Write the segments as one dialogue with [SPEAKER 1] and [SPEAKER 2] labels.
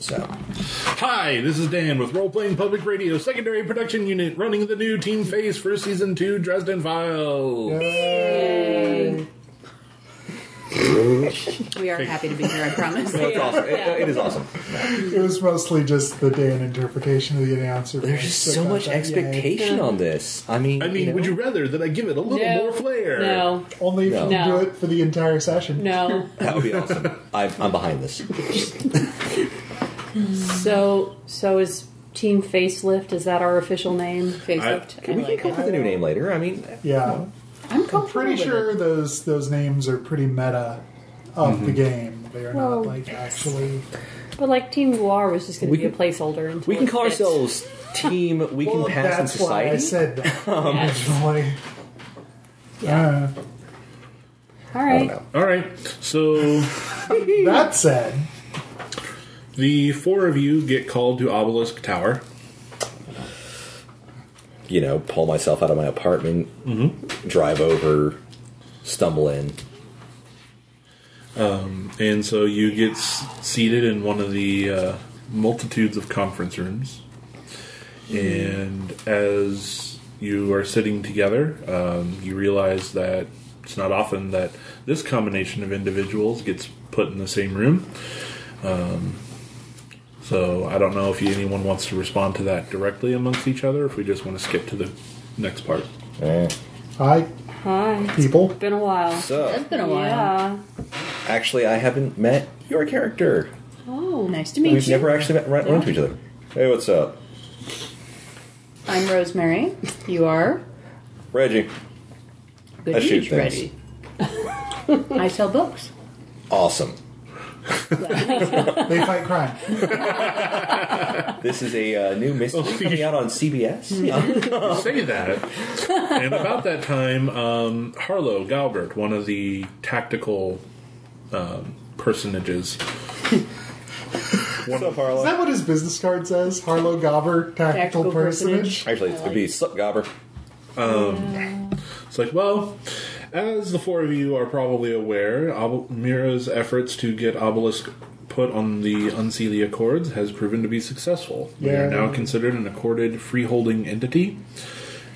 [SPEAKER 1] So, hi, this is Dan with Role Playing Public Radio Secondary Production Unit, running the new team phase for season two Dresden Files.
[SPEAKER 2] We are happy to be here, I promise.
[SPEAKER 3] It's awesome. It- it is awesome.
[SPEAKER 4] It was mostly just the Dan interpretation of the announcer. uh,
[SPEAKER 3] There's just so much expectation on this. I mean,
[SPEAKER 1] I mean,
[SPEAKER 3] you know,
[SPEAKER 1] would you rather that I give it a little
[SPEAKER 5] No.
[SPEAKER 1] more flair?
[SPEAKER 5] No,
[SPEAKER 4] Only if you
[SPEAKER 5] No.
[SPEAKER 4] do it for the entire session.
[SPEAKER 5] no.
[SPEAKER 3] that would be awesome. I, I'm behind this.
[SPEAKER 5] So, so is Team Facelift? Is that our official name?
[SPEAKER 2] Facelift.
[SPEAKER 3] We
[SPEAKER 2] I
[SPEAKER 3] can
[SPEAKER 2] like
[SPEAKER 3] come
[SPEAKER 2] it.
[SPEAKER 3] up with a new name later. I mean,
[SPEAKER 4] Yeah,
[SPEAKER 2] I'm
[SPEAKER 4] I'm
[SPEAKER 2] comfortable
[SPEAKER 4] pretty
[SPEAKER 2] with
[SPEAKER 4] sure
[SPEAKER 2] it.
[SPEAKER 4] those those names are pretty meta of
[SPEAKER 3] Mhm.
[SPEAKER 4] the game. They are not like actually.
[SPEAKER 5] But like Team Guar was just going
[SPEAKER 3] We
[SPEAKER 5] to be a
[SPEAKER 3] can-
[SPEAKER 5] placeholder. Until
[SPEAKER 3] we can
[SPEAKER 5] it
[SPEAKER 3] call
[SPEAKER 5] fits.
[SPEAKER 3] ourselves Team We
[SPEAKER 4] Well,
[SPEAKER 3] Can Pass in
[SPEAKER 4] that's why I
[SPEAKER 3] Society.
[SPEAKER 4] said that
[SPEAKER 3] um,
[SPEAKER 5] Yes.
[SPEAKER 4] originally.
[SPEAKER 5] Yeah.
[SPEAKER 4] Uh,
[SPEAKER 3] I
[SPEAKER 5] All
[SPEAKER 3] don't
[SPEAKER 5] right.
[SPEAKER 3] know.
[SPEAKER 1] All right. So
[SPEAKER 4] that said,
[SPEAKER 1] the four of you get called to Obelisk Tower.
[SPEAKER 3] You know, pull myself out of my apartment, drive over, stumble in.
[SPEAKER 1] And so you get s- seated in one of the uh, multitudes of conference rooms. And as you are sitting together, um, you realize that it's not often that this combination of individuals gets put in the same room. Um, so I don't know if anyone wants to respond to that directly amongst each other, if we just want to skip to the next part.
[SPEAKER 3] Eh.
[SPEAKER 4] hi
[SPEAKER 5] Hi.
[SPEAKER 4] people.
[SPEAKER 5] Been a while.
[SPEAKER 2] It's
[SPEAKER 3] So, um,
[SPEAKER 2] been a while.
[SPEAKER 5] Yeah.
[SPEAKER 3] actually, I haven't met your character.
[SPEAKER 5] Oh.
[SPEAKER 2] Nice to meet
[SPEAKER 3] We've
[SPEAKER 2] you.
[SPEAKER 3] never actually met, run run into each other. Hey, what's up?
[SPEAKER 2] I'm Rosemary. You are.
[SPEAKER 3] Reggie.
[SPEAKER 2] Good
[SPEAKER 3] I
[SPEAKER 2] to
[SPEAKER 3] shoot
[SPEAKER 2] meet you,
[SPEAKER 3] things.
[SPEAKER 2] Reggie. I sell books.
[SPEAKER 3] Awesome.
[SPEAKER 4] They fight crime.
[SPEAKER 3] This is a uh, new mystery coming out on CBS.
[SPEAKER 5] Hmm.
[SPEAKER 1] You say that. and about that time, um, Harlow Galbert, one of the tactical um, personages,
[SPEAKER 3] What's up,
[SPEAKER 4] Is
[SPEAKER 3] Harlow?
[SPEAKER 4] that what his business card says? Harlow Gobber, tactical,
[SPEAKER 2] Tactical
[SPEAKER 4] personage.
[SPEAKER 3] Actually, it's gonna be Sup Gobber.
[SPEAKER 1] It's like, well, as the four of you are probably aware, Ob- Mira's efforts to get Obelisk put on the Unseelie Accords has proven to be successful. We are
[SPEAKER 4] Yeah.
[SPEAKER 1] now considered an accorded freeholding entity,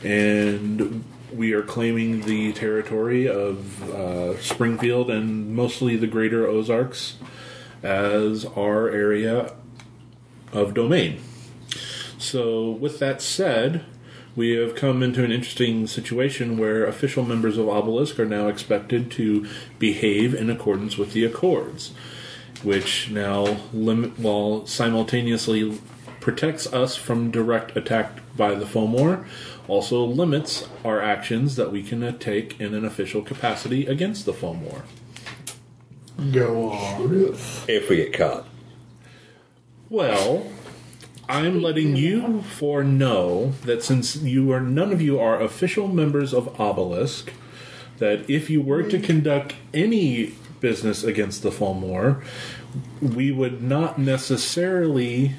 [SPEAKER 1] and we are claiming the territory of uh, Springfield and mostly the greater Ozarks as our area of domain. So, with that said, we have come into an interesting situation where official members of Obelisk are now expected to behave in accordance with the Accords, which now limit while simultaneously protects us from direct attack by the Fomor, also limits our actions that we can uh, take in an official capacity against the Fomor.
[SPEAKER 4] Go on.
[SPEAKER 3] If we get caught.
[SPEAKER 1] Well, I'm letting you four know that since you are none of you are official members of Obelisk, that if you were to conduct any business against the Fulmore, we would not necessarily.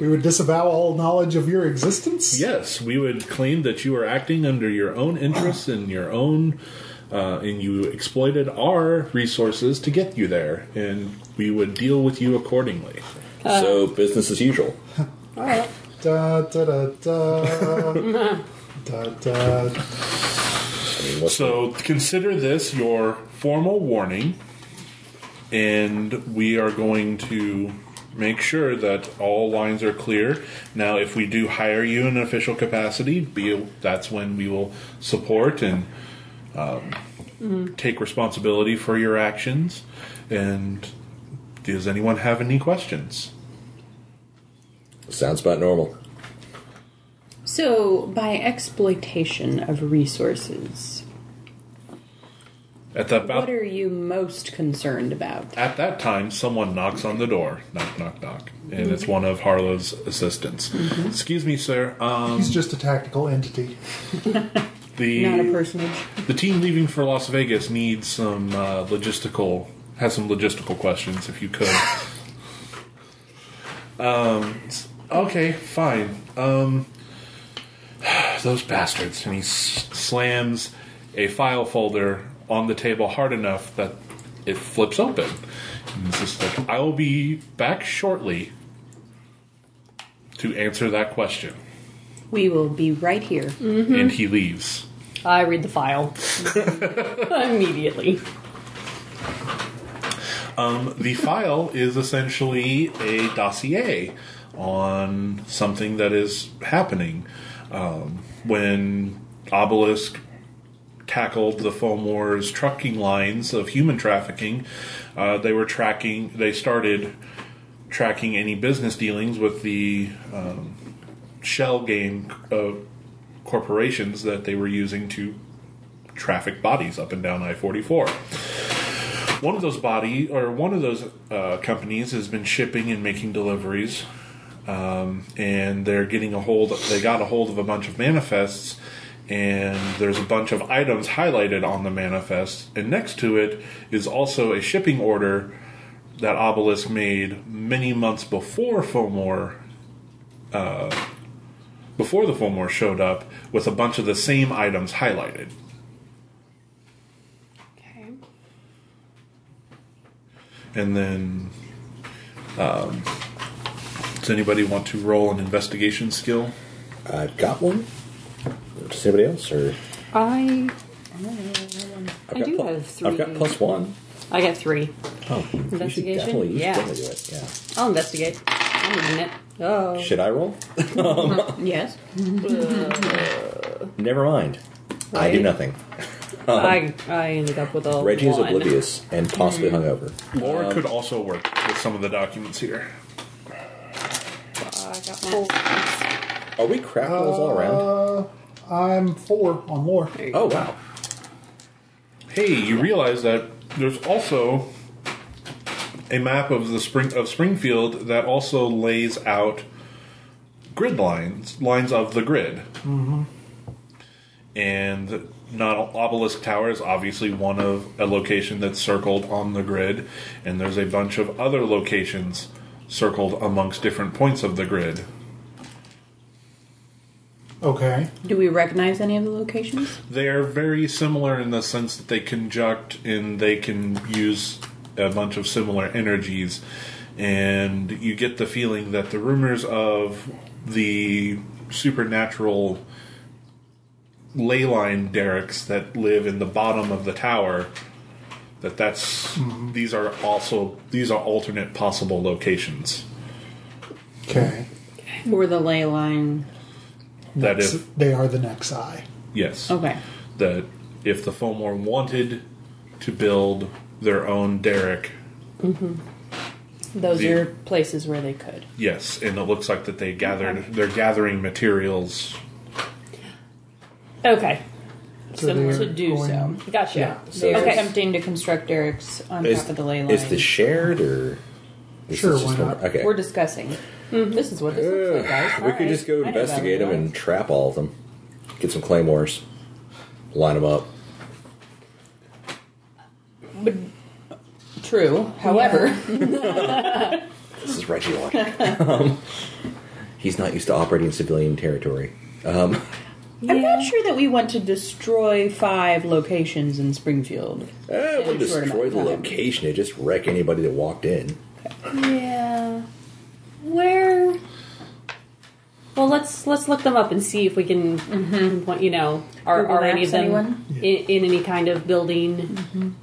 [SPEAKER 4] We would disavow all knowledge of your existence.
[SPEAKER 1] Yes, we would claim that you are acting under your own interests and your own. Uh, and you exploited our resources to get you there, and we would deal with you accordingly.
[SPEAKER 5] Uh.
[SPEAKER 3] so business as usual.
[SPEAKER 4] Da da da da. da da.
[SPEAKER 3] I mean, what's
[SPEAKER 1] So consider this your formal warning, and we are going to make sure that all lines are clear. Now, if we do hire you in an official capacity, be, that's when we will support and um, take responsibility for your actions. And does anyone have any questions?
[SPEAKER 3] sounds about normal.
[SPEAKER 2] So, by exploitation of resources,
[SPEAKER 1] At that
[SPEAKER 2] what
[SPEAKER 1] about,
[SPEAKER 2] are you most concerned about?
[SPEAKER 1] at that time, someone knocks on the door. Knock, knock, knock. And it's one of Harlow's assistants. Excuse me, sir. Um,
[SPEAKER 4] He's just a tactical entity.
[SPEAKER 2] Not a
[SPEAKER 1] the
[SPEAKER 2] personage.
[SPEAKER 1] the team leaving for Las Vegas needs some uh, logistical has some logistical questions. If you could. um. s- Okay. Fine. Um. Those bastards. And he s- slams a file folder on the table hard enough that it flips open. and it's just like, I will be back shortly to answer that question.
[SPEAKER 2] We will be right here.
[SPEAKER 1] And he leaves.
[SPEAKER 5] I read the file immediately.
[SPEAKER 1] Um, the file is essentially a dossier on something that is happening. Um, when Obelisk tackled the Foam Wars trucking lines of human trafficking, uh, they were tracking, they started tracking any business dealings with the um, shell game uh, corporations that they were using to traffic bodies up and down I 44 one of those body or one of those uh, companies has been shipping and making deliveries um, and they're getting a hold they got a hold of a bunch of manifests and there's a bunch of items highlighted on the manifest and next to it is also a shipping order that obelisk made many months before fomor uh, before the fomor showed up with a bunch of the same items highlighted
[SPEAKER 5] Okay.
[SPEAKER 1] And then, um, does anybody want to roll an investigation skill?
[SPEAKER 3] I've got one. Does anybody else? Or
[SPEAKER 5] I
[SPEAKER 3] I've
[SPEAKER 5] I
[SPEAKER 3] got
[SPEAKER 5] do
[SPEAKER 3] plu-
[SPEAKER 5] have
[SPEAKER 3] I've got
[SPEAKER 5] three.
[SPEAKER 3] plus one.
[SPEAKER 5] I got three.
[SPEAKER 3] Oh, you should
[SPEAKER 5] Investigation?
[SPEAKER 3] definitely, you should
[SPEAKER 5] Yeah.
[SPEAKER 3] definitely do it. Yeah.
[SPEAKER 5] I'll investigate. I'm reading it. Oh.
[SPEAKER 3] Should I roll?
[SPEAKER 2] Yes.
[SPEAKER 3] Never mind. I do
[SPEAKER 5] Wait.
[SPEAKER 3] nothing.
[SPEAKER 5] I, I ended up with a
[SPEAKER 3] Reggie is
[SPEAKER 5] one.
[SPEAKER 3] Uh-huh.
[SPEAKER 5] Hmm.
[SPEAKER 3] oblivious and possibly hungover.
[SPEAKER 1] Or could also work with some of the documents here.
[SPEAKER 5] I got my,
[SPEAKER 3] Are we crap rolls all around?
[SPEAKER 4] Uh, I'm four on lore.
[SPEAKER 3] Oh wow.
[SPEAKER 1] Hey, you realize that there's also a map of the spring of Springfield that also lays out grid lines, lines of the grid. Mm-hmm. And not obelisk tower is obviously one of a location that's circled on the grid, and there's a bunch of other locations circled amongst different points of the grid.
[SPEAKER 4] Okay.
[SPEAKER 2] Do we recognize any of the locations?
[SPEAKER 1] They're very similar in the sense that they conjunct and they can use a bunch of similar energies. And you get the feeling that the rumors of the supernatural ley line derricks that live in the bottom of the tower that that's these are also these are alternate possible locations
[SPEAKER 4] Okay.
[SPEAKER 2] Or the ley line?
[SPEAKER 1] that
[SPEAKER 4] Next-
[SPEAKER 1] if
[SPEAKER 4] they are the next eye.
[SPEAKER 1] yes
[SPEAKER 2] Okay.
[SPEAKER 1] that if the Fomor wanted to build their own derrick,
[SPEAKER 2] Those
[SPEAKER 1] The-
[SPEAKER 2] are places where they could.
[SPEAKER 1] yes, and it looks like that they gathered they're gathering materials.
[SPEAKER 2] Okay.
[SPEAKER 4] So
[SPEAKER 2] So
[SPEAKER 4] they're
[SPEAKER 2] to do
[SPEAKER 4] going-
[SPEAKER 2] so. Gotcha.
[SPEAKER 4] Yeah.
[SPEAKER 3] So
[SPEAKER 2] They're
[SPEAKER 3] it's-
[SPEAKER 2] attempting to construct derricks on
[SPEAKER 3] Is,
[SPEAKER 2] top of the ley line.
[SPEAKER 3] is this shared or? Is
[SPEAKER 4] Sure,
[SPEAKER 3] this
[SPEAKER 4] why
[SPEAKER 3] one-
[SPEAKER 4] not?
[SPEAKER 3] Okay.
[SPEAKER 2] We're discussing. Hmm, This is what this looks like, guys.
[SPEAKER 3] we could just go investigate them and trap all of them. Get some claymores, line them up.
[SPEAKER 2] True. However,
[SPEAKER 3] This is Reggie logic. um, he's not used to operating in civilian territory. Um,
[SPEAKER 2] I'm not sure that we want to destroy five locations in Springfield.
[SPEAKER 3] eh, it wouldn't
[SPEAKER 2] Sort of
[SPEAKER 3] destroy the
[SPEAKER 2] not.
[SPEAKER 3] location. It just wreck anybody that walked in.
[SPEAKER 5] yeah. Where? Well, let's let's look them up and see if we can, pinpoint, you know, are,
[SPEAKER 2] Google
[SPEAKER 5] are any
[SPEAKER 2] Maps,
[SPEAKER 5] of them
[SPEAKER 2] anyone?
[SPEAKER 5] i- in, any kind of building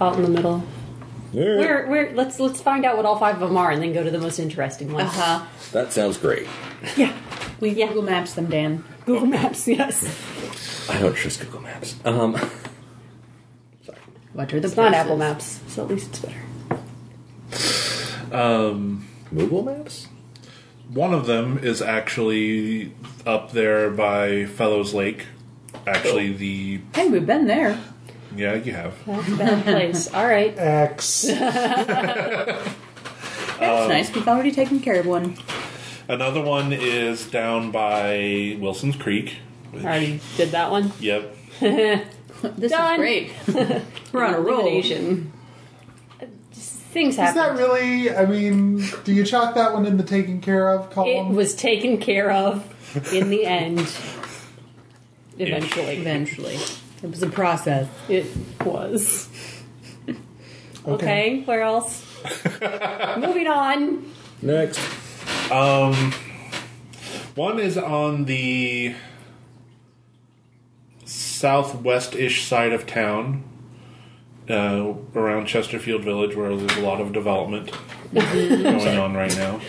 [SPEAKER 5] out in the middle? Mm-hmm. Where? Where? Let's let's find out what all five of them are, and then go to the most interesting one.
[SPEAKER 2] Uh-huh.
[SPEAKER 3] That sounds great.
[SPEAKER 5] Yeah.
[SPEAKER 2] We Google Maps them, Dan.
[SPEAKER 5] Google Maps. Yes.
[SPEAKER 3] I don't trust Google Maps. Um,
[SPEAKER 2] What are the
[SPEAKER 5] It's not Apple Maps,
[SPEAKER 2] places?
[SPEAKER 5] so at least it's better.
[SPEAKER 3] Google Maps?
[SPEAKER 1] Um, One of them is actually up there by Fellows Lake. Actually, the
[SPEAKER 2] Hey, we've been there.
[SPEAKER 1] yeah, you have.
[SPEAKER 5] That's a bad place. All right.
[SPEAKER 4] X.
[SPEAKER 3] Um,
[SPEAKER 2] That's nice. We've already taken care of one.
[SPEAKER 1] Another one is down by Wilson's Creek. which-
[SPEAKER 5] I already did that one.
[SPEAKER 1] Yep.
[SPEAKER 2] This
[SPEAKER 5] Done.
[SPEAKER 2] is great. We're on a roll.
[SPEAKER 5] Elimination. Uh, just Things
[SPEAKER 4] Is that
[SPEAKER 5] happen.
[SPEAKER 4] really? I mean, do you chalk that one in the taken care of
[SPEAKER 5] It
[SPEAKER 4] column?
[SPEAKER 5] was taken care of in the end. Eventually,
[SPEAKER 2] Eventually, it was a process.
[SPEAKER 5] it was. Okay, where else? Moving on.
[SPEAKER 3] Next.
[SPEAKER 1] One is on the southwest-ish side of town, uh, around Chesterfield Village, where there's a lot of development going on right now.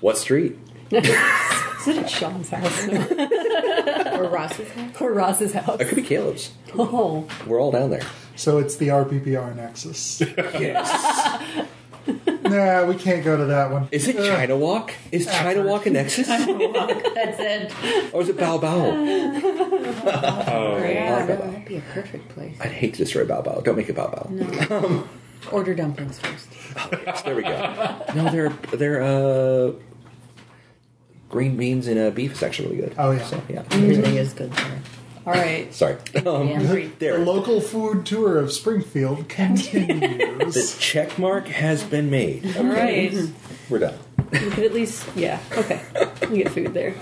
[SPEAKER 3] What street?
[SPEAKER 5] Is it at Sean's house
[SPEAKER 2] Or Ross's house?
[SPEAKER 5] or Ross's house?
[SPEAKER 3] It could be Caleb's.
[SPEAKER 5] Oh,
[SPEAKER 3] We're all down there.
[SPEAKER 4] So it's the RPPR Nexus.
[SPEAKER 3] Yes.
[SPEAKER 4] nah, we can't go to that one. Uh,
[SPEAKER 3] Is it China Walk? Is China Walk a nexus? or
[SPEAKER 2] That's it.
[SPEAKER 3] is it Bao Bao?
[SPEAKER 2] yeah,
[SPEAKER 3] Bao
[SPEAKER 2] that
[SPEAKER 3] Bao.
[SPEAKER 2] would be a perfect place.
[SPEAKER 3] I'd hate to destroy Bao Bao. Don't make it Bao Bao.
[SPEAKER 2] Order dumplings first.
[SPEAKER 3] Yes, there we go. No, they're they're uh, green beans and uh, beef is actually really good.
[SPEAKER 4] Oh, yeah.
[SPEAKER 3] So, yeah.
[SPEAKER 2] Everything is good there.
[SPEAKER 5] all right.
[SPEAKER 3] Sorry. Um,
[SPEAKER 2] Yeah.
[SPEAKER 4] The
[SPEAKER 3] There.
[SPEAKER 4] local food tour of Springfield
[SPEAKER 3] The
[SPEAKER 4] continues.
[SPEAKER 3] check mark has been made.
[SPEAKER 5] All right.
[SPEAKER 3] We're done.
[SPEAKER 5] You could at least, yeah, okay. We get food there.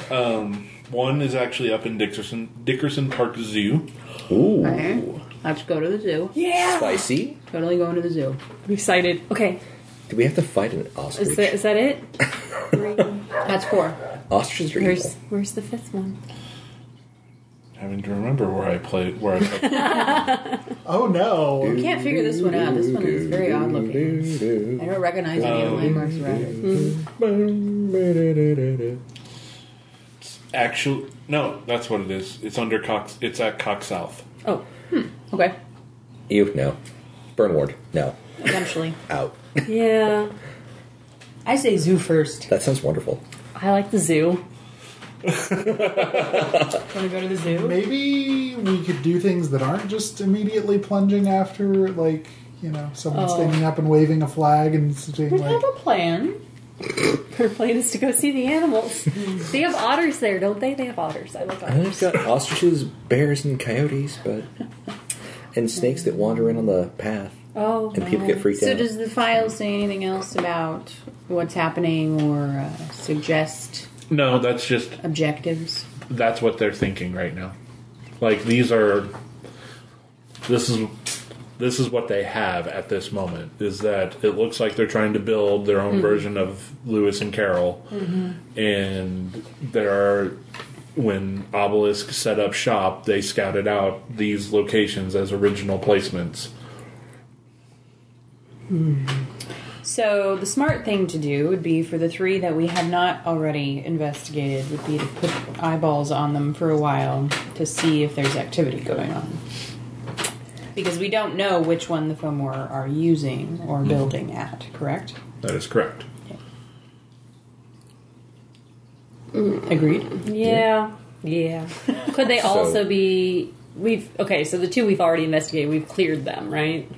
[SPEAKER 1] One is actually up in Dickerson Dickerson Park Zoo.
[SPEAKER 3] Ooh.
[SPEAKER 2] Okay. Let's go to the zoo.
[SPEAKER 5] Yeah.
[SPEAKER 3] Spicy.
[SPEAKER 2] Totally going to the zoo.
[SPEAKER 5] I'm excited. Okay.
[SPEAKER 3] Do we have to fight an ostrich?
[SPEAKER 5] Is that, is that it?
[SPEAKER 2] That's four.
[SPEAKER 3] Ostriches are
[SPEAKER 5] Where's
[SPEAKER 3] evil.
[SPEAKER 5] Where's the fifth one?
[SPEAKER 1] Having to remember where I played, where I played.
[SPEAKER 4] oh no.
[SPEAKER 2] Can't figure this one out. This one is very odd looking. I don't recognize any of the landmarks around it.
[SPEAKER 1] Actually, no, that's what it is. It's under Cox. It's at Cox South.
[SPEAKER 5] Oh,
[SPEAKER 2] Okay.
[SPEAKER 3] Ew, no. Burn ward. No.
[SPEAKER 2] Eventually.
[SPEAKER 3] Out.
[SPEAKER 5] yeah.
[SPEAKER 2] I say zoo first.
[SPEAKER 3] That sounds wonderful.
[SPEAKER 5] I like the zoo.
[SPEAKER 2] Want to go to the zoo?
[SPEAKER 4] Maybe we could do things that aren't just immediately plunging after, like, you know, someone standing up and waving a flag and saying,
[SPEAKER 2] We
[SPEAKER 4] like,
[SPEAKER 2] have a plan.
[SPEAKER 5] Her plan is to go see the animals. they have otters there, don't they? They have otters. I like
[SPEAKER 3] I've
[SPEAKER 5] otters.
[SPEAKER 3] got ostriches, bears, and coyotes, but and snakes that wander in on the path,
[SPEAKER 5] Oh,
[SPEAKER 3] and people get freaked
[SPEAKER 2] So
[SPEAKER 3] out.
[SPEAKER 2] does the file say anything else about what's happening or uh, suggest
[SPEAKER 1] No, that's just
[SPEAKER 2] objectives?
[SPEAKER 1] that's what they're thinking right now. Like these are this is this is what they have at this moment is that it looks like they're trying to build their own version of Lewis and Carroll and there are when Obelisk set up shop they scouted out these locations as original placements.
[SPEAKER 2] So the smart thing to do would be for the three that we have not already investigated would be to put eyeballs on them for a while to see if there's activity going on. Because we don't know which one the Fomor are using or building at, correct?
[SPEAKER 1] That is correct.
[SPEAKER 2] Agreed.
[SPEAKER 5] Yeah. Yeah. Could they also be? We've okay. So the two we've already investigated, we've cleared them, right?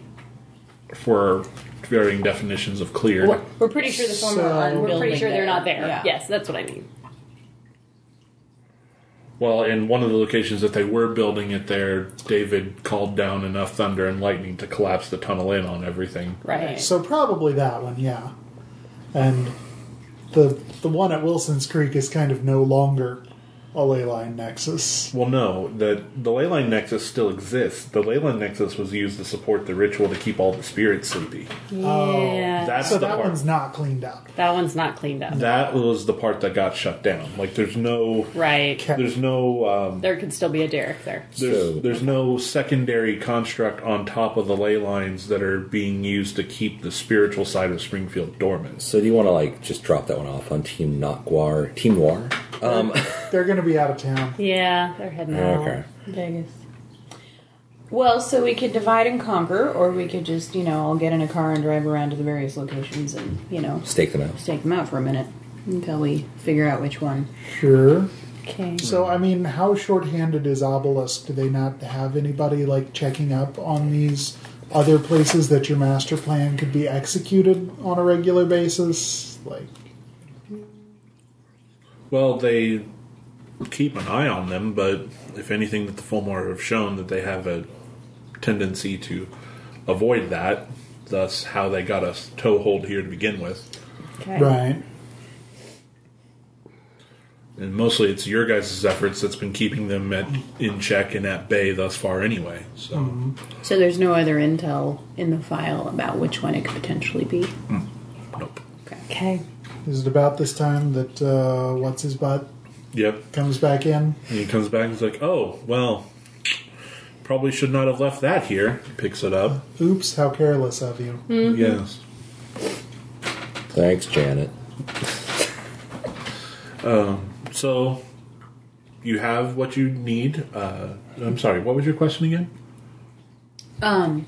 [SPEAKER 1] For varying definitions of clear.
[SPEAKER 5] We're, we're pretty sure the former
[SPEAKER 4] So-
[SPEAKER 5] are. We're pretty
[SPEAKER 2] Building
[SPEAKER 5] sure they're
[SPEAKER 2] there.
[SPEAKER 5] not there.
[SPEAKER 2] Yeah.
[SPEAKER 5] Yes, that's what I mean.
[SPEAKER 1] Well, in one of the locations that they were building it there, David called down enough thunder and lightning to collapse the tunnel in on everything.
[SPEAKER 5] Right.
[SPEAKER 4] So probably that one, yeah. And the the one at Wilson's Creek is kind of no longer a ley line nexus.
[SPEAKER 1] Well, no, the the ley line nexus still exists. The ley line nexus was used to support the ritual to keep all the spirits sleepy.
[SPEAKER 5] yeah.
[SPEAKER 1] That's
[SPEAKER 4] so
[SPEAKER 1] the
[SPEAKER 4] that
[SPEAKER 1] part.
[SPEAKER 4] one's not cleaned up.
[SPEAKER 5] that one's not cleaned up.
[SPEAKER 1] Oh, that was the part that got shut down. Like, there's no,
[SPEAKER 5] right.
[SPEAKER 4] Okay.
[SPEAKER 1] there's no, um,
[SPEAKER 5] There could still be a Derek there.
[SPEAKER 1] there's
[SPEAKER 3] So-
[SPEAKER 1] there's no secondary construct on top of the ley lines that are being used to keep the spiritual side of Springfield dormant.
[SPEAKER 3] So do you want to like just drop that one off on Team Noir? Team Noir? Um,
[SPEAKER 4] They're going to be out of town.
[SPEAKER 5] Yeah, they're heading out.
[SPEAKER 3] okay.
[SPEAKER 2] Vegas. Well, so we could divide and conquer, or we could just, you know, all get in a car and drive around to the various locations and, you know,
[SPEAKER 3] Stake them out.
[SPEAKER 2] stake them out for a minute until we figure out which one.
[SPEAKER 4] Sure.
[SPEAKER 5] Okay.
[SPEAKER 4] So I mean, how shorthanded is Obelisk? Do they not have anybody like checking up on these other places that your master plan could be executed on a regular basis? Like,
[SPEAKER 1] Well, they keep an eye on them, but if anything, that the Fulmar have shown that they have a tendency to avoid that. Thus, how they got us toehold here to begin with.
[SPEAKER 5] Okay.
[SPEAKER 4] right?
[SPEAKER 1] And mostly it's your guys' efforts that's been keeping them at, in check and at bay thus far, anyway. So,
[SPEAKER 2] So there's no other intel in the file about which one it could potentially be.
[SPEAKER 1] nope.
[SPEAKER 5] Okay.
[SPEAKER 4] Is it about this time that uh, what's his butt
[SPEAKER 1] Yep.
[SPEAKER 4] comes back in?
[SPEAKER 1] And he comes back and is like, oh, well, probably should not have left that here. Picks it up.
[SPEAKER 4] Oops, how careless of you.
[SPEAKER 5] Hmm.
[SPEAKER 1] Yes.
[SPEAKER 3] Thanks, Janet.
[SPEAKER 1] So, you have what you need. Uh, I'm sorry, what was your question again?
[SPEAKER 2] Um,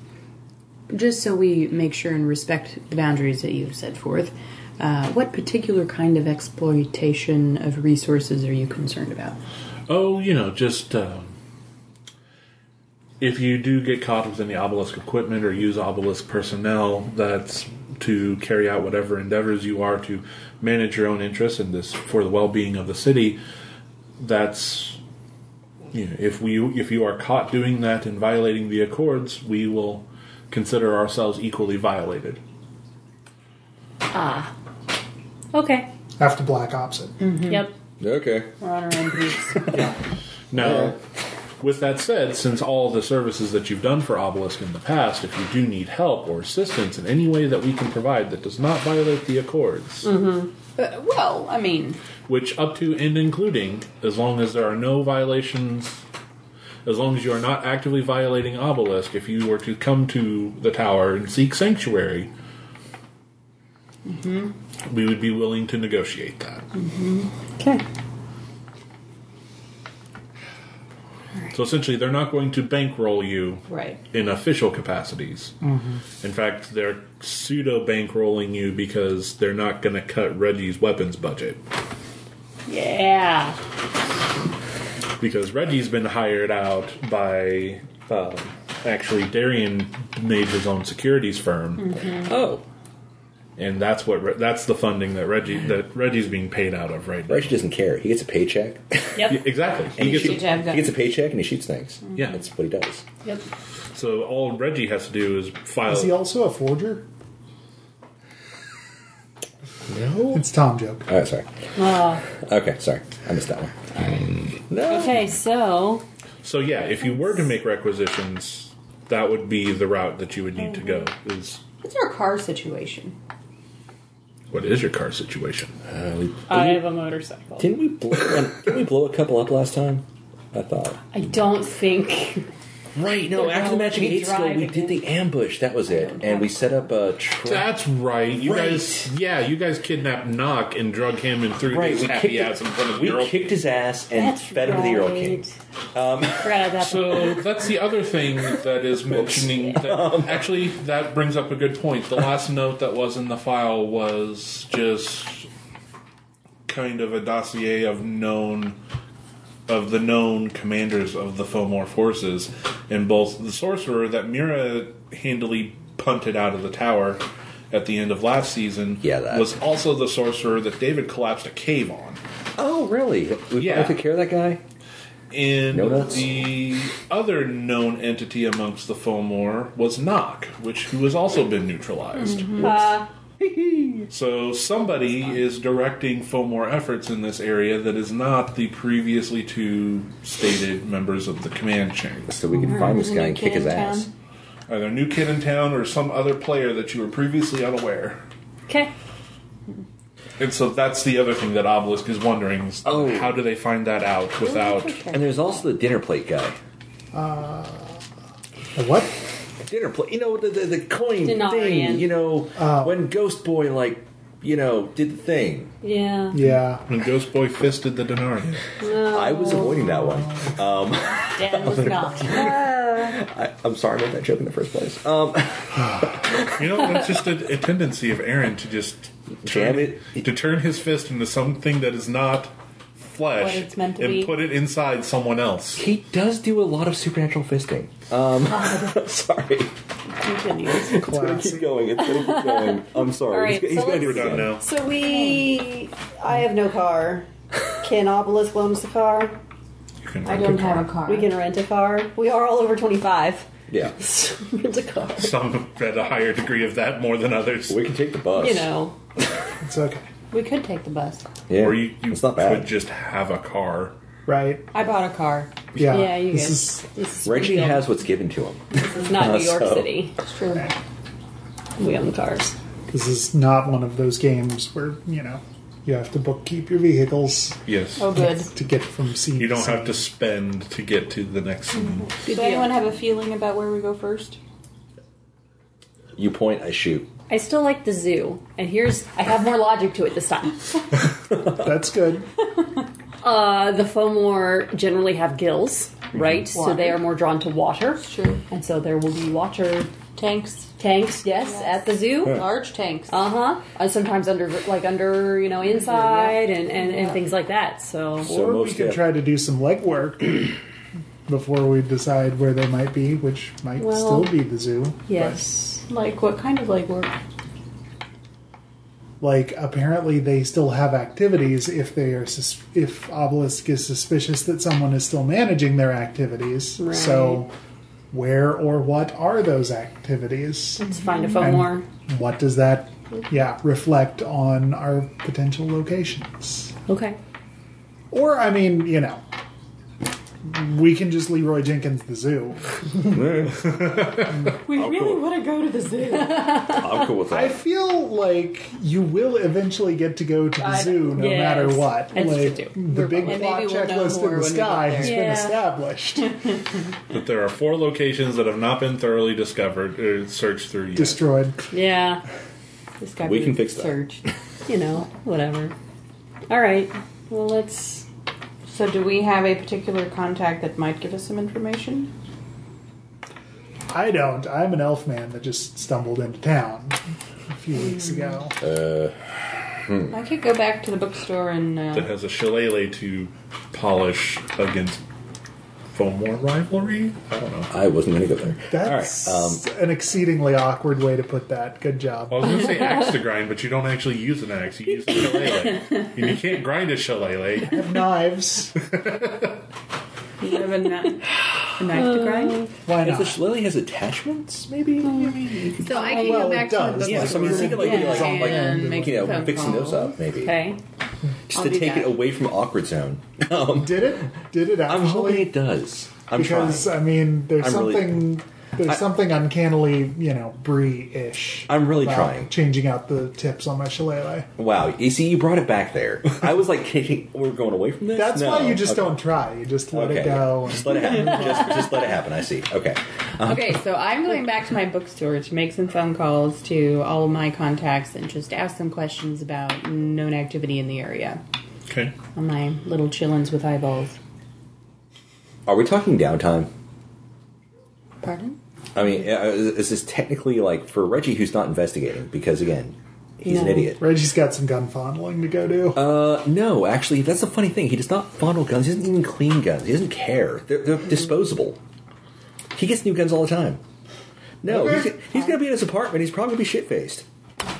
[SPEAKER 2] just so we make sure and respect the boundaries that you've set forth, uh, what particular kind of exploitation of resources are you concerned about?
[SPEAKER 1] Oh, you know, just um, if you do get caught with any obelisk equipment or use obelisk personnel, that's to carry out whatever endeavors you are to manage your own interests and this for the well-being of the city. That's you know, if we if you are caught doing that and violating the accords, we will consider ourselves equally violated.
[SPEAKER 5] Okay.
[SPEAKER 4] Have to black ops it.
[SPEAKER 5] Yep.
[SPEAKER 3] Okay.
[SPEAKER 2] We're on our own piece.
[SPEAKER 1] Now, with that said, since all the services that you've done for Obelisk in the past, if you do need help or assistance in any way that we can provide that does not violate the Accords,
[SPEAKER 2] but, Uh, well, I mean,
[SPEAKER 1] which up to and including, as long as there are no violations, as long as you are not actively violating Obelisk, if you were to come to the tower and seek sanctuary, we would be willing to negotiate that.
[SPEAKER 2] Mm-hmm. okay.
[SPEAKER 1] So essentially, they're not going to bankroll you
[SPEAKER 2] Right. Mm-hmm.
[SPEAKER 1] in official capacities. In fact, they're pseudo bankrolling you because they're not going to cut Reggie's weapons budget.
[SPEAKER 5] Yeah.
[SPEAKER 1] Because Reggie's been hired out by um actually Darian made his own securities firm,
[SPEAKER 3] Oh,
[SPEAKER 1] and that's what Re- that's the funding that Reggie that Reggie's being paid out of right now.
[SPEAKER 3] Reggie doesn't care. He gets a paycheck.
[SPEAKER 5] Yep.
[SPEAKER 1] Yeah, exactly.
[SPEAKER 3] he,
[SPEAKER 1] He gets a- Mm.
[SPEAKER 3] shoots-
[SPEAKER 2] Jab gun.
[SPEAKER 3] he gets a paycheck and he shoots things.
[SPEAKER 1] Yeah.
[SPEAKER 3] that's what he does.
[SPEAKER 5] Yep.
[SPEAKER 1] so all Reggie has to do is file.
[SPEAKER 4] Is he
[SPEAKER 5] Oh.
[SPEAKER 4] also a forger?
[SPEAKER 3] No.
[SPEAKER 4] It's Tom joke.
[SPEAKER 3] Oh, sorry.
[SPEAKER 5] Uh,
[SPEAKER 3] Okay, sorry. I missed that one. No.
[SPEAKER 5] okay, so
[SPEAKER 1] So yeah, if you were to make requisitions, that would be the route that you would need to go.
[SPEAKER 3] Mm-hmm.
[SPEAKER 1] Is
[SPEAKER 2] What's our car situation?
[SPEAKER 1] what is your car situation?
[SPEAKER 3] Uh, we,
[SPEAKER 5] I have a motorcycle.
[SPEAKER 3] didn't we blow? one- didn't we blow a couple up last time? I thought.
[SPEAKER 5] I don't think.
[SPEAKER 3] Right.
[SPEAKER 5] no, after the Magic Eight Skull,
[SPEAKER 3] we
[SPEAKER 5] we
[SPEAKER 3] did
[SPEAKER 5] did
[SPEAKER 3] the ambush. That was it, and we set up a trap.
[SPEAKER 1] That's right. You
[SPEAKER 3] Right.
[SPEAKER 1] guys, yeah, you guys kidnapped Knock and drug him and threw
[SPEAKER 3] Right,
[SPEAKER 1] his
[SPEAKER 3] we
[SPEAKER 1] happy
[SPEAKER 3] kicked
[SPEAKER 1] ass in front of the
[SPEAKER 3] We
[SPEAKER 1] Earl.
[SPEAKER 3] kicked his ass and fed him to the Earl King.
[SPEAKER 5] Forgot about that.
[SPEAKER 1] so that's the other thing that is mentioning.
[SPEAKER 3] Um.
[SPEAKER 1] That, actually, that brings up a good point. The last note that was in the file was just kind of a dossier of known of the known commanders of the Fomor forces, and both the sorcerer that Mira handily punted out of the tower at the end of last season
[SPEAKER 3] Yeah, that.
[SPEAKER 1] was also the sorcerer that David collapsed a cave on.
[SPEAKER 3] Oh, really? We
[SPEAKER 1] Yeah.
[SPEAKER 3] took care of that guy.
[SPEAKER 1] And
[SPEAKER 3] No nuts?
[SPEAKER 1] the other known entity amongst the Fomor was Nock, which who has also been neutralized.
[SPEAKER 5] Uh,
[SPEAKER 1] So somebody is directing Fomor efforts in this area that is not the previously two stated members of the command chain.
[SPEAKER 3] So we could find this guy and kick his ass.
[SPEAKER 1] Either a new kid in town or some other player that you were previously unaware.
[SPEAKER 5] okay.
[SPEAKER 1] And so that's the other thing that Obelisk is wondering: is
[SPEAKER 3] Oh.
[SPEAKER 1] how do they find that out without?
[SPEAKER 3] And there's also the dinner plate guy.
[SPEAKER 4] A what?
[SPEAKER 3] Dinner plate. You know the the, the coin
[SPEAKER 5] Denarian.
[SPEAKER 3] thing. You know
[SPEAKER 4] Oh.
[SPEAKER 3] when Ghost Boy like you know did the thing.
[SPEAKER 5] Yeah.
[SPEAKER 4] Yeah.
[SPEAKER 1] When Ghost Boy fisted the Denarian.
[SPEAKER 3] I was
[SPEAKER 6] Oh.
[SPEAKER 3] avoiding that one.
[SPEAKER 5] Dan was not.
[SPEAKER 3] I, I'm sorry I made that joke in the first place. Um,
[SPEAKER 1] You know, it's just a, a tendency of Aaron to just
[SPEAKER 3] Jam
[SPEAKER 1] turn,
[SPEAKER 3] it.
[SPEAKER 1] to turn his fist into something that is not flesh
[SPEAKER 5] What it's meant to
[SPEAKER 1] and
[SPEAKER 5] be.
[SPEAKER 1] put it inside someone else.
[SPEAKER 3] he does do a lot of supernatural fisting. Um, sorry,
[SPEAKER 5] Continues.
[SPEAKER 3] it's gonna keep going. It's gonna keep going. I'm sorry.
[SPEAKER 6] All right,
[SPEAKER 3] he's gonna- he's
[SPEAKER 6] so
[SPEAKER 3] gonna do
[SPEAKER 1] We're
[SPEAKER 3] it
[SPEAKER 1] done
[SPEAKER 3] again.
[SPEAKER 1] now.
[SPEAKER 6] So we. I have no car. Can Obelisk loan us a car?
[SPEAKER 1] You can
[SPEAKER 2] I
[SPEAKER 1] rent
[SPEAKER 2] don't
[SPEAKER 1] a
[SPEAKER 2] have a
[SPEAKER 1] car.
[SPEAKER 2] car.
[SPEAKER 6] We can rent a car. We are all over 25.
[SPEAKER 3] Yeah,
[SPEAKER 6] rent a car.
[SPEAKER 1] Some at a higher degree of that more than others.
[SPEAKER 3] we can take the bus.
[SPEAKER 6] You know.
[SPEAKER 4] It's okay.
[SPEAKER 2] We could take the bus.
[SPEAKER 3] Yeah,
[SPEAKER 1] Or you, you
[SPEAKER 3] it's not bad.
[SPEAKER 1] could just have a car.
[SPEAKER 4] Right?
[SPEAKER 2] I bought a car.
[SPEAKER 4] Yeah.
[SPEAKER 5] Yeah, you
[SPEAKER 4] this
[SPEAKER 5] guys-
[SPEAKER 4] is
[SPEAKER 5] This is
[SPEAKER 3] Reggie
[SPEAKER 5] real.
[SPEAKER 3] has what's given to him.
[SPEAKER 5] It's not New York
[SPEAKER 3] so-
[SPEAKER 5] City.
[SPEAKER 2] It's true.
[SPEAKER 5] We own cars.
[SPEAKER 4] this is not one of those games where you know you have to bookkeep your vehicles
[SPEAKER 1] Yes.
[SPEAKER 2] Oh, good.
[SPEAKER 4] to get from scene.
[SPEAKER 1] You don't
[SPEAKER 4] to
[SPEAKER 1] have to spend to get to the next scene.
[SPEAKER 2] Does anyone have a feeling about where we go first?
[SPEAKER 3] You point, I shoot.
[SPEAKER 5] I still like the zoo, and here's I have more logic to it this time.
[SPEAKER 4] scene. That's good.
[SPEAKER 5] Uh, the Fomor generally have gills, right? So
[SPEAKER 2] Water.
[SPEAKER 5] they are more drawn to water,
[SPEAKER 2] True.
[SPEAKER 5] and so there will be water
[SPEAKER 2] Tanks.
[SPEAKER 5] tanks, yes, at the zoo.
[SPEAKER 2] Large tanks.
[SPEAKER 5] Uh huh. And sometimes under, like under, you know, inside and and, and things like that. So
[SPEAKER 3] So
[SPEAKER 4] or we
[SPEAKER 3] most
[SPEAKER 4] could
[SPEAKER 3] yeah.
[SPEAKER 4] try to do some legwork before we decide where they might be, which might
[SPEAKER 5] Well,
[SPEAKER 4] still be the zoo.
[SPEAKER 5] yes,
[SPEAKER 2] like what kind of legwork?
[SPEAKER 4] Like apparently they still have activities if they are sus- if Obelisk is suspicious that someone is still managing their activities. So where or what are those activities?
[SPEAKER 5] let's find a Fomor.
[SPEAKER 4] What does that yeah, reflect on our potential locations?
[SPEAKER 5] Okay.
[SPEAKER 4] Or I mean, you know, we can just Leroy Jenkins the zoo.
[SPEAKER 2] We really
[SPEAKER 3] cool.
[SPEAKER 2] want to go to the zoo.
[SPEAKER 3] I'm cool with
[SPEAKER 4] I
[SPEAKER 3] that.
[SPEAKER 4] feel like you will eventually get to go to the
[SPEAKER 2] I-
[SPEAKER 4] zoo no
[SPEAKER 5] Yes.
[SPEAKER 4] matter what.
[SPEAKER 5] That's
[SPEAKER 4] like,
[SPEAKER 5] true.
[SPEAKER 4] The big
[SPEAKER 2] And
[SPEAKER 4] plot
[SPEAKER 2] maybe we'll know
[SPEAKER 4] checklist
[SPEAKER 2] more
[SPEAKER 4] in
[SPEAKER 2] when
[SPEAKER 4] the
[SPEAKER 2] we get
[SPEAKER 4] sky
[SPEAKER 2] there.
[SPEAKER 4] has been
[SPEAKER 5] Yeah.
[SPEAKER 4] established.
[SPEAKER 1] But there are four locations that have not been thoroughly discovered or searched through yet.
[SPEAKER 4] Destroyed.
[SPEAKER 5] Yeah. This guy
[SPEAKER 3] We can fix that.
[SPEAKER 5] Surge. You know, whatever. All right. Well, let's.
[SPEAKER 2] so, do we have a particular contact that might give us some information?
[SPEAKER 4] I don't. I'm an elf man that just stumbled into town a few
[SPEAKER 2] Hmm.
[SPEAKER 4] weeks ago.
[SPEAKER 2] I could go back to the bookstore and.
[SPEAKER 1] that
[SPEAKER 2] Uh,
[SPEAKER 1] has a shillelagh to polish against Fomor rivalry. I don't know.
[SPEAKER 3] I wasn't going to go there.
[SPEAKER 4] That's
[SPEAKER 3] All right. Um,
[SPEAKER 4] an exceedingly awkward way to put that. Good job.
[SPEAKER 1] I was going to say axe to grind, but you don't actually use an axe. You use a shillelagh, and you can't grind a shillelagh.
[SPEAKER 4] I have knives.
[SPEAKER 2] you have a, kni- a knife to grind?
[SPEAKER 4] Why
[SPEAKER 3] If
[SPEAKER 4] not?
[SPEAKER 3] the Shillelagh has attachments, maybe?
[SPEAKER 7] So
[SPEAKER 2] Oh,
[SPEAKER 7] I can
[SPEAKER 4] well,
[SPEAKER 7] go
[SPEAKER 4] it
[SPEAKER 7] back to
[SPEAKER 4] does.
[SPEAKER 7] the
[SPEAKER 3] Yeah,
[SPEAKER 7] book.
[SPEAKER 3] so I mean, you could like,
[SPEAKER 2] Yeah,
[SPEAKER 3] like,
[SPEAKER 2] and
[SPEAKER 3] like,
[SPEAKER 2] make
[SPEAKER 3] you know,
[SPEAKER 2] phone
[SPEAKER 3] fixing those
[SPEAKER 2] calls.
[SPEAKER 3] up, maybe.
[SPEAKER 5] Okay.
[SPEAKER 3] Just
[SPEAKER 7] I'll
[SPEAKER 3] to
[SPEAKER 7] do
[SPEAKER 3] take
[SPEAKER 7] that.
[SPEAKER 3] it away from awkward zone. Um,
[SPEAKER 4] Did it? Did it
[SPEAKER 3] I'm hoping
[SPEAKER 4] actually?
[SPEAKER 3] it does. I'm
[SPEAKER 4] because
[SPEAKER 3] trying.
[SPEAKER 4] I mean, there's
[SPEAKER 3] I'm really-
[SPEAKER 4] something there's something uncannily, you know, Brie-ish.
[SPEAKER 3] I'm really
[SPEAKER 4] about
[SPEAKER 3] trying.
[SPEAKER 4] changing out the tips on my shillelagh.
[SPEAKER 3] Wow, you see, you brought it back there. I was like, kicking, we're going away from this.
[SPEAKER 4] That's
[SPEAKER 3] No.
[SPEAKER 4] why you just
[SPEAKER 3] Okay.
[SPEAKER 4] don't try. You just let
[SPEAKER 3] okay.
[SPEAKER 4] it go.
[SPEAKER 3] yeah. Just let it happen. just, just let it happen. I see. Okay. Um,
[SPEAKER 2] Okay, so I'm going back to my bookstore to make some phone calls to all of my contacts and just ask them questions about known activity in the area.
[SPEAKER 1] Okay.
[SPEAKER 2] On my little chillins with eyeballs.
[SPEAKER 3] Are we talking downtime?
[SPEAKER 2] Pardon?
[SPEAKER 3] I mean, uh, is this technically like for Reggie, who's not investigating? Because again, he's an
[SPEAKER 2] No.
[SPEAKER 3] idiot.
[SPEAKER 4] Reggie's got some gun fondling to go do.
[SPEAKER 3] Uh, no, actually, that's the funny thing. He does not fondle guns. He doesn't even clean guns. He doesn't care. They're, they're disposable. He gets new guns all the time. No, he's, he's gonna be in his apartment. He's probably gonna be shit faced.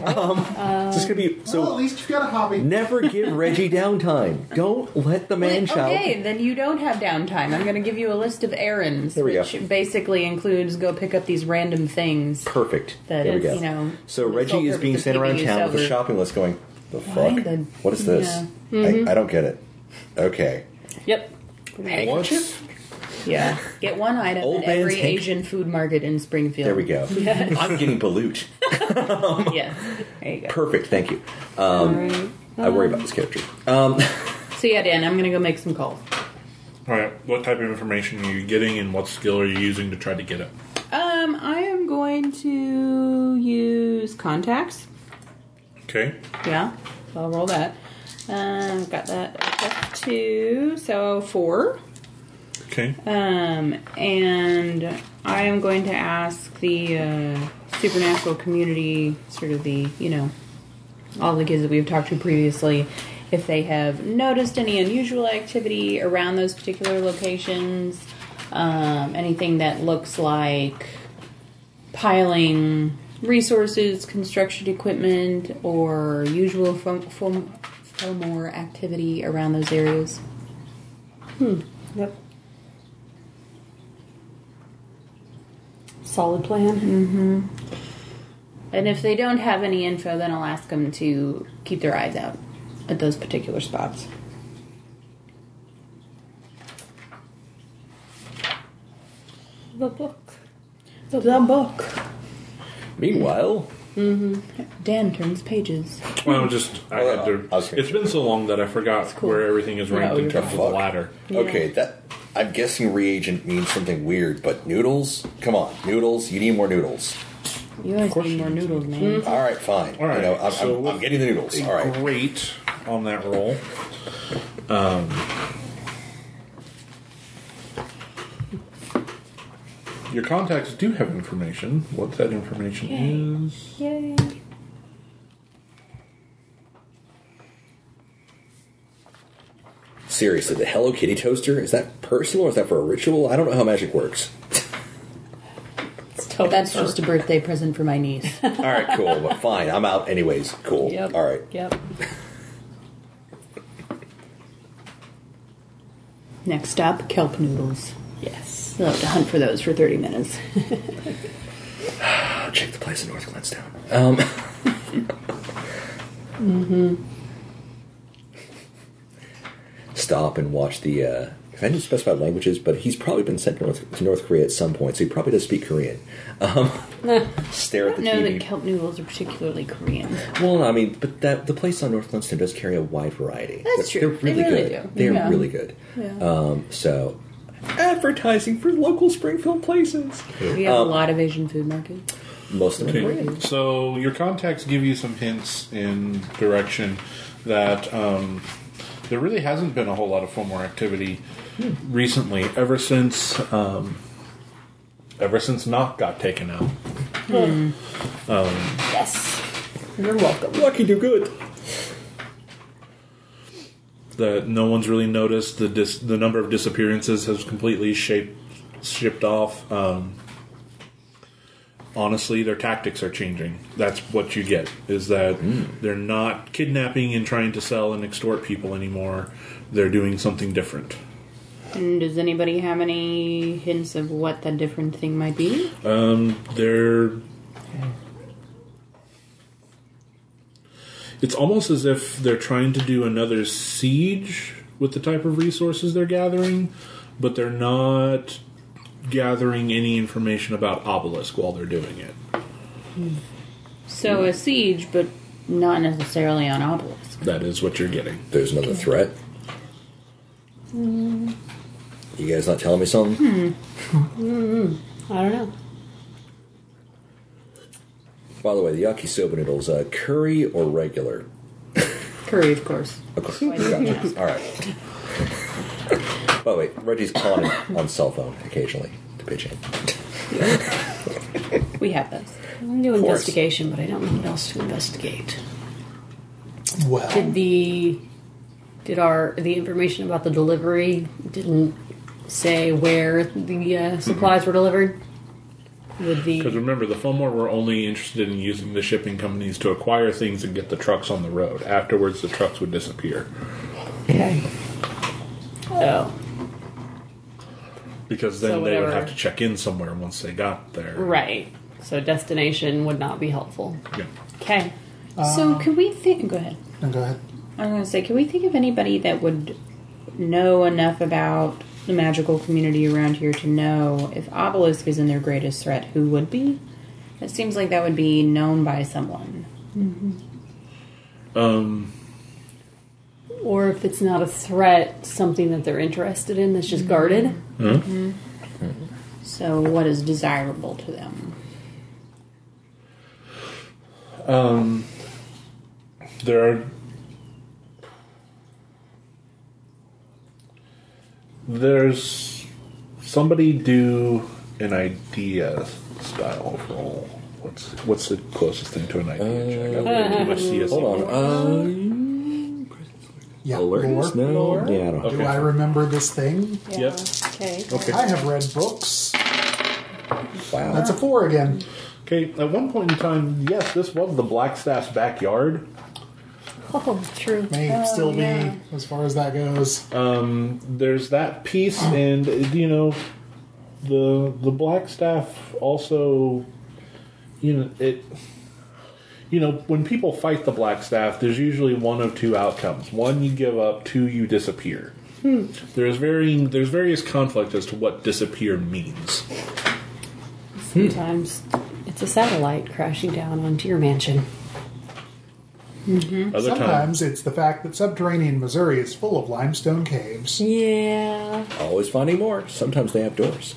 [SPEAKER 3] Um, it's just gonna be so.
[SPEAKER 4] well, at least you've got a hobby.
[SPEAKER 3] Never give Reggie downtime. Don't let the man child.
[SPEAKER 2] Okay, then you don't have downtime. I'm going to give you a list of errands,
[SPEAKER 3] There we go.
[SPEAKER 2] which basically includes go pick up these random things.
[SPEAKER 3] Perfect.
[SPEAKER 2] That
[SPEAKER 3] there we
[SPEAKER 2] is,
[SPEAKER 3] go.
[SPEAKER 2] you know,
[SPEAKER 3] so
[SPEAKER 2] the sole
[SPEAKER 3] Reggie is
[SPEAKER 2] purpose
[SPEAKER 3] being
[SPEAKER 2] of
[SPEAKER 3] sent around
[SPEAKER 2] keeping you
[SPEAKER 3] town with a
[SPEAKER 2] sober.
[SPEAKER 3] shopping list, going, "The
[SPEAKER 2] Why
[SPEAKER 3] fuck?
[SPEAKER 2] the-
[SPEAKER 3] what is this?
[SPEAKER 2] Yeah. Mm-hmm.
[SPEAKER 3] I, I don't get it." Okay.
[SPEAKER 5] Yep.
[SPEAKER 1] What?
[SPEAKER 2] Yeah, get one item
[SPEAKER 3] Old
[SPEAKER 2] at every
[SPEAKER 3] man's hank-
[SPEAKER 2] Asian food market in Springfield.
[SPEAKER 3] There we go. I'm getting balut.
[SPEAKER 2] Yes, there you go.
[SPEAKER 3] Perfect. Thank you. Um, I worry about this character. Um,
[SPEAKER 2] So yeah, Dan, I'm going to go make some calls.
[SPEAKER 1] All right. What type of information are you getting, and what skill are you using to try to get it?
[SPEAKER 2] Um, I am going to use contacts.
[SPEAKER 1] Okay.
[SPEAKER 2] Yeah, so I'll roll that. Um, got that up to so four.
[SPEAKER 1] Okay.
[SPEAKER 2] Um, and I am going to ask the uh, supernatural community, sort of the you know, all the kids that we've talked to previously, if they have noticed any unusual activity around those particular locations, um, anything that looks like piling resources, construction equipment, or usual fo- fo- more activity around those areas.
[SPEAKER 6] Yep. Solid plan.
[SPEAKER 2] And if they don't have any info, then I'll ask them to keep their eyes out at those particular spots.
[SPEAKER 5] The book.
[SPEAKER 2] The book.
[SPEAKER 3] Meanwhile,
[SPEAKER 2] Dan turns pages.
[SPEAKER 1] Well, just I had to.
[SPEAKER 7] I was gonna-
[SPEAKER 1] It's been so long that I forgot
[SPEAKER 2] cool.
[SPEAKER 1] where everything is ranked
[SPEAKER 2] Yeah,
[SPEAKER 1] in
[SPEAKER 2] you're
[SPEAKER 1] terms of the
[SPEAKER 7] right.
[SPEAKER 1] ladder.
[SPEAKER 7] Okay, that I'm guessing reagent means something weird, but noodles? Come on, noodles. You need more noodles.
[SPEAKER 2] You always need more noodles, man.
[SPEAKER 7] All right, fine.
[SPEAKER 1] All right,
[SPEAKER 7] you know, I'm,
[SPEAKER 1] so
[SPEAKER 7] I'm,
[SPEAKER 1] what-
[SPEAKER 7] I'm getting the noodles. All right.
[SPEAKER 1] Great on that roll. Um, your contacts do have information. What that information is?
[SPEAKER 5] Yay.
[SPEAKER 3] seriously, the Hello Kitty toaster is that personal or is that for a ritual? I don't know how magic works.
[SPEAKER 5] It's totally
[SPEAKER 2] That's just a birthday present for my niece.
[SPEAKER 3] All right, cool. But fine, I'm out anyways. Cool.
[SPEAKER 5] Yep.
[SPEAKER 3] All right.
[SPEAKER 5] Yep.
[SPEAKER 2] Next up, kelp noodles.
[SPEAKER 5] Yes.
[SPEAKER 2] You'll have to hunt for those for 30 minutes.
[SPEAKER 3] I'll check the place in North Glenstown. Um. Mm-hmm. Stop and watch the. Uh, 'cause I didn't specify languages, but he's probably been sent north, to North Korea at some point, so he probably does speak Korean. Um, stare at the
[SPEAKER 2] know that
[SPEAKER 3] TV.
[SPEAKER 2] kelp noodles are particularly Korean.
[SPEAKER 3] well, I mean, but that the place on North Glenstown does carry a wide variety.
[SPEAKER 2] That's
[SPEAKER 3] they're,
[SPEAKER 2] true.
[SPEAKER 3] They're really
[SPEAKER 2] They really
[SPEAKER 3] good.
[SPEAKER 2] do.
[SPEAKER 3] They're
[SPEAKER 2] Yeah.
[SPEAKER 3] really good.
[SPEAKER 2] Yeah.
[SPEAKER 3] Um, so, advertising for local Springfield places.
[SPEAKER 2] We have a lot of Asian food markets.
[SPEAKER 3] Most of them are Korean.
[SPEAKER 1] Okay. So your contacts give you some hints in direction that um, there really hasn't been a whole lot of FOMO activity recently. Ever since um, ever since Knock got taken out.
[SPEAKER 5] Yes.
[SPEAKER 3] You're welcome. Lucky do good.
[SPEAKER 1] that no one's really noticed. The dis- the number of disappearances has completely shaped shipped off. Um, honestly, their tactics are changing. That's what you get is that they're not kidnapping and trying to sell and extort people anymore. They're doing something different.
[SPEAKER 2] And does anybody have any hints of what that different thing might be?
[SPEAKER 1] They're It's almost as if they're trying to do another siege with the type of resources they're gathering, but they're not gathering any information about Obelisk while they're doing it.
[SPEAKER 2] So a siege, but not necessarily on obelisk.
[SPEAKER 1] That is what you're getting.
[SPEAKER 3] There's another threat. You guys not telling me something? Hmm.
[SPEAKER 5] I don't know.
[SPEAKER 3] By the way, the yakisoba noodles, uh, curry or regular?
[SPEAKER 2] Curry, of course.
[SPEAKER 3] Of course. Gotcha. All right. By the way, Reggie's calling on cell phone occasionally to pitch in.
[SPEAKER 2] We have those.
[SPEAKER 5] I'm doing
[SPEAKER 3] course.
[SPEAKER 5] investigation, but I don't know what else to investigate.
[SPEAKER 4] Well,
[SPEAKER 5] Did the did our the information about the delivery didn't say where the uh, supplies were delivered? With
[SPEAKER 1] Because
[SPEAKER 5] the
[SPEAKER 1] remember, the Fomor were only interested in using the shipping companies to acquire things and get the trucks on the road. Afterwards, the trucks would disappear
[SPEAKER 5] okay. Oh,
[SPEAKER 1] because then
[SPEAKER 5] So
[SPEAKER 1] they would
[SPEAKER 5] whatever.
[SPEAKER 1] have to check in somewhere once they got there.
[SPEAKER 5] right. So destination would not be helpful.
[SPEAKER 1] Yeah.
[SPEAKER 5] Okay.
[SPEAKER 2] so can we think? Go ahead.
[SPEAKER 4] no, go ahead.
[SPEAKER 2] I was going to say, can we think of anybody that would know enough about the magical community around here to know if Obelisk is in their greatest threat? Who would be? It seems like that would be known by someone.
[SPEAKER 5] Or if it's not a threat, something that they're interested in that's just guarded.
[SPEAKER 2] So, what is desirable to them?
[SPEAKER 1] there are there's somebody do an idea style roll. What's what's the closest thing to an idea check? I've read too much CSE.
[SPEAKER 3] Hold on.
[SPEAKER 4] Yeah,
[SPEAKER 3] Uh, alertness?
[SPEAKER 4] lore.
[SPEAKER 3] No.
[SPEAKER 4] Lore?
[SPEAKER 3] Yeah, I don't
[SPEAKER 1] Okay.
[SPEAKER 4] Do I remember this thing?
[SPEAKER 1] Yep.
[SPEAKER 5] Okay.
[SPEAKER 1] Okay.
[SPEAKER 4] I have read books.
[SPEAKER 3] Wow.
[SPEAKER 4] That's a four again.
[SPEAKER 1] Okay. At one point in time, yes, this was the Blackstaff's backyard.
[SPEAKER 5] Oh, true.
[SPEAKER 4] May still be as far as that goes.
[SPEAKER 1] There's that piece, and you know, the the Blackstaff also, you know, it you know, when people fight the Black Staff, there's usually one of two outcomes: one, you give up; two, you disappear. There's varying there's various conflict as to what disappear means.
[SPEAKER 5] Hmm. Sometimes it's a satellite crashing down onto your mansion.
[SPEAKER 1] Other times,
[SPEAKER 4] Sometimes it's the fact that subterranean Missouri is full of limestone caves.
[SPEAKER 5] Yeah.
[SPEAKER 3] Always finding more. Sometimes they have doors.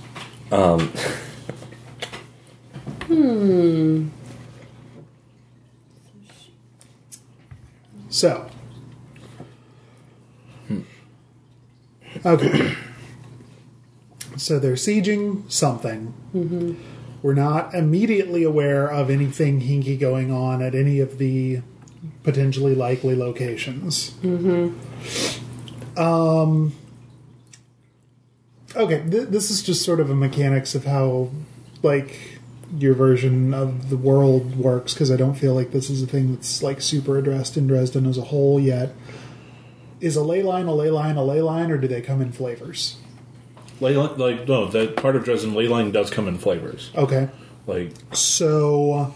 [SPEAKER 4] So. Hmm. Okay. so they're sieging something. We're not immediately aware of anything hinky going on at any of the potentially likely locations. Mm-hmm. Um, okay, th- this is just sort of a mechanics of how, like, your version of the world works because I don't feel like this is a thing that's like super addressed in Dresden as a whole yet. Is a ley line a ley line a ley line, or do they come in flavors?
[SPEAKER 1] ley li- like no, that part of Dresden ley line does come in flavors.
[SPEAKER 4] Okay,
[SPEAKER 1] Like
[SPEAKER 4] so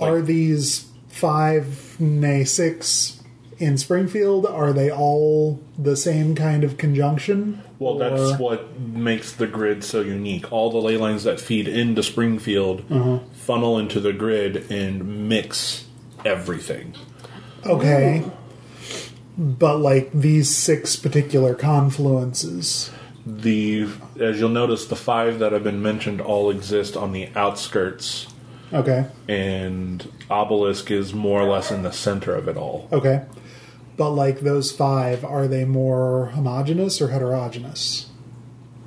[SPEAKER 4] are these five, nay six, in Springfield? Are they all the same kind of conjunction?
[SPEAKER 1] Well,
[SPEAKER 4] Or-
[SPEAKER 1] that's what makes the grid so unique. All the ley lines that feed into Springfield funnel into the grid and mix everything.
[SPEAKER 4] okay. But like these six particular confluences.
[SPEAKER 1] The as you'll notice, the five that have been mentioned all exist on the outskirts,
[SPEAKER 4] Okay.
[SPEAKER 1] and Obelisk is more or less in the center of it all.
[SPEAKER 4] Okay. But like those five, are they more homogenous or heterogeneous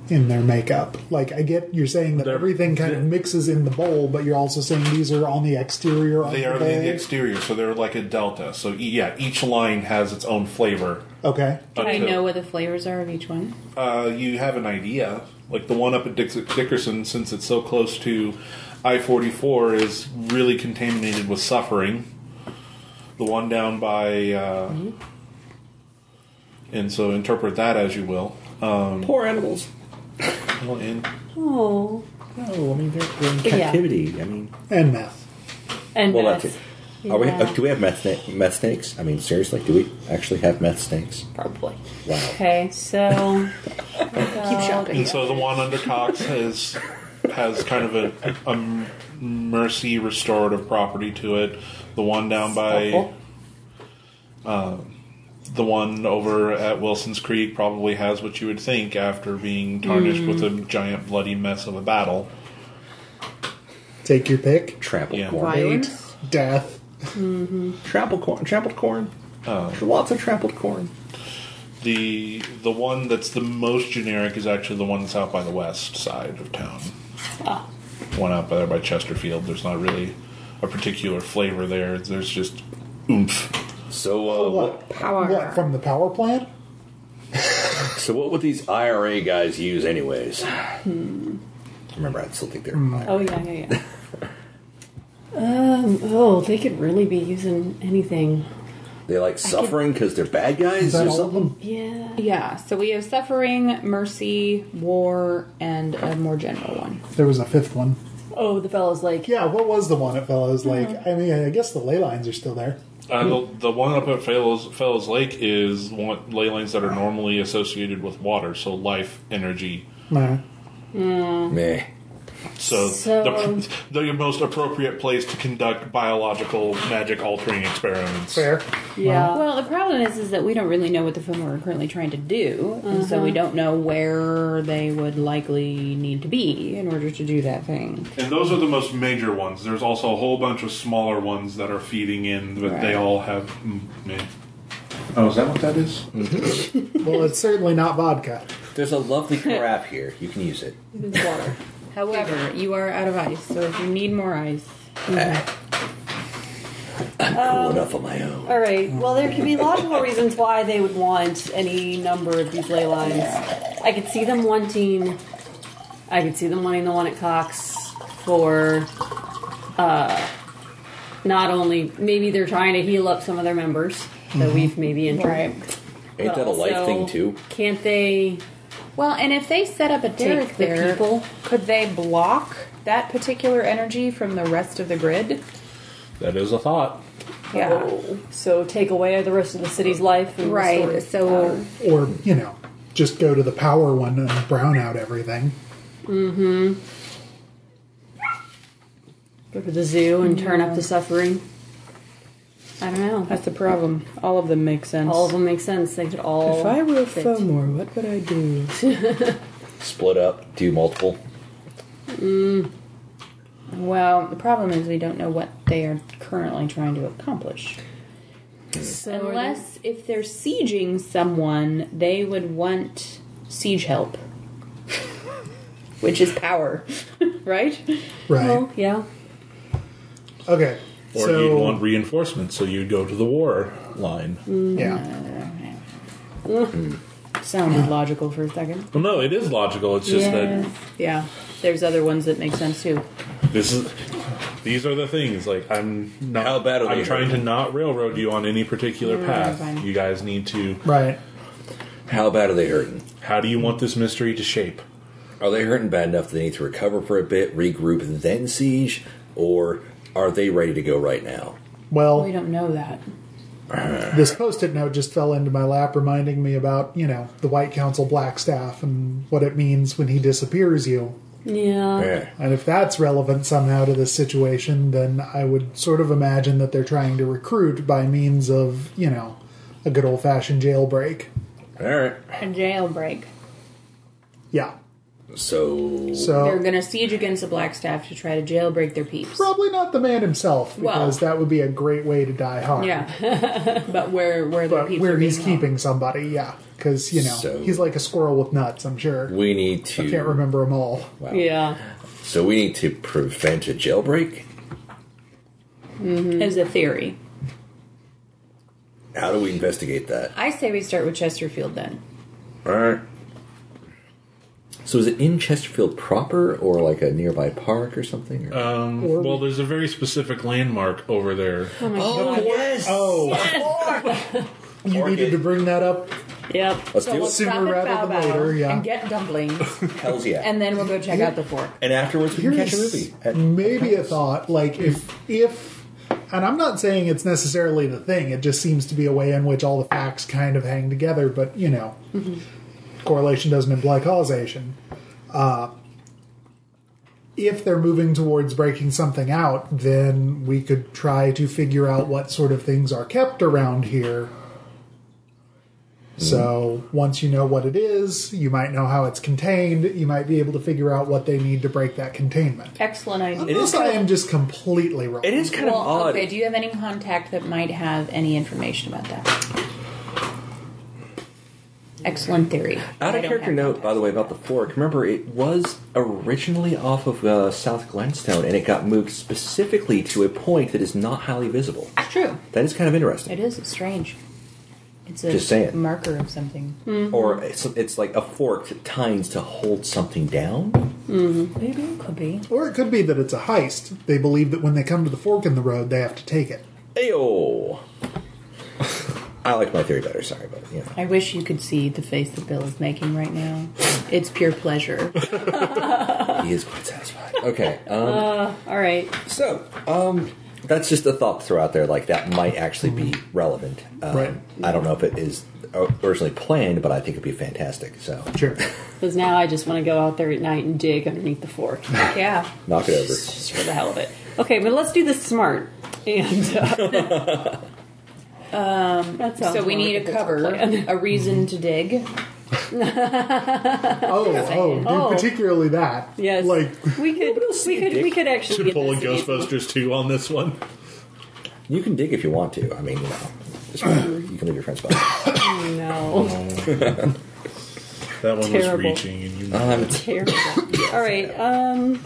[SPEAKER 4] in their makeup? Like I get you're saying that
[SPEAKER 1] They're-
[SPEAKER 4] everything kind of mixes in the bowl, but you're also saying these are on the exterior of
[SPEAKER 1] They
[SPEAKER 4] the
[SPEAKER 1] are
[SPEAKER 4] bowl.
[SPEAKER 1] the, the exterior, so they're like a delta. So e- yeah, each line has its own flavor.
[SPEAKER 4] okay.
[SPEAKER 2] Can I
[SPEAKER 1] Until-
[SPEAKER 2] know what the flavors are of each one?
[SPEAKER 1] uh, you have an idea. Like the one up at Dix- Dickerson, since it's so close to I 44, is really contaminated with suffering. The one down by. Uh, And so interpret that as you will. Um,
[SPEAKER 3] Poor animals.
[SPEAKER 1] well, and
[SPEAKER 5] Oh.
[SPEAKER 3] No, I mean they're, they're in
[SPEAKER 5] Yeah.
[SPEAKER 3] captivity. I mean,
[SPEAKER 4] And meth.
[SPEAKER 5] And
[SPEAKER 3] well,
[SPEAKER 5] meth.
[SPEAKER 3] that's it. Are we,
[SPEAKER 5] Yeah.
[SPEAKER 3] uh, do we have meth, sna- meth snakes? I mean, seriously, do we actually have meth snakes?
[SPEAKER 5] Probably.
[SPEAKER 3] Wow.
[SPEAKER 2] Okay, so
[SPEAKER 6] Keep shouting.
[SPEAKER 1] and so the one under Cox has has kind of a, a m- mercy restorative property to it. The one down by uh,
[SPEAKER 5] Helpful.
[SPEAKER 1] the one over at Wilson's Creek probably has what you would think after being tarnished with a giant bloody mess of a battle.
[SPEAKER 4] Take your pick.
[SPEAKER 3] Trampled
[SPEAKER 1] Yeah.
[SPEAKER 3] corn.
[SPEAKER 2] violence.
[SPEAKER 4] Death.
[SPEAKER 3] Trampled corn. Trampled corn.
[SPEAKER 7] Oh.
[SPEAKER 3] There's Lots of trampled corn.
[SPEAKER 1] The the one that's the most generic is actually the one that's out by the west side of town. One out there by Chesterfield. There's not really a particular flavor there. There's just oomph.
[SPEAKER 7] So, uh, what,
[SPEAKER 5] Power.
[SPEAKER 4] What from the power plant?
[SPEAKER 7] so what would these IRA guys use, anyways?
[SPEAKER 3] Hmm. Remember, I still think they're.
[SPEAKER 5] Oh yeah, yeah, yeah. um. Oh, they could really be using anything.
[SPEAKER 7] They like suffering because they're bad
[SPEAKER 4] Is
[SPEAKER 7] guys
[SPEAKER 4] that
[SPEAKER 7] or
[SPEAKER 4] all of
[SPEAKER 7] something?
[SPEAKER 4] them?
[SPEAKER 5] Yeah.
[SPEAKER 2] Yeah, so we have suffering, mercy, war, and a more general one.
[SPEAKER 4] There was a fifth one.
[SPEAKER 5] Oh, the fella's like.
[SPEAKER 4] Yeah, what was the one at Fellows Lake? I mean, I guess the ley lines are still there.
[SPEAKER 1] Uh, the, the one up at Fellows, Fellows Lake is one, ley lines that are normally associated with water, so life, energy.
[SPEAKER 4] Nah.
[SPEAKER 7] Meh.
[SPEAKER 1] So, the, the most appropriate place to conduct biological magic altering experiments.
[SPEAKER 4] Fair.
[SPEAKER 5] Yeah.
[SPEAKER 2] Well, the problem is, is that we don't really know what the film are currently trying to do, and so we don't know where they would likely need to be in order to do that thing.
[SPEAKER 1] And those are the most major ones. There's also a whole bunch of smaller ones that are feeding in, but they
[SPEAKER 2] Right.
[SPEAKER 1] all have. mm, meh. Oh, is that what that is?
[SPEAKER 4] Well, it's certainly not vodka.
[SPEAKER 3] There's a lovely crab here. You can use it.
[SPEAKER 5] Water.
[SPEAKER 2] However, you are out of ice, so if you need more ice,
[SPEAKER 5] Um,
[SPEAKER 3] cool enough on my own.
[SPEAKER 5] uh,
[SPEAKER 6] All right. Well, there could be logical reasons why they would want any number of these ley lines.
[SPEAKER 5] I could see them wanting. I could see them wanting the one at Cox for. Uh, not only maybe they're trying to heal up some of their members that
[SPEAKER 2] Mm-hmm.
[SPEAKER 5] we've maybe injured.
[SPEAKER 7] Ain't that a life
[SPEAKER 5] Also,
[SPEAKER 7] thing too?
[SPEAKER 5] Can't they?
[SPEAKER 2] Well, and if they set up a derrick
[SPEAKER 5] the
[SPEAKER 2] there,
[SPEAKER 5] people.
[SPEAKER 2] could they block that particular energy from the rest of the grid?
[SPEAKER 1] That is a thought.
[SPEAKER 2] Yeah.
[SPEAKER 5] Oh, so take away the rest of the city's life. And restore
[SPEAKER 8] Right.
[SPEAKER 5] it.
[SPEAKER 8] So
[SPEAKER 4] Or, you know, just go to the power one and brown out everything.
[SPEAKER 5] go to the zoo and turn up the suffering. I don't know.
[SPEAKER 2] That's the problem. All of them make sense.
[SPEAKER 5] all of them make sense. They could all.
[SPEAKER 2] If I were
[SPEAKER 5] fit.
[SPEAKER 2] Fomor, what would I do?
[SPEAKER 3] Split up, do multiple.
[SPEAKER 2] Well, the problem is we don't know what they are currently trying to accomplish.
[SPEAKER 5] So are they-
[SPEAKER 2] Unless if they're sieging someone, they would want siege help, which is power, right?
[SPEAKER 4] Right.
[SPEAKER 5] Well, yeah.
[SPEAKER 4] Okay.
[SPEAKER 1] Or
[SPEAKER 4] so,
[SPEAKER 1] you'd want reinforcements, so you'd go to the war line.
[SPEAKER 4] yeah.
[SPEAKER 2] Sounded logical for a second.
[SPEAKER 1] Well, no, it is logical. It's just that
[SPEAKER 2] Yeah. There's other ones that make sense too.
[SPEAKER 1] this is these are the things. Like I'm not.
[SPEAKER 3] How bad are
[SPEAKER 1] I'm
[SPEAKER 3] they?
[SPEAKER 1] trying to not railroad you on any particular
[SPEAKER 2] fine.
[SPEAKER 1] path. You guys need to.
[SPEAKER 4] Right.
[SPEAKER 3] How bad are they hurting?
[SPEAKER 1] How do you want this mystery to shape?
[SPEAKER 3] Are they hurting bad enough that they need to recover for a bit, regroup, and then siege? Or are they ready to go right now?
[SPEAKER 2] We
[SPEAKER 4] Well,
[SPEAKER 2] don't know that.
[SPEAKER 4] this post-it note just fell into my lap, reminding me about you know the White Council Blackstaff and what it means when he disappears you.
[SPEAKER 5] Yeah.
[SPEAKER 3] Yeah.
[SPEAKER 4] And if that's relevant somehow to this situation, then I would sort of imagine that they're trying to recruit by means of you know a good old-fashioned jailbreak.
[SPEAKER 3] All right.
[SPEAKER 2] A jailbreak.
[SPEAKER 4] Yeah.
[SPEAKER 3] So,
[SPEAKER 2] They're
[SPEAKER 4] So
[SPEAKER 2] gonna siege against the Blackstaff to try to jailbreak their peeps.
[SPEAKER 4] probably not the man himself
[SPEAKER 2] Well-
[SPEAKER 4] because that would be a great way to die hard.
[SPEAKER 2] Yeah. but where where their
[SPEAKER 4] But
[SPEAKER 2] peeps
[SPEAKER 4] where
[SPEAKER 2] are
[SPEAKER 4] he's
[SPEAKER 2] being held.
[SPEAKER 4] keeping somebody, yeah, because you know
[SPEAKER 3] So-
[SPEAKER 4] he's like a squirrel with nuts. I'm sure.
[SPEAKER 3] we need to.
[SPEAKER 4] I can't remember them all.
[SPEAKER 5] Yeah.
[SPEAKER 3] So we need to prevent a jailbreak.
[SPEAKER 2] is a theory.
[SPEAKER 3] How do we investigate that?
[SPEAKER 2] I say we start with Chesterfield then.
[SPEAKER 3] All right. So is it in Chesterfield proper, or like a nearby park or something? Or-
[SPEAKER 1] Well, there's a very specific landmark over there.
[SPEAKER 3] oh yes.
[SPEAKER 4] Oh, you needed to bring that up
[SPEAKER 5] Yep.
[SPEAKER 3] Let's do
[SPEAKER 2] we'll
[SPEAKER 3] it.
[SPEAKER 4] sooner
[SPEAKER 2] stop at
[SPEAKER 4] rather
[SPEAKER 2] Bow
[SPEAKER 4] than
[SPEAKER 2] Bow
[SPEAKER 4] later, yeah.
[SPEAKER 2] And get dumplings.
[SPEAKER 3] Hell's yeah.
[SPEAKER 2] and then we'll go check out the fort.
[SPEAKER 3] And afterwards, we can catch a
[SPEAKER 4] Here's
[SPEAKER 3] movie. at-
[SPEAKER 4] maybe a thought like if if and i'm not saying it's necessarily the thing it just seems to be a way in which all the facts kind of hang together but you know
[SPEAKER 3] Mm-hmm.
[SPEAKER 4] correlation doesn't imply causation uh, if they're moving towards breaking something out then we could try to figure out what sort of things are kept around here
[SPEAKER 3] Mm-hmm.
[SPEAKER 4] so once you know what it is, you might know how it's contained. You might be able to figure out what they need to break that containment.
[SPEAKER 2] Excellent idea.
[SPEAKER 4] Unless I am just completely wrong.
[SPEAKER 3] It is kind
[SPEAKER 2] well,
[SPEAKER 3] of odd.
[SPEAKER 2] okay. Do you have any contact that might have any information about that? Excellent theory.
[SPEAKER 3] Out
[SPEAKER 2] I
[SPEAKER 3] of
[SPEAKER 2] don't
[SPEAKER 3] character
[SPEAKER 2] have
[SPEAKER 3] note, by the way, about the fork. Remember, it was originally off of uh, South Glenstone, and it got moved specifically to a point that is not highly visible.
[SPEAKER 2] It's true.
[SPEAKER 3] That is kind of interesting.
[SPEAKER 2] It is. It's strange. It's a
[SPEAKER 3] Just saying.
[SPEAKER 2] marker of something.
[SPEAKER 3] Or it's, it's like a fork that tines to hold something down.
[SPEAKER 2] Maybe could be.
[SPEAKER 4] Or it could be that it's a heist. They believe that when they come to the fork in the road, they have to take it.
[SPEAKER 3] Ayo. I like my theory better. Sorry, but you know.
[SPEAKER 2] I wish you could see the face that Bill is making right now. It's pure pleasure.
[SPEAKER 3] He is quite satisfied. Okay, um,
[SPEAKER 5] All right.
[SPEAKER 3] so um, that's just a thought to throw out there. Like that might actually be
[SPEAKER 2] Mm-hmm.
[SPEAKER 3] relevant. Um,
[SPEAKER 4] Right.
[SPEAKER 3] I don't know if it is uh, originally planned, but I think it'd be fantastic. So
[SPEAKER 4] Sure.
[SPEAKER 5] Because now I just want to go out there at night and dig underneath the fork.
[SPEAKER 2] yeah.
[SPEAKER 3] knock it over.
[SPEAKER 5] just for the hell of it. Okay, but let's do this smart. And uh, um,
[SPEAKER 2] So we need a cover, a reason to dig.
[SPEAKER 4] Oh, oh, dude,
[SPEAKER 5] Oh.
[SPEAKER 4] particularly that.
[SPEAKER 5] Yes,
[SPEAKER 4] Like,
[SPEAKER 5] we could, we could, we could actually
[SPEAKER 1] To
[SPEAKER 5] get
[SPEAKER 1] pull a
[SPEAKER 5] this in.
[SPEAKER 1] Ghostbusters 2 on this one.
[SPEAKER 3] You can dig if you want to. I mean, you know, just, you can leave your friends behind.
[SPEAKER 5] No,
[SPEAKER 1] That one
[SPEAKER 5] Terrible.
[SPEAKER 1] was reaching, and you
[SPEAKER 3] Um,
[SPEAKER 5] terrible. All right. Um,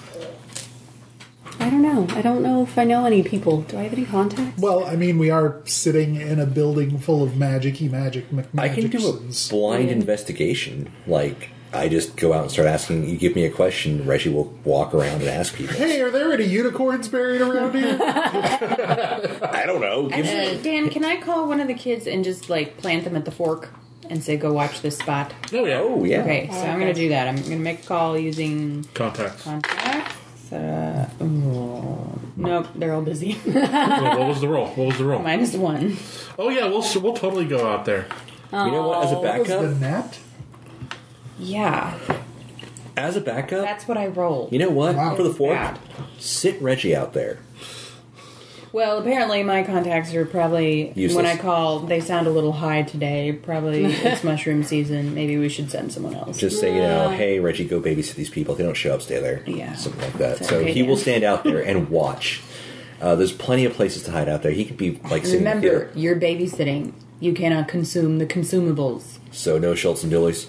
[SPEAKER 5] I don't know. I don't know if I know any people. Do I have any contacts?
[SPEAKER 4] well, I mean, we are sitting in a building full of magicy magic McMagicsons.
[SPEAKER 3] I can do a blind investigation. Like I just go out and start asking. You give me a question, Reggie will walk around and ask people.
[SPEAKER 4] Hey, are there any unicorns buried around here?
[SPEAKER 3] I don't know.
[SPEAKER 5] Uh,
[SPEAKER 3] Give me.
[SPEAKER 2] Actually, Dan, can I call one of the kids and just like plant them at the fork and say, "Go watch this spot"?
[SPEAKER 1] Oh, yeah.
[SPEAKER 3] Oh yeah.
[SPEAKER 2] Okay, so I'm gonna do that. I'm gonna make a call using
[SPEAKER 1] Contacts.
[SPEAKER 2] contacts. Uh, Nope, they're all busy.
[SPEAKER 1] Well, what was the roll? What was the roll?
[SPEAKER 2] Minus one.
[SPEAKER 1] Oh yeah, we'll we'll totally go out there.
[SPEAKER 3] You know what? As a
[SPEAKER 4] What was the
[SPEAKER 3] backup,
[SPEAKER 4] net?
[SPEAKER 2] Yeah,
[SPEAKER 3] as a backup,
[SPEAKER 2] that's what I rolled.
[SPEAKER 3] you know what?
[SPEAKER 4] Wow.
[SPEAKER 3] For the fourth,
[SPEAKER 2] Bad.
[SPEAKER 3] sit Reggie out there.
[SPEAKER 2] Well, apparently my contacts are probably
[SPEAKER 3] Useless.
[SPEAKER 2] when I call. They sound a little high today. Probably it's mushroom season. Maybe we should send someone else.
[SPEAKER 3] Just say, you know, hey Reggie, go babysit these people. If they don't show up, stay there.
[SPEAKER 2] Yeah.
[SPEAKER 3] something like that.
[SPEAKER 2] It's
[SPEAKER 3] So
[SPEAKER 2] okay,
[SPEAKER 3] he will
[SPEAKER 2] Dan.
[SPEAKER 3] stand out there and watch. Uh, there's plenty of places to hide out there. He could be like sitting
[SPEAKER 2] Remember,
[SPEAKER 3] here.
[SPEAKER 2] you're babysitting. You cannot consume the consumables.
[SPEAKER 3] So no Schultz and Dooley's,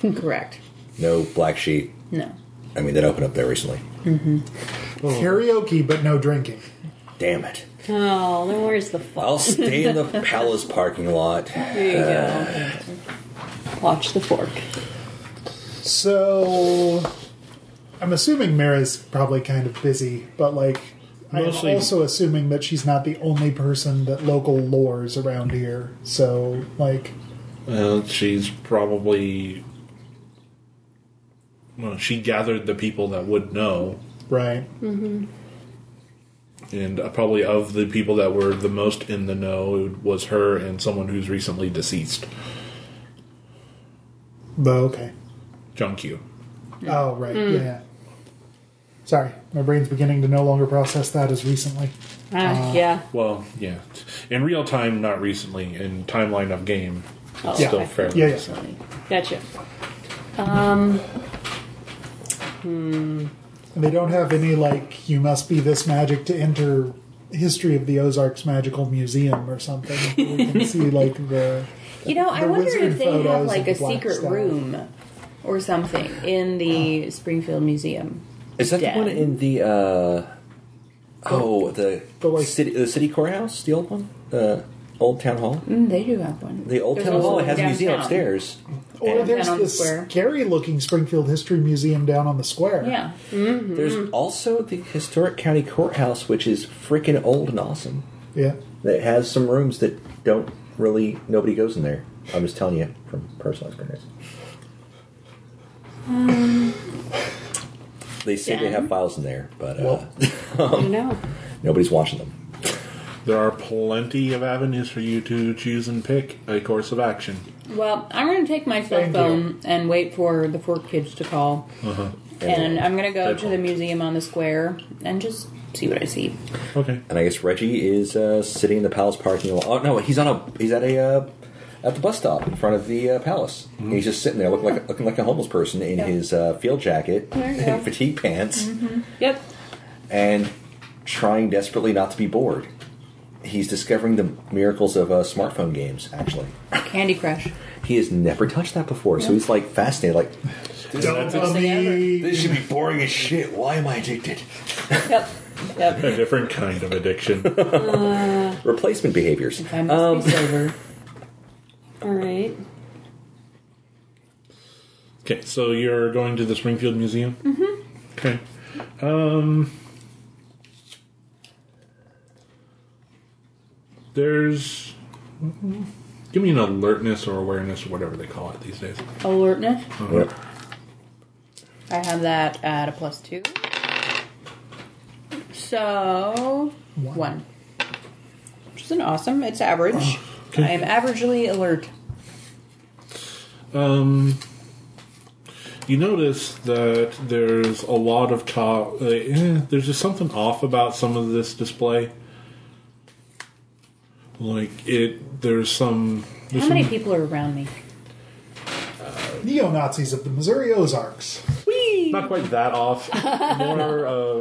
[SPEAKER 2] Correct.
[SPEAKER 3] no black sheep.
[SPEAKER 2] No.
[SPEAKER 3] I mean, that opened up there recently. Oh.
[SPEAKER 4] Karaoke, but no drinking.
[SPEAKER 3] Damn it!
[SPEAKER 5] Oh, then where's the fuck?
[SPEAKER 3] I'll stay in the palace parking lot.
[SPEAKER 5] There you go. Watch the fork.
[SPEAKER 4] So, I'm assuming Mara's probably kind of busy, but like,
[SPEAKER 1] Mostly-
[SPEAKER 4] I'm also assuming that she's not the only person that local lores around here. So, like,
[SPEAKER 1] Uh, she's probably. Well, she gathered the people that would know,
[SPEAKER 4] right?
[SPEAKER 1] and uh, probably of the people that were the most in the know, it was her and someone who's recently deceased,
[SPEAKER 4] But okay.
[SPEAKER 1] John Q.
[SPEAKER 4] Oh, right. Yeah, yeah. Sorry, my brain's beginning to no longer process that as recently.
[SPEAKER 2] Uh,
[SPEAKER 5] Ah, yeah.
[SPEAKER 1] Well, yeah, in real time, not recently, in timeline of game, it's
[SPEAKER 4] Yeah.
[SPEAKER 1] still fairly
[SPEAKER 4] Oh, Yeah, yeah.
[SPEAKER 1] recent.
[SPEAKER 5] Gotcha.
[SPEAKER 4] And they don't have any like you must be this magic to enter history of the Ozarks Magical Museum or something. We can see like the
[SPEAKER 2] You know, I
[SPEAKER 4] The
[SPEAKER 2] wonder
[SPEAKER 4] wizard
[SPEAKER 2] if they have
[SPEAKER 4] photos and
[SPEAKER 2] like a
[SPEAKER 4] black
[SPEAKER 2] secret
[SPEAKER 4] stuff.
[SPEAKER 2] room or something in the Springfield Museum.
[SPEAKER 3] Is that
[SPEAKER 2] Dead.
[SPEAKER 3] the one in the uh oh the
[SPEAKER 4] But, like-
[SPEAKER 3] city the city courthouse, the old one, the old town hall,
[SPEAKER 2] Mm, they do have one.
[SPEAKER 3] the old
[SPEAKER 2] There's
[SPEAKER 3] town
[SPEAKER 2] also
[SPEAKER 3] hall.
[SPEAKER 2] one
[SPEAKER 3] It has a museum
[SPEAKER 2] downtown.
[SPEAKER 3] upstairs.
[SPEAKER 4] Or
[SPEAKER 3] And
[SPEAKER 4] there's
[SPEAKER 2] down on
[SPEAKER 4] the
[SPEAKER 2] the square.
[SPEAKER 4] scary looking Springfield History Museum down on the square.
[SPEAKER 2] Yeah. Mm-hmm.
[SPEAKER 3] There's also the historic county courthouse, which is freaking old and awesome.
[SPEAKER 4] Yeah.
[SPEAKER 3] That has some rooms that don't really nobody goes in there. I'm just telling you from personal experience.
[SPEAKER 5] Um,
[SPEAKER 3] they say they have files in there, but uh,
[SPEAKER 5] You know.
[SPEAKER 3] nobody's watching them.
[SPEAKER 1] There are plenty of avenues for you to choose and pick a course of action.
[SPEAKER 2] Well, I'm going to take my cell phone and wait for the four kids to call. And I'm going to go
[SPEAKER 1] They
[SPEAKER 2] to the
[SPEAKER 1] won't.
[SPEAKER 2] museum on the square and just see what I see.
[SPEAKER 1] Okay.
[SPEAKER 3] And I guess Reggie is uh, sitting in the palace parking lot. Oh no, he's on a he's at a uh, at the bus stop in front of the uh, palace. And he's just sitting there, looking like looking like a homeless person in his uh, field jacket
[SPEAKER 5] you go.
[SPEAKER 3] and fatigue pants,
[SPEAKER 2] Yep.
[SPEAKER 3] and trying desperately not to be bored. He's discovering the miracles of uh, smartphone games. Actually,
[SPEAKER 2] Candy Crush.
[SPEAKER 3] he has never touched that before, so he's like fascinated. Like
[SPEAKER 4] Don't
[SPEAKER 1] that's-
[SPEAKER 4] me.
[SPEAKER 3] this should be boring as shit. Why am I addicted?
[SPEAKER 2] Yep. Yep.
[SPEAKER 1] A different kind of addiction.
[SPEAKER 3] Replacement behaviors.
[SPEAKER 2] I must be
[SPEAKER 3] Um,
[SPEAKER 2] sober.
[SPEAKER 5] All right.
[SPEAKER 1] Okay, so you're going to the Springfield Museum? Mm-hmm. Okay. Um, there's. Give me an alertness or awareness or whatever they call it these days.
[SPEAKER 2] Alertness.
[SPEAKER 3] Yep.
[SPEAKER 2] I have that at a plus two. So one. Which isn't awesome. It's average. I am averagely alert.
[SPEAKER 1] Um, you notice that there's a lot of talk. Uh, eh, there's just something off about some of this display. Like it, there's some. There's
[SPEAKER 2] How
[SPEAKER 1] some
[SPEAKER 2] many people are around me?
[SPEAKER 4] Neo Nazis of the Missouri Ozarks.
[SPEAKER 1] not quite that off. More, uh,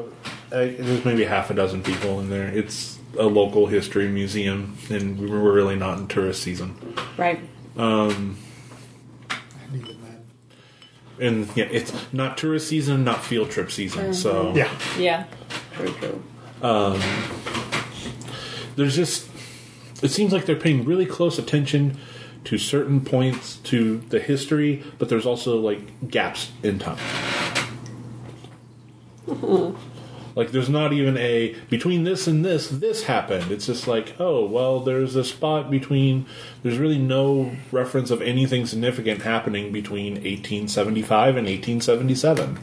[SPEAKER 1] I, there's maybe half a dozen people in there. It's a local history museum, and we were really not in tourist season.
[SPEAKER 2] Right.
[SPEAKER 4] And even then-
[SPEAKER 1] And yeah, it's not tourist season, not field trip season. So
[SPEAKER 4] Yeah.
[SPEAKER 2] Yeah. True. True.
[SPEAKER 1] there's just it seems like they're paying really close attention to certain points to the history, but there's also like gaps in time. like there's not even a between this and this this happened. It's just like, oh, well, there's a spot between there's really no reference of anything significant happening between 1875 and 1877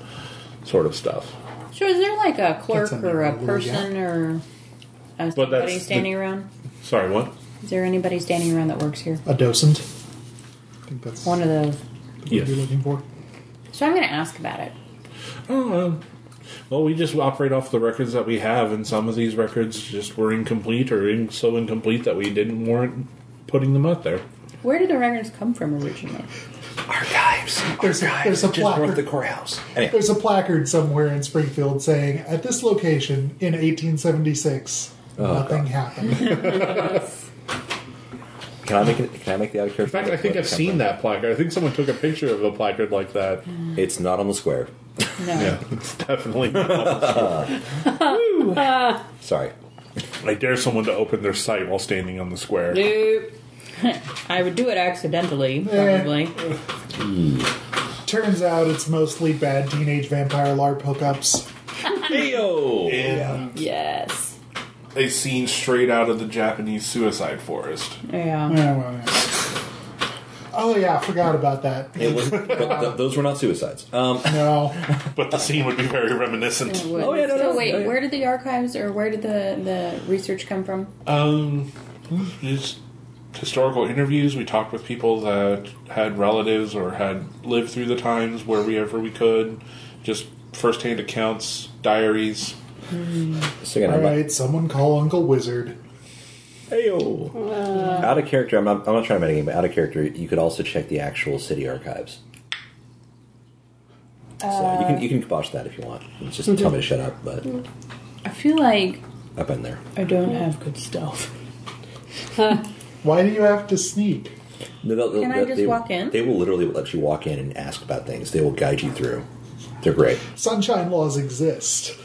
[SPEAKER 1] sort of stuff.
[SPEAKER 2] Sure, is there like a clerk
[SPEAKER 4] That's a
[SPEAKER 2] or a
[SPEAKER 4] memorable
[SPEAKER 2] person or uh,
[SPEAKER 1] But that's
[SPEAKER 2] somebody standing
[SPEAKER 1] the-
[SPEAKER 2] around?
[SPEAKER 1] Sorry, what?
[SPEAKER 2] Is there anybody standing around that works here?
[SPEAKER 4] A docent. I think that's
[SPEAKER 2] One of those.
[SPEAKER 4] what
[SPEAKER 1] Yes.
[SPEAKER 4] you're looking for.
[SPEAKER 2] So I'm going to ask about it.
[SPEAKER 1] Oh, well, we just operate off the records that we have, and some of these records just were incomplete or in, so incomplete that we didn't warrant putting them out there.
[SPEAKER 2] Where did the records come from originally?
[SPEAKER 3] Archives.
[SPEAKER 4] There's a, there's a
[SPEAKER 3] Just north of the
[SPEAKER 4] placard.
[SPEAKER 3] courthouse. Anyway,
[SPEAKER 4] There's a placard somewhere in Springfield saying, "At this location in 1876, nothing happened."
[SPEAKER 3] can I make it? Can I make the out of character?
[SPEAKER 1] In fact, I think I've seen that placard. I think someone took a picture of a placard like that.
[SPEAKER 3] It's not on the square.
[SPEAKER 2] No.
[SPEAKER 1] it's definitely. Not.
[SPEAKER 3] Sorry.
[SPEAKER 1] I dare someone to open their site while standing on the square.
[SPEAKER 2] Nope. I would do it accidentally, probably.
[SPEAKER 4] Turns out it's mostly bad teenage vampire LARP hookups.
[SPEAKER 3] Heyo.
[SPEAKER 1] In
[SPEAKER 2] yes.
[SPEAKER 1] a scene straight out of the Japanese suicide forest.
[SPEAKER 4] Oh,
[SPEAKER 2] Yeah.
[SPEAKER 4] well, yeah. Oh, yeah, I forgot about that.
[SPEAKER 3] It was, but th- those were not suicides. Um,
[SPEAKER 4] No,
[SPEAKER 1] But the scene would be very reminiscent.
[SPEAKER 2] Oh, yeah, so wait, where did the archives or where did the, the research come from?
[SPEAKER 1] Um, just historical interviews. We talked with people that had relatives or had lived through the times wherever we could. Just firsthand accounts, diaries.
[SPEAKER 3] so again,
[SPEAKER 4] all
[SPEAKER 3] I'm
[SPEAKER 4] right, someone call Uncle Wizard.
[SPEAKER 3] not, heyo.
[SPEAKER 2] Uh.
[SPEAKER 3] out of character. I'm not, I'm not trying to make anything, but out of character, you could also check the actual city archives. So you
[SPEAKER 2] Uh.
[SPEAKER 3] can you can kibosh that if you want. It's just tell me to shut up, but
[SPEAKER 2] I feel like
[SPEAKER 3] I've been there.
[SPEAKER 2] I don't have good stealth.
[SPEAKER 4] Why do you have to sneak?
[SPEAKER 3] No, they'll-
[SPEAKER 2] Can I
[SPEAKER 3] they'll-
[SPEAKER 2] just
[SPEAKER 3] they-
[SPEAKER 2] walk in?
[SPEAKER 3] They will literally let you walk in and ask about things. They will guide you through. They're great.
[SPEAKER 4] Sunshine laws exist.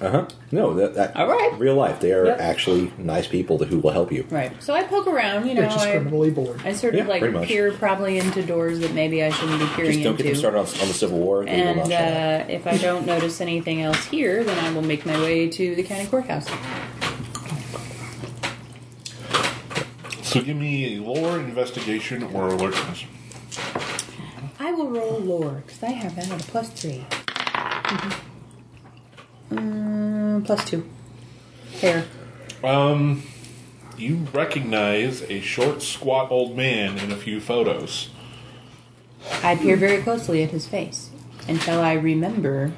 [SPEAKER 3] Uh huh. No, that, that
[SPEAKER 2] All right.
[SPEAKER 3] real life. They are
[SPEAKER 2] Yep.
[SPEAKER 3] actually nice people that who will help you.
[SPEAKER 2] Right. So I poke around, you know.
[SPEAKER 4] They're just
[SPEAKER 2] I,
[SPEAKER 4] criminally bored.
[SPEAKER 2] I sort
[SPEAKER 3] Yeah,
[SPEAKER 2] of
[SPEAKER 3] pretty much.
[SPEAKER 2] like peer probably into doors that maybe I shouldn't be peering
[SPEAKER 3] Just don't
[SPEAKER 2] into.
[SPEAKER 3] get them started on, on the Civil War. They will not
[SPEAKER 2] and
[SPEAKER 3] shut up.
[SPEAKER 2] uh, if I don't notice anything else here, then I will make my way to the county courthouse.
[SPEAKER 1] So give me lore, investigation, or alertness.
[SPEAKER 2] I will roll lore because I have that at a plus three. Mm, plus two. Fair.
[SPEAKER 1] Um, you recognize a short, squat old man in a few photos.
[SPEAKER 2] I peer very closely at his face until I remember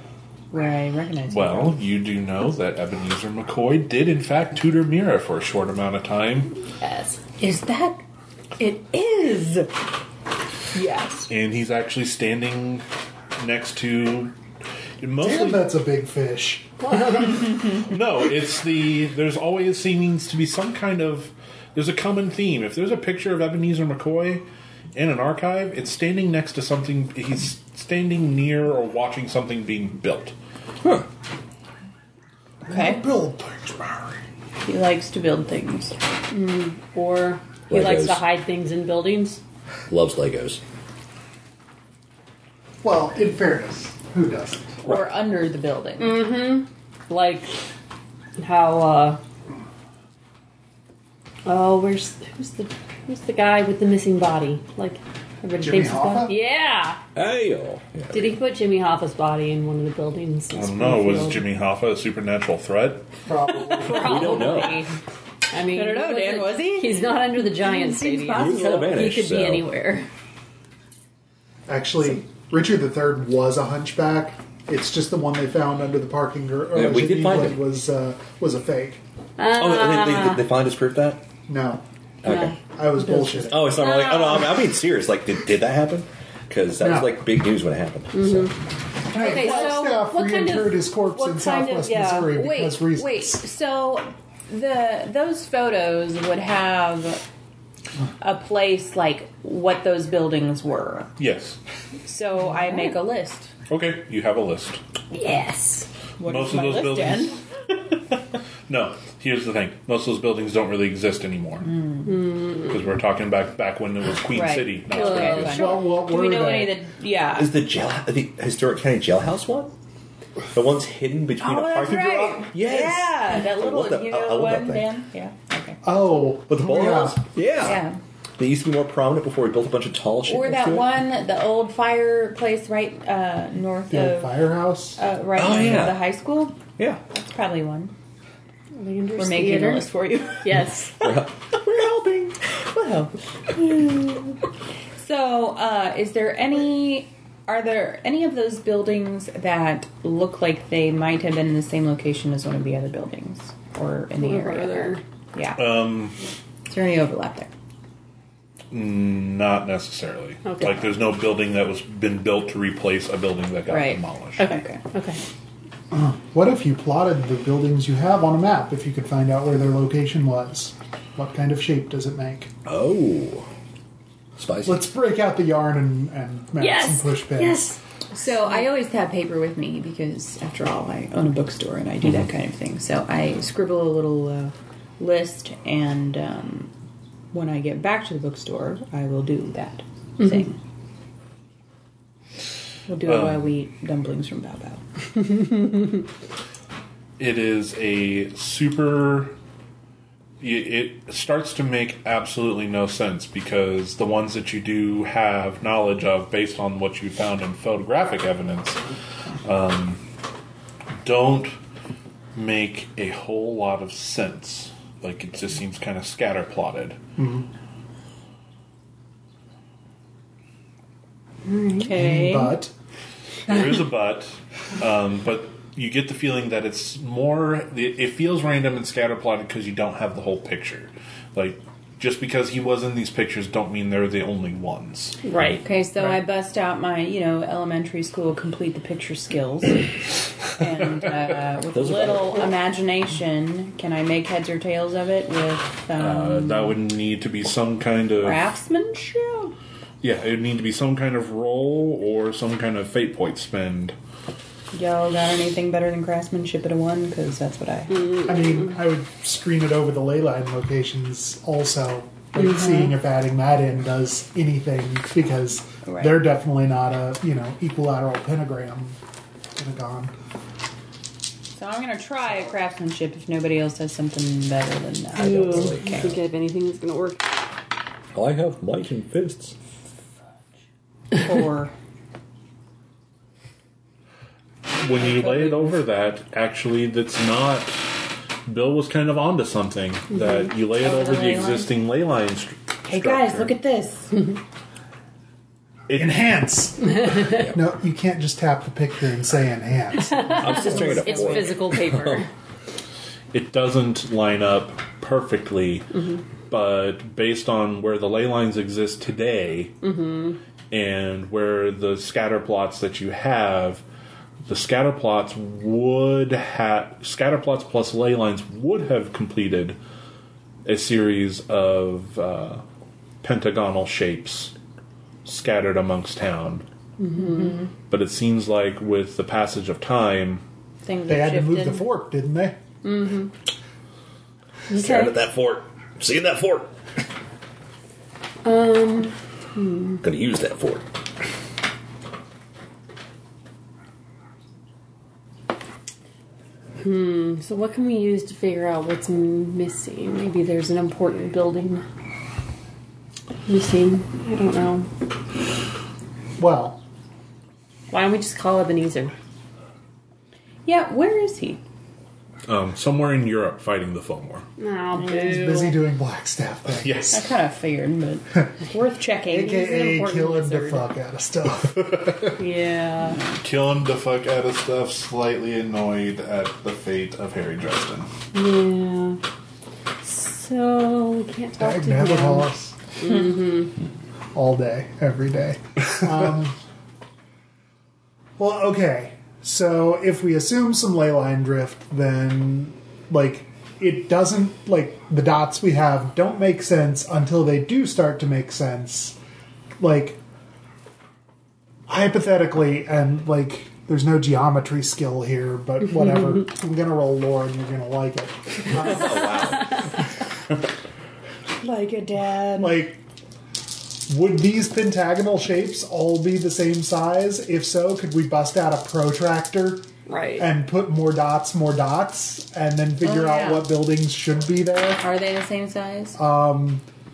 [SPEAKER 2] where I recognize him.
[SPEAKER 1] Well, you do know that Ebenezer McCoy did, in fact, tutor Mira for a short amount of time,
[SPEAKER 5] Yes.
[SPEAKER 2] Is that? It is. Yes.
[SPEAKER 1] and he's actually standing next to. Mostly
[SPEAKER 4] Damn, that's a big fish.
[SPEAKER 1] No, it's the there's always seems to be some kind of there's a common theme. If there's a picture of Ebenezer McCoy in an archive, it's standing next to something he's standing near or watching something being built.
[SPEAKER 2] Okay.
[SPEAKER 4] Bill Birchmar.
[SPEAKER 2] He likes to build things.
[SPEAKER 5] Or he
[SPEAKER 3] Legos.
[SPEAKER 5] likes to hide things in buildings.
[SPEAKER 3] Loves Legos.
[SPEAKER 4] Well, in fairness, who doesn't?
[SPEAKER 2] Or under the building.
[SPEAKER 5] Like how uh Oh, where's who's the who's the guy with the missing body? Like everybody
[SPEAKER 4] Jimmy
[SPEAKER 5] thinks
[SPEAKER 4] Hoffa?
[SPEAKER 5] it's gone. Yeah.
[SPEAKER 3] Hey yo. Yeah.
[SPEAKER 5] Did he put Jimmy Hoffa's body in one of the buildings?
[SPEAKER 1] I don't know. Was Jimmy Hoffa a supernatural threat?
[SPEAKER 4] Probably.
[SPEAKER 5] Probably.
[SPEAKER 3] don't know.
[SPEAKER 5] I mean,
[SPEAKER 2] I don't know,
[SPEAKER 5] he
[SPEAKER 2] Dan,
[SPEAKER 5] wasn't-
[SPEAKER 2] was he?
[SPEAKER 5] He's not under the giant
[SPEAKER 2] Seems
[SPEAKER 5] stadium.
[SPEAKER 2] possible.
[SPEAKER 3] He was all
[SPEAKER 5] He
[SPEAKER 3] vanished,
[SPEAKER 5] could
[SPEAKER 3] so-
[SPEAKER 5] be anywhere.
[SPEAKER 4] Actually, Richard III was a hunchback. It's just the one they found under the parking gar- garage.
[SPEAKER 3] Yeah, we
[SPEAKER 4] in
[SPEAKER 3] did find
[SPEAKER 4] England
[SPEAKER 3] him.
[SPEAKER 4] Was uh, was a fake.
[SPEAKER 3] Oh, and they,
[SPEAKER 2] Uh.
[SPEAKER 3] they, they finally disproved that.
[SPEAKER 4] No,
[SPEAKER 3] Okay.
[SPEAKER 4] I was bullshitting.
[SPEAKER 3] Oh, it's not like oh no, I'm, I'm being serious. Like, did, did that happen? Because that was
[SPEAKER 4] No.
[SPEAKER 3] like big news when it happened.
[SPEAKER 2] Mm-hmm.
[SPEAKER 3] So.
[SPEAKER 4] Hey,
[SPEAKER 5] Okay, so
[SPEAKER 4] Flagstaff
[SPEAKER 5] what kind of-
[SPEAKER 4] reinterred his corpse
[SPEAKER 5] what
[SPEAKER 4] in
[SPEAKER 5] kind of-
[SPEAKER 4] Southwest
[SPEAKER 5] yeah,
[SPEAKER 4] Missouri
[SPEAKER 2] Wait,
[SPEAKER 4] because reasons.
[SPEAKER 2] wait. So the those photos would have a place like what those buildings were.
[SPEAKER 1] Yes.
[SPEAKER 2] So I make a list.
[SPEAKER 1] Okay, you have a list.
[SPEAKER 5] Yes.
[SPEAKER 2] What
[SPEAKER 1] Most
[SPEAKER 2] is
[SPEAKER 1] of
[SPEAKER 2] my
[SPEAKER 1] those
[SPEAKER 2] list,
[SPEAKER 1] buildings-
[SPEAKER 2] Dan?
[SPEAKER 1] No, here's the thing. Most of those buildings don't really exist anymore because we're talking back back when it was Queen
[SPEAKER 2] Mm. Right.
[SPEAKER 1] City. Not
[SPEAKER 2] Okay,
[SPEAKER 1] Springfield.
[SPEAKER 2] sure.
[SPEAKER 4] Well, what
[SPEAKER 2] Do we
[SPEAKER 4] were
[SPEAKER 2] know
[SPEAKER 4] they?
[SPEAKER 2] any of the? Yeah.
[SPEAKER 3] Is the jail the historic county jailhouse one? The one's hidden between
[SPEAKER 2] oh,
[SPEAKER 3] a
[SPEAKER 2] that's
[SPEAKER 3] parking
[SPEAKER 2] right.
[SPEAKER 3] lot. Yes.
[SPEAKER 2] Yeah, that
[SPEAKER 3] I
[SPEAKER 2] little
[SPEAKER 3] love that-
[SPEAKER 2] you
[SPEAKER 3] I- I
[SPEAKER 2] know
[SPEAKER 3] love that
[SPEAKER 2] one,
[SPEAKER 3] thing.
[SPEAKER 2] Dan. Yeah. Okay.
[SPEAKER 4] Oh,
[SPEAKER 3] With the
[SPEAKER 4] yeah.
[SPEAKER 3] balls? Yeah.
[SPEAKER 2] Yeah.
[SPEAKER 7] They used to be more prominent before we built a bunch of tall shit.
[SPEAKER 2] Or
[SPEAKER 7] next
[SPEAKER 2] that
[SPEAKER 7] to it.
[SPEAKER 2] one, the old fireplace right uh, north
[SPEAKER 4] The
[SPEAKER 5] Oh.
[SPEAKER 4] old
[SPEAKER 2] of
[SPEAKER 4] firehouse.
[SPEAKER 2] uh, right
[SPEAKER 7] Oh,
[SPEAKER 2] north
[SPEAKER 7] yeah.
[SPEAKER 2] of the high school.
[SPEAKER 7] Yeah.
[SPEAKER 2] That's probably one.
[SPEAKER 5] Landers
[SPEAKER 2] We're making
[SPEAKER 5] Theater.
[SPEAKER 2] a list for you.
[SPEAKER 5] Yes.
[SPEAKER 7] We're helping.
[SPEAKER 2] Wow. so, uh, is there any? Are there any of those buildings that look like they might have been in the same location as one of the other buildings, or in the
[SPEAKER 5] One of our
[SPEAKER 2] area?
[SPEAKER 5] other-
[SPEAKER 2] there? Yeah. Um, is there any overlap there?
[SPEAKER 1] Not necessarily.
[SPEAKER 5] Okay.
[SPEAKER 1] Like there's no building that was been built to replace a building that got
[SPEAKER 2] Right.
[SPEAKER 1] demolished.
[SPEAKER 2] Okay.
[SPEAKER 5] Okay.
[SPEAKER 4] What if you plotted the buildings you have on a map if you could find out where their location was? What kind of shape does it make?
[SPEAKER 7] Oh. Spicy.
[SPEAKER 4] Let's break out the yarn and, and maps and
[SPEAKER 5] Yes.
[SPEAKER 4] push pins.
[SPEAKER 5] Yes.
[SPEAKER 2] So I always have paper with me because, after all, I own a bookstore and I do that kind of thing. So I scribble a little uh, list, and um, when I get back to the bookstore, I will do that thing. We'll do it while we eat dumplings from Bao Bao.
[SPEAKER 1] It is a super. i- It starts to make absolutely no sense because the ones that you do have knowledge of, based on what you found in photographic evidence, um, don't make a whole lot of sense. Like it just seems kind of scatterplotted.
[SPEAKER 5] Okay.
[SPEAKER 4] But
[SPEAKER 1] there is a but, um, but you get the feeling that it's more. It, it feels random and scatterplotted because you don't have the whole picture. Like just because he was in these pictures, don't mean they're the only ones.
[SPEAKER 5] Right.
[SPEAKER 2] Okay, so I bust out my, you know, elementary school complete the picture skills. and uh, with a
[SPEAKER 7] Those are-
[SPEAKER 2] little imagination, can I make heads or tails of it with
[SPEAKER 1] Uh,
[SPEAKER 2] um,
[SPEAKER 1] that would need to be some kind of
[SPEAKER 2] craftsmanship?
[SPEAKER 1] yeah. It would need to be some kind of roll or some kind of fate point spend.
[SPEAKER 2] Y'all got anything better than craftsmanship at a one? Because that's what I.
[SPEAKER 4] I mean, I would screen it over the ley line locations also, like
[SPEAKER 5] Mm-hmm.
[SPEAKER 4] seeing if adding that in does anything because
[SPEAKER 2] Right.
[SPEAKER 4] they're definitely not a you know equilateral pentagram pentagon.
[SPEAKER 2] So I'm gonna try craftsmanship if nobody else has something better than that.
[SPEAKER 7] I don't
[SPEAKER 5] Ooh,
[SPEAKER 7] really
[SPEAKER 5] I
[SPEAKER 7] care.
[SPEAKER 5] think I have anything that's gonna work.
[SPEAKER 7] I have might and fists.
[SPEAKER 2] Four.
[SPEAKER 1] When you lay it over that, actually, that's not. Bill was kind of onto something that you lay it over the
[SPEAKER 2] Over Mm-hmm. Oh, the ley line.
[SPEAKER 1] existing ley line. Str-
[SPEAKER 2] hey guys,
[SPEAKER 1] structure.
[SPEAKER 2] look at this.
[SPEAKER 4] Enhance. no, you can't just tap the picture and say enhance.
[SPEAKER 7] I'm still trying to
[SPEAKER 5] It's
[SPEAKER 7] point.
[SPEAKER 5] physical paper.
[SPEAKER 1] it doesn't line up perfectly, but based on where the ley lines exist today and where the scatter plots that you have, the scatter plots would have scatter plots plus ley lines would have completed a series of uh, pentagonal shapes scattered amongst town. But it seems like with the passage of time,
[SPEAKER 2] Things
[SPEAKER 4] They
[SPEAKER 2] have
[SPEAKER 4] had to move
[SPEAKER 2] shifted.
[SPEAKER 4] the fork, didn't they?
[SPEAKER 7] Staring at that fort. Seeing that fort. Um. Gonna use that fort.
[SPEAKER 5] so what can we use to figure out what's m- missing? Maybe there's an important building missing. I don't know.
[SPEAKER 4] Well,
[SPEAKER 5] Why don't we just call Ebenezer?
[SPEAKER 2] Yeah, where is he?
[SPEAKER 1] um, somewhere in Europe fighting the Fomor.
[SPEAKER 5] No,
[SPEAKER 4] he's busy doing black staff things.
[SPEAKER 2] I
[SPEAKER 1] Yes.
[SPEAKER 2] kind of figured, but it's worth checking.
[SPEAKER 5] He's an
[SPEAKER 4] AKA killing
[SPEAKER 5] important
[SPEAKER 4] the
[SPEAKER 5] lizard.
[SPEAKER 4] fuck out of stuff.
[SPEAKER 5] Yeah.
[SPEAKER 1] Killing the fuck out of stuff, slightly annoyed at the fate of Harry Dresden.
[SPEAKER 5] Yeah. So we can't
[SPEAKER 4] Dag
[SPEAKER 5] talk to Mm-hmm. him.
[SPEAKER 4] nabbit hoss. All day, every day. Um, well, okay. So if we assume some ley line drift, then like it doesn't like the dots we have don't make sense until they do start to make sense. Like hypothetically, and like there's no geometry skill here, but whatever. I'm gonna roll lore, and you're gonna like it.
[SPEAKER 2] Like a dad.
[SPEAKER 4] Like, would these pentagonal shapes all be the same size? If so, could we bust out a protractor
[SPEAKER 5] Right.
[SPEAKER 4] and put more dots, more dots, and then figure
[SPEAKER 2] Oh,
[SPEAKER 4] out
[SPEAKER 2] yeah.
[SPEAKER 4] what buildings should be there?
[SPEAKER 2] Are they the same size?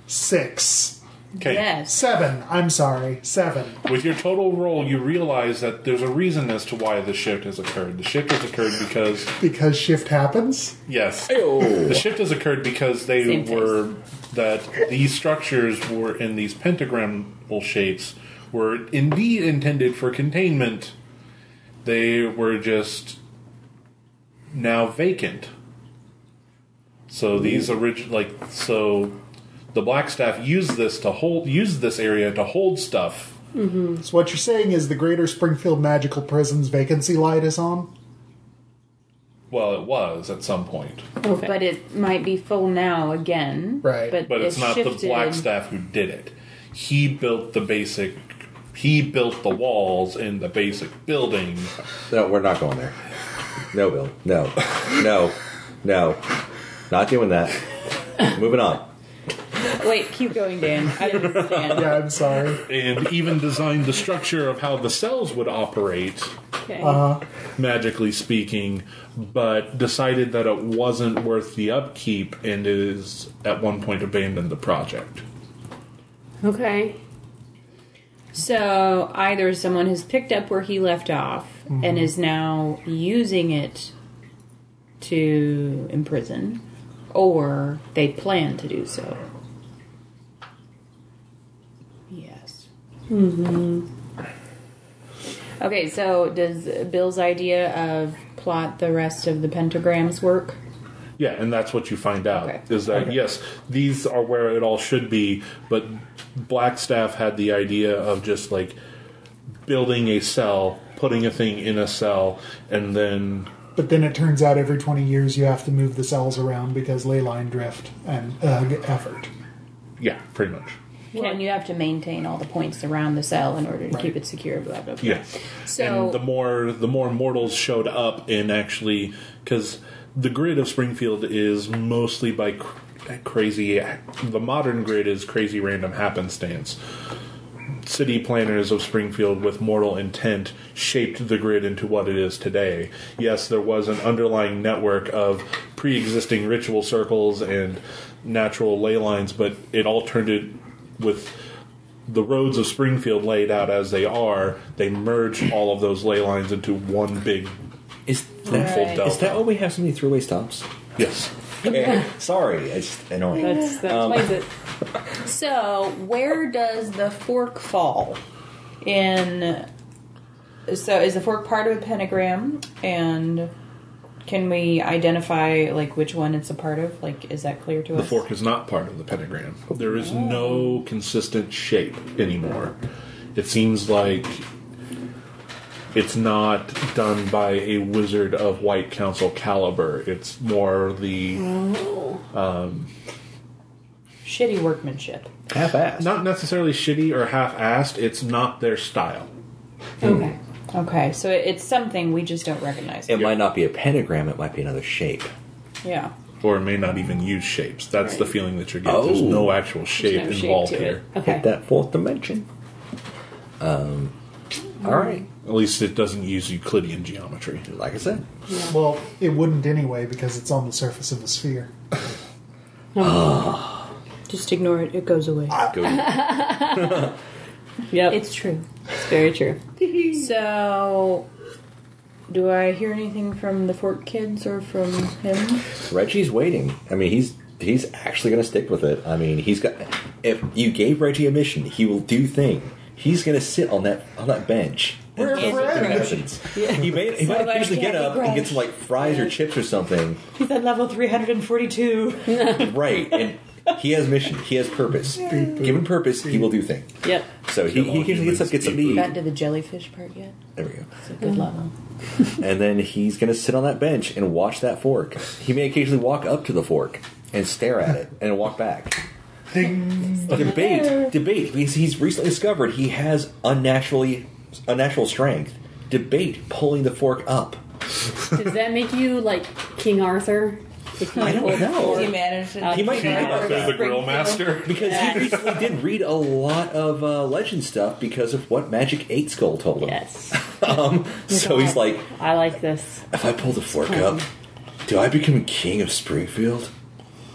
[SPEAKER 4] Six.
[SPEAKER 1] Okay.
[SPEAKER 2] Yes.
[SPEAKER 4] Seven. I'm sorry. Seven.
[SPEAKER 1] With your total roll, you realize that there's a reason as to why the shift has occurred. The shift has occurred because
[SPEAKER 4] Because shift happens.
[SPEAKER 1] yes,
[SPEAKER 3] Oh.
[SPEAKER 1] the shift has occurred because they
[SPEAKER 5] Same face.
[SPEAKER 1] were that these structures were in these pentagramal shapes were indeed intended for containment. They were just now vacant. So these original like so the black staff used this to hold used this area to hold stuff.
[SPEAKER 4] So what you're saying is the Greater Springfield Magical Prison's vacancy light is on.
[SPEAKER 1] Well, it was at some point,
[SPEAKER 2] Oh, But it might be full now again.
[SPEAKER 4] Right.
[SPEAKER 2] But,
[SPEAKER 1] but it's
[SPEAKER 2] it
[SPEAKER 1] not
[SPEAKER 2] shifted.
[SPEAKER 1] the black staff who did it. He built the basic. He built the walls in the basic building.
[SPEAKER 3] No, we're not going there. No, Bill. No. No. No. Not doing that. Moving on.
[SPEAKER 2] Wait, keep going, Dan. I understand.
[SPEAKER 4] Yeah, I'm sorry.
[SPEAKER 1] and even designed the structure of how the cells would operate,
[SPEAKER 2] Okay.
[SPEAKER 4] Uh-huh.
[SPEAKER 1] magically speaking, but decided that it wasn't worth the upkeep and is at one point abandoned the project.
[SPEAKER 5] Okay.
[SPEAKER 2] So either someone has picked up where he left off and is now using it to imprison, or they plan to do so. Yes. Mm-hmm. Okay, so does Bill's idea of plot the rest of the pentagrams work?
[SPEAKER 1] Yeah, and that's what you find out
[SPEAKER 2] Okay.
[SPEAKER 1] is that yes, these are where it all should be, but Blackstaff had the idea of just like building a cell, putting a thing in a cell, and then
[SPEAKER 4] But then it turns out every 20 years you have to move the cells around because ley line drift and ugh, effort.
[SPEAKER 1] yeah, pretty much.
[SPEAKER 2] Well, and you have to maintain all the points around the cell in order to keep it secure, blah, blah, blah.
[SPEAKER 1] Yeah.
[SPEAKER 2] So-
[SPEAKER 1] and the more the more mortals showed up and actually because the grid of Springfield is mostly by cr- crazy. The modern grid is crazy random happenstance. City planners of Springfield with mortal intent shaped the grid into what it is today. Yes, there was an underlying network of pre existing ritual circles and natural ley lines, but it all turned it with the roads of Springfield laid out as they are, they merge all of those ley lines into one big
[SPEAKER 3] Is
[SPEAKER 1] fruitful
[SPEAKER 2] Right.
[SPEAKER 1] delta.
[SPEAKER 3] Is that why we have so many throwaway stops?
[SPEAKER 1] yes.
[SPEAKER 3] Eh, Sorry, it's annoying.
[SPEAKER 5] That's that
[SPEAKER 3] Um,
[SPEAKER 5] plays it.
[SPEAKER 2] So, where does the fork fall? In so is the fork part of a pentagram, and can we identify like which one it's a part of? Like, is that clear to
[SPEAKER 1] The
[SPEAKER 2] us?
[SPEAKER 1] fork is not part of the pentagram. There
[SPEAKER 5] Oh.
[SPEAKER 1] is no consistent shape anymore. It seems like it's not done by a wizard of white council caliber. It's more
[SPEAKER 5] Mm.
[SPEAKER 1] the
[SPEAKER 2] Shitty workmanship.
[SPEAKER 3] Half-assed.
[SPEAKER 1] not necessarily shitty or half-assed. It's not their style.
[SPEAKER 3] hmm.
[SPEAKER 2] Okay. Okay, so it- it's something we just don't recognize.
[SPEAKER 3] It might not be a pentagram. It might be another shape.
[SPEAKER 2] yeah.
[SPEAKER 1] Or may not even use shapes. That's the feeling that you're getting. There's
[SPEAKER 3] Oh.
[SPEAKER 1] no actual shape
[SPEAKER 5] no shape
[SPEAKER 1] involved
[SPEAKER 5] to it.
[SPEAKER 1] here.
[SPEAKER 5] Okay.
[SPEAKER 3] Hit that fourth dimension. Um. All right.
[SPEAKER 1] At least it doesn't use Euclidean geometry.
[SPEAKER 3] Like I said.
[SPEAKER 4] Well, it wouldn't anyway because it's on the surface of a sphere.
[SPEAKER 2] Just ignore it. It goes away.
[SPEAKER 3] Go.
[SPEAKER 5] Yep. It's,
[SPEAKER 2] It's true.
[SPEAKER 5] very true.
[SPEAKER 2] So, do I hear anything from the fork kids or from him?
[SPEAKER 3] Reggie's waiting. I mean, he's he's actually going to stick with it. I mean, he's got. If you gave Reggie a mission, he will do thing. He's going to sit on that on that bench. and
[SPEAKER 4] We're
[SPEAKER 3] see what happens. He may he might
[SPEAKER 2] Somebody
[SPEAKER 3] occasionally
[SPEAKER 2] can't
[SPEAKER 3] get
[SPEAKER 2] be
[SPEAKER 3] up and get
[SPEAKER 2] brushed.
[SPEAKER 3] some like fries or chips or something.
[SPEAKER 2] He's at level 342.
[SPEAKER 3] Right. And he has mission. He has purpose. Given purpose, he will do thing.
[SPEAKER 5] Yep.
[SPEAKER 3] So he, he occasionally gets up, gets something to
[SPEAKER 2] Got
[SPEAKER 3] eat.
[SPEAKER 2] to the jellyfish part yet?
[SPEAKER 3] There we go.
[SPEAKER 2] It's a good level.
[SPEAKER 3] And then he's going to sit on that bench and watch that fork. He may occasionally walk up to the fork and stare at it and walk back. Debate, debate, because he's recently discovered he has unnaturally unnatural strength. Debate pulling the fork up.
[SPEAKER 5] Does that make you like King Arthur? If you
[SPEAKER 3] I don't
[SPEAKER 5] pulled the
[SPEAKER 3] know.
[SPEAKER 5] fork?
[SPEAKER 2] He managed to.
[SPEAKER 3] He might be about that.
[SPEAKER 1] grill master.
[SPEAKER 3] Because he recently did read a lot of uh, legend stuff because of what Magic Eight Skull told him.
[SPEAKER 5] Yes.
[SPEAKER 3] Um, so he's like,
[SPEAKER 5] I like this.
[SPEAKER 3] if I pull the fork up, do I become king of Springfield?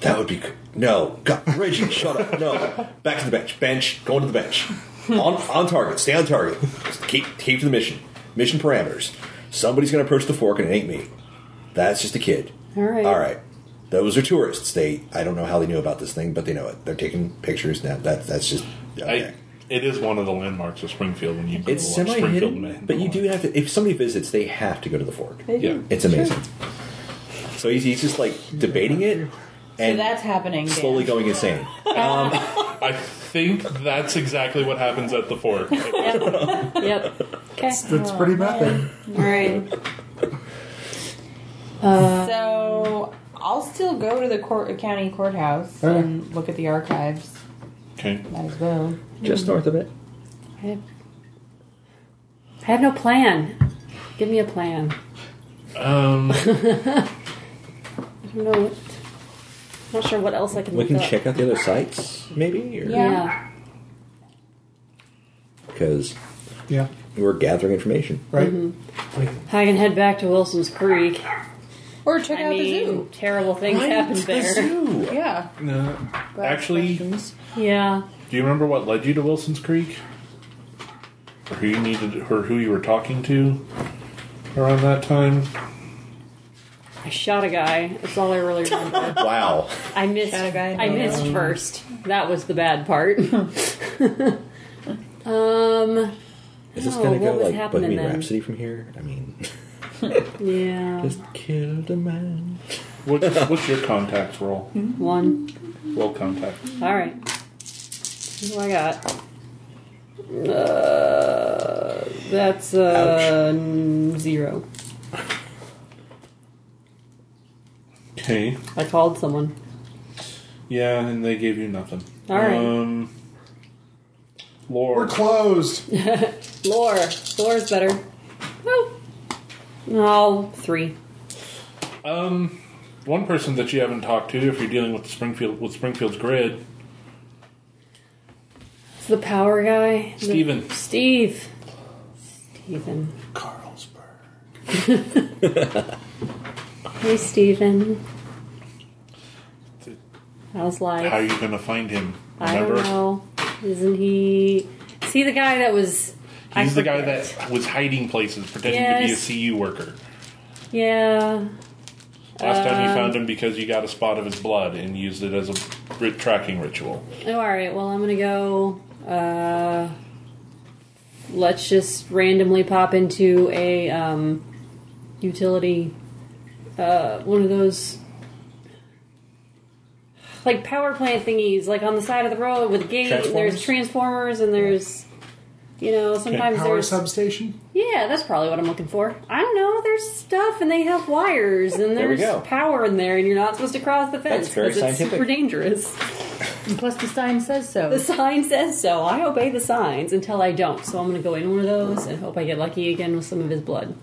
[SPEAKER 3] That would be c- no. God, Reggie, shut up. No, back to the bench. Bench. Going to the bench. On on target. Stay on target. Just keep keep to the mission. Mission parameters. Somebody's going to approach the fork, and it ain't me. That's just a kid.
[SPEAKER 9] All right.
[SPEAKER 3] All right. Those are tourists. They. I don't know how they knew about this thing, but they know it. They're taking pictures. Now that that's just.
[SPEAKER 1] I, it is one of the landmarks of Springfield when you go
[SPEAKER 3] It's
[SPEAKER 1] to watch
[SPEAKER 3] semi
[SPEAKER 1] Springfield.
[SPEAKER 3] hidden,
[SPEAKER 1] Man-
[SPEAKER 3] but you do have to. If somebody visits, they have to go to the fork.
[SPEAKER 1] Yeah.
[SPEAKER 3] It's amazing. So he's, he's just like debating it,
[SPEAKER 2] So
[SPEAKER 3] and
[SPEAKER 2] that's happening. Dan.
[SPEAKER 3] slowly going insane.
[SPEAKER 1] I think that's exactly what happens at the fork.
[SPEAKER 5] Yep.
[SPEAKER 2] Okay.
[SPEAKER 4] That's
[SPEAKER 5] Oh,
[SPEAKER 4] pretty method.
[SPEAKER 9] All right.
[SPEAKER 2] So I'll still go to the court, county courthouse
[SPEAKER 4] Okay.
[SPEAKER 2] and look at the archives.
[SPEAKER 1] okay.
[SPEAKER 2] Might as well.
[SPEAKER 10] Just north of it.
[SPEAKER 5] I have, I have no plan. Give me a plan.
[SPEAKER 1] Um,
[SPEAKER 5] I don't know what. I'm not sure what else I can
[SPEAKER 3] We
[SPEAKER 5] look
[SPEAKER 3] can
[SPEAKER 5] up.
[SPEAKER 3] check out the other sites, maybe, or
[SPEAKER 2] Yeah.
[SPEAKER 5] Yeah.
[SPEAKER 3] because
[SPEAKER 4] Yeah,
[SPEAKER 3] we're gathering information.
[SPEAKER 4] right.
[SPEAKER 5] I can head back to Wilson's Creek.
[SPEAKER 2] Or check
[SPEAKER 5] I
[SPEAKER 2] out the
[SPEAKER 5] mean,
[SPEAKER 2] zoo.
[SPEAKER 5] terrible things happened there.
[SPEAKER 3] zoo.
[SPEAKER 2] Yeah.
[SPEAKER 1] no, actually, do
[SPEAKER 5] Yeah.
[SPEAKER 1] you remember what led you to Wilson's Creek? Or who you needed, or who you were talking to around that time?
[SPEAKER 5] I shot a guy. That's all I really remember.
[SPEAKER 3] Wow.
[SPEAKER 5] I missed.
[SPEAKER 2] Shot a guy in
[SPEAKER 5] I
[SPEAKER 2] the
[SPEAKER 5] missed first. That was the bad part. um.
[SPEAKER 3] Is this
[SPEAKER 5] No,
[SPEAKER 3] gonna go
[SPEAKER 5] what was
[SPEAKER 3] like
[SPEAKER 5] happening
[SPEAKER 3] Bohemian
[SPEAKER 5] then?
[SPEAKER 3] Rhapsody from here? I mean,
[SPEAKER 5] Yeah.
[SPEAKER 3] just killed a man.
[SPEAKER 1] What's, what's your contacts roll?
[SPEAKER 5] one.
[SPEAKER 1] Roll contacts.
[SPEAKER 5] All right. What do I got? Uh, that's uh, n- zero.
[SPEAKER 1] Okay.
[SPEAKER 5] I called someone.
[SPEAKER 1] Yeah, and they gave you nothing.
[SPEAKER 5] All right.
[SPEAKER 1] Um,
[SPEAKER 4] We're
[SPEAKER 1] Lord.
[SPEAKER 4] closed.
[SPEAKER 5] Lore. Lore's better. Oh. No, three.
[SPEAKER 1] Um, one person that you haven't talked to, if you're dealing with the Springfield with Springfield's grid,
[SPEAKER 5] It's the power guy. The-
[SPEAKER 1] Steven.
[SPEAKER 5] Steve. Steven.
[SPEAKER 1] Carlsberg.
[SPEAKER 5] Hey, Steven. How's life?
[SPEAKER 1] How are you gonna find him?
[SPEAKER 5] I don't know. Isn't he? Is he the guy that was? I
[SPEAKER 1] He's the guy
[SPEAKER 5] forget.
[SPEAKER 1] that was hiding places, pretending
[SPEAKER 5] Yes.
[SPEAKER 1] to be a CU worker.
[SPEAKER 5] Yeah.
[SPEAKER 1] Last time you
[SPEAKER 5] Uh,
[SPEAKER 1] found him because you got a spot of his blood and used it as a rit- tracking ritual.
[SPEAKER 5] Oh, all right. Well, I'm gonna go. Uh, let's just randomly pop into a um, utility. Uh, one of those like power plant thingies, like on the side of the road with gate. And there's transformers and there's, you know, sometimes
[SPEAKER 4] Power
[SPEAKER 5] there's
[SPEAKER 4] substation.
[SPEAKER 5] Yeah, that's probably what I'm looking for. I don't know. There's stuff, and they have wires, and
[SPEAKER 3] There we
[SPEAKER 5] there's
[SPEAKER 3] go.
[SPEAKER 5] power in there, and you're not supposed to cross the fence
[SPEAKER 3] That's very
[SPEAKER 5] it's
[SPEAKER 3] scientific.
[SPEAKER 5] super dangerous.
[SPEAKER 2] Plus the sign says so.
[SPEAKER 5] The sign says so. I obey the signs until I don't. So I'm going to go in one of those and hope I get lucky again with some of his blood.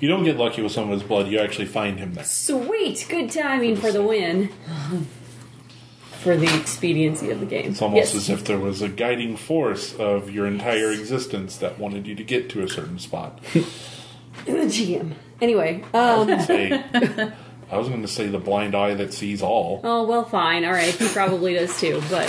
[SPEAKER 1] You don't get lucky with some of his blood, you actually find him there.
[SPEAKER 5] Sweet, good timing for the win. For the expediency of the game.
[SPEAKER 1] It's almost as if there was a guiding force of your entire existence that wanted you to get to a certain spot.
[SPEAKER 5] GM. Anyway, um,
[SPEAKER 1] Say, I was going to say the blind eye that sees all.
[SPEAKER 5] oh well, fine. All right, he probably does too. But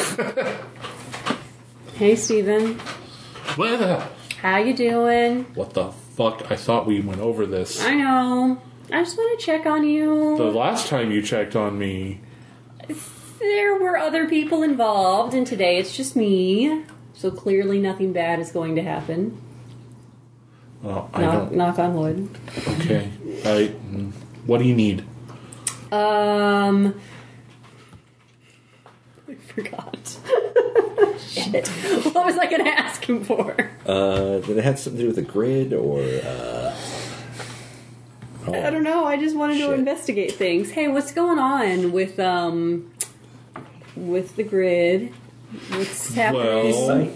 [SPEAKER 5] hey, Steven.
[SPEAKER 1] What the-
[SPEAKER 5] how you doing?
[SPEAKER 1] What the fuck? I thought we went over this.
[SPEAKER 5] I know. I just want to check on you.
[SPEAKER 1] The last time you checked on me,
[SPEAKER 5] there were other people involved, and today it's just me. So clearly, nothing bad is going to happen.
[SPEAKER 1] well, uh, I
[SPEAKER 5] Knock,
[SPEAKER 1] don't.
[SPEAKER 5] knock on wood.
[SPEAKER 1] Okay. I. mm, What do you need?
[SPEAKER 5] Um, I forgot. Shit. What was I going to ask him for?
[SPEAKER 1] Oh.
[SPEAKER 3] Uh, did it have something to do with the grid or? Uh, oh.
[SPEAKER 5] I don't know. I just wanted to
[SPEAKER 3] Shit.
[SPEAKER 5] investigate things. Hey, what's going on with um with the grid? What's happening?
[SPEAKER 1] Well-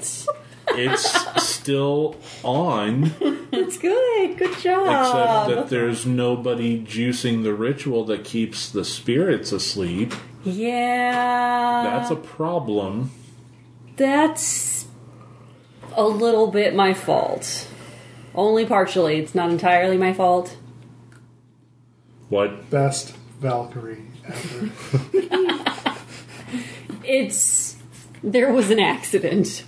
[SPEAKER 1] It's still on, except
[SPEAKER 5] That's good. Good job.
[SPEAKER 1] that there's nobody juicing the ritual that keeps the spirits asleep.
[SPEAKER 5] Yeah.
[SPEAKER 1] That's a problem.
[SPEAKER 5] That's a little bit my fault. Only partially. It's not entirely my fault.
[SPEAKER 1] What?
[SPEAKER 4] Best Valkyrie ever.
[SPEAKER 5] it's there was an accident.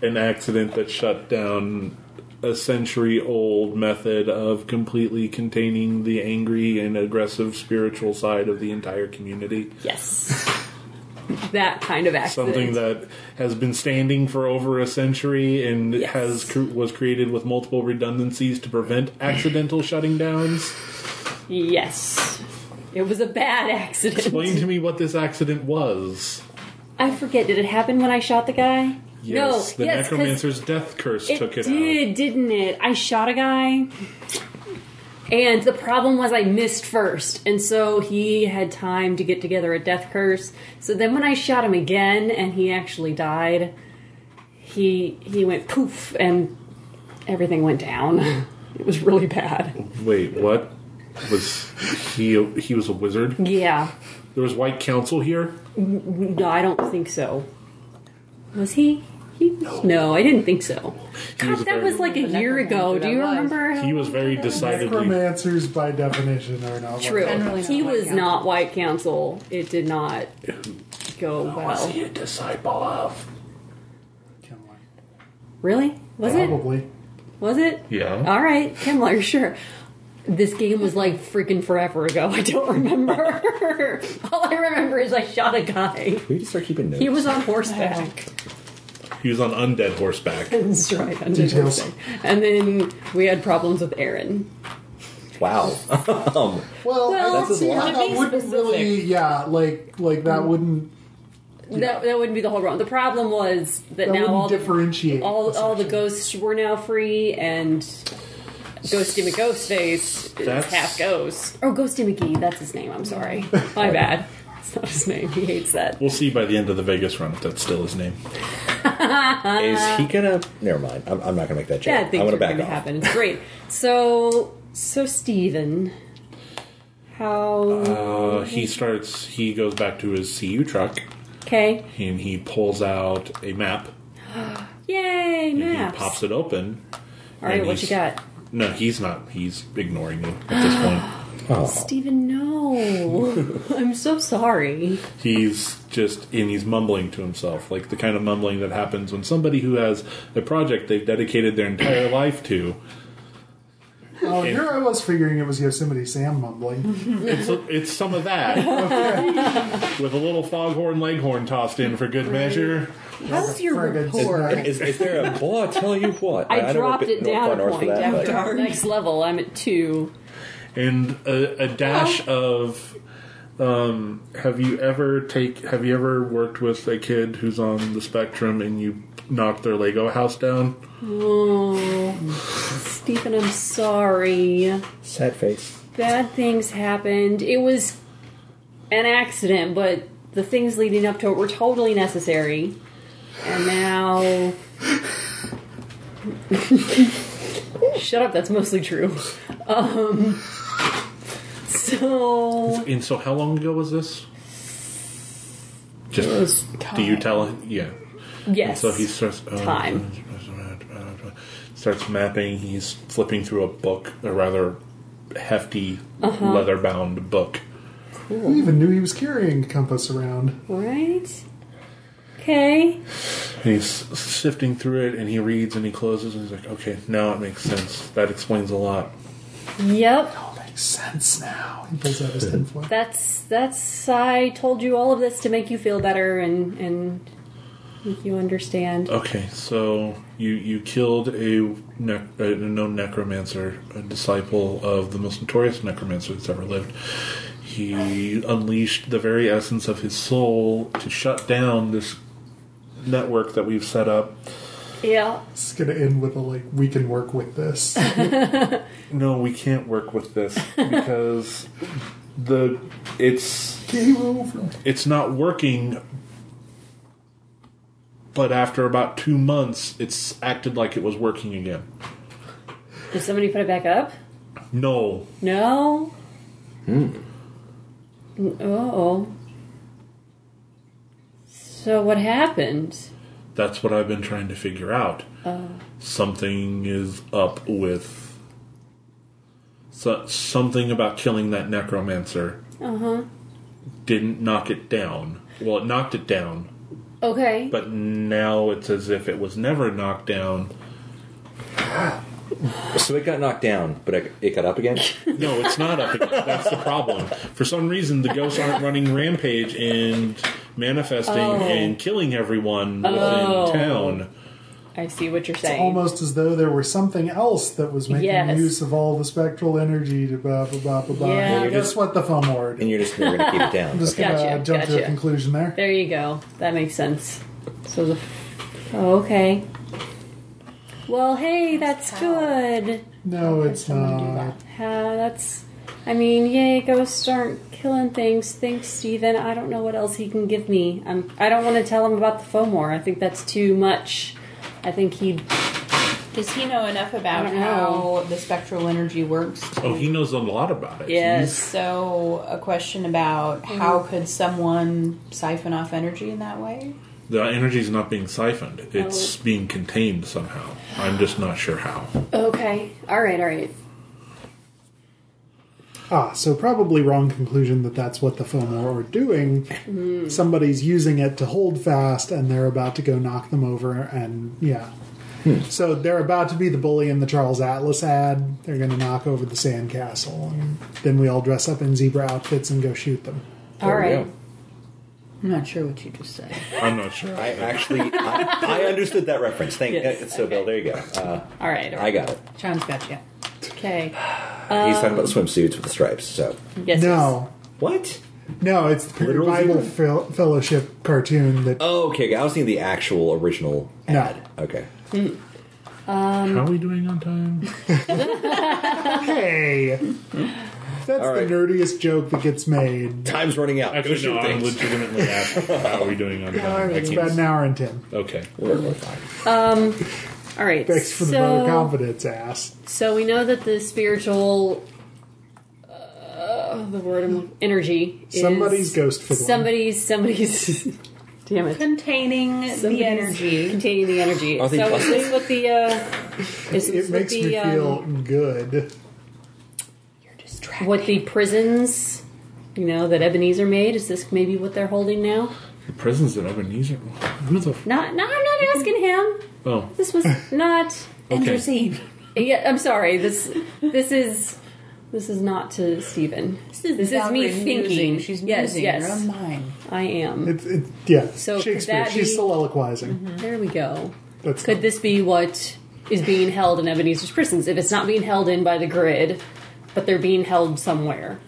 [SPEAKER 1] an accident that shut down a century old method of completely containing the angry and aggressive spiritual side of the entire community.
[SPEAKER 5] Yes, that kind of accident.
[SPEAKER 1] Something that has been standing for over a century and
[SPEAKER 5] Yes.
[SPEAKER 1] has cr- was created with multiple redundancies to prevent accidental shutting downs.
[SPEAKER 5] yes, it was a bad accident.
[SPEAKER 1] Explain to me what this accident was.
[SPEAKER 5] I forget. Did it happen when I shot the guy?
[SPEAKER 1] Yes, the
[SPEAKER 5] no. yes, 'cause
[SPEAKER 1] necromancer's death curse
[SPEAKER 5] it
[SPEAKER 1] took it out.
[SPEAKER 5] did, didn't it? I shot a guy, and the problem was I missed first, and so he had time to get together a death curse. So then, when I shot him again, and he actually died, he he went poof, and everything went down. It was really bad.
[SPEAKER 1] Wait, what? Was he? He was a wizard.
[SPEAKER 5] Yeah.
[SPEAKER 1] There was white council here.
[SPEAKER 5] No, I don't think so. Was he? He no. I didn't think so.
[SPEAKER 1] He was
[SPEAKER 5] God, that
[SPEAKER 1] very-
[SPEAKER 5] was like a
[SPEAKER 2] The
[SPEAKER 5] year ago.
[SPEAKER 2] necromancer
[SPEAKER 5] Do you
[SPEAKER 2] that was.
[SPEAKER 5] remember?
[SPEAKER 1] He was very decidedly.
[SPEAKER 4] Necromancers, by definition, are not
[SPEAKER 5] True.
[SPEAKER 2] Generally not
[SPEAKER 5] he
[SPEAKER 2] White
[SPEAKER 5] was
[SPEAKER 2] Council.
[SPEAKER 5] not White Council. It did not go
[SPEAKER 1] Oh,
[SPEAKER 5] well.
[SPEAKER 1] a disciple of?
[SPEAKER 4] Like
[SPEAKER 5] Really? Was it?
[SPEAKER 4] Probably.
[SPEAKER 5] Was it?
[SPEAKER 1] Yeah.
[SPEAKER 5] All right, Kimler, sure. This game was like freaking forever ago. I don't remember. All I remember is I shot a guy.
[SPEAKER 3] We need to start keeping notes.
[SPEAKER 5] He was on horseback.
[SPEAKER 1] He was on undead horseback.
[SPEAKER 5] That's right, on
[SPEAKER 4] Details.
[SPEAKER 5] horseback. And then we had problems with Aaron.
[SPEAKER 3] wow.
[SPEAKER 5] Uh,
[SPEAKER 3] um,
[SPEAKER 4] Well,
[SPEAKER 5] Well,
[SPEAKER 4] I don't see
[SPEAKER 5] to
[SPEAKER 4] how
[SPEAKER 5] be Mm.
[SPEAKER 4] that wouldn't really. Yeah, like like that wouldn't
[SPEAKER 5] That, that wouldn't be the whole problem. The problem was that,
[SPEAKER 4] that
[SPEAKER 5] now all
[SPEAKER 4] wouldn't
[SPEAKER 5] the
[SPEAKER 4] differentiate.
[SPEAKER 5] all, all the ghosts were now free, and Ghosty McGhostface is
[SPEAKER 1] That's-
[SPEAKER 5] half ghost. Oh, Ghosty McGee, that's his name. I'm sorry. My bad. It's not his name. He hates that.
[SPEAKER 1] We'll see by the end of the Vegas run if that's still his name.
[SPEAKER 3] is he gonna? Never mind. I'm, I'm not gonna make that joke.
[SPEAKER 5] Bad
[SPEAKER 3] I'm
[SPEAKER 5] things
[SPEAKER 3] gonna
[SPEAKER 5] are
[SPEAKER 3] back
[SPEAKER 5] going to
[SPEAKER 3] off.
[SPEAKER 5] happen. It's great. So, so Steven, how?
[SPEAKER 1] Uh, he starts. He goes back to his CU truck
[SPEAKER 5] Okay.
[SPEAKER 1] and he pulls out a map.
[SPEAKER 5] Yay,
[SPEAKER 1] and
[SPEAKER 5] maps.
[SPEAKER 1] He pops it open.
[SPEAKER 5] All right,
[SPEAKER 1] and
[SPEAKER 5] what you
[SPEAKER 1] he's-
[SPEAKER 5] got?
[SPEAKER 1] No, he's not. He's ignoring you at this point.
[SPEAKER 5] Steven, no. I'm so sorry.
[SPEAKER 1] He's just and he's mumbling to himself, like the kind of mumbling that happens when somebody who has a project they've dedicated their entire life to.
[SPEAKER 4] oh, here I was figuring it was Yosemite Sam mumbling.
[SPEAKER 1] It's it's some of that with a little foghorn leghorn tossed in for good measure.
[SPEAKER 5] How's your
[SPEAKER 4] Friggin'
[SPEAKER 5] rapport?
[SPEAKER 3] Is, is there a boy? I tell you what.
[SPEAKER 5] I,
[SPEAKER 3] know we're a
[SPEAKER 5] dropped
[SPEAKER 3] bit
[SPEAKER 5] it
[SPEAKER 3] north
[SPEAKER 5] down
[SPEAKER 3] by
[SPEAKER 5] a
[SPEAKER 3] north for
[SPEAKER 5] point
[SPEAKER 3] that, but-
[SPEAKER 5] after our next level. I'm at two.
[SPEAKER 1] and a, a dash of um, have you ever take have you ever worked with a kid who's on the spectrum and you knock their lego house down
[SPEAKER 5] Oh, Stephen, I'm sorry.
[SPEAKER 3] Sad face.
[SPEAKER 5] Bad things happened. It was an accident, but the things leading up to it were totally necessary. And now. Shut up, that's mostly true. Um, so.
[SPEAKER 1] and so how long ago was this just do you tell him yeah
[SPEAKER 5] Yes.
[SPEAKER 1] so he starts oh,
[SPEAKER 5] Time.
[SPEAKER 1] starts mapping he's flipping through a book a rather hefty leather bound book
[SPEAKER 4] Who even knew he was carrying a compass around?
[SPEAKER 5] Right? Okay.
[SPEAKER 1] And he's sifting through it, and he reads, and he closes, and he's like, "Okay, now it makes sense. That explains a lot."
[SPEAKER 5] Yep.
[SPEAKER 4] All makes sense now. He pulls out his tinfoil.
[SPEAKER 5] That's that's I told you all of this to make you feel better and and make you understand.
[SPEAKER 1] Okay, so you you killed a, nec- a known necromancer, a disciple of the most notorious necromancer that's ever lived. He unleashed the very essence of his soul to shut down this network that we've set up.
[SPEAKER 5] Yeah.
[SPEAKER 4] It's gonna end with a like we can work with this.
[SPEAKER 1] No, we can't work with this because the it's
[SPEAKER 4] Game over.
[SPEAKER 1] it's not working but after about two months it's acted like it was working again
[SPEAKER 5] Did somebody put it back up?
[SPEAKER 1] no
[SPEAKER 5] No. Hmm. Oh. So what happened?
[SPEAKER 1] that's what i've been trying to figure out
[SPEAKER 5] Oh.
[SPEAKER 1] something is up with so, something about killing that necromancer uh-huh didn't knock it down Well, it knocked it down,
[SPEAKER 5] Okay.
[SPEAKER 1] but now it's as if it was never knocked down.
[SPEAKER 3] So it got knocked down, but it, it got up again.
[SPEAKER 1] No, it's not up again. That's the problem. For some reason, the ghosts aren't running rampage and manifesting
[SPEAKER 5] Oh.
[SPEAKER 1] and killing everyone within
[SPEAKER 5] Oh.
[SPEAKER 1] town.
[SPEAKER 5] I see what you're
[SPEAKER 4] It's
[SPEAKER 5] saying.
[SPEAKER 4] almost as though there was something else that was making
[SPEAKER 5] Yes.
[SPEAKER 4] use of all the spectral energy to blah blah blah blah blah.
[SPEAKER 5] Yeah,
[SPEAKER 4] Guess
[SPEAKER 3] that's-
[SPEAKER 4] what the fun word.
[SPEAKER 3] And you're just you're gonna keep it down.
[SPEAKER 4] I'm just
[SPEAKER 5] Gotcha,
[SPEAKER 4] gonna jump to
[SPEAKER 5] gotcha.
[SPEAKER 4] a conclusion there.
[SPEAKER 5] There you go. That makes sense. So the. Oh, okay. Well, hey, that's good.
[SPEAKER 4] No, it's not.
[SPEAKER 5] Uh, that's. I mean, yay, ghosts aren't killing things. Thanks, Steven. I don't know what else he can give me. I'm, I don't want to tell him about the Fomor. I think that's too much. I think he'd.
[SPEAKER 2] Does he know enough
[SPEAKER 5] I
[SPEAKER 2] about
[SPEAKER 5] don't know.
[SPEAKER 2] how the spectral energy works?
[SPEAKER 1] Oh, he knows a lot about it.
[SPEAKER 5] Yes.
[SPEAKER 2] So, a question about how could someone siphon off energy in that way?
[SPEAKER 1] The energy's not being siphoned. It's being contained somehow. I'm just not sure how.
[SPEAKER 5] Okay. All right, all right.
[SPEAKER 4] Ah, so probably wrong conclusion that that's what the Fomor are doing. Somebody's using it to hold fast, and they're about to go knock them over, and yeah.
[SPEAKER 3] Hmm.
[SPEAKER 4] So they're about to be the bully in the Charles Atlas ad. They're going to knock over the sandcastle, and then we all dress up in zebra outfits and go shoot them.
[SPEAKER 5] All
[SPEAKER 3] There we
[SPEAKER 5] right.
[SPEAKER 3] go.
[SPEAKER 2] I'm not sure what you just said.
[SPEAKER 1] I'm not sure.
[SPEAKER 3] I actually, I, I understood that reference. Thank
[SPEAKER 5] Yes.
[SPEAKER 3] uh, so, Bill. There you go. Uh,
[SPEAKER 5] All right. All
[SPEAKER 3] I
[SPEAKER 5] right.
[SPEAKER 3] got it.
[SPEAKER 2] Sean's got you.
[SPEAKER 5] Okay.
[SPEAKER 3] He's talking about the swimsuits with the stripes. So
[SPEAKER 5] Yes. yes.
[SPEAKER 4] No,
[SPEAKER 3] what?
[SPEAKER 4] no, it's the Pure
[SPEAKER 3] Literal
[SPEAKER 4] Bible
[SPEAKER 3] zebra?
[SPEAKER 4] Fel- Fellowship cartoon that
[SPEAKER 3] Oh, okay. I was thinking the actual original
[SPEAKER 4] No.
[SPEAKER 3] ad. Okay.
[SPEAKER 1] how are we doing on time?
[SPEAKER 4] Hey, that's
[SPEAKER 3] All right.
[SPEAKER 4] the nerdiest joke that gets made.
[SPEAKER 3] Time's running out. Go
[SPEAKER 1] Actually,
[SPEAKER 3] shoot
[SPEAKER 1] no, I'm
[SPEAKER 3] things.
[SPEAKER 1] legitimately asking how are we doing on time? I
[SPEAKER 4] It's
[SPEAKER 1] can't-
[SPEAKER 4] about an hour and ten.
[SPEAKER 1] Okay.
[SPEAKER 3] We're- we're fine.
[SPEAKER 5] All right.
[SPEAKER 4] Thanks for the
[SPEAKER 5] so,
[SPEAKER 4] vote of confidence, ass.
[SPEAKER 5] So we know that the spiritual, uh, the word I'm- energy. Is
[SPEAKER 4] Somebody's ghost fiddling.
[SPEAKER 5] Somebody's somebody's. damn it.
[SPEAKER 2] Containing
[SPEAKER 5] Somebody's
[SPEAKER 2] the energy.
[SPEAKER 5] containing the energy.
[SPEAKER 3] Are they
[SPEAKER 5] so is
[SPEAKER 3] busted?
[SPEAKER 5] this what the? Uh, is this
[SPEAKER 4] It
[SPEAKER 5] what
[SPEAKER 4] makes
[SPEAKER 5] the,
[SPEAKER 4] me
[SPEAKER 5] um,
[SPEAKER 4] feel good.
[SPEAKER 5] what the prisons? You know that Ebenezer made. Is this maybe what they're holding now?
[SPEAKER 1] The prisons that Ebenezer. Who the. F-
[SPEAKER 5] Not. No, I'm not asking him.
[SPEAKER 1] oh,
[SPEAKER 5] This was not.
[SPEAKER 1] okay.
[SPEAKER 5] Yeah, I'm sorry. This. This is. This is not to Stephen. This is, me
[SPEAKER 2] Valkyrie
[SPEAKER 5] thinking.
[SPEAKER 2] musing. She's
[SPEAKER 5] yes,
[SPEAKER 2] musing
[SPEAKER 5] yes.
[SPEAKER 2] her own mind.
[SPEAKER 5] I am.
[SPEAKER 4] It's it, yeah.
[SPEAKER 5] So could
[SPEAKER 4] Shakespeare.
[SPEAKER 5] that
[SPEAKER 4] She's
[SPEAKER 5] be- Mm-hmm.
[SPEAKER 4] soliloquizing.
[SPEAKER 5] There we go.
[SPEAKER 4] That's
[SPEAKER 5] Could this be what is being held in Ebenezer's prisons? If it's not being held in by the grid, but they're being held somewhere,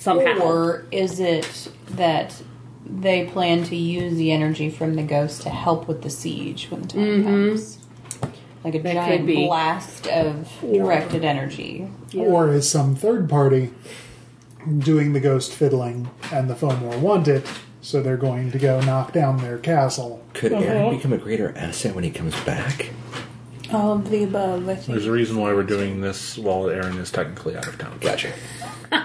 [SPEAKER 5] somehow.
[SPEAKER 2] Or is it that they plan to use the energy from the ghost to help with the siege when the time comes? Like a
[SPEAKER 5] could
[SPEAKER 2] giant
[SPEAKER 5] be.
[SPEAKER 2] blast of directed energy.
[SPEAKER 4] or is some third party doing the ghost fiddling, and the Fomor want it, so they're going to go knock down their castle.
[SPEAKER 3] Could
[SPEAKER 1] Uh-huh.
[SPEAKER 3] Aaron become a greater asset when he comes back?
[SPEAKER 2] All of the above, I think.
[SPEAKER 1] There's a reason why we're doing this while Aaron is technically out of town.
[SPEAKER 3] Gotcha.
[SPEAKER 1] So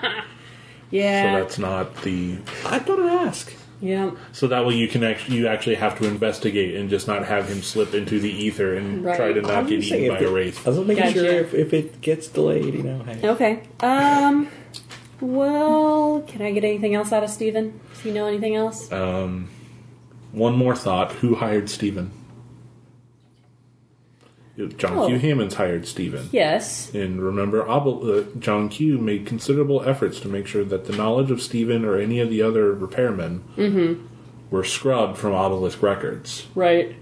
[SPEAKER 5] yeah,
[SPEAKER 1] that's not the.
[SPEAKER 3] I thought I'd ask.
[SPEAKER 5] yeah,
[SPEAKER 1] So that way you can actually you actually have to investigate and just not have him slip into the ether and
[SPEAKER 5] Right.
[SPEAKER 1] try to not
[SPEAKER 3] I'm
[SPEAKER 1] get
[SPEAKER 3] just saying
[SPEAKER 1] eaten by
[SPEAKER 3] if
[SPEAKER 1] a
[SPEAKER 3] it-
[SPEAKER 1] wraith.
[SPEAKER 3] I was making
[SPEAKER 5] Gotcha.
[SPEAKER 3] sure if, if it gets delayed, you know. Hey.
[SPEAKER 5] okay. Um, well, can I get anything else out of Steven? Does he know anything else?
[SPEAKER 1] Uh, One more thought: Who hired Stephen? John
[SPEAKER 5] Oh.
[SPEAKER 1] Q. Hammonds hired Stephen.
[SPEAKER 5] yes.
[SPEAKER 1] And remember, Obel- uh, John Q made considerable efforts to make sure that the knowledge of Stephen or any of the other repairmen were scrubbed from obelisk records
[SPEAKER 5] Right.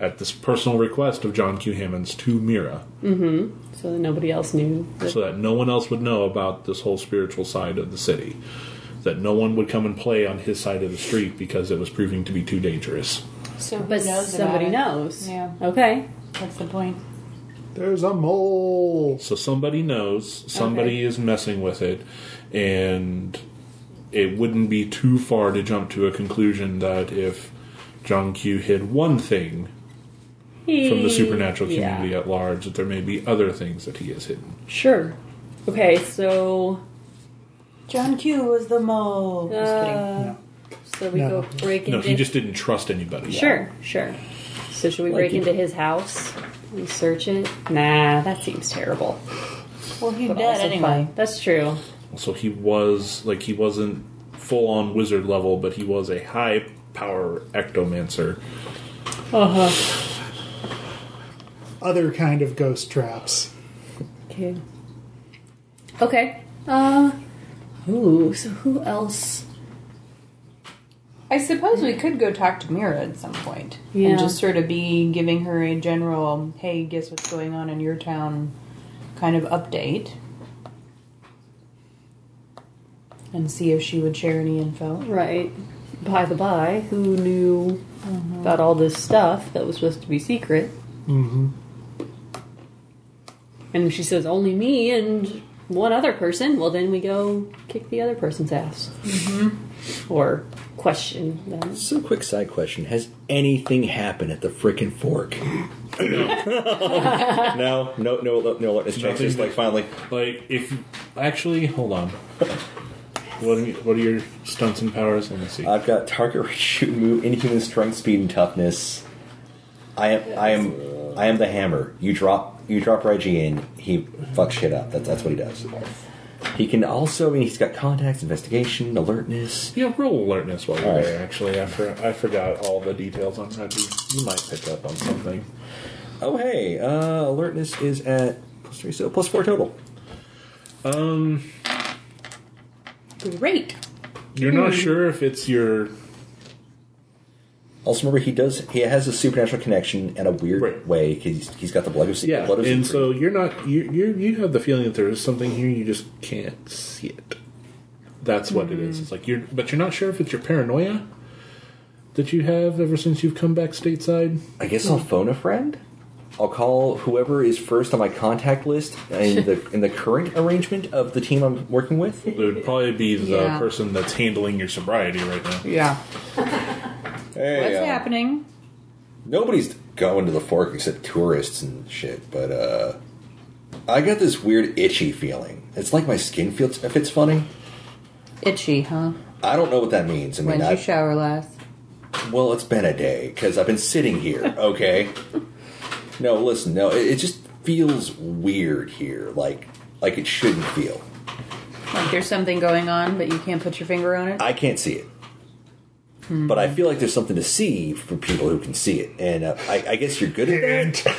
[SPEAKER 1] at this personal request of John Q. Hammonds to Mira,
[SPEAKER 5] So that nobody else knew.
[SPEAKER 1] so that no one else would know about this whole spiritual side of the city. That no one would come and play on his side of the street because it was proving to be too dangerous.
[SPEAKER 2] So who
[SPEAKER 5] but
[SPEAKER 2] knows
[SPEAKER 5] somebody
[SPEAKER 2] about it?
[SPEAKER 5] knows.
[SPEAKER 2] Yeah.
[SPEAKER 5] Okay.
[SPEAKER 2] That's the point.
[SPEAKER 4] There's a mole.
[SPEAKER 1] So somebody knows, somebody is messing with it, and it wouldn't be too far to jump to a conclusion that if John Q hid one thing from the supernatural
[SPEAKER 5] Yeah.
[SPEAKER 1] community at large, that there may be other things that he has hidden.
[SPEAKER 5] Sure. Okay. So.
[SPEAKER 2] John Q was the mole. Just kidding.
[SPEAKER 5] Uh, So we
[SPEAKER 4] No.
[SPEAKER 5] go break
[SPEAKER 1] No,
[SPEAKER 5] into
[SPEAKER 1] he just didn't trust anybody.
[SPEAKER 5] Sure, sure. So should we break
[SPEAKER 3] you.
[SPEAKER 5] into his house and search it? Nah, that seems terrible.
[SPEAKER 2] Well, he
[SPEAKER 5] But
[SPEAKER 2] did
[SPEAKER 5] also
[SPEAKER 2] anyway.
[SPEAKER 5] fun. That's true.
[SPEAKER 1] So he was like he wasn't full on wizard level, but he was a high power ectomancer.
[SPEAKER 4] Other kind of ghost traps.
[SPEAKER 5] Okay. Okay. Uh. Ooh. So who else?
[SPEAKER 2] I suppose we could go talk to Mira at some point
[SPEAKER 5] Yeah.
[SPEAKER 2] and just sort of be giving her a general, hey, guess what's going on in your town kind of update. And see if she would share any info.
[SPEAKER 5] Right. By the by, who knew about all this stuff that was supposed to be secret? Mm-hmm. And she says, only me and one other person. Well, then we go kick the other person's ass. Mm-hmm. Or question them.
[SPEAKER 11] So, quick side question: Has anything happened at the frickin' fork?
[SPEAKER 3] No, no, no, no, no alertness checks.
[SPEAKER 1] Nothing.
[SPEAKER 3] It's like finally,
[SPEAKER 1] Like if actually, hold on. What are, what are your stunts and powers? Let me see.
[SPEAKER 3] I've got target reach, shoot, and move, inhuman strength, speed, and toughness. I am, I am, I am the hammer. You drop, you drop Reggie in. He fucks shit up. That's that's what he does. He can also, I mean, he's got contacts, investigation, alertness.
[SPEAKER 1] yeah, roll alertness while you're
[SPEAKER 3] All right.
[SPEAKER 1] there. Actually, I, for, I forgot all the details on how to. You might pick up on something.
[SPEAKER 3] Oh hey, uh, alertness is at plus three, so plus four total.
[SPEAKER 2] Great!
[SPEAKER 1] You're not
[SPEAKER 3] Mm-hmm.
[SPEAKER 1] sure if it's your
[SPEAKER 3] Also remember, he does, he has a supernatural connection in a weird
[SPEAKER 1] Right.
[SPEAKER 3] way. He's he's got the blood of Se-
[SPEAKER 1] yeah,
[SPEAKER 3] blood of
[SPEAKER 1] and
[SPEAKER 3] Siegfried.
[SPEAKER 1] so you're not you you you have the feeling that there is something here you just can't see it. That's what it
[SPEAKER 3] Mm-hmm.
[SPEAKER 1] is. It's like you're, but you're not sure if it's your paranoia that you have ever since you've come back stateside.
[SPEAKER 3] I guess I'll phone a friend. I'll call whoever is first on my contact list in the in the current arrangement of the team I'm working with.
[SPEAKER 1] It would probably be the
[SPEAKER 2] Yeah.
[SPEAKER 1] person that's handling your sobriety right now.
[SPEAKER 2] Yeah.
[SPEAKER 3] Hey,
[SPEAKER 2] What's
[SPEAKER 3] uh,
[SPEAKER 2] happening?
[SPEAKER 3] Nobody's going to the fork except tourists and shit. But uh, I got this weird itchy feeling. It's like my skin feels if it's funny.
[SPEAKER 2] Itchy, huh?
[SPEAKER 3] I don't know what that means. I mean,
[SPEAKER 2] When'd you
[SPEAKER 3] I,
[SPEAKER 2] shower last?
[SPEAKER 3] Well, it's been a day because I've been sitting here. Okay. no, listen. No, it, it just feels weird here. Like like it shouldn't feel.
[SPEAKER 2] Like there's something going on, but you can't put your finger on it?
[SPEAKER 3] I can't see it. But I feel like there's something to see for people who can see it, and uh, I, I guess you're good at that.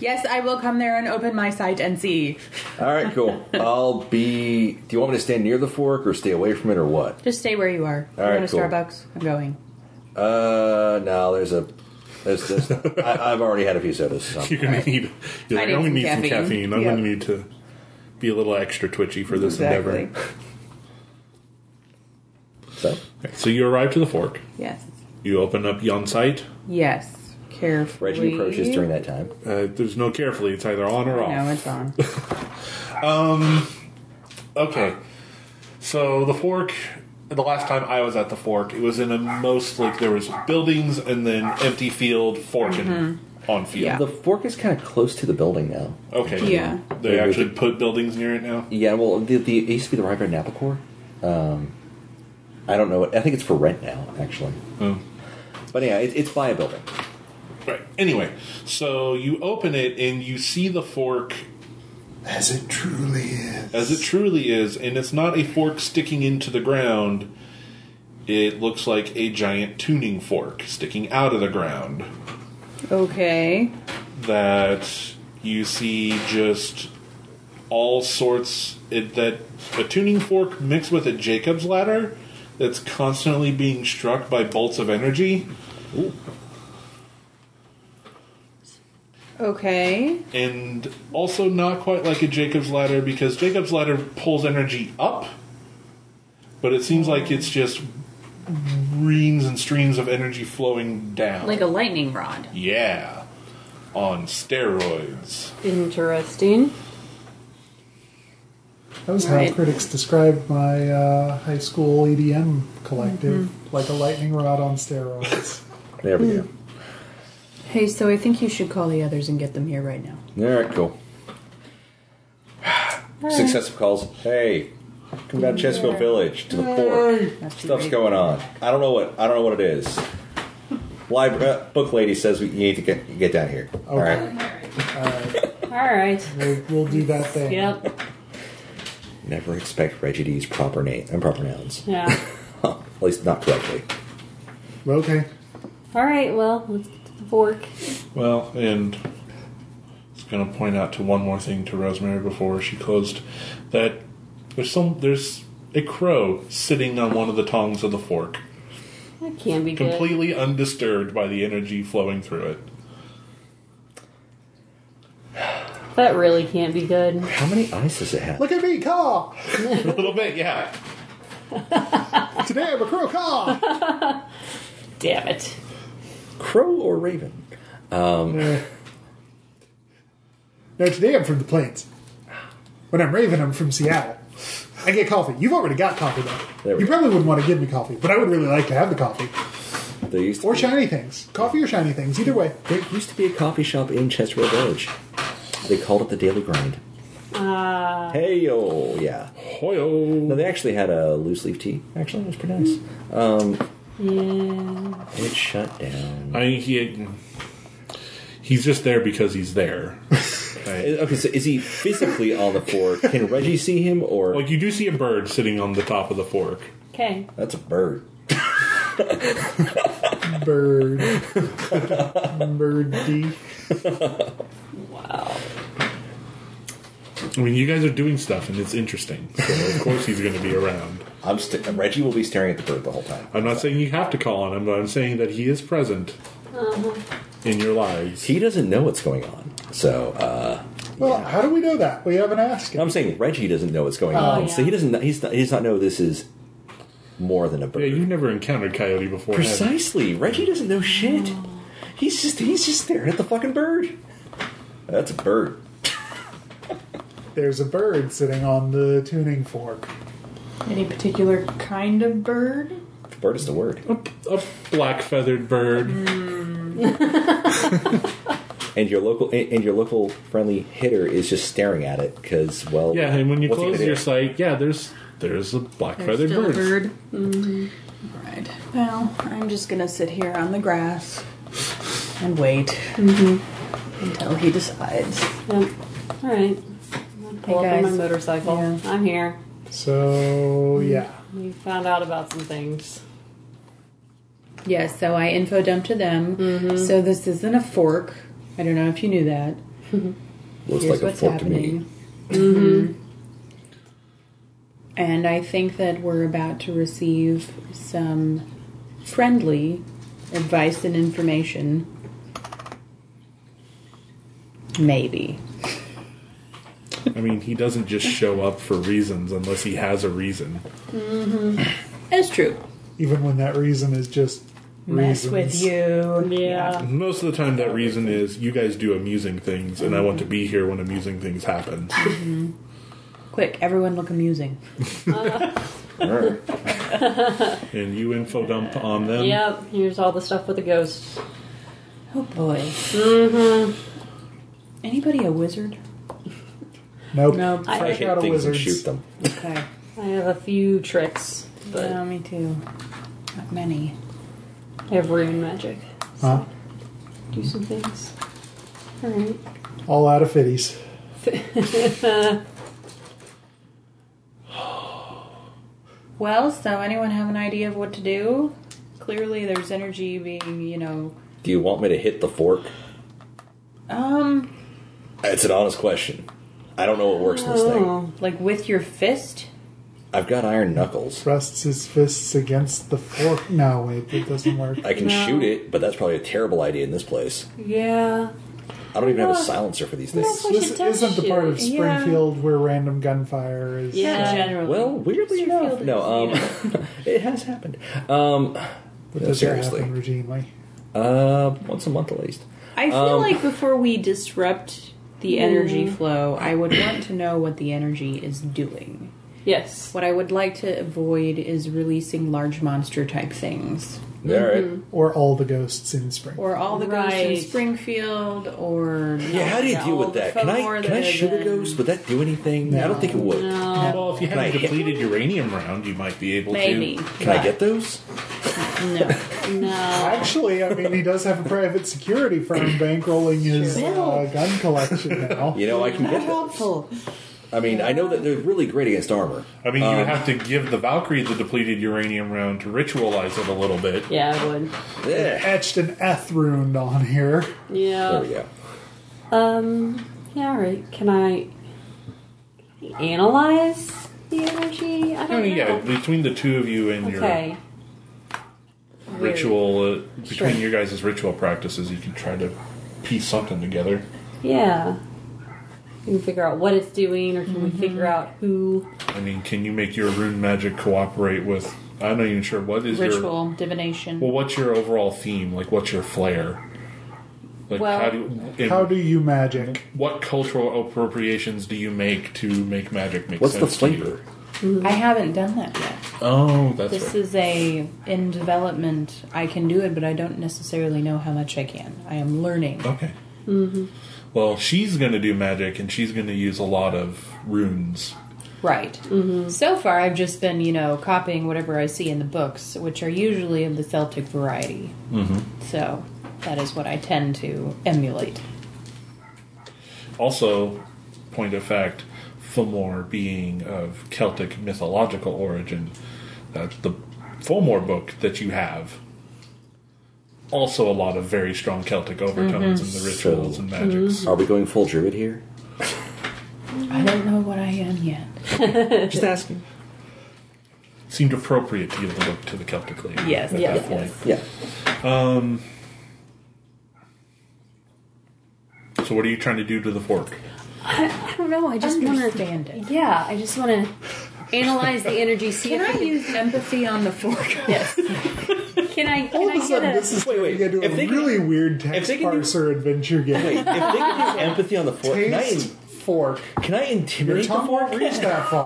[SPEAKER 2] yes, I will come there and open my sight and see.
[SPEAKER 3] All right, cool. I'll be. Do you want me to stand near the fork or stay away from it or what?
[SPEAKER 2] Just stay where you are.
[SPEAKER 3] All
[SPEAKER 2] you
[SPEAKER 3] right,
[SPEAKER 2] want to
[SPEAKER 3] cool.
[SPEAKER 2] Starbucks? I'm going.
[SPEAKER 3] Uh, no. There's a. There's. there's I, I've already had a few sodas. So.
[SPEAKER 1] You're gonna need. You're
[SPEAKER 2] I
[SPEAKER 1] like, I'm gonna
[SPEAKER 2] need some
[SPEAKER 1] need some
[SPEAKER 2] caffeine."
[SPEAKER 1] caffeine. I'm gonna
[SPEAKER 2] Yep.
[SPEAKER 1] need to be a little extra twitchy for this endeavor.
[SPEAKER 3] So,
[SPEAKER 1] So you arrive to the fork.
[SPEAKER 2] Yes.
[SPEAKER 1] You open up yon site.
[SPEAKER 2] Yes. Carefully.
[SPEAKER 3] Reggie approaches during that time.
[SPEAKER 1] Uh, there's no carefully. It's either on or off.
[SPEAKER 2] No, it's on.
[SPEAKER 1] Okay. So the fork. The last time I was at the fork, it was in a most like there was buildings and then empty field, fork and on field.
[SPEAKER 2] Mm-hmm. Yeah.
[SPEAKER 3] The fork is kind of close to the building now.
[SPEAKER 1] Okay.
[SPEAKER 2] Yeah.
[SPEAKER 1] They actually put buildings near it now.
[SPEAKER 3] Yeah, well, the, the it used to be the Rybrand Apple Corps. Um, I don't know. I think it's for rent now, actually. But yeah, it, it's by a building.
[SPEAKER 1] Right. Anyway, so you open it and you see the fork
[SPEAKER 4] As it truly is.
[SPEAKER 1] as it truly is, and it's not a fork sticking into the ground. It looks like a giant tuning fork sticking out of the ground
[SPEAKER 2] Okay.
[SPEAKER 1] that you see just all sorts it, that a tuning fork mixed with a Jacob's ladder that's constantly being struck by bolts of energy
[SPEAKER 2] Okay.
[SPEAKER 1] and also not quite like a Jacob's ladder because Jacob's ladder pulls energy up, but it seems like it's just reams and streams of energy flowing down.
[SPEAKER 2] Like a lightning rod.
[SPEAKER 1] yeah, on steroids.
[SPEAKER 5] Interesting.
[SPEAKER 4] That was
[SPEAKER 2] Right.
[SPEAKER 4] how critics described my uh, high school EDM collective,
[SPEAKER 5] Mm-hmm.
[SPEAKER 4] like a lightning rod on steroids.
[SPEAKER 3] There we go.
[SPEAKER 2] Hey, so I think you should call the others and get them here right now.
[SPEAKER 3] All right, cool. Successive calls. Hey, come down to Chesterfield Village to the fork.
[SPEAKER 2] too
[SPEAKER 3] Stuff's
[SPEAKER 2] big.
[SPEAKER 3] going on. I don't know what I don't know what it is. Libra uh, book lady says we, you need to get you get down here. All right.
[SPEAKER 5] All right.
[SPEAKER 4] we'll, we'll do that thing.
[SPEAKER 5] Yep.
[SPEAKER 3] Never expect Reggie to use proper name and proper nouns.
[SPEAKER 5] Yeah.
[SPEAKER 3] Huh, At least not correctly.
[SPEAKER 4] Okay.
[SPEAKER 5] All right. Well, let's get to the fork.
[SPEAKER 1] Well, and I was going to point out to one more thing to Rosemary before she closed that there's some there's a crow sitting on one of the tongs of the fork,
[SPEAKER 5] That can be good.
[SPEAKER 1] completely undisturbed by the energy flowing through it.
[SPEAKER 5] That really can't be good.
[SPEAKER 3] How many eyes does it have?
[SPEAKER 4] Look at me, car.
[SPEAKER 1] A little bit, yeah.
[SPEAKER 4] Today I'm a crow car.
[SPEAKER 5] Damn it.
[SPEAKER 3] Crow or raven?
[SPEAKER 4] Uh, no, today I'm from the plains. When I'm raving, I'm from Seattle. I get coffee. You've already got coffee,
[SPEAKER 3] There
[SPEAKER 4] though.
[SPEAKER 3] we
[SPEAKER 4] You
[SPEAKER 3] go.
[SPEAKER 4] probably wouldn't want to give me coffee, but I would really like to have the coffee.
[SPEAKER 3] There used to
[SPEAKER 4] Or
[SPEAKER 3] be,
[SPEAKER 4] shiny things. Coffee or shiny things, either way.
[SPEAKER 3] There used to be a coffee shop in Chesterfield Village. They called it the Daily Grind.
[SPEAKER 5] Uh,
[SPEAKER 3] Hey yo, yeah. No,
[SPEAKER 1] Hoyo.
[SPEAKER 3] they actually had a loose leaf tea. Actually, it was pretty nice. Um,
[SPEAKER 5] yeah.
[SPEAKER 3] It shut down.
[SPEAKER 1] I mean, he he's just there because he's there. Right.
[SPEAKER 3] Okay, so is he physically on the floor? Can Reggie see him, or
[SPEAKER 1] Like you do see a bird sitting on the top of the fork.
[SPEAKER 5] Okay.
[SPEAKER 3] that's a bird?
[SPEAKER 4] Bird. Birdie.
[SPEAKER 1] I mean, you guys are doing stuff, and it's interesting. So of course he's going to be around.
[SPEAKER 3] I'm st- Reggie will be staring at the bird the whole time.
[SPEAKER 1] I'm not saying you have to call on him, but I'm saying that he is present in your lives.
[SPEAKER 3] He doesn't know what's going on, so uh,
[SPEAKER 4] Well, how do we know that? We haven't asked him.
[SPEAKER 3] I'm saying Reggie doesn't know what's
[SPEAKER 2] Oh,
[SPEAKER 3] going on, so
[SPEAKER 5] yeah.
[SPEAKER 3] he doesn't. kn- He's not, he does not know this is more than a bird.
[SPEAKER 1] Yeah, you've never encountered Coyote before. have you?
[SPEAKER 3] Precisely. Reggie doesn't know shit. He's just he's just staring at the fucking bird. That's a bird.
[SPEAKER 4] There's a bird sitting on the tuning fork.
[SPEAKER 2] Any particular kind of bird?
[SPEAKER 3] Bird is the word.
[SPEAKER 1] A, a black feathered bird.
[SPEAKER 3] Mm-hmm. And your local and and your local friendly hitter is just staring at it because well
[SPEAKER 1] Yeah, and when you
[SPEAKER 3] what's he
[SPEAKER 1] close
[SPEAKER 3] gonna
[SPEAKER 1] your
[SPEAKER 3] do?
[SPEAKER 1] sight, yeah, there's there's a black feathered
[SPEAKER 2] still a
[SPEAKER 1] bird.
[SPEAKER 2] bird. Right. Well, I'm just gonna sit here on the grass and wait until he decides.
[SPEAKER 5] Yep. All right. I'm pull
[SPEAKER 2] Hey,
[SPEAKER 5] up on
[SPEAKER 2] guys.
[SPEAKER 5] my motorcycle.
[SPEAKER 2] Yeah.
[SPEAKER 5] I'm here.
[SPEAKER 4] So, yeah.
[SPEAKER 5] We found out about some things.
[SPEAKER 2] Yeah, so I info dumped to them. So this isn't a fork. I don't know if you knew that.
[SPEAKER 3] Looks
[SPEAKER 2] Here's
[SPEAKER 3] like a
[SPEAKER 2] what's
[SPEAKER 3] fork to
[SPEAKER 2] happening.
[SPEAKER 3] me.
[SPEAKER 2] Mm-hmm. And I think that we're about to receive some friendly advice and information. Maybe.
[SPEAKER 1] I mean, he doesn't just show up for reasons unless he has a reason.
[SPEAKER 2] It's true.
[SPEAKER 4] Even when that reason is just
[SPEAKER 2] Mess
[SPEAKER 4] reasons.
[SPEAKER 2] with you.
[SPEAKER 7] Mm-hmm.
[SPEAKER 5] Yeah.
[SPEAKER 1] Most of the time, that reason is you guys do amusing things, and I want to be here when amusing things happen.
[SPEAKER 2] Quick, everyone look amusing.
[SPEAKER 3] Alright.
[SPEAKER 1] and you info dump on them.
[SPEAKER 5] Yep. Here's all the stuff with the ghosts.
[SPEAKER 2] Oh boy. Mm-hmm. Anybody a wizard?
[SPEAKER 4] Nope.
[SPEAKER 2] No.
[SPEAKER 3] I
[SPEAKER 5] I,
[SPEAKER 4] Fresh out
[SPEAKER 3] hit
[SPEAKER 4] of
[SPEAKER 3] things and
[SPEAKER 4] wizards.
[SPEAKER 3] shoot them.
[SPEAKER 2] Okay.
[SPEAKER 5] I have a few tricks, but
[SPEAKER 2] no, me too. Not many.
[SPEAKER 5] I have rune magic.
[SPEAKER 4] Huh?
[SPEAKER 5] Do some things. All right.
[SPEAKER 4] All out of fitties.
[SPEAKER 2] Well, so anyone have an idea of what to do? Clearly, there's energy being, you know.
[SPEAKER 3] Do you want me to hit the fork?
[SPEAKER 2] Um,
[SPEAKER 3] It's an honest question. I don't know what works in this thing.
[SPEAKER 5] Oh.
[SPEAKER 2] like with your fist?
[SPEAKER 3] I've got iron knuckles.
[SPEAKER 4] Thrusts his fists against the fork. No, wait, that doesn't work.
[SPEAKER 3] I can shoot it, but that's probably a terrible idea in this place.
[SPEAKER 5] Yeah.
[SPEAKER 3] I don't even have a
[SPEAKER 5] Well,
[SPEAKER 3] silencer for these things.
[SPEAKER 5] we
[SPEAKER 4] This
[SPEAKER 5] should touch
[SPEAKER 4] isn't the part of
[SPEAKER 5] you.
[SPEAKER 2] Yeah.
[SPEAKER 4] Springfield where random gunfire is.
[SPEAKER 5] Yeah.
[SPEAKER 2] generally.
[SPEAKER 3] Well, weirdly enough,
[SPEAKER 2] Chesterfield
[SPEAKER 3] no. Um,
[SPEAKER 2] is,
[SPEAKER 3] it has happened. Um,
[SPEAKER 4] But
[SPEAKER 3] no,
[SPEAKER 4] does that
[SPEAKER 3] seriously,
[SPEAKER 4] happen routinely?
[SPEAKER 3] uh, once a month at least.
[SPEAKER 2] I feel
[SPEAKER 3] um,
[SPEAKER 2] like before we disrupt the energy flow, I would want to know what the energy is doing.
[SPEAKER 5] Yes.
[SPEAKER 2] What I would like to avoid is releasing large monster type things.
[SPEAKER 3] All right.
[SPEAKER 4] Or all the ghosts in Springfield.
[SPEAKER 2] Or all the ghosts in
[SPEAKER 5] Right.
[SPEAKER 2] Springfield, or.
[SPEAKER 3] Yeah, how do you
[SPEAKER 2] all
[SPEAKER 3] deal with
[SPEAKER 2] the
[SPEAKER 3] that? Can I
[SPEAKER 2] folklore
[SPEAKER 3] can I
[SPEAKER 2] that is
[SPEAKER 3] shoot a
[SPEAKER 2] in-
[SPEAKER 3] ghost? Would that do anything? I don't think it would.
[SPEAKER 1] Well, if you had
[SPEAKER 3] Right.
[SPEAKER 1] a depleted uranium round, you might be able
[SPEAKER 2] Maybe.
[SPEAKER 1] to.
[SPEAKER 3] Can I get those?
[SPEAKER 2] No.
[SPEAKER 5] No.
[SPEAKER 4] Actually, I mean, he does have a private security firm bankrolling his uh, gun collection now.
[SPEAKER 3] You know, I can get those.
[SPEAKER 2] Helpful.
[SPEAKER 3] I
[SPEAKER 7] I mean, I know that they're really great against armor.
[SPEAKER 1] I mean, you would have to give the Valkyrie the depleted uranium round to ritualize it a little bit.
[SPEAKER 5] Yeah, I would.
[SPEAKER 7] Yeah.
[SPEAKER 4] Etched an eth rune on here.
[SPEAKER 7] There we
[SPEAKER 5] Yeah.
[SPEAKER 7] go.
[SPEAKER 5] Um. Yeah. All right. Can I analyze the energy? I
[SPEAKER 1] I
[SPEAKER 7] Oh,
[SPEAKER 5] don't
[SPEAKER 1] mean, yeah,
[SPEAKER 5] know.
[SPEAKER 1] between the two of you and
[SPEAKER 5] Okay.
[SPEAKER 1] your ritual, uh, between
[SPEAKER 5] Sure.
[SPEAKER 1] your guys' ritual practices, you can try to piece something together.
[SPEAKER 5] Yeah. We can figure out what it's doing, or can
[SPEAKER 2] Mm-hmm.
[SPEAKER 5] we figure out who?
[SPEAKER 1] I mean, can you make your rune magic cooperate with? I'm not even sure what is your.
[SPEAKER 2] Ritual, divination.
[SPEAKER 1] Well, what's your overall theme? Like, what's your flair? Like,
[SPEAKER 5] Well-
[SPEAKER 1] how do in,
[SPEAKER 4] How do you magic?
[SPEAKER 1] what cultural appropriations do you make to make magic make
[SPEAKER 3] What's the
[SPEAKER 1] sense to you?
[SPEAKER 3] flavor?
[SPEAKER 2] I haven't done that yet.
[SPEAKER 1] Oh, that's
[SPEAKER 2] This
[SPEAKER 1] right.
[SPEAKER 2] is a in development. I can do it, but I don't necessarily know how much I can. I am learning.
[SPEAKER 1] okay. Mm-hmm. Well, she's going to do magic, and she's going to use a lot of runes.
[SPEAKER 2] Right. So far, I've just been, you know, copying whatever I see in the books, which are usually of the Celtic variety. Mm-hmm. So that is what I tend to emulate.
[SPEAKER 1] Also, point of fact, Fomor being of Celtic mythological origin, that's the Fomor book that you have. Also, a lot of very strong Celtic overtones in the rituals and magics.
[SPEAKER 3] Are we going full druid here?
[SPEAKER 2] I don't know what I am yet.
[SPEAKER 3] Just asking.
[SPEAKER 1] Seemed appropriate to give the book to the Celtic lady.
[SPEAKER 2] Yes,
[SPEAKER 1] at
[SPEAKER 2] yes,
[SPEAKER 1] that point.
[SPEAKER 3] Yeah.
[SPEAKER 1] So, what are you trying to do to the fork?
[SPEAKER 5] I don't know. I just want to.
[SPEAKER 2] Understand it.
[SPEAKER 5] Yeah, I just want to analyze the energy. See
[SPEAKER 2] Can
[SPEAKER 5] if
[SPEAKER 2] I use empathy on the fork?
[SPEAKER 5] Yes. Can I? Can
[SPEAKER 4] All of a
[SPEAKER 5] I get
[SPEAKER 4] sudden, this
[SPEAKER 5] a?
[SPEAKER 4] is
[SPEAKER 7] Wait, wait.
[SPEAKER 4] turning into
[SPEAKER 7] If
[SPEAKER 4] a
[SPEAKER 7] they can-
[SPEAKER 4] really weird text
[SPEAKER 7] they can do-
[SPEAKER 4] parser adventure
[SPEAKER 7] Wait,
[SPEAKER 4] game.
[SPEAKER 7] if they can do empathy on the fork, can I,
[SPEAKER 4] Taste fork.
[SPEAKER 7] can I
[SPEAKER 4] Your
[SPEAKER 7] intimidate the
[SPEAKER 4] tongue
[SPEAKER 7] fork?
[SPEAKER 4] won't reach that far.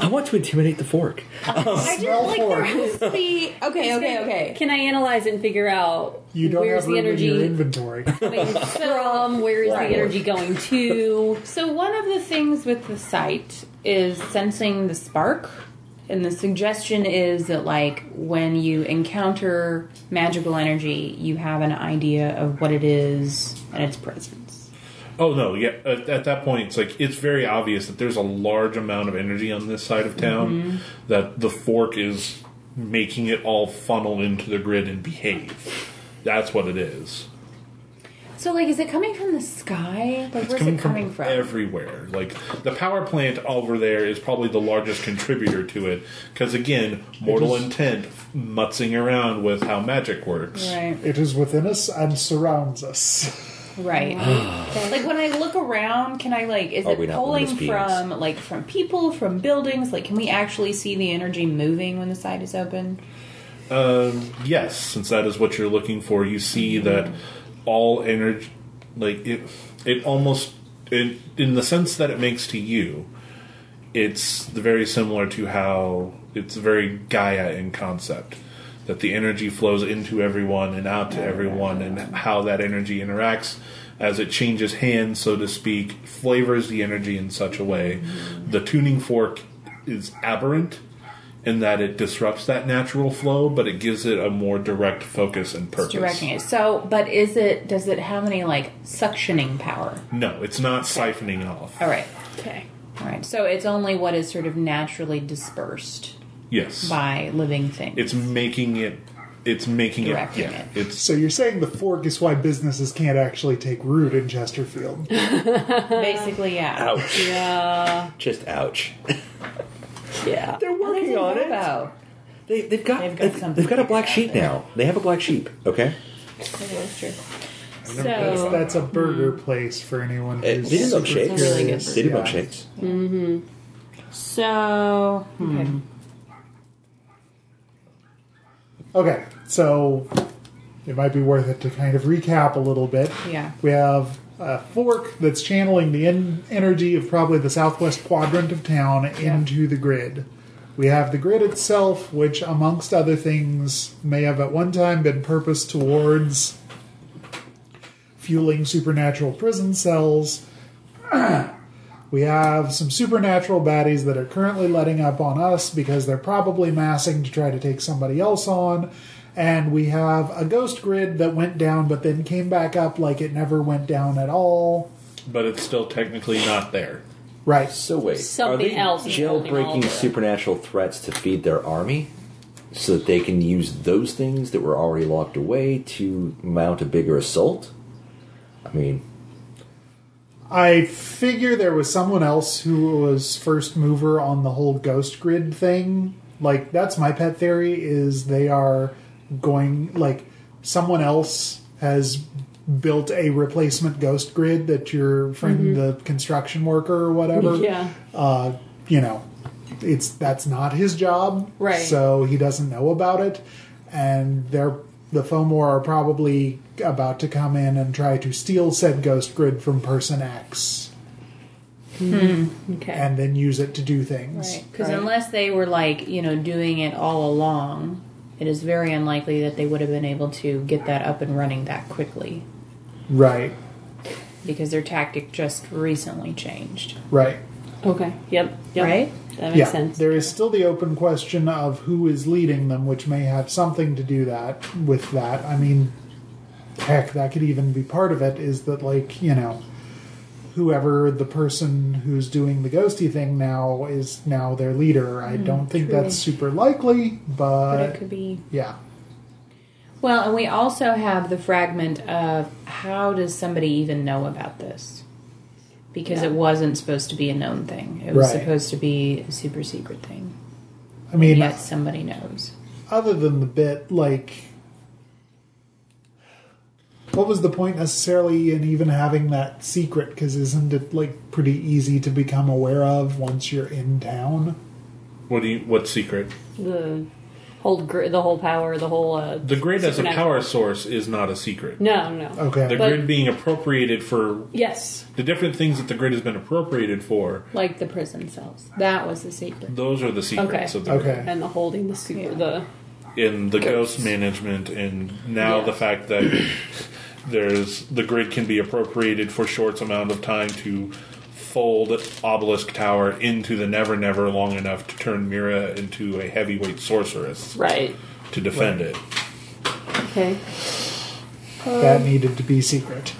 [SPEAKER 3] I want to intimidate the fork.
[SPEAKER 5] I just
[SPEAKER 4] Smell
[SPEAKER 5] like
[SPEAKER 4] for
[SPEAKER 5] there
[SPEAKER 4] it.
[SPEAKER 5] has to be.
[SPEAKER 2] Okay, okay, okay.
[SPEAKER 5] Can I analyze it and figure out
[SPEAKER 4] You don't
[SPEAKER 5] where's
[SPEAKER 4] have room
[SPEAKER 5] the
[SPEAKER 4] in your
[SPEAKER 5] energy
[SPEAKER 4] inventory.
[SPEAKER 5] coming from? Where is the energy going to?
[SPEAKER 2] So one of the things with the sight is sensing the spark, and the suggestion is that like when you encounter magical energy, you have an idea of what it is and its presence.
[SPEAKER 1] Oh no! Yeah, at, at that point, it's like it's very obvious that there's a large amount of energy on this side of town
[SPEAKER 2] Mm-hmm.
[SPEAKER 1] that the fork is making it all funnel into the grid and behave. That's what it is.
[SPEAKER 2] So like, is it coming from the sky? Like, where's it coming from?
[SPEAKER 1] everywhere. Like the power plant over there is probably the largest contributor to it because again, mortal intent, mutzing around with how magic works.
[SPEAKER 2] Right,
[SPEAKER 4] It is within us and surrounds us.
[SPEAKER 2] right. like when I look around, can I like? Is
[SPEAKER 3] Are we
[SPEAKER 2] it
[SPEAKER 3] not
[SPEAKER 2] pulling
[SPEAKER 3] luminous beings?
[SPEAKER 2] from like from people, from buildings? Like, can we actually see the energy moving when the site is open?
[SPEAKER 1] Um, yes, since that is what you're looking for, you see that all energy, like it, it almost, it, in the sense that it makes to you, it's very similar to how it's very Gaia in concept. That the energy flows into everyone and out to everyone, and how that energy interacts as it changes hands, so to speak, flavors the energy in such a way. The tuning fork is aberrant in that it disrupts that natural flow, but it gives it a more direct focus and purpose.
[SPEAKER 2] directing it. So, but is it? Does it have any like suctioning power?
[SPEAKER 1] No, it's not siphoning off.
[SPEAKER 2] All right,
[SPEAKER 5] Okay.
[SPEAKER 2] all right. So it's only what is sort of naturally dispersed
[SPEAKER 1] Yes,
[SPEAKER 2] by living things.
[SPEAKER 1] it's making it. It's making
[SPEAKER 2] Directing
[SPEAKER 1] it. Yeah,
[SPEAKER 2] it.
[SPEAKER 1] it's
[SPEAKER 4] So you're saying the fork is why businesses can't actually take root in Chesterfield.
[SPEAKER 2] basically yeah.
[SPEAKER 3] Ouch.
[SPEAKER 5] Yeah.
[SPEAKER 3] Just ouch.
[SPEAKER 5] Yeah.
[SPEAKER 3] They're
[SPEAKER 2] What is
[SPEAKER 3] working
[SPEAKER 2] it
[SPEAKER 3] on it.
[SPEAKER 2] about?
[SPEAKER 3] They, they've got
[SPEAKER 2] They've
[SPEAKER 3] they've got,
[SPEAKER 2] got
[SPEAKER 3] they've,
[SPEAKER 2] something
[SPEAKER 3] got a black
[SPEAKER 2] figured
[SPEAKER 3] sheep
[SPEAKER 2] out there.
[SPEAKER 3] now. They have a black sheep. Okay.
[SPEAKER 4] That's,
[SPEAKER 5] So
[SPEAKER 4] that's a burger place for anyone
[SPEAKER 3] Uh,
[SPEAKER 4] who's
[SPEAKER 3] they do
[SPEAKER 4] super
[SPEAKER 3] milkshakes.
[SPEAKER 5] really good
[SPEAKER 4] curious.
[SPEAKER 3] They do
[SPEAKER 4] Yeah.
[SPEAKER 3] milkshakes.
[SPEAKER 2] So hmm.
[SPEAKER 4] Okay, so it might be worth it to kind of recap a little bit.
[SPEAKER 2] Yeah.
[SPEAKER 4] We have a fork that's channeling the en- energy of probably the southwest quadrant of town into the grid. We have the grid itself, which, amongst other things, may have at one time been purposed towards fueling supernatural prison cells. We have some supernatural baddies that are currently letting up on us because they're probably massing to try to take somebody else on. And we have a ghost grid that went down but then came back up like it never went down at all.
[SPEAKER 1] but it's still technically not there.
[SPEAKER 4] Right.
[SPEAKER 3] So wait,
[SPEAKER 5] Something
[SPEAKER 3] are they
[SPEAKER 5] else is holding all
[SPEAKER 3] jailbreaking
[SPEAKER 5] the-
[SPEAKER 3] supernatural threats to feed their army, so that they can use those things that were already locked away to mount a bigger assault? I mean,
[SPEAKER 4] I figure there was someone else who was first mover on the whole ghost grid thing. Like that's my pet theory is they are going like someone else has built a replacement ghost grid that your friend the construction worker or whatever
[SPEAKER 5] Yeah.
[SPEAKER 4] uh, you know, it's that's not his job,
[SPEAKER 5] Right.
[SPEAKER 4] So he doesn't know about it, and they're the Fomor are probably about to come in and try to steal said ghost grid from person X,
[SPEAKER 5] Hmm. Okay.
[SPEAKER 4] and then use it to do things.
[SPEAKER 2] Right. Because unless they were like you know doing it all along, it is very unlikely that they would have been able to get that up and running that quickly
[SPEAKER 4] Right,
[SPEAKER 2] because their tactic just recently changed.
[SPEAKER 4] right.
[SPEAKER 5] Okay. Yep. yep.
[SPEAKER 2] Right?
[SPEAKER 5] That makes
[SPEAKER 4] yeah,
[SPEAKER 5] sense.
[SPEAKER 4] there is still the open question of who is leading them, which may have something to do that with that. I mean, heck, that could even be part of it. Is that like you know, whoever the person who's doing the ghosty thing now is now their leader. I don't think that's super likely,
[SPEAKER 2] Hmm, But
[SPEAKER 4] but,
[SPEAKER 2] it could be
[SPEAKER 4] yeah,
[SPEAKER 2] Well, and we also have the fragment of how does somebody even know about this? Because it wasn't supposed to be a known thing. It was
[SPEAKER 4] Right.
[SPEAKER 2] supposed to be a super secret thing.
[SPEAKER 4] I mean,
[SPEAKER 2] Yet somebody knows.
[SPEAKER 4] other than the bit like what was the point necessarily in even having that secret because isn't it like pretty easy to become aware of once you're in town
[SPEAKER 1] What do you? What secret?
[SPEAKER 5] The whole gr- the whole power, the whole uh,
[SPEAKER 1] The grid as a
[SPEAKER 5] supernatural-
[SPEAKER 1] power source is not a secret.
[SPEAKER 5] No, no. no.
[SPEAKER 4] okay
[SPEAKER 1] The
[SPEAKER 5] But-
[SPEAKER 1] grid being appropriated for
[SPEAKER 5] Yes,
[SPEAKER 1] the different things that the grid has been appropriated for.
[SPEAKER 5] like the prison cells
[SPEAKER 2] That was the secret.
[SPEAKER 1] Those are the secrets
[SPEAKER 5] Okay.
[SPEAKER 1] of the
[SPEAKER 4] okay
[SPEAKER 5] and the holding the super
[SPEAKER 2] Yeah.
[SPEAKER 5] the
[SPEAKER 1] grid. In the ghost management, and now
[SPEAKER 5] Yeah.
[SPEAKER 1] the fact that there's the grid can be appropriated for short amount of time to fold obelisk tower into the never never long enough to turn mira into a heavyweight sorceress
[SPEAKER 5] right.
[SPEAKER 1] to defend it
[SPEAKER 5] Okay.
[SPEAKER 4] that needed to be secret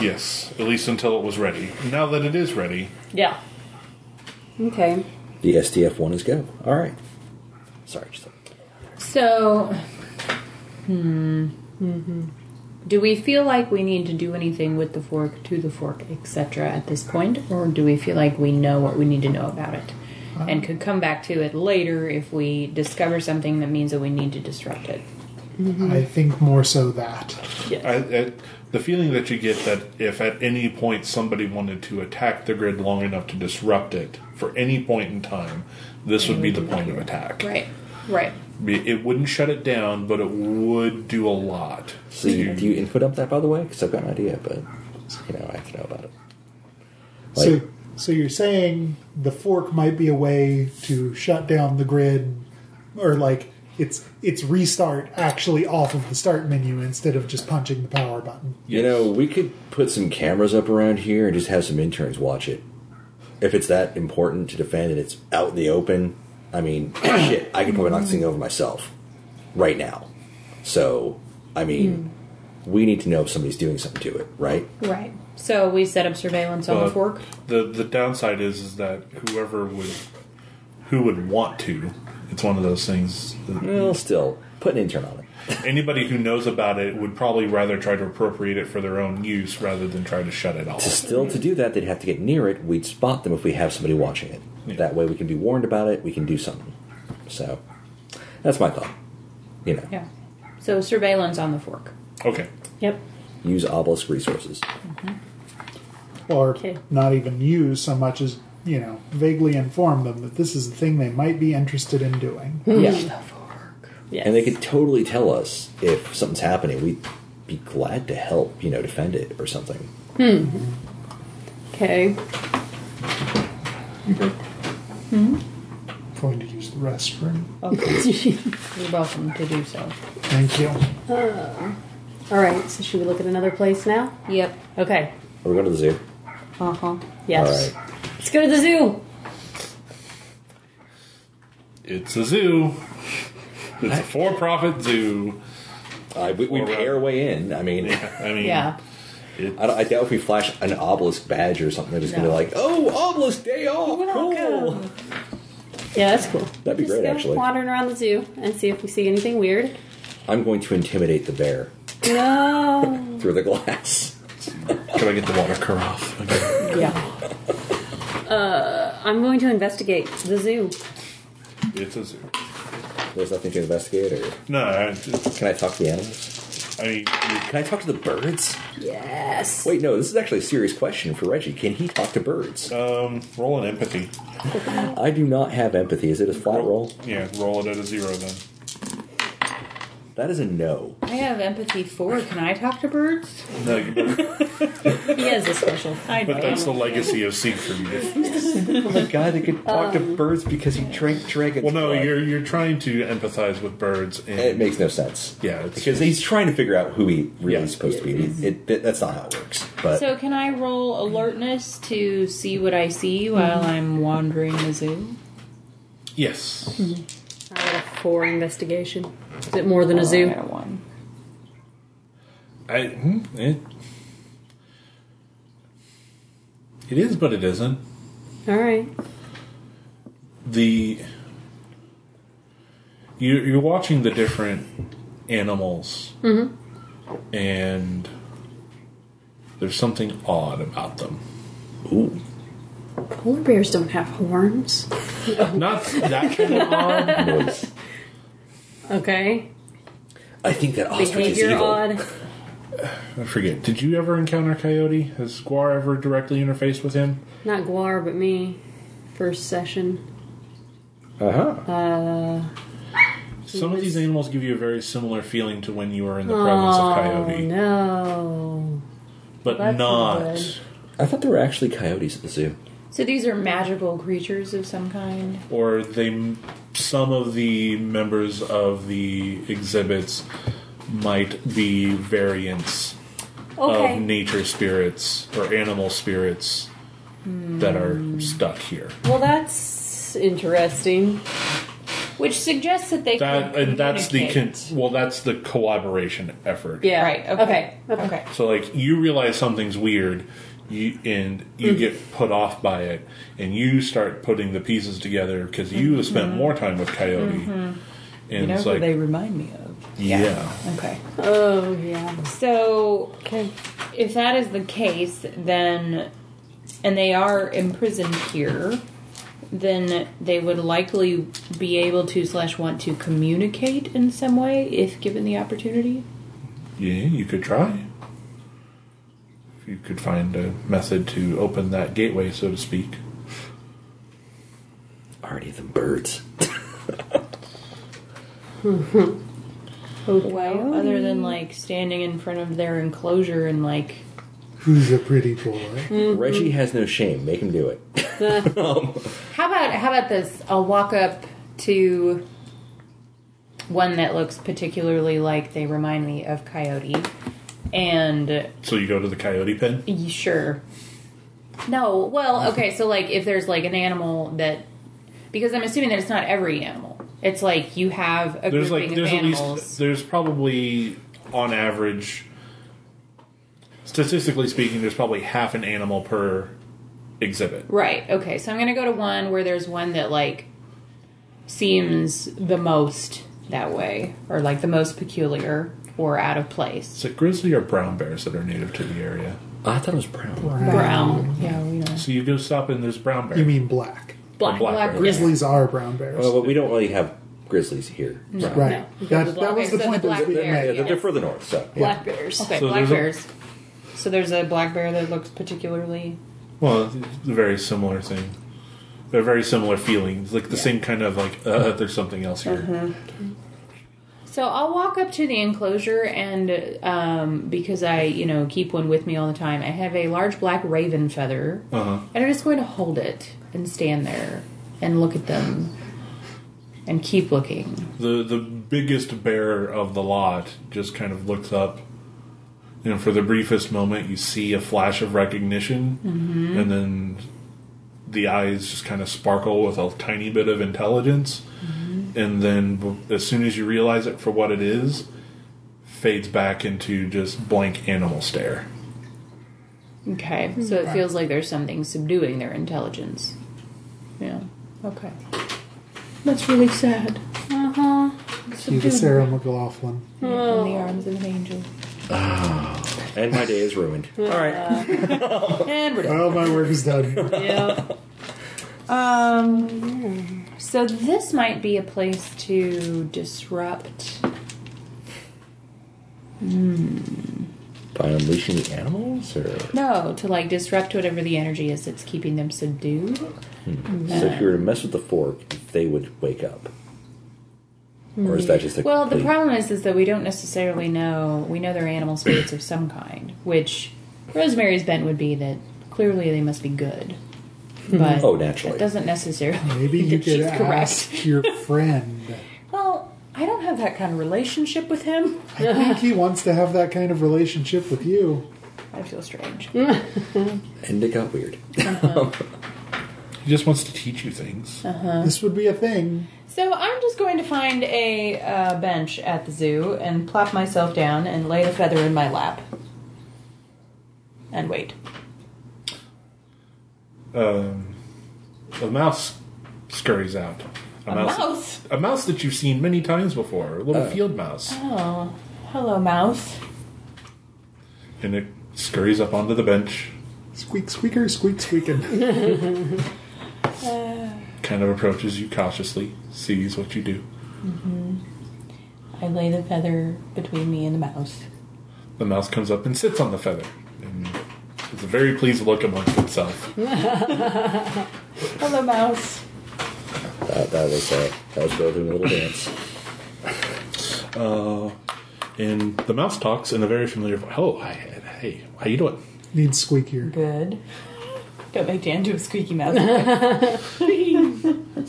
[SPEAKER 1] yes at least until it was ready now that it is ready
[SPEAKER 5] Yeah.
[SPEAKER 2] Okay.
[SPEAKER 3] the STF one is go. All right. Sorry. Just
[SPEAKER 2] So, hmm. Do we feel like we need to do anything with the fork, to the fork, etc. at this point? Or do we feel like we know what we need to know about it? And could come back to it later if we discover something that means that we need to disrupt it.
[SPEAKER 4] i think more so that
[SPEAKER 1] I, I, the feeling that you get that if at any point somebody wanted to attack the grid long enough to disrupt it for any point in time, this would be
[SPEAKER 3] Mm-hmm.
[SPEAKER 1] the point of attack.
[SPEAKER 2] Right. Right.
[SPEAKER 1] Be- It wouldn't shut it down, but it would do a lot.
[SPEAKER 3] So you, do you input up that by the way? Because I've got an idea, but you know I have to know about it.
[SPEAKER 4] so
[SPEAKER 3] Like-
[SPEAKER 4] so you're saying the fork might be a way to shut down the grid or like it's it's restart actually off of the start menu instead of just punching the power button
[SPEAKER 3] You know, we could put some cameras up around here and just have some interns watch it. If it's that important to defend and it's out in the open, I mean, shit, I could probably knock this thing over myself right now. So, I mean, we need to know if somebody's doing something to it, right?
[SPEAKER 2] Right. So we set up surveillance on the
[SPEAKER 1] But
[SPEAKER 2] fork.
[SPEAKER 1] uh, The the downside is is that whoever would who would want to. It's one of those things. that
[SPEAKER 3] Well, still, put an intern on it.
[SPEAKER 1] Anybody who knows about it would probably rather try to appropriate it for their own use rather than try to shut it
[SPEAKER 3] To
[SPEAKER 1] off.
[SPEAKER 3] still to do that, they'd have to get near it. We'd spot them if we have somebody watching it. That way, we can be warned about it. We can do something. So, that's my thought. You know,
[SPEAKER 2] Yeah. So surveillance on the fork.
[SPEAKER 1] Okay.
[SPEAKER 5] Yep.
[SPEAKER 3] use obelisk resources.
[SPEAKER 4] or
[SPEAKER 5] Okay.
[SPEAKER 4] not even use so much as you know vaguely inform them that this is the thing they might be interested in doing
[SPEAKER 2] Hmm.
[SPEAKER 3] Yeah.
[SPEAKER 5] Yes.
[SPEAKER 3] And they could totally tell us if something's happening. We'd be glad to help, you know, defend it or something.
[SPEAKER 5] Okay.
[SPEAKER 4] I'm going to use the restroom
[SPEAKER 2] You're welcome to do so.
[SPEAKER 4] thank you
[SPEAKER 5] All right. So should we look at another place now?
[SPEAKER 2] Yep.
[SPEAKER 5] Okay.
[SPEAKER 3] Or go to the zoo.
[SPEAKER 5] Uh huh.
[SPEAKER 3] All
[SPEAKER 5] Yes.
[SPEAKER 3] right.
[SPEAKER 5] Let's go to the zoo.
[SPEAKER 1] It's a zoo. It's a for-profit zoo.
[SPEAKER 3] Uh, we we pay our way in. I mean,
[SPEAKER 1] I mean,
[SPEAKER 2] Yeah.
[SPEAKER 1] It's-
[SPEAKER 7] I, don't, I doubt if we flash an obelisk badge or something, they're just gonna be
[SPEAKER 2] No.
[SPEAKER 7] like, "Oh, obelisk day off, cool."
[SPEAKER 5] Yeah, that's cool.
[SPEAKER 7] That'd be
[SPEAKER 5] Just
[SPEAKER 7] great,
[SPEAKER 5] go
[SPEAKER 7] actually.
[SPEAKER 5] Wandering around the zoo and see if we see anything weird.
[SPEAKER 7] I'm going to intimidate the bear
[SPEAKER 5] No.
[SPEAKER 7] through the glass.
[SPEAKER 1] Can I get the water carafe? again?
[SPEAKER 2] Yeah.
[SPEAKER 5] I'm going to investigate the zoo.
[SPEAKER 1] it's a zoo.
[SPEAKER 7] There's nothing to investigate, or
[SPEAKER 1] No, I, it's-
[SPEAKER 7] can I talk to the animals?
[SPEAKER 1] I mean, you-
[SPEAKER 7] Can I talk to the birds?
[SPEAKER 5] Yes.
[SPEAKER 7] Wait, no, this is actually a serious question for Reggie. Can he talk to birds?
[SPEAKER 1] um, roll an empathy.
[SPEAKER 7] I do not have empathy. Is it a flat roll?
[SPEAKER 1] Yeah, roll it at a zero then.
[SPEAKER 7] That is a no.
[SPEAKER 2] I have empathy for. Can I talk to birds?
[SPEAKER 1] No, you better-
[SPEAKER 5] He has a special.
[SPEAKER 2] I
[SPEAKER 1] but that's the legacy of Siegfried.
[SPEAKER 7] The guy that could talk to birds because he drank dragon.
[SPEAKER 1] Well, no, you're you're trying to empathize with birds, and
[SPEAKER 7] It makes no sense.
[SPEAKER 1] Yeah, it's-
[SPEAKER 7] because he's trying to figure out who he really
[SPEAKER 1] Yeah.
[SPEAKER 7] is supposed to be. It, it- that's not how it works. But
[SPEAKER 2] So can I roll alertness to see what I see while I'm wandering the zoo?
[SPEAKER 1] yes,
[SPEAKER 5] I had a four investigation. Is it more
[SPEAKER 2] Oh,
[SPEAKER 5] than a zoo?
[SPEAKER 2] one.
[SPEAKER 1] I hmm, it, it is, but it isn't.
[SPEAKER 5] All right.
[SPEAKER 1] the you, you're watching the different animals
[SPEAKER 5] Mm-hmm.
[SPEAKER 1] and there's something odd about them
[SPEAKER 7] ooh,
[SPEAKER 5] Polar bears don't have horns.
[SPEAKER 1] not that kind of odd
[SPEAKER 7] noise.
[SPEAKER 5] Okay.
[SPEAKER 7] I think that ostrich is
[SPEAKER 5] Behavior
[SPEAKER 7] evil.
[SPEAKER 5] odd.
[SPEAKER 1] i forget did you ever encounter coyote has guar ever directly interfaced with him
[SPEAKER 5] Not Guar, but me. First session.
[SPEAKER 7] Uh-huh.
[SPEAKER 1] some of
[SPEAKER 5] was-
[SPEAKER 1] these animals give you a very similar feeling to when you were in the presence of coyote
[SPEAKER 5] Oh, no.
[SPEAKER 1] but
[SPEAKER 5] that's
[SPEAKER 1] not
[SPEAKER 5] good.
[SPEAKER 7] I thought there were actually coyotes at the zoo.
[SPEAKER 2] So these are magical creatures of some kind.
[SPEAKER 1] or they some of the members of the exhibits might be variants
[SPEAKER 5] Okay.
[SPEAKER 1] of nature spirits or animal spirits that
[SPEAKER 2] Hmm.
[SPEAKER 1] are stuck here.
[SPEAKER 5] well, that's interesting.
[SPEAKER 2] Which suggests that they
[SPEAKER 1] That
[SPEAKER 2] could
[SPEAKER 1] and that's the con-
[SPEAKER 2] communicate.
[SPEAKER 1] well, that's the collaboration effort.
[SPEAKER 5] Yeah.
[SPEAKER 2] Right, okay.
[SPEAKER 5] Okay.
[SPEAKER 2] Okay.
[SPEAKER 1] So like you realize something's weird, you and you
[SPEAKER 2] Mm-hmm.
[SPEAKER 1] get put off by it, and you start putting the pieces together because you have spent more time with Coyote, and
[SPEAKER 2] Mm-hmm. You know
[SPEAKER 1] it's
[SPEAKER 2] who
[SPEAKER 1] like
[SPEAKER 2] they remind me of.
[SPEAKER 1] yeah.
[SPEAKER 2] Okay.
[SPEAKER 5] Oh yeah.
[SPEAKER 2] So
[SPEAKER 5] Okay.
[SPEAKER 2] if that is the case, then and they are imprisoned here, then they would likely be able to slash want to communicate in some way if given the opportunity.
[SPEAKER 1] Yeah, you could try. If you could find a method to open that gateway, so to speak.
[SPEAKER 7] Already them birds.
[SPEAKER 2] Well, other than like standing in front of their enclosure and like
[SPEAKER 4] Who's a pretty
[SPEAKER 2] Hmm.
[SPEAKER 4] boy?
[SPEAKER 7] Reggie has no shame. Make him do it.
[SPEAKER 2] how about how about this? I'll walk up to one that looks particularly like they remind me of Coyote and
[SPEAKER 1] So you go to the coyote pen.
[SPEAKER 2] Y- Sure. No, well, okay, so like if there's like an animal that because I'm assuming that it's not every animal. It's like you have a
[SPEAKER 1] There's
[SPEAKER 2] grouping
[SPEAKER 1] like there's
[SPEAKER 2] of
[SPEAKER 1] at
[SPEAKER 2] animals.
[SPEAKER 1] least there's probably on average, statistically speaking, there's probably half an animal per exhibit.
[SPEAKER 2] Right. Okay. So I'm going to go to one where there's one that like seems the most that way or like the most peculiar or out of place.
[SPEAKER 1] Is it grizzly or brown bears that are native to the area?
[SPEAKER 7] I thought it was brown.
[SPEAKER 2] Brown. Yeah, we know.
[SPEAKER 1] So you go stop and there's brown bear.
[SPEAKER 4] You mean black?
[SPEAKER 1] Black,
[SPEAKER 2] black
[SPEAKER 1] black bear.
[SPEAKER 2] bear.
[SPEAKER 4] Grizzlies are brown bears,
[SPEAKER 3] Oh,
[SPEAKER 7] Well, but we don't really have grizzlies here. No.
[SPEAKER 4] right?
[SPEAKER 2] No.
[SPEAKER 4] That, that was
[SPEAKER 2] Okay,
[SPEAKER 4] the
[SPEAKER 2] so
[SPEAKER 4] point
[SPEAKER 2] the
[SPEAKER 4] that was
[SPEAKER 2] black
[SPEAKER 4] being
[SPEAKER 2] bear,
[SPEAKER 7] Yeah,
[SPEAKER 4] made.
[SPEAKER 7] they're, they're further north, so. yeah.
[SPEAKER 5] Black bears.
[SPEAKER 2] Okay,
[SPEAKER 1] So
[SPEAKER 2] black
[SPEAKER 1] there's a-
[SPEAKER 2] bears. So there's a black bear that looks particularly
[SPEAKER 1] Well, it's a very similar thing. They're very similar feelings, like the same kind of like uh, there's something else here.
[SPEAKER 2] So I'll walk up to the enclosure, and um, because I, you know, keep one with me all the time, I have a large black raven feather,
[SPEAKER 1] Uh-huh.
[SPEAKER 2] and I'm just going to hold it and stand there and look at them and keep looking.
[SPEAKER 1] The the biggest bear of the lot just kind of looks up. And for the briefest moment, you see a flash of recognition,
[SPEAKER 2] Mm-hmm.
[SPEAKER 1] and then the eyes just kind of sparkle with a tiny bit of intelligence.
[SPEAKER 2] Mm-hmm.
[SPEAKER 1] And then, b- as soon as you realize it for what it is, fades back into just blank animal stare.
[SPEAKER 2] Okay, so it feels like there's something subduing their intelligence. Yeah. Okay. That's really sad.
[SPEAKER 5] Uh huh.
[SPEAKER 4] She's a Sarah McLaughlin.
[SPEAKER 2] In the arms of an angel.
[SPEAKER 3] And my day is ruined. All right.
[SPEAKER 2] And we're done.
[SPEAKER 4] Well, my work is done.
[SPEAKER 5] Yeah.
[SPEAKER 2] Um, so this might be a place to disrupt.
[SPEAKER 3] By unleashing the animals, or
[SPEAKER 2] No, to like disrupt whatever the energy is that's keeping them subdued.
[SPEAKER 3] so if you were to mess with the fork, they would wake up. Or is that just a
[SPEAKER 2] Well, the
[SPEAKER 3] complete-
[SPEAKER 2] problem is is that we don't necessarily know. We know they're animal spirits of some kind, which Rosemary's bent would be that clearly they must be good. But
[SPEAKER 3] Oh, naturally.
[SPEAKER 2] that doesn't necessarily.
[SPEAKER 4] Maybe
[SPEAKER 2] mean
[SPEAKER 4] you
[SPEAKER 2] that
[SPEAKER 4] could
[SPEAKER 2] she's correct.
[SPEAKER 4] ask your friend.
[SPEAKER 2] Well, I don't have that kind of relationship with him.
[SPEAKER 4] I think he wants to have that kind of relationship with you.
[SPEAKER 2] I feel strange.
[SPEAKER 3] And it got weird.
[SPEAKER 1] He just wants to teach you things.
[SPEAKER 2] Oh. Uh-huh.
[SPEAKER 4] This would be a thing.
[SPEAKER 2] So I'm just going to find a uh, bench at the zoo and plop myself down and lay the feather in my lap. And wait.
[SPEAKER 1] Um, a mouse scurries out.
[SPEAKER 2] A mouse?
[SPEAKER 1] A mouse that you've seen many times before. A little field mouse.
[SPEAKER 2] Oh, hello, mouse.
[SPEAKER 1] And it scurries up onto the bench,
[SPEAKER 4] Squeak, squeaker, squeak, squeaking.
[SPEAKER 1] kind of approaches you cautiously, sees what you do.
[SPEAKER 2] I lay the feather between me and the mouse.
[SPEAKER 1] The mouse comes up and sits on the feather. And it's a very pleased look amongst itself.
[SPEAKER 2] Hello, mouse.
[SPEAKER 3] That, that was uh, that was Bill doing a little dance.
[SPEAKER 1] And the mouse talks in a very familiar voice. Oh, hi, Ed. hey, how you doing?
[SPEAKER 4] Needs squeakier.
[SPEAKER 2] Good. Don't make Dan do a squeaky mouse.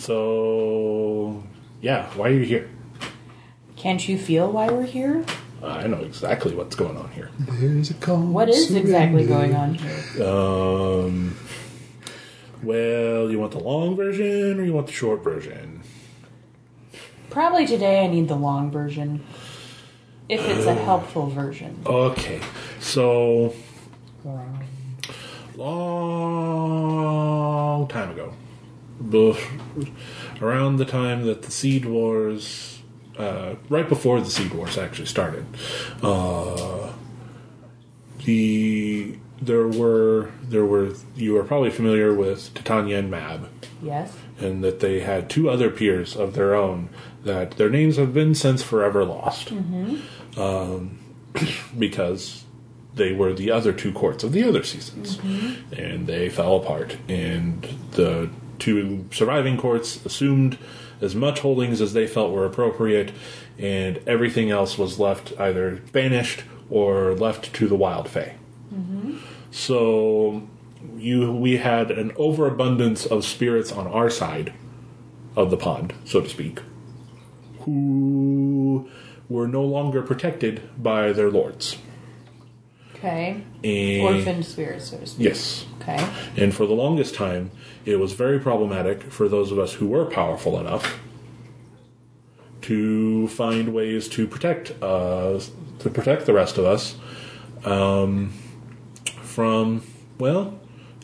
[SPEAKER 1] So, yeah, why are you here?
[SPEAKER 2] Can't you feel why we're here?
[SPEAKER 1] I know exactly what's going on here.
[SPEAKER 4] There's a call.
[SPEAKER 2] What is exactly going on here?
[SPEAKER 1] Um, well, you want the long version or you want the short version?
[SPEAKER 2] Probably today I need the long version. If it's a helpful version.
[SPEAKER 1] Okay, so long time ago, bef- around the time that the Seed Wars, uh, right before the Seed Wars actually started, uh, the there were there were you are probably familiar with Titania and Mab
[SPEAKER 2] Yes?
[SPEAKER 1] and that they had two other peers of their own that their names have been since forever lost um, because they were the other two courts of the other seasons and they fell apart and the two surviving courts assumed as much holdings as they felt were appropriate and everything else was left either banished or left to the wild fae so you we had an overabundance of spirits on our side of the pond, so to speak, who were no longer protected by their lords.
[SPEAKER 2] Okay.
[SPEAKER 1] And
[SPEAKER 2] Orphaned spirit, so to speak.
[SPEAKER 1] Yes.
[SPEAKER 2] Okay.
[SPEAKER 1] And for the longest time, it was very problematic for those of us who were powerful enough to find ways to protect uh, to protect the rest of us um, from well,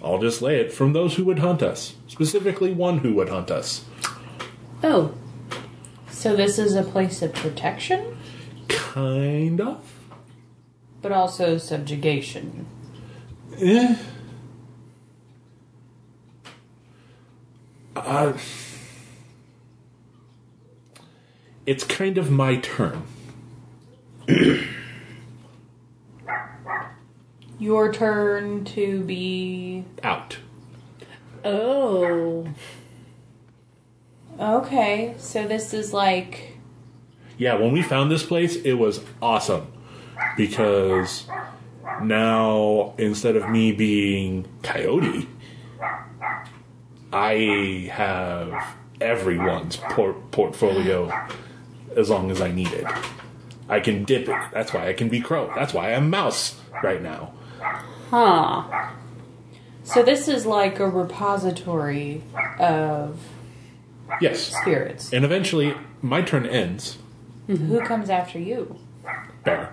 [SPEAKER 1] I'll just lay it from those who would hunt us, specifically one who would hunt us.
[SPEAKER 5] Oh,
[SPEAKER 2] So this is a place of protection,
[SPEAKER 1] Kind of.
[SPEAKER 2] but also subjugation.
[SPEAKER 1] Eh. Uh, it's kind of my turn.
[SPEAKER 2] Your turn to be
[SPEAKER 1] Out.
[SPEAKER 5] oh,
[SPEAKER 2] Okay, so this is like
[SPEAKER 1] Yeah, when we found this place, it was awesome because now instead of me being coyote, I have everyone's por- portfolio as long as I need it. I can dip it. That's why I can be crow. That's why I'm mouse right now.
[SPEAKER 5] huh.
[SPEAKER 2] so this is like a repository of
[SPEAKER 1] Yes.
[SPEAKER 2] spirits.
[SPEAKER 1] And eventually, my turn ends.
[SPEAKER 2] Who comes after you?
[SPEAKER 1] Bear.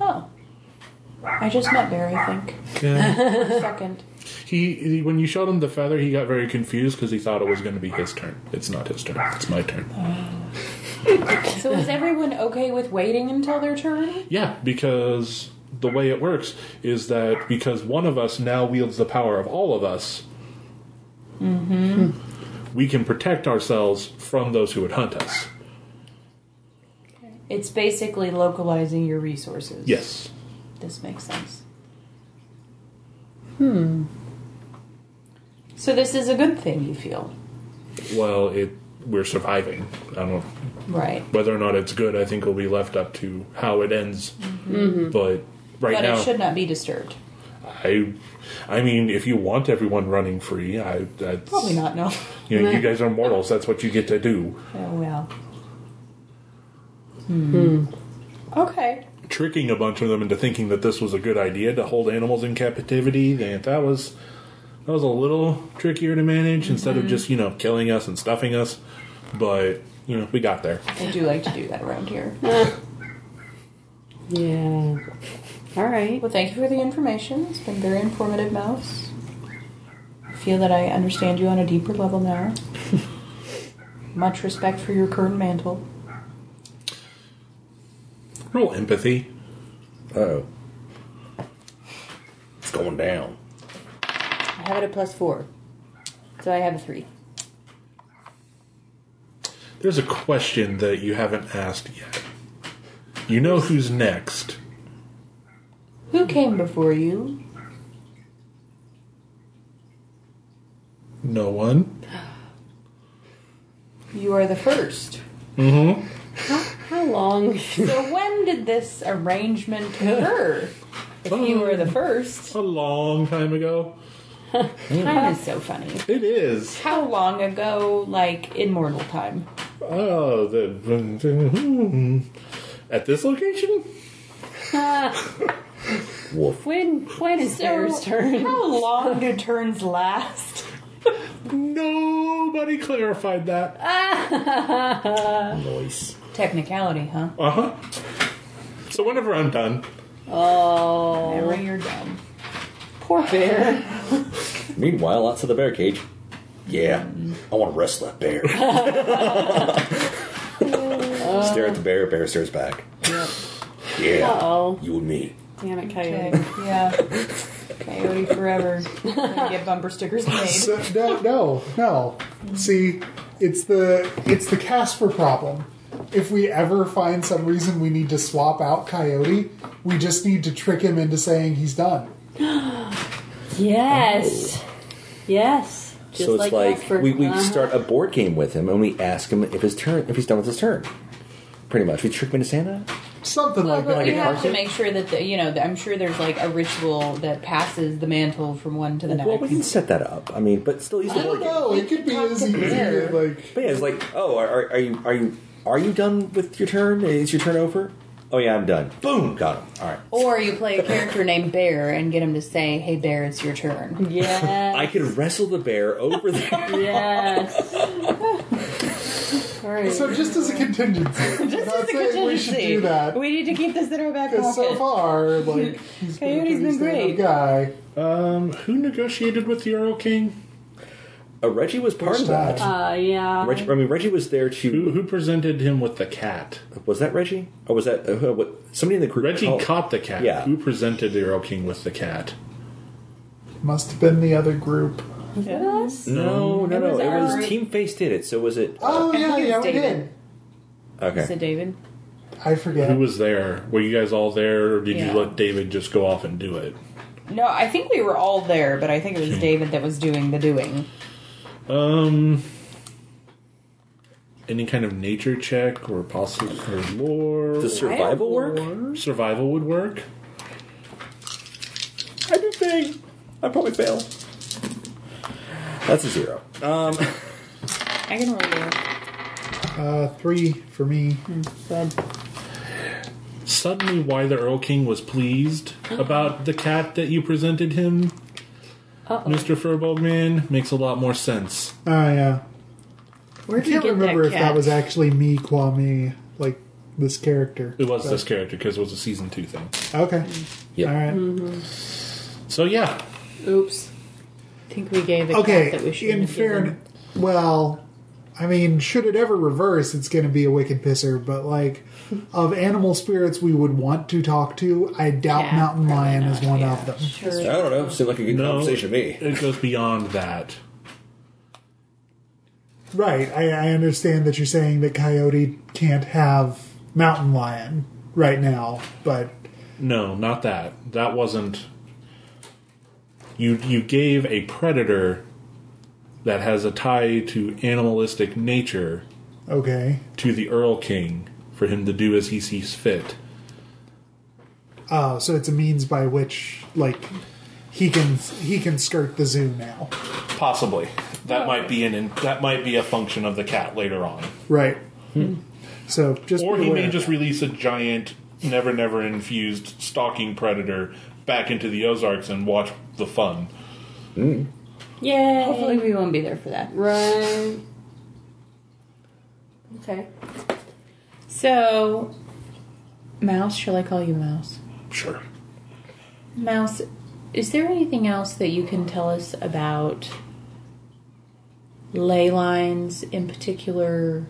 [SPEAKER 2] Oh. I just met Barry, I think.
[SPEAKER 1] Yeah.
[SPEAKER 2] Second.
[SPEAKER 1] he, he when you showed him the feather, he got very confused because he thought it was going to be his turn. It's not his turn. It's my turn.
[SPEAKER 2] So is everyone okay with waiting until their turn?
[SPEAKER 1] Yeah, because the way it works is that because one of us now wields the power of all of us, we can protect ourselves from those who would hunt us.
[SPEAKER 2] It's basically localizing your resources.
[SPEAKER 1] Yes.
[SPEAKER 2] This makes sense. Hmm. So this is a good thing you feel.
[SPEAKER 1] Well, it we're surviving. I don't
[SPEAKER 2] Right.
[SPEAKER 1] whether or not it's good. I think will be left up to how it ends. But right
[SPEAKER 2] but
[SPEAKER 1] now,
[SPEAKER 2] it should not be disturbed.
[SPEAKER 1] I, I mean, if you want everyone running free, I that's,
[SPEAKER 2] Probably not, no.
[SPEAKER 1] You know, you guys are mortals. That's what you get to do.
[SPEAKER 2] Oh well. Hmm. Okay.
[SPEAKER 1] Tricking a bunch of them into thinking that this was a good idea to hold animals in captivity. That that was that was a little trickier to manage instead of just you know killing us and stuffing us. But you know, we got there.
[SPEAKER 2] I do like to do that around here.
[SPEAKER 5] Yeah. All right.
[SPEAKER 2] Well, thank you for the information. It's been very informative, Mouse. I feel that I understand you on a deeper level now. Much respect for your current mantle.
[SPEAKER 1] Roll empathy.
[SPEAKER 3] Oh,
[SPEAKER 7] It's going down.
[SPEAKER 2] I have it at plus four, so I have a three.
[SPEAKER 1] There's a question that you haven't asked yet. You know who's next.
[SPEAKER 2] Who came before you?
[SPEAKER 1] No one.
[SPEAKER 2] You are the first.
[SPEAKER 5] How long?
[SPEAKER 2] So when did this arrangement occur? If you were the first,
[SPEAKER 1] A long time ago.
[SPEAKER 2] time is so funny.
[SPEAKER 1] It is.
[SPEAKER 2] How long ago, like in mortal time?
[SPEAKER 1] Oh, the at this location.
[SPEAKER 3] wolf.
[SPEAKER 5] When? When is Bear's turn?
[SPEAKER 2] How long do turns last?
[SPEAKER 1] Nobody clarified that.
[SPEAKER 3] Noise.
[SPEAKER 2] Technicality, huh?
[SPEAKER 4] Oh.
[SPEAKER 1] Uh huh. So whenever I'm done,
[SPEAKER 5] Oh,
[SPEAKER 2] Whenever you're done.
[SPEAKER 5] poor Bear.
[SPEAKER 3] Meanwhile, outside the bear cage.
[SPEAKER 7] Yeah. I want to wrestle that bear. Stare at the bear, bear stares back. Yeah.
[SPEAKER 5] Uh-oh.
[SPEAKER 7] You and me.
[SPEAKER 5] Oh, Damn it,
[SPEAKER 2] Okay,
[SPEAKER 5] Coyote.
[SPEAKER 2] yeah. Coyote forever. Gonna get bumper stickers made.
[SPEAKER 4] So, no, no, no. See, it's the it's the Casper problem. If we ever find some reason we need to swap out Coyote, we just need to trick him into saying he's done.
[SPEAKER 5] Yes. Yes. Just
[SPEAKER 3] so it's like,
[SPEAKER 5] Casper.
[SPEAKER 3] we, we
[SPEAKER 5] Uh-huh.
[SPEAKER 3] start a board game with him and we ask him if his turn if he's done with his turn. Pretty much. We trick him into saying that?
[SPEAKER 4] Something
[SPEAKER 2] Well,
[SPEAKER 4] like
[SPEAKER 2] but
[SPEAKER 4] that.
[SPEAKER 2] we
[SPEAKER 3] a
[SPEAKER 2] have to
[SPEAKER 3] carpet?
[SPEAKER 2] make sure that the, you know. that- I'm sure there's like a ritual that passes the mantle from one to the
[SPEAKER 3] Well, we can
[SPEAKER 2] next.
[SPEAKER 3] set that up. I mean, but still use the
[SPEAKER 4] I
[SPEAKER 3] board
[SPEAKER 4] don't
[SPEAKER 3] game.
[SPEAKER 4] know. It could be
[SPEAKER 2] Talk
[SPEAKER 4] as
[SPEAKER 2] to
[SPEAKER 4] easy
[SPEAKER 2] Bear.
[SPEAKER 4] as like
[SPEAKER 3] But yeah, it's like, oh, are, are, are you are you are you done with your turn? Is your turn over? Oh yeah, I'm done. Boom, got him. All right.
[SPEAKER 2] Or you play a character named Bear and get him to say, "Hey, Bear, it's your turn."
[SPEAKER 5] Yes.
[SPEAKER 3] I could wrestle the bear over the.
[SPEAKER 5] Yes. All right.
[SPEAKER 4] so. Just as a contingency, I'm
[SPEAKER 2] Just
[SPEAKER 4] not
[SPEAKER 2] as
[SPEAKER 4] saying
[SPEAKER 2] a contingency,
[SPEAKER 4] we should do that
[SPEAKER 2] We need to keep this in our back pocket.
[SPEAKER 4] because so far, like he's been a
[SPEAKER 2] Coyote's
[SPEAKER 4] pretty
[SPEAKER 2] been
[SPEAKER 4] stand-up
[SPEAKER 2] great.
[SPEAKER 4] guy.
[SPEAKER 1] um, who negotiated with the Earl King?
[SPEAKER 3] Uh, Reggie was part of that.
[SPEAKER 5] uh, yeah.
[SPEAKER 3] Reggie, I mean, Reggie was there
[SPEAKER 1] Who,
[SPEAKER 3] to.
[SPEAKER 1] who presented him with the cat?
[SPEAKER 3] Was that Reggie? Or was that uh, what? Somebody in the Oh. group.
[SPEAKER 1] Reggie
[SPEAKER 3] called-
[SPEAKER 1] caught the cat.
[SPEAKER 3] Yeah.
[SPEAKER 1] Who presented the Earl King with the cat?
[SPEAKER 4] Must have been the other group.
[SPEAKER 2] Yes.
[SPEAKER 3] No, no, no.
[SPEAKER 2] was
[SPEAKER 3] It
[SPEAKER 2] our
[SPEAKER 3] was,
[SPEAKER 2] group.
[SPEAKER 3] Team Face did it. So was it?
[SPEAKER 4] Oh
[SPEAKER 2] think
[SPEAKER 4] yeah,
[SPEAKER 2] it was
[SPEAKER 4] yeah, we
[SPEAKER 2] David.
[SPEAKER 4] did.
[SPEAKER 2] So
[SPEAKER 3] Okay.
[SPEAKER 2] David,
[SPEAKER 4] I forget.
[SPEAKER 1] Who was there? Were you guys all there, or did
[SPEAKER 2] Yeah.
[SPEAKER 1] you let David just go off and do it?
[SPEAKER 2] no, I think we were all there, but I think it was David that was doing the doing.
[SPEAKER 1] Um, any kind of nature check or possible or lore?
[SPEAKER 3] The survival work.
[SPEAKER 1] or survival would work.
[SPEAKER 3] I did thing. I probably fail. That's a zero.
[SPEAKER 2] I can roll there.
[SPEAKER 4] Uh, three for me.
[SPEAKER 2] Hmm. Good.
[SPEAKER 1] Suddenly, why the Earl King was pleased about the cat that you presented him, Mister Furbogman, makes a lot more sense.
[SPEAKER 4] Oh yeah.
[SPEAKER 2] Where
[SPEAKER 4] I can't remember if that was actually me, Kwame. Like This character.
[SPEAKER 1] It was this character because it was a season two thing.
[SPEAKER 4] Okay.
[SPEAKER 2] Hmm.
[SPEAKER 3] Yep.
[SPEAKER 4] All right.
[SPEAKER 1] So yeah,
[SPEAKER 2] Oops. I think we gave it
[SPEAKER 4] Okay.
[SPEAKER 2] that we should
[SPEAKER 4] in fairness, well, I mean, should it ever reverse, it's going to be a wicked pisser. But like, of animal spirits we would want to talk to, I doubt
[SPEAKER 2] Yeah,
[SPEAKER 4] mountain
[SPEAKER 2] probably
[SPEAKER 4] lion is
[SPEAKER 2] not,
[SPEAKER 4] one
[SPEAKER 2] yeah.
[SPEAKER 4] of them.
[SPEAKER 7] I
[SPEAKER 2] Sure.
[SPEAKER 7] don't know. Seemed like a good
[SPEAKER 1] no,
[SPEAKER 7] conversation to me.
[SPEAKER 1] it goes beyond that.
[SPEAKER 4] Right. I, I understand that you're saying that coyote can't have mountain lion right now, but
[SPEAKER 1] No, not that. That wasn't. You you gave a predator that has a tie to animalistic nature
[SPEAKER 4] okay.
[SPEAKER 1] to the Earl King for him to do as he sees fit.
[SPEAKER 4] Oh, so it's a means by which like he can he can skirt the zoo now.
[SPEAKER 1] Possibly, that might be an in, that might be a function of the cat later on,
[SPEAKER 4] Right. So just
[SPEAKER 1] or
[SPEAKER 4] be
[SPEAKER 1] he may
[SPEAKER 4] aware.
[SPEAKER 1] just release a giant, never never infused stalking predator back into the Ozarks and watch the fun.
[SPEAKER 5] Yay!
[SPEAKER 2] Hopefully, we won't be there for that.
[SPEAKER 5] Right. Okay.
[SPEAKER 2] So, Mouse, shall I call you Mouse?
[SPEAKER 1] Sure.
[SPEAKER 2] Mouse, is there anything else that you can tell us about ley lines in particular?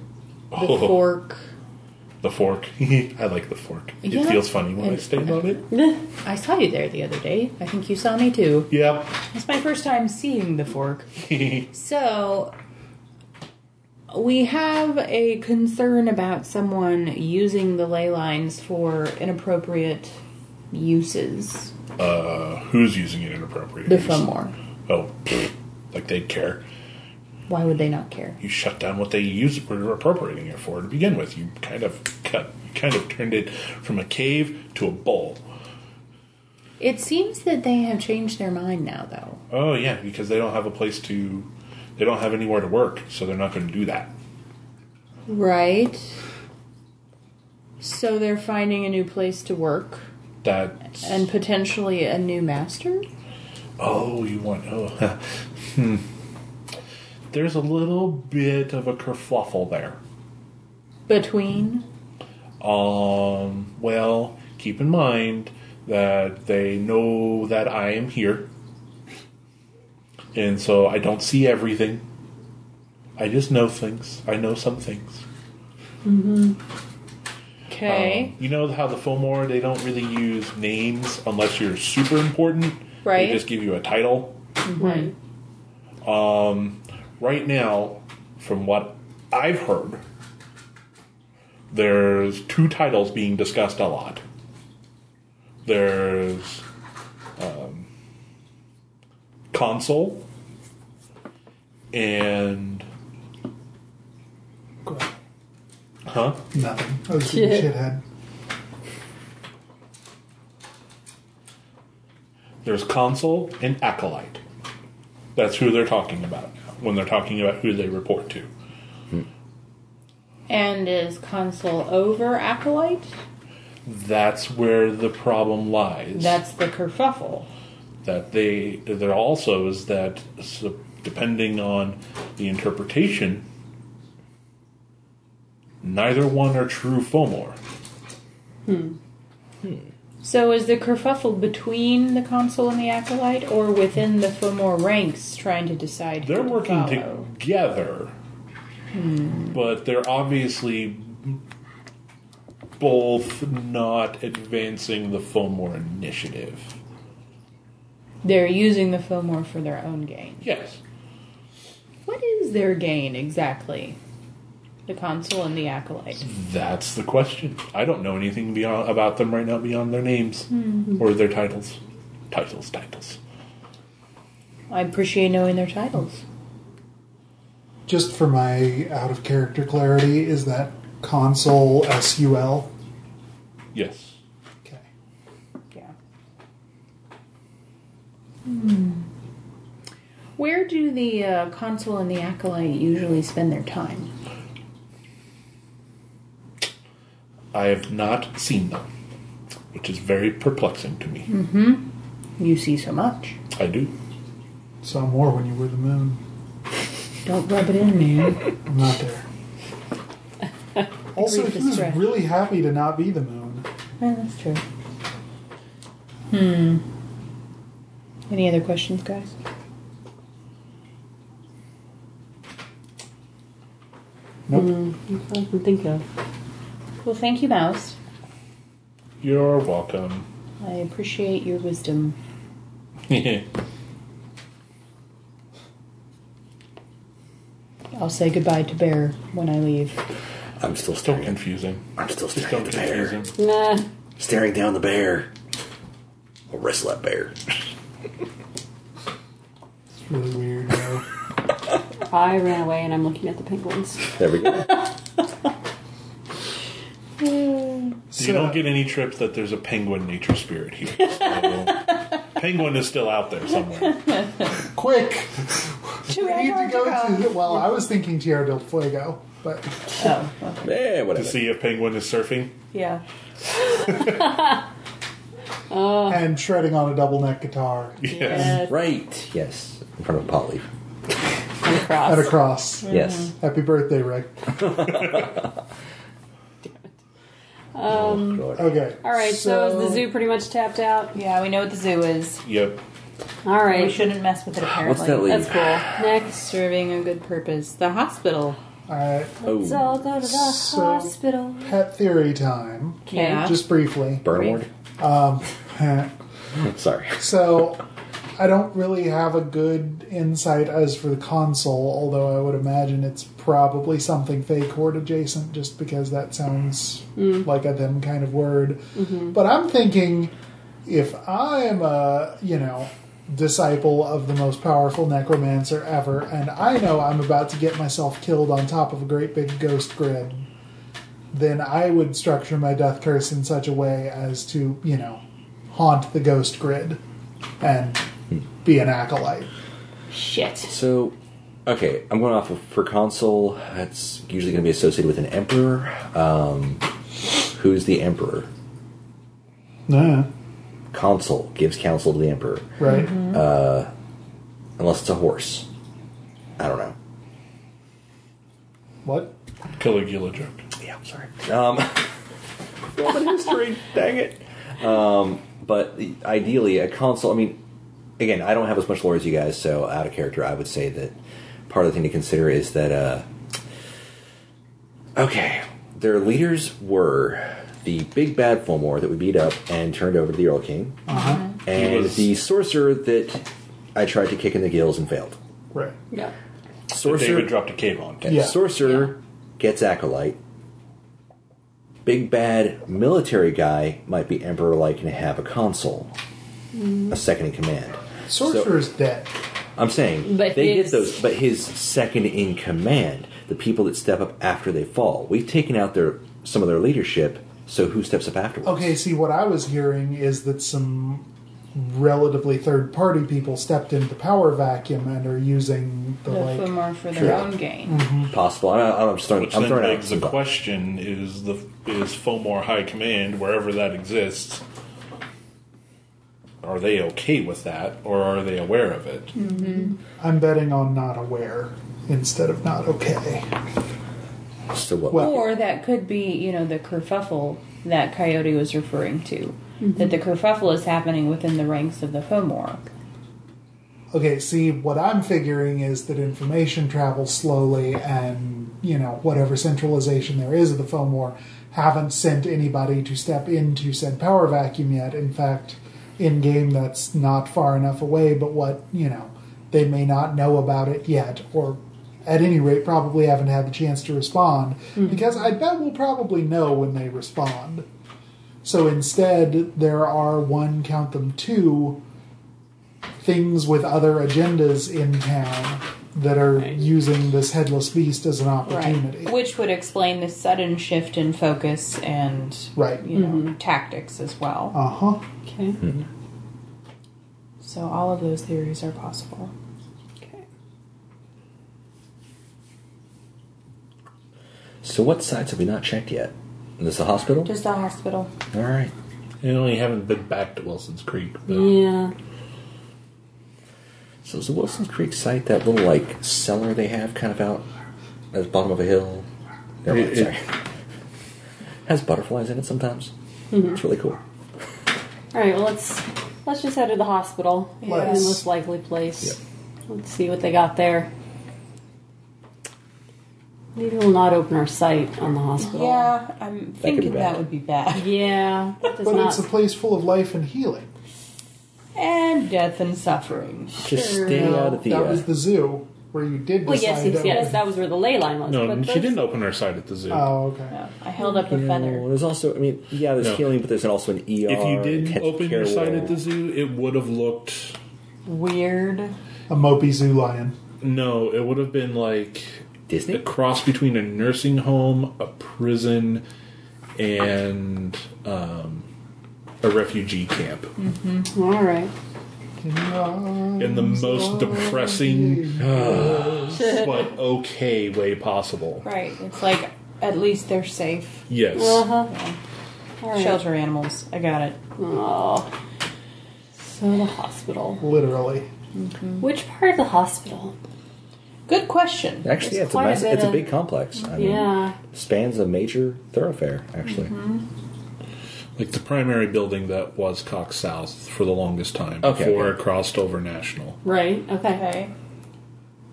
[SPEAKER 2] The
[SPEAKER 1] Oh.
[SPEAKER 2] fork.
[SPEAKER 1] The fork. I like the fork.
[SPEAKER 2] Yeah.
[SPEAKER 1] It feels funny when I
[SPEAKER 2] And-
[SPEAKER 1] stand on it.
[SPEAKER 2] I saw you there the other day. I think you saw me too.
[SPEAKER 1] Yep.
[SPEAKER 2] It's my first time seeing the fork. So, we have a concern about someone using the ley lines for inappropriate uses.
[SPEAKER 1] uh, who's using it inappropriately?
[SPEAKER 2] The Fomor.
[SPEAKER 1] Oh, pfft, like they care.
[SPEAKER 2] Why would they not care?
[SPEAKER 1] You shut down what they use were appropriating it for to begin with. You kind of cut. You kind of turned it from a cave to a bowl.
[SPEAKER 2] It seems that they have changed their mind now, though.
[SPEAKER 1] Oh yeah, because they don't have a place to. They don't have anywhere to work, so they're not going to do that.
[SPEAKER 2] Right. So they're finding a new place to work
[SPEAKER 1] That.
[SPEAKER 2] and potentially a new master?
[SPEAKER 1] Oh, you want? Oh, hmm. There's a little bit of a kerfluffle there.
[SPEAKER 2] Between?
[SPEAKER 1] Um, well, keep in mind that they know that I am here. And so I don't see everything. I just know things. I know some things.
[SPEAKER 2] Okay.
[SPEAKER 1] Um, you know how the Fomor, they don't really use names unless you're super important.
[SPEAKER 2] Right.
[SPEAKER 1] They just give you a title.
[SPEAKER 5] Mm-hmm.
[SPEAKER 2] right.
[SPEAKER 1] Right now, from what I've heard, there's two titles being discussed a lot. There's um, console and huh?
[SPEAKER 4] Nothing. I was being a shithead.
[SPEAKER 1] There's console and acolyte. That's who they're talking about when they're talking about who they report to.
[SPEAKER 2] And is console over acolyte?
[SPEAKER 1] That's where the problem lies.
[SPEAKER 2] That's the kerfuffle.
[SPEAKER 1] that they there also is that so depending on the interpretation neither one are true fomor
[SPEAKER 2] So is the kerfuffle between the console and the acolyte, or within the Fomor ranks trying to decide?
[SPEAKER 1] they're
[SPEAKER 2] who to
[SPEAKER 1] working
[SPEAKER 2] follow? Hmm.
[SPEAKER 1] together but they're obviously both not advancing the fomor initiative
[SPEAKER 2] They're using the Fomor for their own gain.
[SPEAKER 1] yes
[SPEAKER 2] What is their gain exactly? The console and the acolyte.
[SPEAKER 1] that's the question i don't know anything beyond about them right now beyond their names or their titles titles titles
[SPEAKER 2] I appreciate knowing their titles.
[SPEAKER 4] Just for my out of character clarity, is that console S U L?
[SPEAKER 1] yes
[SPEAKER 4] Okay.
[SPEAKER 2] Yeah. Hmm. Where do the uh, console and the acolyte usually spend their time?
[SPEAKER 1] I have not seen them, which is very perplexing to me.
[SPEAKER 2] You see so much.
[SPEAKER 1] I do.
[SPEAKER 4] Saw more when you were the moon.
[SPEAKER 2] Don't rub it in, man.
[SPEAKER 4] I'm not there. Also,
[SPEAKER 2] Grief
[SPEAKER 4] he
[SPEAKER 2] is
[SPEAKER 4] was
[SPEAKER 2] correct.
[SPEAKER 4] really happy to not be the moon.
[SPEAKER 2] Yeah, that's true. Hmm. Any other questions, guys?
[SPEAKER 4] Nope.
[SPEAKER 5] I can think of.
[SPEAKER 2] Well, thank you, Mouse.
[SPEAKER 1] You're welcome.
[SPEAKER 2] I appreciate your wisdom. I'll say goodbye to Bear when I leave.
[SPEAKER 3] I'm still
[SPEAKER 1] Still
[SPEAKER 3] staring. At,
[SPEAKER 1] confusing.
[SPEAKER 3] I'm still staring
[SPEAKER 1] Still
[SPEAKER 3] at the bear.
[SPEAKER 1] confusing.
[SPEAKER 5] Nah.
[SPEAKER 3] Staring down the bear. I'll wrestle that bear.
[SPEAKER 4] It's really weird. though.
[SPEAKER 5] I ran away and I'm looking at the penguins.
[SPEAKER 3] There we go.
[SPEAKER 4] So-
[SPEAKER 1] you don't get any trips that there's a penguin nature spirit here. So penguin is still out there somewhere.
[SPEAKER 4] quick.
[SPEAKER 6] To
[SPEAKER 4] We need to go
[SPEAKER 6] Antarctica.
[SPEAKER 4] to. Well, I was thinking Tierra del Fuego, but
[SPEAKER 2] Oh, okay.
[SPEAKER 3] eh,
[SPEAKER 1] To
[SPEAKER 3] whatever.
[SPEAKER 1] see if penguin is surfing.
[SPEAKER 2] yeah.
[SPEAKER 4] and shredding on a double neck guitar
[SPEAKER 1] Yes.
[SPEAKER 3] Right. Yes. In front of a pot leaf.
[SPEAKER 5] I'm
[SPEAKER 4] at a
[SPEAKER 5] cross.
[SPEAKER 4] cross.
[SPEAKER 3] Yes.
[SPEAKER 4] Happy birthday, Rick.
[SPEAKER 3] Oh, God.
[SPEAKER 4] Okay.
[SPEAKER 5] All right, so, is the zoo pretty much tapped out?
[SPEAKER 2] Yeah, we know what the zoo is.
[SPEAKER 1] Yep.
[SPEAKER 5] All
[SPEAKER 2] We
[SPEAKER 5] right,
[SPEAKER 2] shouldn't mess with it, apparently.
[SPEAKER 3] What's that leave?
[SPEAKER 5] that's cool.
[SPEAKER 2] Next, serving a good purpose. The hospital.
[SPEAKER 4] All right.
[SPEAKER 6] Let's
[SPEAKER 3] Oh,
[SPEAKER 6] all go to the
[SPEAKER 4] So-
[SPEAKER 6] hospital.
[SPEAKER 4] Pet theory time,
[SPEAKER 2] Yeah.
[SPEAKER 4] just briefly.
[SPEAKER 3] burn ward. Sorry.
[SPEAKER 4] so, I don't really have a good insight as for the console, although I would imagine it's probably something fake horde adjacent, just because that sounds like a them kind of word. But I'm thinking, if I'm a you know disciple of the most powerful necromancer ever, and I know I'm about to get myself killed on top of a great big ghost grid then I would structure my death curse in such a way as to, you know, haunt the ghost grid and be an acolyte.
[SPEAKER 2] Shit.
[SPEAKER 3] So, okay, I'm going off of, for console. That's usually going to be associated with an emperor. Um, who's the emperor?
[SPEAKER 4] Yeah.
[SPEAKER 3] Consul gives counsel to the emperor,
[SPEAKER 4] Right?
[SPEAKER 3] unless it's a horse. I don't know.
[SPEAKER 4] What?
[SPEAKER 1] Caligula joke.
[SPEAKER 3] Yeah, I'm sorry. Um, Roman history, dang it. Um, but the- ideally, a console. I mean, again, I don't have as much lore as you guys, so out of character, I would say that part of the thing to consider is that. Uh, okay, their leaders were the big bad Fulmore that we beat up and turned over to the Earl King, and
[SPEAKER 1] He was-
[SPEAKER 3] the sorcerer that I tried to kick in the gills and failed.
[SPEAKER 4] Right.
[SPEAKER 5] Yeah.
[SPEAKER 1] That
[SPEAKER 3] Sorcerer
[SPEAKER 1] David dropped a cave on.
[SPEAKER 3] and
[SPEAKER 4] Yeah.
[SPEAKER 3] Sorcerer gets Acolyte. Big bad military guy might be Emperor like and have a consul,
[SPEAKER 4] Mm-hmm.
[SPEAKER 3] a second in command.
[SPEAKER 4] Sorcerer's dead.
[SPEAKER 3] So, I'm saying
[SPEAKER 5] But
[SPEAKER 3] they
[SPEAKER 5] his-
[SPEAKER 3] get those, but his second in command, the people that step up after they fall. We've taken out their some of their leadership, so who steps up afterwards?
[SPEAKER 4] Okay, see, what I was hearing is that some relatively third party people stepped into the power vacuum and are using the,
[SPEAKER 2] The
[SPEAKER 4] like.
[SPEAKER 2] Fomor for their
[SPEAKER 3] Sure.
[SPEAKER 2] own gain.
[SPEAKER 3] possible. I don't, I'm just throwing.
[SPEAKER 1] Which
[SPEAKER 3] I'm
[SPEAKER 1] then
[SPEAKER 3] throwing out
[SPEAKER 1] begs the question: Is the is Fomor High Command wherever that exists? Are they okay with that, or are they aware of it?
[SPEAKER 5] Hmm.
[SPEAKER 4] I'm betting on not aware instead of not okay.
[SPEAKER 3] So what?
[SPEAKER 4] Well-
[SPEAKER 2] Or that could be, you know, the kerfuffle that Coyote was referring to. That the kerfuffle is happening within the ranks of the Fomor.
[SPEAKER 4] Okay, see, what I'm figuring is that information travels slowly, and, you know, whatever centralization there is of the phone war haven't sent anybody to step into said power vacuum yet. In fact, in game, that's not far enough away, but what, you know, they may not know about it yet, or at any rate, probably haven't had the chance to respond, because I bet we'll probably know when they respond. So instead, there are one, count them two, things with other agendas in town that are using this headless beast as an opportunity.
[SPEAKER 2] Which would explain the sudden shift in focus and,
[SPEAKER 4] Right.
[SPEAKER 2] you know, tactics as well.
[SPEAKER 4] Uh huh.
[SPEAKER 5] Okay.
[SPEAKER 2] So all of those theories are possible.
[SPEAKER 5] Okay.
[SPEAKER 3] so what sites have we not checked yet? Is this a hospital?
[SPEAKER 2] Just the hospital.
[SPEAKER 3] All right.
[SPEAKER 1] They only haven't been back to Wilson's Creek. but-
[SPEAKER 5] Yeah.
[SPEAKER 3] So is the Wilson Creek site that little like cellar they have kind of out at the bottom of a hill? Never mind,
[SPEAKER 1] It-
[SPEAKER 3] sorry. has butterflies in it sometimes.
[SPEAKER 5] Mm-hmm.
[SPEAKER 3] It's really cool.
[SPEAKER 5] All right. Well, let's let's just head to the hospital.
[SPEAKER 2] Yes.
[SPEAKER 5] The most likely place. Let's see what they got there. Maybe we'll not open our site on the hospital.
[SPEAKER 2] Yeah, I'm thinking
[SPEAKER 3] bad.
[SPEAKER 2] that would be bad.
[SPEAKER 5] Yeah. That does
[SPEAKER 4] But
[SPEAKER 5] not.
[SPEAKER 4] it's a place full of life and healing.
[SPEAKER 2] And death and suffering.
[SPEAKER 3] Just
[SPEAKER 5] Sure.
[SPEAKER 3] stay out of the.
[SPEAKER 4] that
[SPEAKER 3] uh,
[SPEAKER 4] was the zoo where you did decide.
[SPEAKER 5] well, yes, yes,
[SPEAKER 4] that
[SPEAKER 5] yes. That was where the ley line was.
[SPEAKER 1] No,
[SPEAKER 5] but
[SPEAKER 1] she
[SPEAKER 5] those-
[SPEAKER 1] didn't open her side at the zoo.
[SPEAKER 4] Oh, okay.
[SPEAKER 2] No, I held up a
[SPEAKER 3] well,
[SPEAKER 2] feather.
[SPEAKER 3] Oh, there's also, I mean, yeah, there's
[SPEAKER 1] No.
[SPEAKER 3] healing, but there's also an ER.
[SPEAKER 1] if you did
[SPEAKER 3] intensive
[SPEAKER 1] open
[SPEAKER 3] care
[SPEAKER 1] your side
[SPEAKER 3] ward.
[SPEAKER 1] at the zoo, it would have looked.
[SPEAKER 2] Weird.
[SPEAKER 4] A mopey zoo lion.
[SPEAKER 1] No, it would have been like a
[SPEAKER 3] Disney,
[SPEAKER 1] cross between a nursing home, a prison, and um, a refugee camp.
[SPEAKER 5] All right.
[SPEAKER 1] In the most depressing, but okay way possible.
[SPEAKER 2] Right. It's like at least they're safe.
[SPEAKER 1] Yes.
[SPEAKER 5] Uh
[SPEAKER 3] Uh-huh.
[SPEAKER 5] huh. All right.
[SPEAKER 2] Shelter animals. I got it.
[SPEAKER 5] Oh. So the hospital.
[SPEAKER 4] Literally.
[SPEAKER 5] Which part of the hospital?
[SPEAKER 2] Good question.
[SPEAKER 3] actually, yeah,
[SPEAKER 5] There's
[SPEAKER 3] it's a
[SPEAKER 5] quite a
[SPEAKER 3] massive,
[SPEAKER 5] bit
[SPEAKER 3] it's a
[SPEAKER 5] of-
[SPEAKER 3] big complex. I mean,
[SPEAKER 5] Yeah. Mm-hmm.
[SPEAKER 3] spans a major thoroughfare. Actually,
[SPEAKER 1] Like the primary building that was Cox South for the longest time
[SPEAKER 3] Okay,
[SPEAKER 1] before
[SPEAKER 3] okay.
[SPEAKER 1] it crossed over National.
[SPEAKER 5] Right. Okay.
[SPEAKER 2] Okay.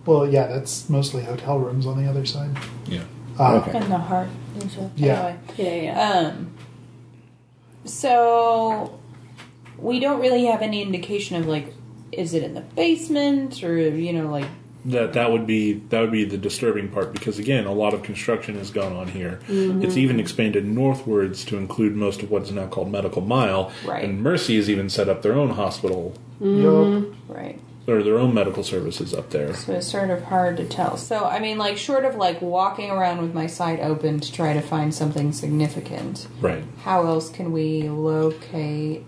[SPEAKER 4] Well, yeah, that's mostly hotel rooms on the other side.
[SPEAKER 1] Yeah.
[SPEAKER 4] Uh,
[SPEAKER 3] okay.
[SPEAKER 2] And the heart.
[SPEAKER 4] Yeah.
[SPEAKER 2] Anyway.
[SPEAKER 5] Yeah. Yeah. yeah.
[SPEAKER 2] Um, so we don't really have any indication of like, is it in the basement or you know like
[SPEAKER 1] that that would be that would be the disturbing part because again a lot of construction has gone on here
[SPEAKER 3] Mm-hmm.
[SPEAKER 1] it's even expanded northwards to include most of what's now called medical mile
[SPEAKER 2] Right.
[SPEAKER 1] and mercy has even set up their own hospital
[SPEAKER 5] Mm-hmm.
[SPEAKER 4] yup.
[SPEAKER 2] right.
[SPEAKER 1] or their own medical services up there
[SPEAKER 2] So it's sort of hard to tell. So I mean, like, short of like walking around with my side open to try to find something significant,
[SPEAKER 1] right
[SPEAKER 2] how else can we locate?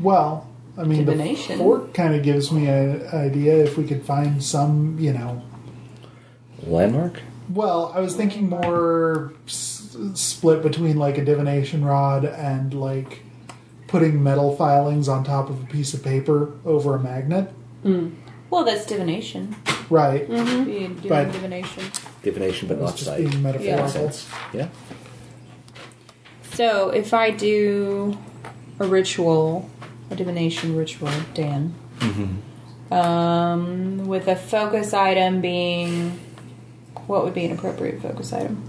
[SPEAKER 4] Well, I mean,
[SPEAKER 2] Divination.
[SPEAKER 4] the fort kind of gives me an idea if we could find some, you know.
[SPEAKER 3] landmark.
[SPEAKER 4] Well, I was thinking more s- split between like a divination rod and like putting metal filings on top of a piece of paper over a magnet.
[SPEAKER 2] Well, that's divination.
[SPEAKER 4] Right.
[SPEAKER 3] Mm.
[SPEAKER 2] Be doing
[SPEAKER 4] But-
[SPEAKER 2] divination.
[SPEAKER 3] divination, but
[SPEAKER 4] It's
[SPEAKER 3] not
[SPEAKER 4] just
[SPEAKER 3] sight.
[SPEAKER 4] being
[SPEAKER 3] Makes
[SPEAKER 4] metaphorical.
[SPEAKER 3] sense. Yeah.
[SPEAKER 2] So if I do a ritual, a divination ritual, Dan, um, with a focus item being, what would be an appropriate focus item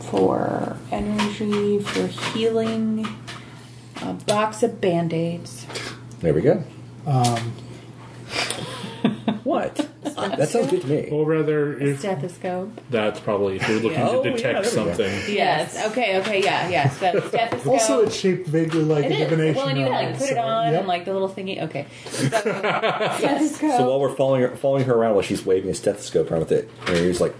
[SPEAKER 2] for energy, for healing? A box of band aids.
[SPEAKER 3] There we go.
[SPEAKER 4] Um,
[SPEAKER 3] What? that sounds good to me.
[SPEAKER 1] or rather if
[SPEAKER 2] Stethoscope.
[SPEAKER 1] that's probably if you're looking
[SPEAKER 3] Oh,
[SPEAKER 1] to
[SPEAKER 3] yeah,
[SPEAKER 1] detect
[SPEAKER 3] there we go.
[SPEAKER 1] something
[SPEAKER 2] Yes. Okay. Okay. Yeah. Yeah. So stethoscope.
[SPEAKER 4] also, it's shaped vaguely like
[SPEAKER 2] It
[SPEAKER 4] a
[SPEAKER 2] is.
[SPEAKER 4] divination
[SPEAKER 2] Well, and
[SPEAKER 4] rod.
[SPEAKER 2] you gotta like put it
[SPEAKER 4] so,
[SPEAKER 2] on
[SPEAKER 4] yep.
[SPEAKER 2] and like the little thingy. Okay. So, stethoscope.
[SPEAKER 3] So while we're following her, following her around while she's waving a stethoscope around with it, Mary's like,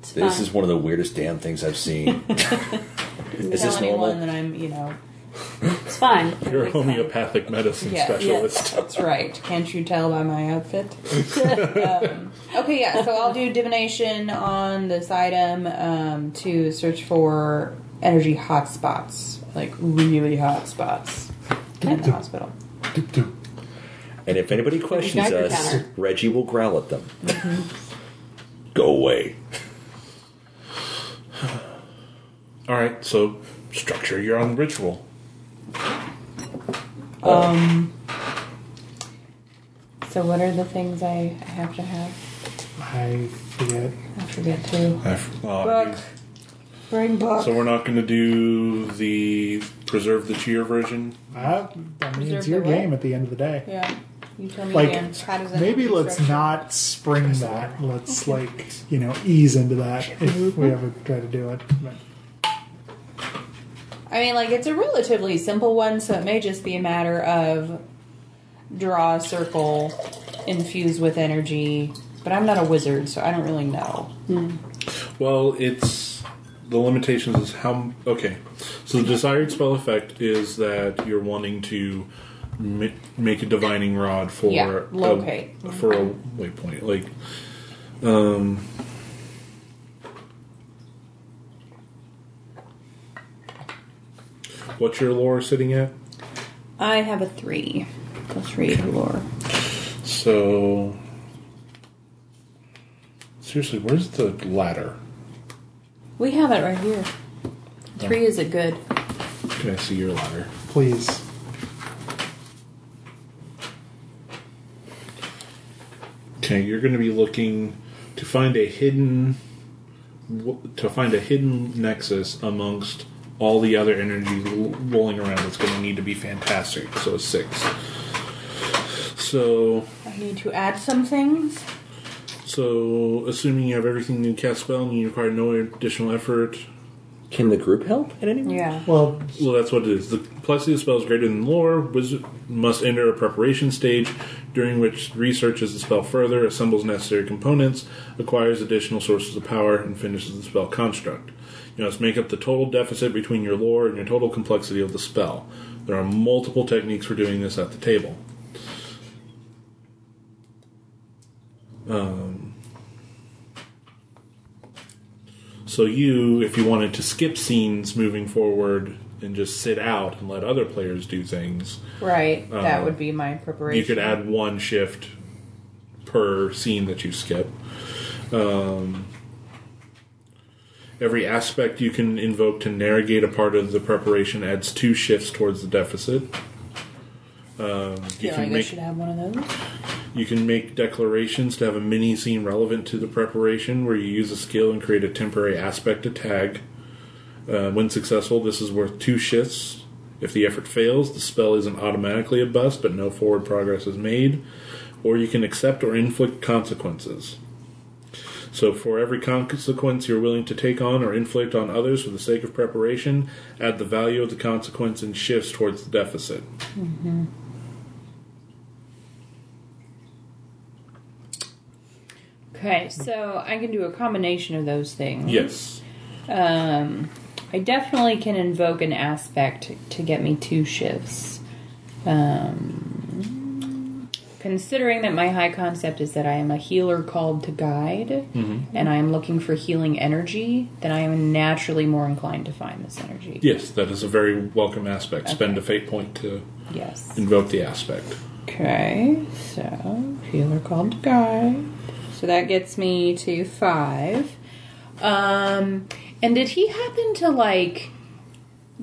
[SPEAKER 3] "This
[SPEAKER 5] fine.
[SPEAKER 3] is one of the weirdest damn things I've seen." is
[SPEAKER 2] tell
[SPEAKER 3] this
[SPEAKER 2] anyone
[SPEAKER 3] normal?
[SPEAKER 2] that I'm, you know.
[SPEAKER 5] It's fine.
[SPEAKER 1] you're a homeopathic medicine
[SPEAKER 2] um, Yeah.
[SPEAKER 1] specialist
[SPEAKER 2] That's right. Can't you tell by my outfit? um, okay, yeah. So I'll do divination on this item um, to search for energy hotspots, like really hot spots in the hospital.
[SPEAKER 3] And if anybody questions
[SPEAKER 5] Geiger
[SPEAKER 3] us,
[SPEAKER 5] counter.
[SPEAKER 3] Reggie will growl at them.
[SPEAKER 2] Mm-hmm.
[SPEAKER 3] Go away.
[SPEAKER 1] all right so structure your own ritual
[SPEAKER 2] So what are the things I I have to have?
[SPEAKER 4] I forget.
[SPEAKER 2] I forget to.
[SPEAKER 1] I f- uh,
[SPEAKER 2] Book.
[SPEAKER 6] Bring book.
[SPEAKER 1] so we're not going to do the preserve the cheer version
[SPEAKER 4] Uh, I mean,
[SPEAKER 2] Reserve
[SPEAKER 4] it's your
[SPEAKER 2] the what?
[SPEAKER 4] game at the end of the day.
[SPEAKER 2] Yeah. You tell me
[SPEAKER 4] Like,
[SPEAKER 2] again. How does that
[SPEAKER 4] Maybe
[SPEAKER 2] be
[SPEAKER 4] let's
[SPEAKER 2] structured?
[SPEAKER 4] not spring that. Let's like you know ease into that if
[SPEAKER 2] Mm-hmm.
[SPEAKER 4] we ever try to do it. But
[SPEAKER 2] I mean, like, it's a relatively simple one, so it may just be a matter of draw a circle, infuse with energy. But I'm not a wizard, so I don't really know.
[SPEAKER 1] Well, it's the limitations is how okay. So the desired spell effect is that you're wanting to ma- make a divining rod for
[SPEAKER 2] Yeah, locate.
[SPEAKER 1] a, for a waypoint. Like, um, what's your lore sitting at?
[SPEAKER 2] I have a three. A three to lore.
[SPEAKER 1] So, seriously, where's the ladder?
[SPEAKER 2] We have it right here. Three is it good?
[SPEAKER 1] Can I see your ladder?
[SPEAKER 4] Please.
[SPEAKER 1] Okay, you're going to be looking to find a hidden to find a hidden nexus amongst all the other energy l- rolling around. It's going to need to be fantastic. So a six. So
[SPEAKER 2] I need to add some things.
[SPEAKER 1] so assuming you have everything you cast spell and you require no additional effort.
[SPEAKER 3] Can the group help in any way?
[SPEAKER 2] Yeah.
[SPEAKER 4] Well,
[SPEAKER 1] Well, that's what it is. The complexity of the spell is greater than lore. Wizard must enter a preparation stage during which researches the spell further, assembles necessary components, acquires additional sources of power, and finishes the spell construct. You must make up the total deficit between your lore and your total complexity of the spell. There are multiple techniques for doing this at the table. So you, if you wanted to skip scenes moving forward and just sit out and let other players do things,
[SPEAKER 2] Right. that
[SPEAKER 1] Uh,
[SPEAKER 2] would be my preparation.
[SPEAKER 1] You could add one shift per scene that you skip. Um, every aspect you can invoke to narrate a part of the preparation adds two shifts towards the deficit. Um, you
[SPEAKER 2] Feel
[SPEAKER 1] can
[SPEAKER 2] like I
[SPEAKER 1] make
[SPEAKER 2] should have one of those.
[SPEAKER 1] you can make declarations to have a mini scene relevant to the preparation, where you use a skill and create a temporary aspect to tag. Uh, when successful, this is worth two shifts. If the effort fails, the spell isn't automatically a bust, but no forward progress is made. Or you can accept or inflict consequences. So, for every consequence you're willing to take on or inflict on others for the sake of preparation, add the value of the consequence and shifts towards the deficit.
[SPEAKER 2] Okay, so I can do a combination of those things.
[SPEAKER 1] Yes.
[SPEAKER 2] Um, I definitely can invoke an aspect to get me two shifts. Um, considering that my high concept is that I am a healer called to guide, and I am looking for healing energy, then I am naturally more inclined to find this energy.
[SPEAKER 1] Yes, that is a very welcome aspect. Spend a fate point to
[SPEAKER 2] Yes.
[SPEAKER 1] invoke the aspect.
[SPEAKER 2] Okay, so healer called to guide. So that gets me to five. Um, and did he happen to like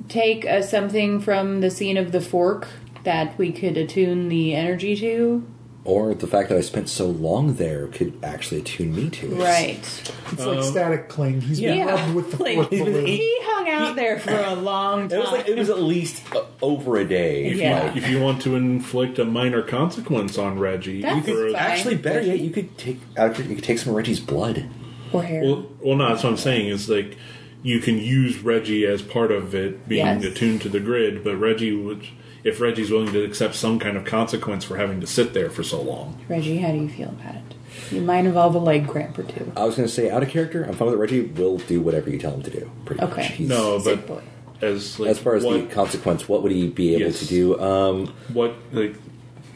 [SPEAKER 2] take uh something from the scene of the fork that we could attune the energy to?
[SPEAKER 3] Or the fact that I spent so long there could actually attune me to it.
[SPEAKER 2] Right.
[SPEAKER 4] it's like static cling. He's
[SPEAKER 2] Yeah.
[SPEAKER 4] been rubbed with the
[SPEAKER 2] Like-
[SPEAKER 4] fork
[SPEAKER 2] He's
[SPEAKER 3] been
[SPEAKER 4] balloon.
[SPEAKER 2] He hung out there for a long
[SPEAKER 7] It
[SPEAKER 2] time.
[SPEAKER 7] was like it was at least uh, over a day.
[SPEAKER 2] If you- Yeah.
[SPEAKER 1] If you want to inflict a minor consequence on Reggie,
[SPEAKER 2] That's
[SPEAKER 1] either-
[SPEAKER 2] fine.
[SPEAKER 7] Actually, better yet, you
[SPEAKER 3] You could take out, you could take some of Reggie's blood.
[SPEAKER 2] or hair.
[SPEAKER 1] well, well, no, that's what I'm saying is like you can use Reggie as part of it being
[SPEAKER 2] Yes.
[SPEAKER 1] attuned to the grid, but Reggie would, if Reggie's willing to accept some kind of consequence for having to sit there for so long.
[SPEAKER 2] Reggie, how do you feel about it? You might involve a leg cramp or two.
[SPEAKER 3] I was going to say out of character. I'm fine with it. Reggie will do whatever you tell him to do. Pretty
[SPEAKER 2] Okay.
[SPEAKER 3] much. He's-
[SPEAKER 1] No,
[SPEAKER 2] Sick
[SPEAKER 1] but
[SPEAKER 2] boy.
[SPEAKER 1] as like,
[SPEAKER 3] As far as the
[SPEAKER 1] what,
[SPEAKER 3] consequence, what would he be able
[SPEAKER 1] Yes.
[SPEAKER 3] to do? Um,
[SPEAKER 1] what like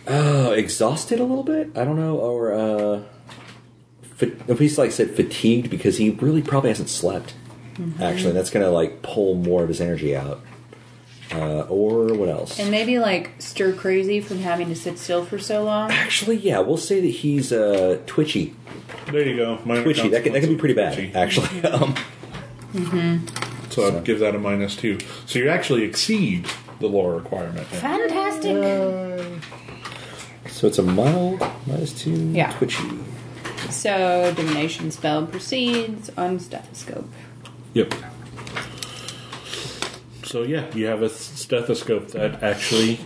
[SPEAKER 3] uh, exhausted a little bit. I don't know, or uh, fa- if he's like said fatigued because he really probably hasn't slept.
[SPEAKER 2] Mm-hmm.
[SPEAKER 3] Actually, that's going to like pull more of his energy out. Uh, or what else?
[SPEAKER 2] And maybe like stir crazy from having to sit still for so long.
[SPEAKER 3] Actually, yeah, we'll say that he's uh, twitchy.
[SPEAKER 1] there you go, minor
[SPEAKER 3] Twitchy. That can, that can be pretty bad,
[SPEAKER 1] consequence.
[SPEAKER 3] actually. Um,
[SPEAKER 1] So, I'd give that a minus two. So you actually exceed the lore requirement. now.
[SPEAKER 2] Fantastic.
[SPEAKER 3] so it's a mild minus two.
[SPEAKER 2] Yeah.
[SPEAKER 3] Twitchy.
[SPEAKER 2] So, divination spell proceeds on stethoscope.
[SPEAKER 1] Yep. So yeah, you have a stethoscope that actually,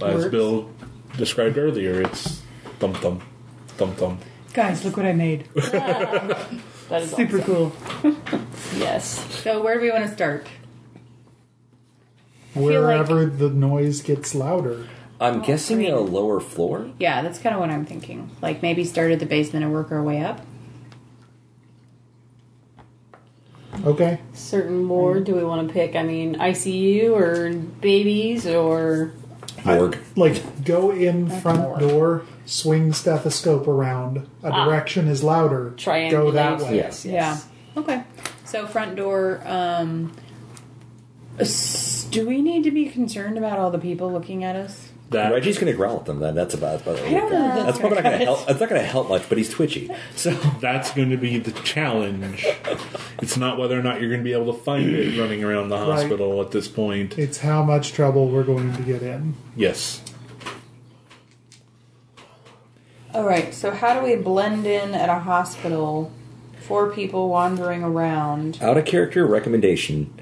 [SPEAKER 1] as
[SPEAKER 2] Works.
[SPEAKER 1] Bill described earlier, it's thump thump, thump thump.
[SPEAKER 2] Guys, look what I made.
[SPEAKER 6] That is
[SPEAKER 2] Super cool.
[SPEAKER 6] yes.
[SPEAKER 2] So, where do we want to start?
[SPEAKER 4] Wherever the noise gets louder.
[SPEAKER 3] I'm guessing a lower floor.
[SPEAKER 2] Yeah, that's kind of what I'm thinking. Like maybe start at the basement and work our way up.
[SPEAKER 4] Okay.
[SPEAKER 5] Certain ward do we want to pick? I mean, ICU or babies or
[SPEAKER 3] Morgue.
[SPEAKER 4] Like, go in front door, swing stethoscope around. A
[SPEAKER 2] Ah.
[SPEAKER 4] direction is louder. Go that
[SPEAKER 5] triangulate?
[SPEAKER 4] way.
[SPEAKER 3] Yes.
[SPEAKER 2] Yeah. Okay. So, front door. Um, s- do we need to be concerned about all the people looking at us?
[SPEAKER 1] That
[SPEAKER 3] Reggie's going to growl at them. Then that's about. That's, about
[SPEAKER 2] I don't know.
[SPEAKER 3] that's probably not going to help. That's not going to help much. But he's twitchy. So
[SPEAKER 1] that's going to be the challenge. it's not whether or not you're going to be able to find it running around the hospital at this point.
[SPEAKER 4] It's how much trouble we're going to get in.
[SPEAKER 1] Yes.
[SPEAKER 2] All right. So how do we blend in at a hospital? Four people wandering around.
[SPEAKER 3] out of character recommendation: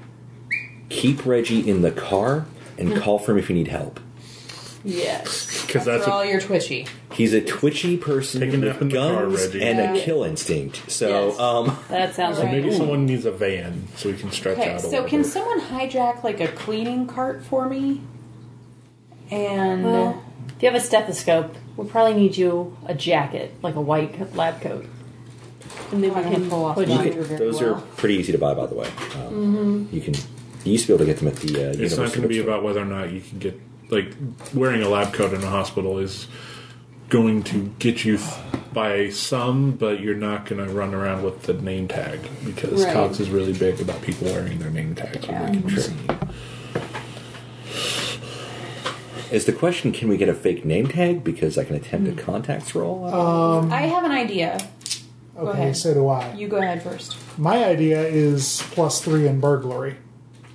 [SPEAKER 3] keep Reggie in the car
[SPEAKER 2] Hmm.
[SPEAKER 3] and call for him if you need help.
[SPEAKER 2] Yes.
[SPEAKER 1] 'Cause that's
[SPEAKER 2] After
[SPEAKER 1] a-
[SPEAKER 2] all you're twitchy.
[SPEAKER 3] He's a twitchy person
[SPEAKER 1] Take a nap
[SPEAKER 3] with
[SPEAKER 1] in the car,
[SPEAKER 3] guns
[SPEAKER 1] Reggie.
[SPEAKER 3] and
[SPEAKER 2] Yeah.
[SPEAKER 3] a kill instinct. So
[SPEAKER 5] Yes.
[SPEAKER 3] um,
[SPEAKER 5] That sounds
[SPEAKER 2] Right.
[SPEAKER 5] like
[SPEAKER 1] Maybe someone needs a van so we can stretch
[SPEAKER 2] Okay.
[SPEAKER 1] out a
[SPEAKER 2] So
[SPEAKER 1] little
[SPEAKER 2] can
[SPEAKER 1] bit.
[SPEAKER 2] someone hijack like a cleaning cart for me? And
[SPEAKER 5] Well, if you have a stethoscope, we'll probably need you a jacket, like a white lab coat. And then
[SPEAKER 2] I
[SPEAKER 5] we
[SPEAKER 2] don't
[SPEAKER 5] can
[SPEAKER 2] pull off
[SPEAKER 5] put
[SPEAKER 2] mine.
[SPEAKER 5] you-
[SPEAKER 2] They're very
[SPEAKER 3] those are
[SPEAKER 2] well. Mm-hmm.
[SPEAKER 3] pretty easy to buy, by the way. Um, You can you used to be able to get them at the. Uh,
[SPEAKER 1] It's
[SPEAKER 3] Universal
[SPEAKER 1] not going to be
[SPEAKER 3] Bookstore.
[SPEAKER 1] about whether or not you can get like wearing a lab coat in a hospital is going to get you th- by some, but you're not going to run around with the name tag because
[SPEAKER 5] Right.
[SPEAKER 1] Cox is really big about people wearing their name tags when they can be seen.
[SPEAKER 3] Is the question: Can we get a fake name tag? Because I can attempt a contacts roll.
[SPEAKER 2] I have an idea. Go
[SPEAKER 4] Okay,
[SPEAKER 2] ahead.
[SPEAKER 4] so do I.
[SPEAKER 2] You go ahead first.
[SPEAKER 4] My idea is plus three in burglary.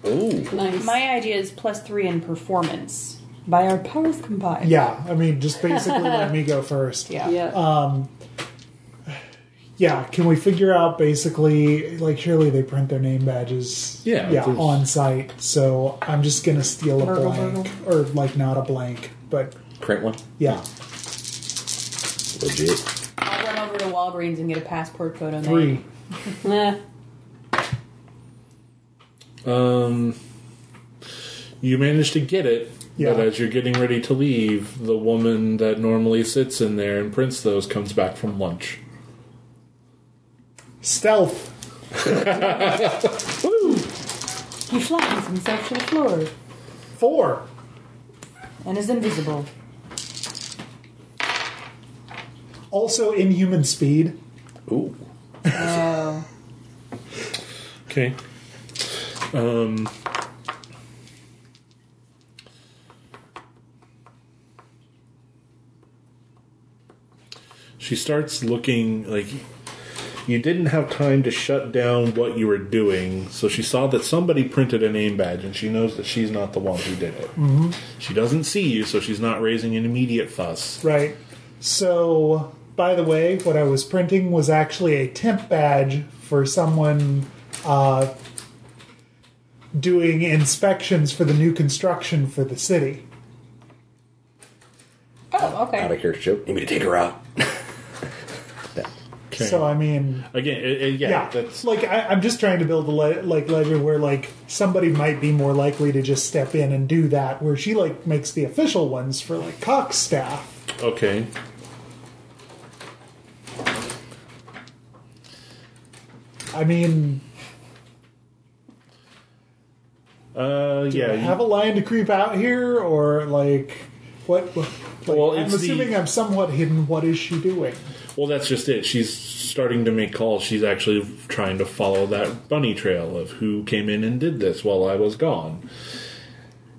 [SPEAKER 3] Ooh,
[SPEAKER 5] Nice.
[SPEAKER 2] My idea is plus three in performance by our powers combined.
[SPEAKER 4] Yeah, I mean, just basically let me go first.
[SPEAKER 2] Yeah.
[SPEAKER 5] yeah.
[SPEAKER 4] Yeah, can we figure out basically, like, surely they print their name badges
[SPEAKER 1] Yeah,
[SPEAKER 4] yeah
[SPEAKER 1] there's-
[SPEAKER 4] on site, so I'm just going to steal a
[SPEAKER 2] Burgle,
[SPEAKER 4] blank. Or, like, not a blank, but
[SPEAKER 3] print one.
[SPEAKER 4] yeah.
[SPEAKER 3] Legit.
[SPEAKER 2] I'll run over to Walgreens and get a passport photo. made.
[SPEAKER 4] Three.
[SPEAKER 5] Eh,
[SPEAKER 1] Um, you manage to get it,
[SPEAKER 4] Yeah.
[SPEAKER 1] but as you're getting ready to leave, the woman that normally sits in there and prints those comes back from lunch.
[SPEAKER 4] Stealth.
[SPEAKER 2] He flattens himself to the floor
[SPEAKER 4] Four.
[SPEAKER 2] and is invisible.
[SPEAKER 4] Also, inhuman speed.
[SPEAKER 3] Ooh,
[SPEAKER 2] Oh.
[SPEAKER 1] Okay. Um, she starts looking like you didn't have time to shut down what you were doing, so she saw that somebody printed a name badge and she knows that she's not the one who did it. Mm-hmm. She doesn't see you, so she's not raising an immediate fuss.
[SPEAKER 4] Right. So, by the way, what I was printing was actually a temp badge for someone uh, doing inspections for the new construction for the city.
[SPEAKER 2] Oh,
[SPEAKER 3] out
[SPEAKER 2] okay.
[SPEAKER 3] of character joke. Need me to take her out? That-
[SPEAKER 1] Okay.
[SPEAKER 4] So, I mean,
[SPEAKER 1] Again, it, it- yeah,
[SPEAKER 4] yeah,
[SPEAKER 1] that's
[SPEAKER 4] like I, I'm just trying to build a le- like ledger where like somebody might be more likely to just step in and do that, where she like makes the official ones for like Cox staff.
[SPEAKER 1] Okay.
[SPEAKER 4] I mean,
[SPEAKER 1] Uh,
[SPEAKER 4] do
[SPEAKER 1] yeah.
[SPEAKER 4] I
[SPEAKER 1] you-
[SPEAKER 4] have a line to creep out here, or like what? what- like,
[SPEAKER 1] Well,
[SPEAKER 4] I'm
[SPEAKER 1] it's the-
[SPEAKER 4] assuming I'm somewhat hidden. What is she doing?
[SPEAKER 1] Well, that's just it. She's starting to make calls. She's actually trying to follow that bunny trail of who came in and did this while I was gone.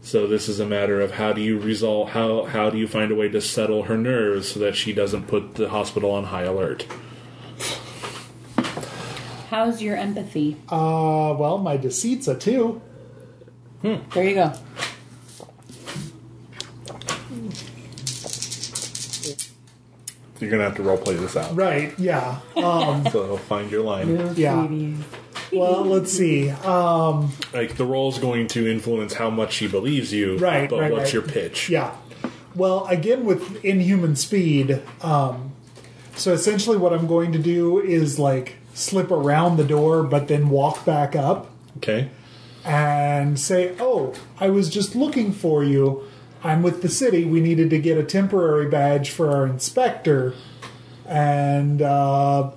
[SPEAKER 1] So this is a matter of how do you resolve how how do you find a way to settle her nerves so that she doesn't put the hospital on high alert.
[SPEAKER 2] How's your empathy?
[SPEAKER 4] Uh, well, my deceit's a two.
[SPEAKER 2] There you go.
[SPEAKER 1] You're gonna have to role play this out.
[SPEAKER 4] Right? Yeah. Uh,
[SPEAKER 1] So find your line.
[SPEAKER 4] Yeah. Well, let's see. Uh,
[SPEAKER 1] Like the role's going to influence how much she believes you.
[SPEAKER 4] Right,
[SPEAKER 1] But
[SPEAKER 4] right,
[SPEAKER 1] what's
[SPEAKER 4] right.
[SPEAKER 1] your pitch?
[SPEAKER 4] yeah. Well, again with inhuman speed. Um, so essentially, what I'm going to do is like slip around the door, but then walk back up.
[SPEAKER 1] Okay.
[SPEAKER 4] and say, "Oh, I was just looking for you. I'm with the city. We needed to get a temporary badge for our inspector, and uh,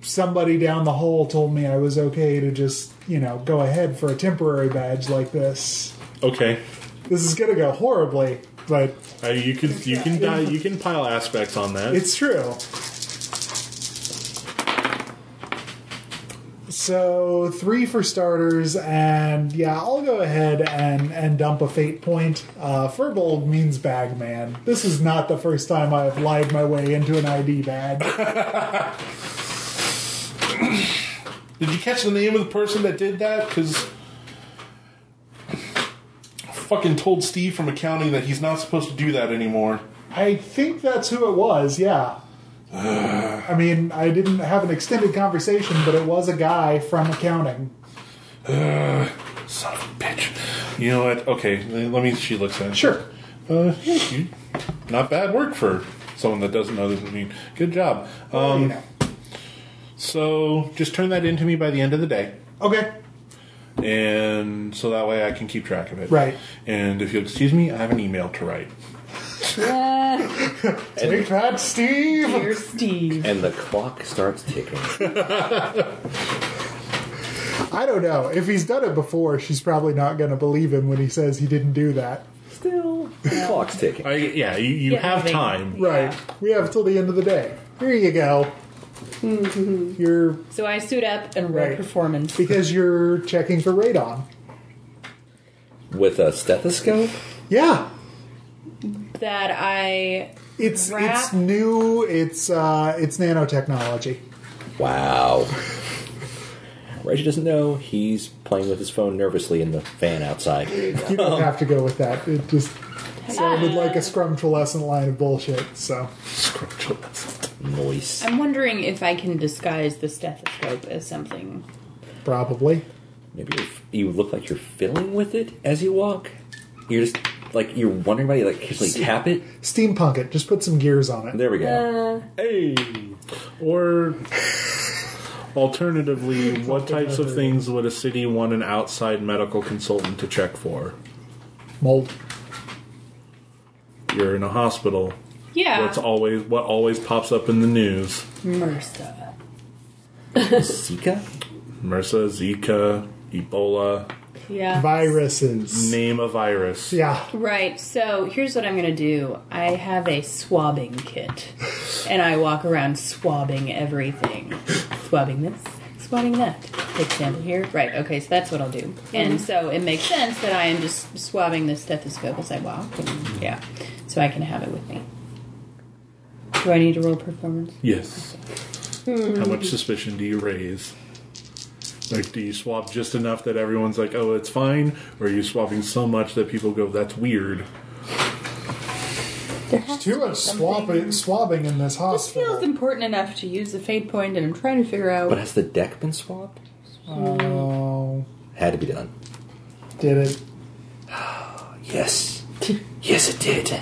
[SPEAKER 4] somebody down the hall told me I was okay to just, you know, go ahead for a temporary badge like this.
[SPEAKER 1] Okay.
[SPEAKER 4] This is gonna go horribly, but
[SPEAKER 1] Uh, you can you can die, you can pile aspects on that.
[SPEAKER 4] it's true." So three for starters, and yeah, I'll go ahead and and dump a fate point. Uh, Furbold means bag man. This is not the first time I have lied my way into an ID bag.
[SPEAKER 1] Did you catch the name of the person that did that? Because fucking told Steve from accounting that he's not supposed to do that anymore.
[SPEAKER 4] I think that's who it was. Yeah. I mean, I didn't have an extended conversation, but it was a guy from accounting.
[SPEAKER 1] Son of a bitch. You know what? Okay, let me. She looks at it.
[SPEAKER 4] Sure.
[SPEAKER 1] Uh, yeah, you- not bad work for someone that doesn't know this. I mean, good job. Um,
[SPEAKER 4] You know.
[SPEAKER 1] So just turn that into me by the end of the day,
[SPEAKER 4] Okay.
[SPEAKER 1] and so that way I can keep track of it.
[SPEAKER 4] Right.
[SPEAKER 1] And if you'll excuse me, I have an email to write.
[SPEAKER 2] Ah,
[SPEAKER 4] Take that, Steve.
[SPEAKER 2] dear Steve.
[SPEAKER 3] And the clock starts ticking.
[SPEAKER 4] I don't know. If he's done it before, she's probably not going to believe him when he says he didn't do that.
[SPEAKER 3] Still, the clock's ticking.
[SPEAKER 1] I, yeah, you, you
[SPEAKER 2] Yeah,
[SPEAKER 1] have
[SPEAKER 2] they-
[SPEAKER 1] time.
[SPEAKER 4] Right. We have till the end of the day. Here you go. you're
[SPEAKER 2] So I stood up and read
[SPEAKER 4] Right.
[SPEAKER 2] performance.
[SPEAKER 4] because you're checking for radon.
[SPEAKER 3] With a stethoscope?
[SPEAKER 4] Yeah.
[SPEAKER 2] That I
[SPEAKER 4] It's
[SPEAKER 2] Rat-
[SPEAKER 4] it's new. It's uh it's nanotechnology.
[SPEAKER 3] Wow. Reggie doesn't know. He's playing with his phone nervously in the fan outside.
[SPEAKER 4] You don't have to go with that. It just sounded like a scrumtulescent line of bullshit. So
[SPEAKER 3] Noise.
[SPEAKER 2] I'm wondering if I can disguise the stethoscope as something.
[SPEAKER 4] probably.
[SPEAKER 3] Maybe you're, you look like you're fiddling with it as you walk. You're just like you're wondering about it. Like occasionally tap it.
[SPEAKER 4] Steampunk it. Just put some gears on it.
[SPEAKER 3] There we go.
[SPEAKER 1] Hey. Or alternatively, what types of things would a city want an outside medical consultant to check for?
[SPEAKER 4] Mold.
[SPEAKER 1] You're in a hospital.
[SPEAKER 2] Yeah.
[SPEAKER 1] What's always what always pops up in the news?
[SPEAKER 2] MRSA.
[SPEAKER 3] Zika.
[SPEAKER 1] MRSA, Zika, Ebola,
[SPEAKER 2] Yeah.
[SPEAKER 4] Viruses.
[SPEAKER 1] name a virus.
[SPEAKER 4] Yeah.
[SPEAKER 2] Right, so here's what I'm gonna do. I have a swabbing kit, and I walk around swabbing everything. Swabbing this, swabbing that. Take sample here. Right, okay, so that's what I'll do.
[SPEAKER 5] Mm-hmm.
[SPEAKER 2] And so it makes sense that I am just swabbing the stethoscope as I walk, and yeah, so I can have it with me. Do I need to roll performance?
[SPEAKER 1] Yes. How much suspicion do you raise? Like, do you swab just enough that everyone's like, "Oh, it's fine," or are you swapping so much that people go, "That's weird"?
[SPEAKER 4] There's too much swabbing swabbing in this
[SPEAKER 2] This feels
[SPEAKER 4] hospital.
[SPEAKER 2] important enough to use the fade point, and I'm trying to figure
[SPEAKER 3] But
[SPEAKER 2] out.
[SPEAKER 3] has the deck been swapped?
[SPEAKER 4] Oh,
[SPEAKER 3] Had to be done.
[SPEAKER 4] did it?
[SPEAKER 3] Yes. yes, it did.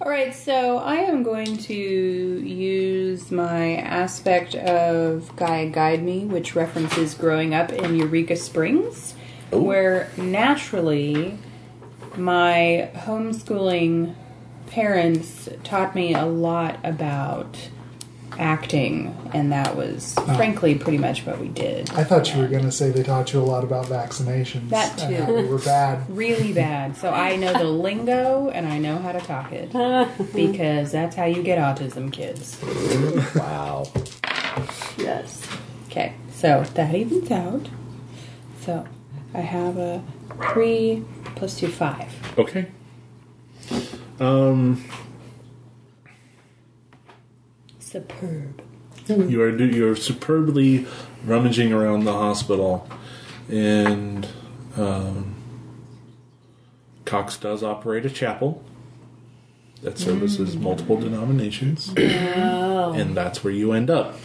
[SPEAKER 2] All right, so I am going to use my aspect of Gaia Guide Me, which references growing up in Eureka Springs,
[SPEAKER 3] Ooh.
[SPEAKER 2] where naturally my homeschooling parents taught me a lot about acting, and that was frankly pretty much what we did.
[SPEAKER 4] I thought you were going to say they taught you a lot about vaccinations.
[SPEAKER 2] That
[SPEAKER 4] and
[SPEAKER 2] too.
[SPEAKER 4] how they were bad.
[SPEAKER 2] Really bad. So I know the lingo and I know how to talk it. Because that's how you get autism, kids.
[SPEAKER 3] Wow.
[SPEAKER 6] Yes.
[SPEAKER 2] Okay, so that evens out. So I have a three plus two five.
[SPEAKER 1] Okay. Um,
[SPEAKER 2] Superb.
[SPEAKER 1] You are you are superbly rummaging around the hospital, and um, Cox does operate a chapel that services
[SPEAKER 2] Mm.
[SPEAKER 1] multiple denominations,
[SPEAKER 2] Oh.
[SPEAKER 1] and that's where you end up.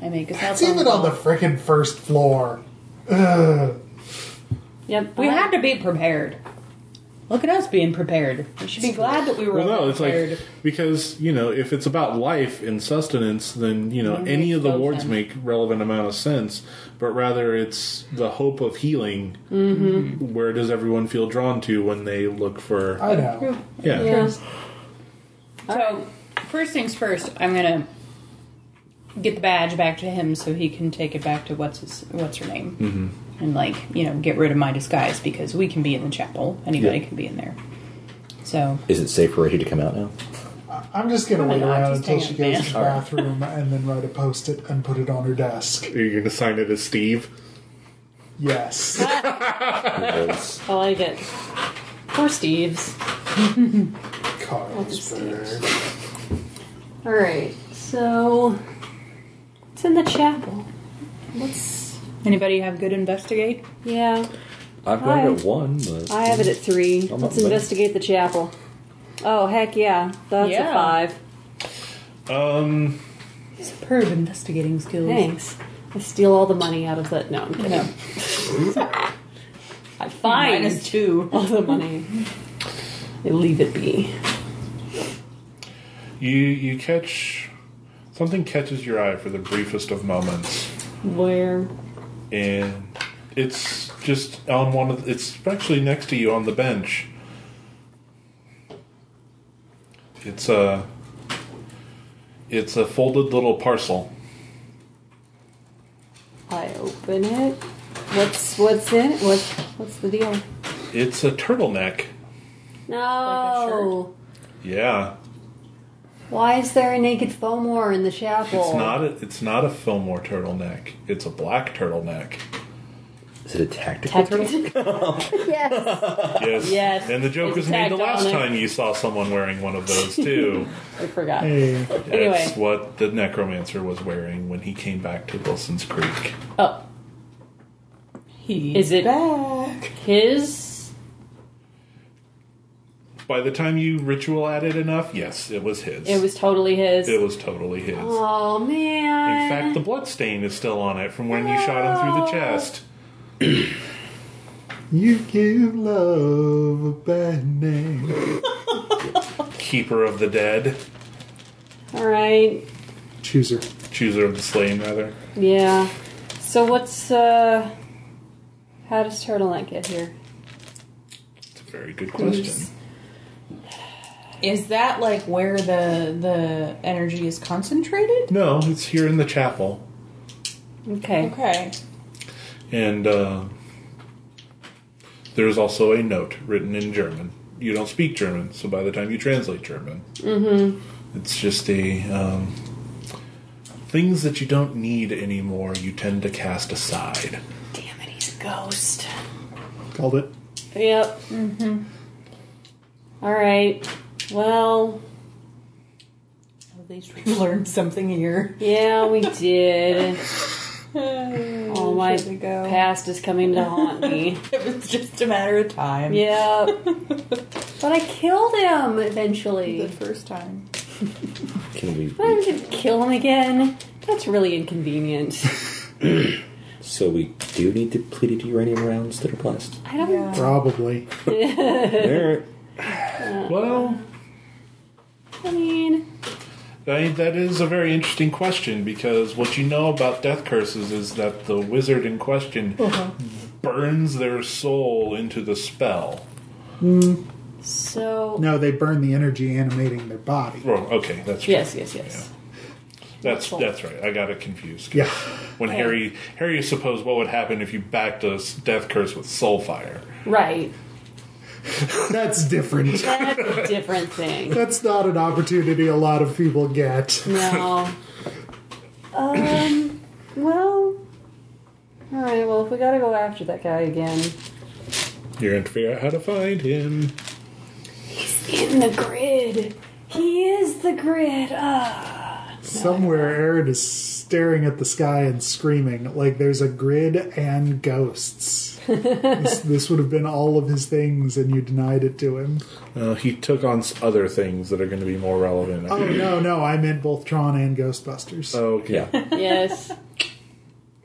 [SPEAKER 2] I make a cell
[SPEAKER 4] It's even
[SPEAKER 2] phone
[SPEAKER 4] on the
[SPEAKER 2] call.
[SPEAKER 4] frickin' first floor.
[SPEAKER 5] Yep.
[SPEAKER 2] We had to be prepared. Look at us being prepared. We should be glad that we were
[SPEAKER 1] Well, no, it's
[SPEAKER 2] prepared.
[SPEAKER 1] like because you know if it's about life and sustenance, then you know any of the
[SPEAKER 2] Mm, makes
[SPEAKER 1] wards
[SPEAKER 2] sense.
[SPEAKER 1] make relevant amount of sense. But rather, it's the hope of healing.
[SPEAKER 2] Mm-hmm.
[SPEAKER 1] Where does everyone feel drawn to when they look for?
[SPEAKER 4] I know.
[SPEAKER 5] Yeah.
[SPEAKER 2] so first things first, I'm gonna get the badge back to him so he can take it back to what's his what's her name. Mm-hmm. And like, you know, get rid of my disguise because we can be in the chapel. Anybody
[SPEAKER 1] Yeah.
[SPEAKER 2] can be in there. So
[SPEAKER 3] Is it safe for Reggie to come out now?
[SPEAKER 4] I'm just gonna
[SPEAKER 2] Probably
[SPEAKER 4] wait
[SPEAKER 2] not,
[SPEAKER 4] around
[SPEAKER 2] just
[SPEAKER 4] until
[SPEAKER 2] hang
[SPEAKER 4] she
[SPEAKER 2] out,
[SPEAKER 4] goes to the bathroom and then write a post it and put it on her desk.
[SPEAKER 1] You're going to sign it as Steve.
[SPEAKER 4] Yes.
[SPEAKER 7] Because
[SPEAKER 5] I like it. Poor Steve's.
[SPEAKER 4] Carlsberg.
[SPEAKER 5] All right, so it's in the chapel. Let's.
[SPEAKER 2] Anybody have good investigate?
[SPEAKER 5] Yeah,
[SPEAKER 7] I've got it
[SPEAKER 5] Hi.
[SPEAKER 7] at one. But
[SPEAKER 5] I have it at three.
[SPEAKER 7] I'm up
[SPEAKER 5] Let's
[SPEAKER 7] there.
[SPEAKER 5] investigate the chapel. Oh heck yeah, that's
[SPEAKER 2] Yeah.
[SPEAKER 5] a five.
[SPEAKER 1] Um,
[SPEAKER 2] Superb investigating skills.
[SPEAKER 5] Thanks. I steal all the money out of that. No, I'm kidding.
[SPEAKER 2] No.
[SPEAKER 5] I find
[SPEAKER 2] Minus two.
[SPEAKER 5] all the money. I leave it be.
[SPEAKER 1] you you catch something catches your eye for the briefest of moments,
[SPEAKER 5] Where?
[SPEAKER 1] and it's just on one of it's actually next to you on the bench. It's a it's a folded little parcel.
[SPEAKER 5] I open it. What's what's in it? What's what's the deal?
[SPEAKER 1] It's a turtleneck.
[SPEAKER 5] No.
[SPEAKER 1] Yeah,
[SPEAKER 5] Why is there a naked Fomor in the chapel?
[SPEAKER 1] it's not a, it's not a Fillmore turtleneck. It's a black turtleneck.
[SPEAKER 3] Is it a tactical?
[SPEAKER 5] Tactic-
[SPEAKER 6] Yes.
[SPEAKER 1] Yes.
[SPEAKER 5] Yes.
[SPEAKER 1] And the joke
[SPEAKER 5] It's
[SPEAKER 1] was made
[SPEAKER 5] tacked
[SPEAKER 1] the last
[SPEAKER 5] on it.
[SPEAKER 1] time you saw someone wearing one of those too.
[SPEAKER 5] I forgot.
[SPEAKER 4] Hey,
[SPEAKER 5] Anyway.
[SPEAKER 1] That's what the necromancer was wearing when he came back to Wilson's Creek.
[SPEAKER 5] Oh,
[SPEAKER 2] He
[SPEAKER 5] is it
[SPEAKER 2] back?
[SPEAKER 5] his?
[SPEAKER 1] By the time you ritual at it enough, yes, it was his.
[SPEAKER 5] It was totally his.
[SPEAKER 1] It was totally his.
[SPEAKER 5] oh man.
[SPEAKER 1] In fact, the blood stain is still on it from when you shot him through the chest.
[SPEAKER 4] you give love a bad name.
[SPEAKER 1] Keeper of the dead,
[SPEAKER 5] all right.
[SPEAKER 4] Chooser.
[SPEAKER 1] chooser of the slain, rather.
[SPEAKER 5] Yeah. So what's uh? How does turtleneck get here?
[SPEAKER 1] It's a very good question.
[SPEAKER 2] Is that like where the the energy is concentrated?
[SPEAKER 1] No, it's here in the chapel,
[SPEAKER 5] Okay.
[SPEAKER 2] Okay.
[SPEAKER 1] and uh, there's also a note written in German. You don't speak German, so by the time you translate German, It's just a um, things that you don't need anymore. You tend to cast aside.
[SPEAKER 5] Damn it, he's a ghost.
[SPEAKER 4] Called it.
[SPEAKER 5] Yep. Mm-hmm. All right. Well,
[SPEAKER 2] At least we learned something here.
[SPEAKER 5] yeah, we did. All my
[SPEAKER 2] Should we go?
[SPEAKER 5] past is coming to haunt me.
[SPEAKER 2] It was just a matter of time.
[SPEAKER 5] yeah. But I killed him
[SPEAKER 2] The
[SPEAKER 5] eventually.
[SPEAKER 2] first time.
[SPEAKER 3] Can we?
[SPEAKER 5] But I'm gonna kill him again. That's really inconvenient.
[SPEAKER 3] So we do need depleted uranium rounds that are blessed.
[SPEAKER 5] I don't.
[SPEAKER 4] Probably.
[SPEAKER 3] All right.
[SPEAKER 1] Well,
[SPEAKER 5] I mean,
[SPEAKER 1] I, that is a very interesting question because what you know about death curses is that the wizard in question burns their soul into the spell.
[SPEAKER 5] so
[SPEAKER 4] No, they burn the energy animating their body.
[SPEAKER 1] Well, okay, that's right.
[SPEAKER 5] yes, yes, yes.
[SPEAKER 1] that's that's right. I got it confused.
[SPEAKER 4] Yeah.
[SPEAKER 1] When Harry Harry is supposed what would happen if you backed a s- death curse with soul fire.
[SPEAKER 5] Right.
[SPEAKER 4] That's different.
[SPEAKER 5] That's a different thing.
[SPEAKER 4] That's not an opportunity a lot of people get.
[SPEAKER 5] No. um. Well. All right. Well, if we gotta go after that guy again,
[SPEAKER 1] You're going to figure out how to find him.
[SPEAKER 5] in the grid. He is the grid. Ah.
[SPEAKER 4] Somewhere, Aaron is staring at the sky and screaming like there's a grid and ghosts. this, this would have been all of his things, and you denied it to him.
[SPEAKER 1] Uh, he took on s- other things that are going to be more relevant.
[SPEAKER 4] Oh no, no, I meant both Tron and Ghostbusters.
[SPEAKER 1] okay.
[SPEAKER 3] Yeah.
[SPEAKER 5] Yes.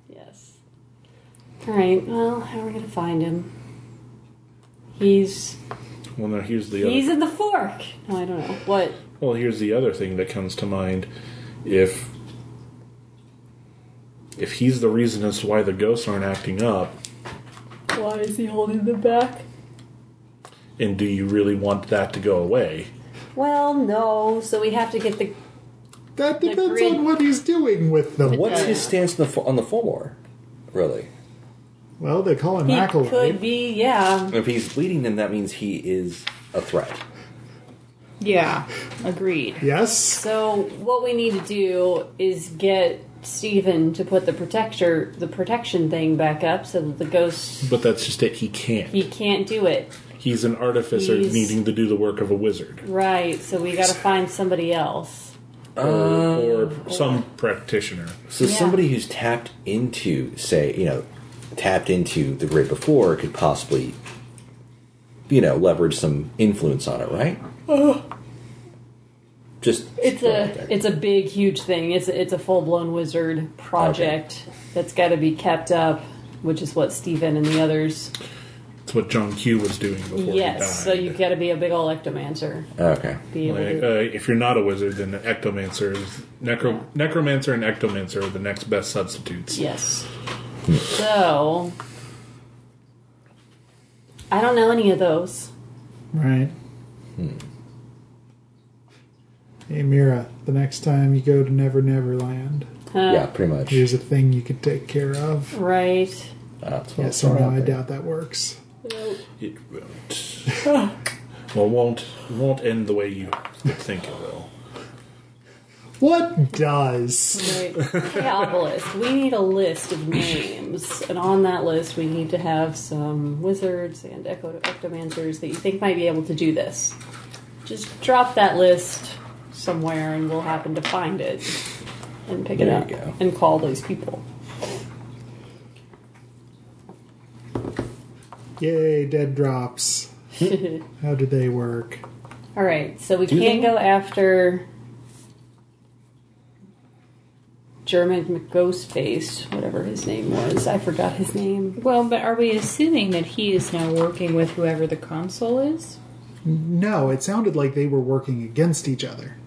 [SPEAKER 5] yes. All right. Well, how are we gonna find him? He's
[SPEAKER 1] Well, now here's the
[SPEAKER 5] he's
[SPEAKER 1] other.
[SPEAKER 5] in the fork. No, I don't know what.
[SPEAKER 1] Well, here's the other thing that comes to mind. If if he's the reason as to why the ghosts aren't acting up,
[SPEAKER 5] Why is he holding them back?
[SPEAKER 1] and do you really want that to go away?
[SPEAKER 5] Well, no. So we have to get the
[SPEAKER 4] that
[SPEAKER 5] the
[SPEAKER 4] depends
[SPEAKER 5] grid-
[SPEAKER 4] on what he's doing with them.
[SPEAKER 3] What's his stance on the fo- on the Fulmore? Really?
[SPEAKER 4] Well, they call him
[SPEAKER 5] He
[SPEAKER 4] Acolyte.
[SPEAKER 5] could be, yeah.
[SPEAKER 3] If he's bleeding, then that means he is a threat.
[SPEAKER 2] Yeah, agreed.
[SPEAKER 4] Yes.
[SPEAKER 5] So what we need to do is get Stephen to put the protector, the protection thing back up, so that the ghost
[SPEAKER 1] But that's just it. He can't.
[SPEAKER 5] he can't do it.
[SPEAKER 1] He's an artificer
[SPEAKER 5] He's-
[SPEAKER 1] needing to do the work of a wizard.
[SPEAKER 5] Right. So we got to find somebody else.
[SPEAKER 1] Or,
[SPEAKER 5] Oh.
[SPEAKER 1] or some practitioner.
[SPEAKER 3] So
[SPEAKER 5] Yeah.
[SPEAKER 3] somebody who's tapped into, say, you know, tapped into the grid before could possibly, you know, leverage some influence on it, right? Just
[SPEAKER 5] Uh-huh. It's a it's a big huge thing. It's a, it's a full blown wizard project that's got to be kept up, which is what Stephen and the others.
[SPEAKER 1] It's what John Q was doing before he died.
[SPEAKER 5] yes. So you got to be a big ol' ectomancer.
[SPEAKER 3] Oh, okay.
[SPEAKER 5] Be able
[SPEAKER 1] Like,
[SPEAKER 5] to.
[SPEAKER 1] uh, if you're not a wizard, then ectomancer is necro- necromancer and ectomancer are the next best substitutes.
[SPEAKER 5] Yes. So I don't know any of those.
[SPEAKER 4] Right. Hey, Mira, the next time you go to Never Never Land,
[SPEAKER 5] Huh?
[SPEAKER 3] yeah, pretty much. Uh,
[SPEAKER 4] here's a thing you can take care of.
[SPEAKER 5] Right.
[SPEAKER 3] That's what
[SPEAKER 4] Yes or no, I doubt that works.
[SPEAKER 1] It won't. well, won't won't end the way you think it will.
[SPEAKER 4] What does?
[SPEAKER 5] Right. Hey, obelisk. We need a list of names, and on that list, we need to have some wizards and echo- ectomancers that you think might be able to do this. Just drop that list somewhere, and we'll happen to find it and pick
[SPEAKER 3] There
[SPEAKER 5] it up
[SPEAKER 3] you go.
[SPEAKER 5] and call those people.
[SPEAKER 4] Yay, dead drops. How do they work?
[SPEAKER 5] All right, so we can't go after German Ghostface, whatever his name was. I forgot his name.
[SPEAKER 2] Well, but are we assuming that he is now working with whoever the consul is?
[SPEAKER 4] No, it sounded like they were working against each other.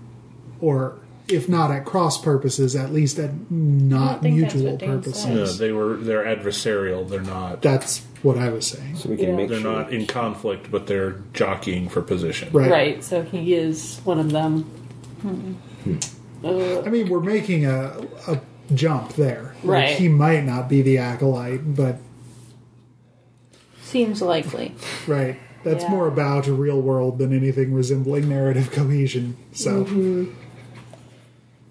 [SPEAKER 4] Or, if not at cross purposes, at least at
[SPEAKER 2] I don't
[SPEAKER 4] not
[SPEAKER 2] think that's
[SPEAKER 4] mutual
[SPEAKER 2] what Dan said.
[SPEAKER 1] No,
[SPEAKER 4] purposes.
[SPEAKER 1] Uh, they were they're adversarial. They're not
[SPEAKER 4] That's what I was saying.
[SPEAKER 3] So we can
[SPEAKER 5] Yeah.
[SPEAKER 3] make
[SPEAKER 1] they're
[SPEAKER 3] sure.
[SPEAKER 1] not in conflict, but they're jockeying for position.
[SPEAKER 4] Right.
[SPEAKER 5] Right, so he is one of them. Uh,
[SPEAKER 4] I mean, we're making a, a jump there. Like,
[SPEAKER 5] Right.
[SPEAKER 4] he might not be the acolyte, but
[SPEAKER 2] Seems likely.
[SPEAKER 4] right. That's
[SPEAKER 5] Yeah.
[SPEAKER 4] more about a real world than anything resembling narrative cohesion. So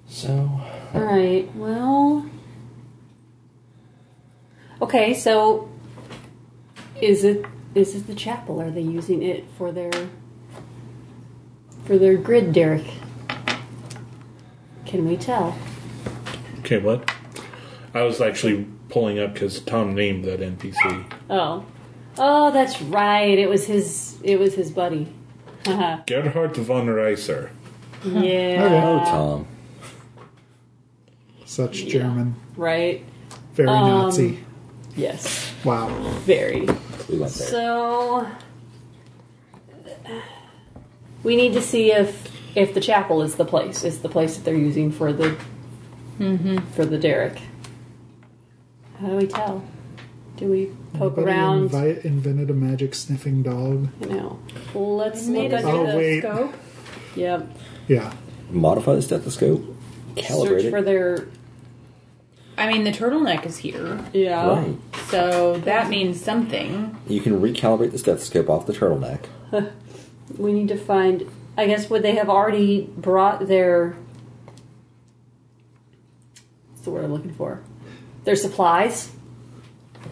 [SPEAKER 3] So
[SPEAKER 5] all right, well. Okay, so is it is it the chapel? Are they using it for their for their grid, Derek? Can we tell?
[SPEAKER 1] Okay, what? I was actually pulling up because Tom named that NPC.
[SPEAKER 5] Oh, oh, that's right. It was his. It was his buddy. Haha.
[SPEAKER 1] Gerhard von Reiser.
[SPEAKER 5] yeah.
[SPEAKER 2] Mm-hmm.
[SPEAKER 3] Tom.
[SPEAKER 4] such German,
[SPEAKER 5] Right.
[SPEAKER 4] very
[SPEAKER 5] Um,
[SPEAKER 4] Nazi.
[SPEAKER 5] Yes.
[SPEAKER 4] Wow.
[SPEAKER 5] Very.
[SPEAKER 3] We went there.
[SPEAKER 5] So we need to see if if the chapel is the place is the place that they're using for the for the derrick. Mm-hmm. How do we tell? Do we poke
[SPEAKER 4] Anybody
[SPEAKER 5] around?
[SPEAKER 4] invi- invented a magic sniffing dog.
[SPEAKER 5] you know, let's
[SPEAKER 2] Made
[SPEAKER 5] look
[SPEAKER 2] a
[SPEAKER 5] under
[SPEAKER 4] Oh,
[SPEAKER 5] the.
[SPEAKER 4] wait.
[SPEAKER 2] scope.
[SPEAKER 5] Yep.
[SPEAKER 4] Yeah.
[SPEAKER 3] Modify the stethoscope. Calibrate
[SPEAKER 5] Search for
[SPEAKER 3] it.
[SPEAKER 5] their.
[SPEAKER 2] I mean, the turtleneck is here,
[SPEAKER 5] Yeah.
[SPEAKER 3] Right.
[SPEAKER 2] so that means something.
[SPEAKER 3] You can recalibrate the stethoscope off the turtleneck.
[SPEAKER 5] We need to find. I guess would they have already brought their. What's the word I'm looking for? Their supplies.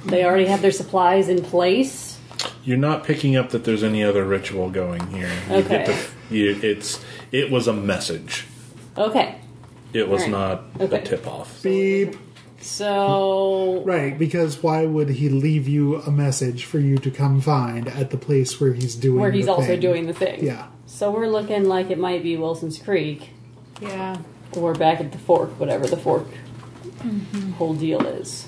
[SPEAKER 5] They already have their supplies in place.
[SPEAKER 1] You're not picking up that there's any other ritual going here. You
[SPEAKER 5] Okay.
[SPEAKER 1] to, you, it's it was a message.
[SPEAKER 5] Okay.
[SPEAKER 1] It was
[SPEAKER 5] Right.
[SPEAKER 1] not
[SPEAKER 5] Okay. Hmm.
[SPEAKER 1] a tip off.
[SPEAKER 4] Beep.
[SPEAKER 5] So.
[SPEAKER 4] Right, because why would he leave you a message for you to come find at the place where he's doing
[SPEAKER 5] Where he's
[SPEAKER 4] the
[SPEAKER 5] also
[SPEAKER 4] thing?
[SPEAKER 5] doing the thing.
[SPEAKER 4] Yeah.
[SPEAKER 5] So we're looking like it might be Wilson's Creek
[SPEAKER 2] Yeah.
[SPEAKER 5] or back at the fork, whatever the fork whole deal is.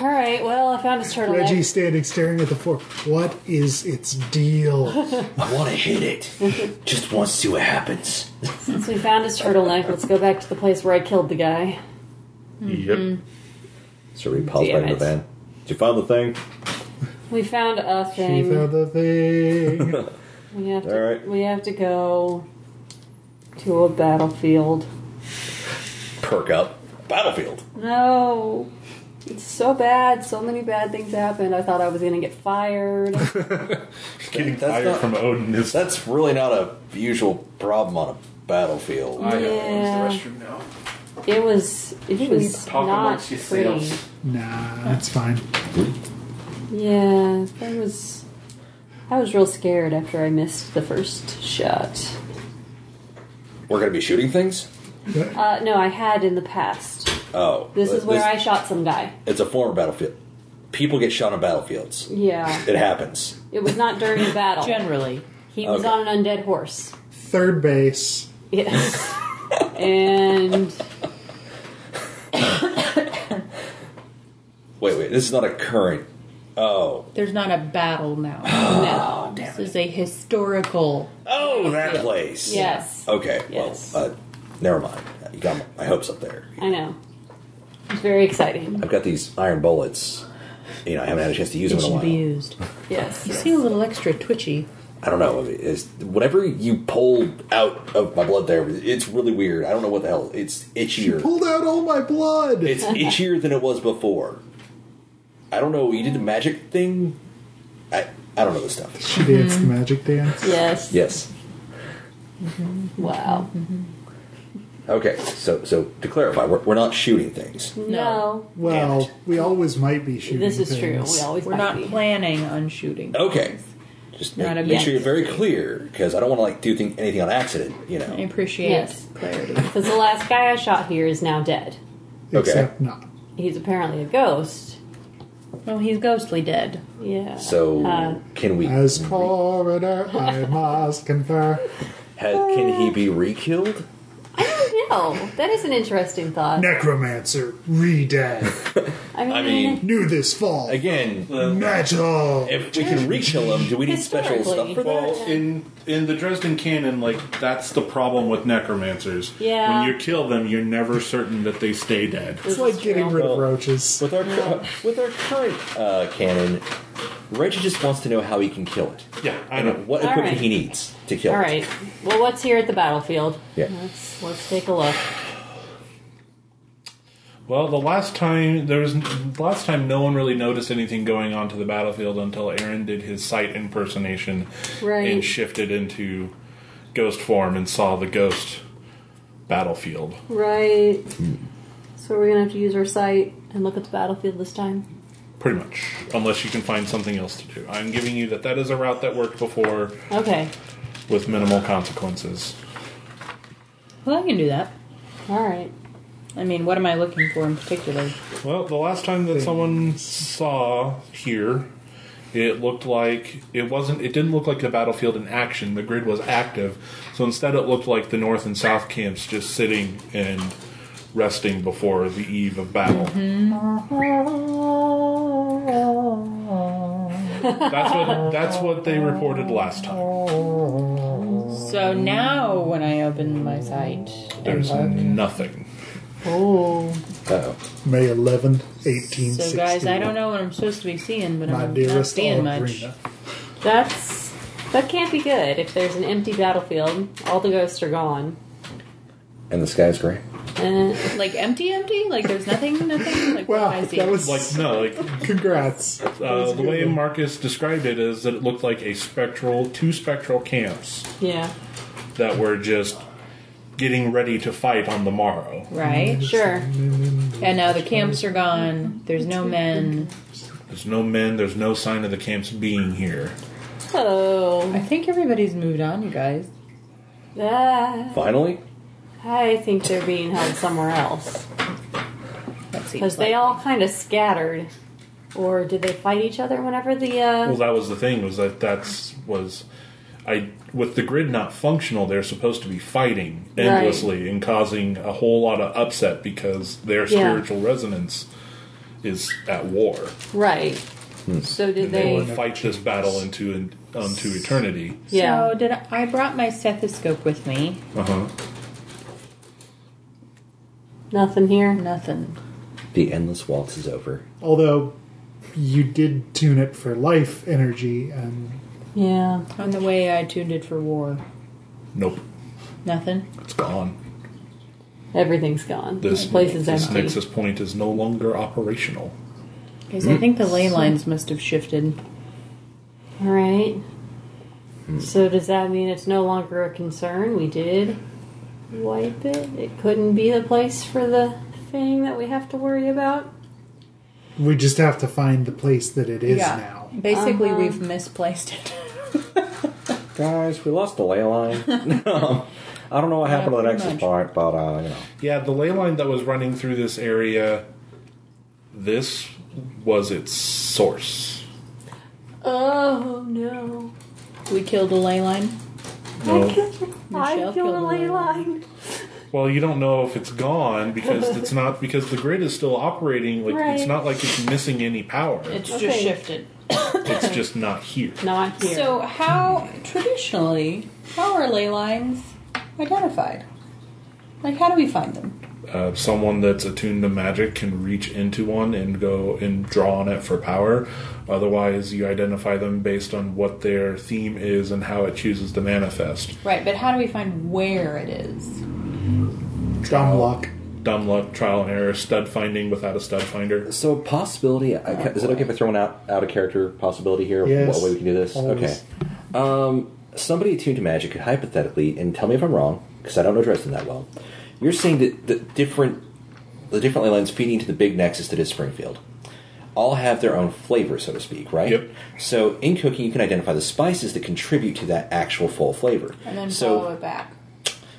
[SPEAKER 5] All right. Well, I found his turtleneck.
[SPEAKER 4] Reggie standing staring at the fork. What is its deal?
[SPEAKER 7] I want to hit it. Just want to see what happens.
[SPEAKER 5] Since we found his turtleneck, let's go back to the place where I killed the guy.
[SPEAKER 1] Yep.
[SPEAKER 3] So we pause
[SPEAKER 5] Damn
[SPEAKER 3] back in the
[SPEAKER 5] it.
[SPEAKER 3] van. Did you find the thing?
[SPEAKER 5] We found a
[SPEAKER 4] he
[SPEAKER 5] thing.
[SPEAKER 4] found the thing.
[SPEAKER 5] we have to.
[SPEAKER 3] All right.
[SPEAKER 5] We have to go to a battlefield.
[SPEAKER 7] Perk up. Battlefield.
[SPEAKER 5] No. It's so bad. So many bad things happened. I thought I was going to get fired.
[SPEAKER 1] Getting
[SPEAKER 3] That's
[SPEAKER 1] fired
[SPEAKER 3] not-
[SPEAKER 1] from Odin is
[SPEAKER 3] That's really not a usual problem on a battlefield.
[SPEAKER 12] I gotta
[SPEAKER 5] Yeah.
[SPEAKER 12] use the restroom now.
[SPEAKER 5] It was it was
[SPEAKER 12] Talk
[SPEAKER 5] not
[SPEAKER 12] amongst yourselves.
[SPEAKER 5] pretty.
[SPEAKER 4] Nah, that's fine.
[SPEAKER 5] Yeah, that was. I was real scared after I missed the first shot.
[SPEAKER 3] We're gonna be shooting things.
[SPEAKER 5] Uh, no, I had in the past.
[SPEAKER 3] Oh,
[SPEAKER 5] This is where
[SPEAKER 3] this-
[SPEAKER 5] I shot some guy.
[SPEAKER 3] It's a former battlefield. People get shot on battlefields.
[SPEAKER 5] Yeah,
[SPEAKER 3] It happens.
[SPEAKER 5] it was not during the battle.
[SPEAKER 2] Generally.
[SPEAKER 5] He was
[SPEAKER 3] Okay.
[SPEAKER 5] on an undead horse.
[SPEAKER 4] Third base.
[SPEAKER 5] Yes. and
[SPEAKER 3] Wait, wait. This is not a current. Oh,
[SPEAKER 2] There's not a battle now.
[SPEAKER 5] no.
[SPEAKER 2] this is a historical.
[SPEAKER 3] oh, that place.
[SPEAKER 5] Yes.
[SPEAKER 3] Okay.
[SPEAKER 5] Yes.
[SPEAKER 3] Well, uh, never mind. You got my, my hopes up there.
[SPEAKER 5] I know. It's very exciting.
[SPEAKER 3] I've got these iron bullets. You know, I haven't had a chance to use
[SPEAKER 2] It
[SPEAKER 3] them in a
[SPEAKER 2] should be
[SPEAKER 3] while.
[SPEAKER 2] used.
[SPEAKER 5] Yes.
[SPEAKER 2] You seem a little extra twitchy.
[SPEAKER 3] I don't know. It's, whatever you pulled out of my blood there, it's really weird. I don't know what the hell. It's itchier.
[SPEAKER 4] Pulled out all my blood.
[SPEAKER 3] It's itchier than it was before. I don't know. You did the magic thing. I I don't know this stuff.
[SPEAKER 4] She danced the magic dance.
[SPEAKER 5] Yes.
[SPEAKER 3] Yes.
[SPEAKER 5] Wow.
[SPEAKER 3] Okay. So so to clarify, we're, we're not shooting things.
[SPEAKER 5] No.
[SPEAKER 4] Well,
[SPEAKER 3] Damn
[SPEAKER 4] we always might be shooting.
[SPEAKER 5] This is true.
[SPEAKER 4] things.
[SPEAKER 5] We always
[SPEAKER 2] We're
[SPEAKER 5] might
[SPEAKER 2] not
[SPEAKER 5] be.
[SPEAKER 2] planning on shooting.
[SPEAKER 3] Okay. Just make,
[SPEAKER 2] Not a
[SPEAKER 3] make sure
[SPEAKER 2] bit.
[SPEAKER 3] you're very clear because I don't want to like do thing, anything on accident. You
[SPEAKER 2] I
[SPEAKER 3] know.
[SPEAKER 2] appreciate
[SPEAKER 5] Yes.
[SPEAKER 2] clarity.
[SPEAKER 5] Because the last guy I shot here is now dead.
[SPEAKER 4] Except not.
[SPEAKER 5] He's apparently a ghost.
[SPEAKER 2] Well, he's ghostly dead.
[SPEAKER 5] Yeah.
[SPEAKER 3] So
[SPEAKER 5] Uh,
[SPEAKER 3] can we?
[SPEAKER 4] As coroner, I must confer.
[SPEAKER 3] ha- can he be re-killed?
[SPEAKER 5] no, that is an interesting thought.
[SPEAKER 4] Necromancer, re-dead.
[SPEAKER 5] I mean,
[SPEAKER 3] I mean,
[SPEAKER 4] New this fall.
[SPEAKER 3] again,
[SPEAKER 4] Metal.
[SPEAKER 3] if we can re-kill him, do we need special stuff for that?
[SPEAKER 1] Well, in in the Dresden canon, like that's the problem with necromancers.
[SPEAKER 5] Yeah.
[SPEAKER 1] When you kill them, you're never certain that they stay dead.
[SPEAKER 5] this
[SPEAKER 4] It's like
[SPEAKER 5] is
[SPEAKER 4] getting
[SPEAKER 5] real.
[SPEAKER 4] rid of roaches.
[SPEAKER 3] With our with our current uh, cannon, Reggie just wants to know how he can kill it.
[SPEAKER 1] Yeah, I
[SPEAKER 3] and
[SPEAKER 1] know.
[SPEAKER 3] what
[SPEAKER 5] All
[SPEAKER 3] equipment
[SPEAKER 5] right.
[SPEAKER 3] he needs to kill
[SPEAKER 5] All
[SPEAKER 3] it.
[SPEAKER 5] right. Well, what's here at the battlefield?
[SPEAKER 3] Yeah.
[SPEAKER 2] Mm-hmm.
[SPEAKER 5] Let's let's take a look.
[SPEAKER 1] Well, the last time there was the last time no one really noticed anything going on to the battlefield until Aaron did his sight impersonation
[SPEAKER 5] Right.
[SPEAKER 1] and shifted into ghost form and saw the ghost battlefield.
[SPEAKER 5] Right. So we're gonna have to use our sight and look at the battlefield this time.
[SPEAKER 1] Pretty much, unless you can find something else to do. I'm giving you that that is a route that worked before
[SPEAKER 5] Okay.
[SPEAKER 1] with minimal consequences.
[SPEAKER 2] Well, I can do that.
[SPEAKER 5] All right.
[SPEAKER 2] I mean, what am I looking for in particular?
[SPEAKER 1] Well, the last time that someone saw here, it looked like it wasn't. It didn't look like the battlefield in action. The grid was active, so instead it looked like the north and south camps just sitting and resting before the eve of battle. that's what that's what they reported last time.
[SPEAKER 2] So now, when I open my site,
[SPEAKER 1] There's nothing.
[SPEAKER 5] Oh.
[SPEAKER 3] Uh-oh.
[SPEAKER 4] May 11th, 1860.
[SPEAKER 2] so guys, I don't know what I'm supposed to be seeing, but
[SPEAKER 4] My
[SPEAKER 2] I'm not
[SPEAKER 4] dearest
[SPEAKER 2] seeing much.
[SPEAKER 4] Algrina.
[SPEAKER 5] That's that can't be good. If there's an empty battlefield, all the ghosts are gone.
[SPEAKER 3] And the sky's gray.
[SPEAKER 5] Uh,
[SPEAKER 2] Like empty, empty. Like there's nothing, nothing. Like
[SPEAKER 4] Wow,
[SPEAKER 2] what do I see.
[SPEAKER 4] that was
[SPEAKER 1] Like no, like
[SPEAKER 4] congrats.
[SPEAKER 1] uh, the way Marcus described it is that it looked like a spectral, two spectral camps.
[SPEAKER 5] yeah.
[SPEAKER 1] that were just getting ready to fight on the morrow.
[SPEAKER 4] Mm-hmm.
[SPEAKER 2] right.
[SPEAKER 5] Sure.
[SPEAKER 2] And now the camps are gone. There's no men.
[SPEAKER 1] There's no men, there's no sign of the camps being here.
[SPEAKER 2] I
[SPEAKER 5] Oh.
[SPEAKER 2] think everybody's moved on, you guys.
[SPEAKER 5] Ah,
[SPEAKER 3] Finally,
[SPEAKER 5] I think they're being held somewhere else
[SPEAKER 2] That seems
[SPEAKER 5] because they
[SPEAKER 2] like-
[SPEAKER 5] all kind of scattered. Or did they fight each other whenever the?
[SPEAKER 1] Well,
[SPEAKER 5] Uh...
[SPEAKER 1] that was the thing was that that's was I with the grid not functional, they're supposed to be fighting endlessly and causing a whole lot of upset because their
[SPEAKER 5] Yeah.
[SPEAKER 1] spiritual resonance is at war.
[SPEAKER 5] Right. So did
[SPEAKER 1] And Hmm. they
[SPEAKER 5] they?
[SPEAKER 1] will fight this battle into an, unto eternity.
[SPEAKER 5] Yeah.
[SPEAKER 2] So did I, I brought my stethoscope with me?
[SPEAKER 1] Uh-huh.
[SPEAKER 5] Nothing here.
[SPEAKER 2] Nothing.
[SPEAKER 3] the endless waltz is over.
[SPEAKER 4] Although you did tune it for life energy, and
[SPEAKER 5] Yeah.
[SPEAKER 2] On the way, I tuned it for war.
[SPEAKER 1] Nope.
[SPEAKER 2] Nothing.
[SPEAKER 1] It's gone.
[SPEAKER 13] Everything's gone.
[SPEAKER 1] This,
[SPEAKER 13] the place is
[SPEAKER 1] this
[SPEAKER 13] empty.
[SPEAKER 1] nexus point is no longer operational.
[SPEAKER 2] Because I think the ley lines must have shifted.
[SPEAKER 5] All right.
[SPEAKER 2] Hmm.
[SPEAKER 5] So does that mean it's no longer a concern? We did wipe it. It couldn't be the place for the thing that we have to worry about.
[SPEAKER 4] We just have to find the place that it is
[SPEAKER 2] yeah.
[SPEAKER 4] now.
[SPEAKER 2] Basically,
[SPEAKER 5] Uh-huh.
[SPEAKER 2] we've misplaced it.
[SPEAKER 3] Guys, we lost the ley line. No. I don't know what happened to the
[SPEAKER 2] pretty
[SPEAKER 3] nexus
[SPEAKER 2] much.
[SPEAKER 3] point, but uh, you know.
[SPEAKER 1] Yeah, the ley line that was running through this area, this was its source.
[SPEAKER 5] Oh no!
[SPEAKER 2] We killed a ley line.
[SPEAKER 1] No.
[SPEAKER 5] I
[SPEAKER 2] Michelle
[SPEAKER 5] killed
[SPEAKER 2] killed
[SPEAKER 5] a
[SPEAKER 2] a
[SPEAKER 5] ley
[SPEAKER 2] ley
[SPEAKER 5] line.
[SPEAKER 1] Well, you don't know if it's gone because it's not because the grid is still operating. Like it's
[SPEAKER 5] Right.
[SPEAKER 1] not like it's missing any power.
[SPEAKER 2] It's
[SPEAKER 5] Okay.
[SPEAKER 2] just shifted.
[SPEAKER 1] It's just not here.
[SPEAKER 5] Not here.
[SPEAKER 2] So, how traditionally how are ley lines identified? Like, how do we find them?
[SPEAKER 1] Uh, someone that's attuned to magic can reach into one and go and draw on it for power. Otherwise, you identify them based on what their theme is and how it chooses to manifest.
[SPEAKER 2] Right, but how do we find where it is?
[SPEAKER 4] Dumb luck.
[SPEAKER 1] Dumb luck, trial and error, stud finding without a stud finder.
[SPEAKER 3] So possibility. I ca- is it okay if I throw an out out of character possibility here? of
[SPEAKER 4] Yes,
[SPEAKER 3] What way we can do this?
[SPEAKER 4] always.
[SPEAKER 3] Okay. Um, somebody attuned to magic could hypothetically, and tell me if I'm wrong, because I don't know Dresden that well. You're saying that the different the different ley lines feeding to the big nexus that is Springfield all have their own flavor, so to speak, right?
[SPEAKER 1] Yep.
[SPEAKER 3] So in cooking, you can identify the spices that contribute to that actual full flavor.
[SPEAKER 2] And then
[SPEAKER 3] so
[SPEAKER 2] follow it back.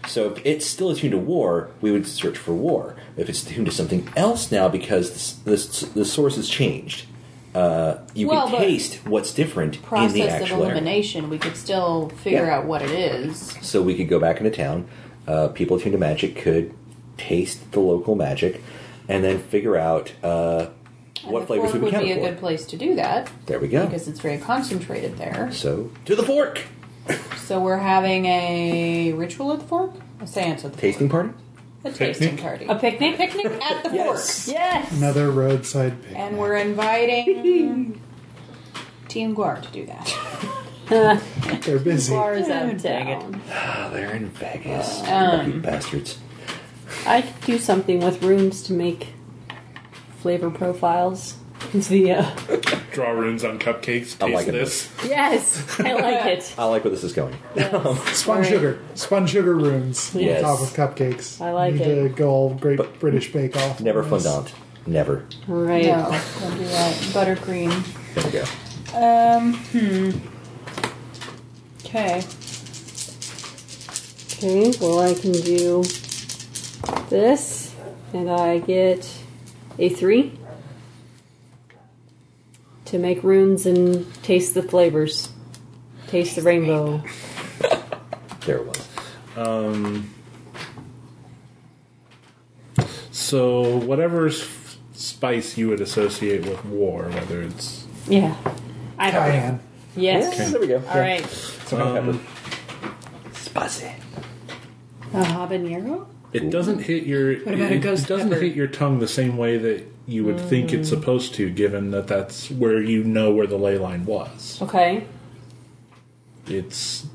[SPEAKER 3] so if it's still attuned to war, we would search for war. If it's attuned to something else now because the this, the source has changed, uh, you
[SPEAKER 2] Well,
[SPEAKER 3] can
[SPEAKER 2] but-
[SPEAKER 3] taste what's different in the
[SPEAKER 2] Process of
[SPEAKER 3] actual area.
[SPEAKER 2] elimination, we could still figure
[SPEAKER 3] Yeah.
[SPEAKER 2] out what it is.
[SPEAKER 3] So we could go back into town. Uh, people attuned to magic could taste the local magic, and then figure out uh, what
[SPEAKER 2] the
[SPEAKER 3] flavors would
[SPEAKER 2] fork
[SPEAKER 3] be
[SPEAKER 2] would be
[SPEAKER 3] counted
[SPEAKER 2] a
[SPEAKER 3] for.
[SPEAKER 2] good place to do that
[SPEAKER 3] there we go.
[SPEAKER 2] because it's very concentrated there.
[SPEAKER 3] So to the fork
[SPEAKER 2] So we're having a ritual at the fork, a séance at the
[SPEAKER 3] tasting party.
[SPEAKER 2] fork, a tasting party, a
[SPEAKER 5] picnic.
[SPEAKER 2] picnic at the
[SPEAKER 3] Yes.
[SPEAKER 2] fork,
[SPEAKER 5] Yes.
[SPEAKER 4] Another roadside pick.
[SPEAKER 2] and we're inviting Team Guar to do that.
[SPEAKER 4] They're busy.
[SPEAKER 5] Bars out of town.
[SPEAKER 3] Ah, they're in Vegas,
[SPEAKER 2] Um,
[SPEAKER 3] You bastards.
[SPEAKER 5] I could do something with rooms to make flavor profiles. It's the uh,
[SPEAKER 1] Draw runes on cupcakes. Taste
[SPEAKER 3] I like it.
[SPEAKER 1] this.
[SPEAKER 5] yes, I like it.
[SPEAKER 3] I like where this is going.
[SPEAKER 4] Spun sugar. Spun sugar runes
[SPEAKER 3] Yes.
[SPEAKER 4] on top of cupcakes.
[SPEAKER 5] I like
[SPEAKER 4] Need
[SPEAKER 5] it.
[SPEAKER 4] to go all Great
[SPEAKER 3] But-
[SPEAKER 4] British Bake Off.
[SPEAKER 3] Never
[SPEAKER 4] on this.
[SPEAKER 3] fondant. Never.
[SPEAKER 5] Right.
[SPEAKER 2] No, don't do that. Buttercream.
[SPEAKER 3] There we go.
[SPEAKER 2] Um, hmm. Okay.
[SPEAKER 5] Okay, well, I can do this, and I get a three to make runes and taste the flavors. Taste the rainbow.
[SPEAKER 3] There it was.
[SPEAKER 1] So whatever s- spice you would associate with war, whether it's
[SPEAKER 5] Yeah. I don't know.
[SPEAKER 4] Cayenne.
[SPEAKER 5] Yes.
[SPEAKER 3] There we go.
[SPEAKER 5] All right.
[SPEAKER 3] Spicy.
[SPEAKER 5] A habanero?
[SPEAKER 1] it doesn't hit your
[SPEAKER 2] What about a
[SPEAKER 1] it-
[SPEAKER 2] ghost
[SPEAKER 1] it doesn't
[SPEAKER 2] pepper? Mm.
[SPEAKER 1] hit your tongue the same way that you would think it's supposed to, given that that's where you know where the ley line was.
[SPEAKER 5] Okay.
[SPEAKER 1] It's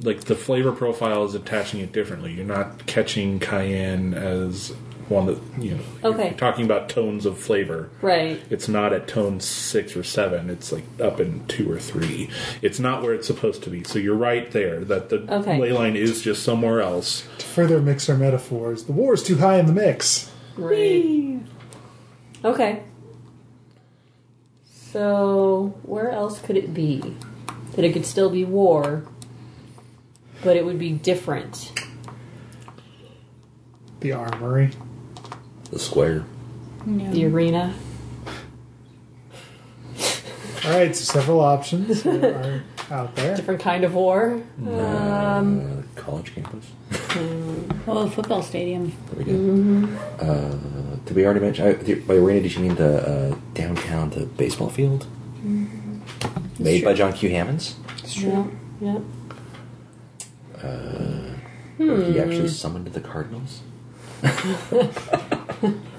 [SPEAKER 1] like the flavor profile is attaching it differently. You're not catching cayenne as one that you know. you're-
[SPEAKER 5] Okay.
[SPEAKER 1] You're talking about tones of flavor.
[SPEAKER 5] Right.
[SPEAKER 1] It's not at tone six or seven. It's like up in two or three. It's not where it's supposed to be. So you're right there that the
[SPEAKER 5] Okay.
[SPEAKER 1] ley line is just somewhere else.
[SPEAKER 4] To further mix our metaphors, the war's too high in the mix.
[SPEAKER 5] Right. Okay. So, where else could it be? That it could still be war, but it would be different.
[SPEAKER 4] The armory.
[SPEAKER 3] The square.
[SPEAKER 5] The arena.
[SPEAKER 4] All right, so several options are out there.
[SPEAKER 5] Different kind of war.
[SPEAKER 2] Um,
[SPEAKER 3] Uh, college campus.
[SPEAKER 2] Well, football stadium.
[SPEAKER 3] There we go. Uh, did we already mention? I, the, by arena, did you mean the uh, downtown, the baseball field?
[SPEAKER 2] Mm-hmm.
[SPEAKER 3] Made by John Q. Hammonds.
[SPEAKER 5] Yeah. Yeah.
[SPEAKER 3] Where
[SPEAKER 2] Hmm.
[SPEAKER 3] he actually summoned the Cardinals.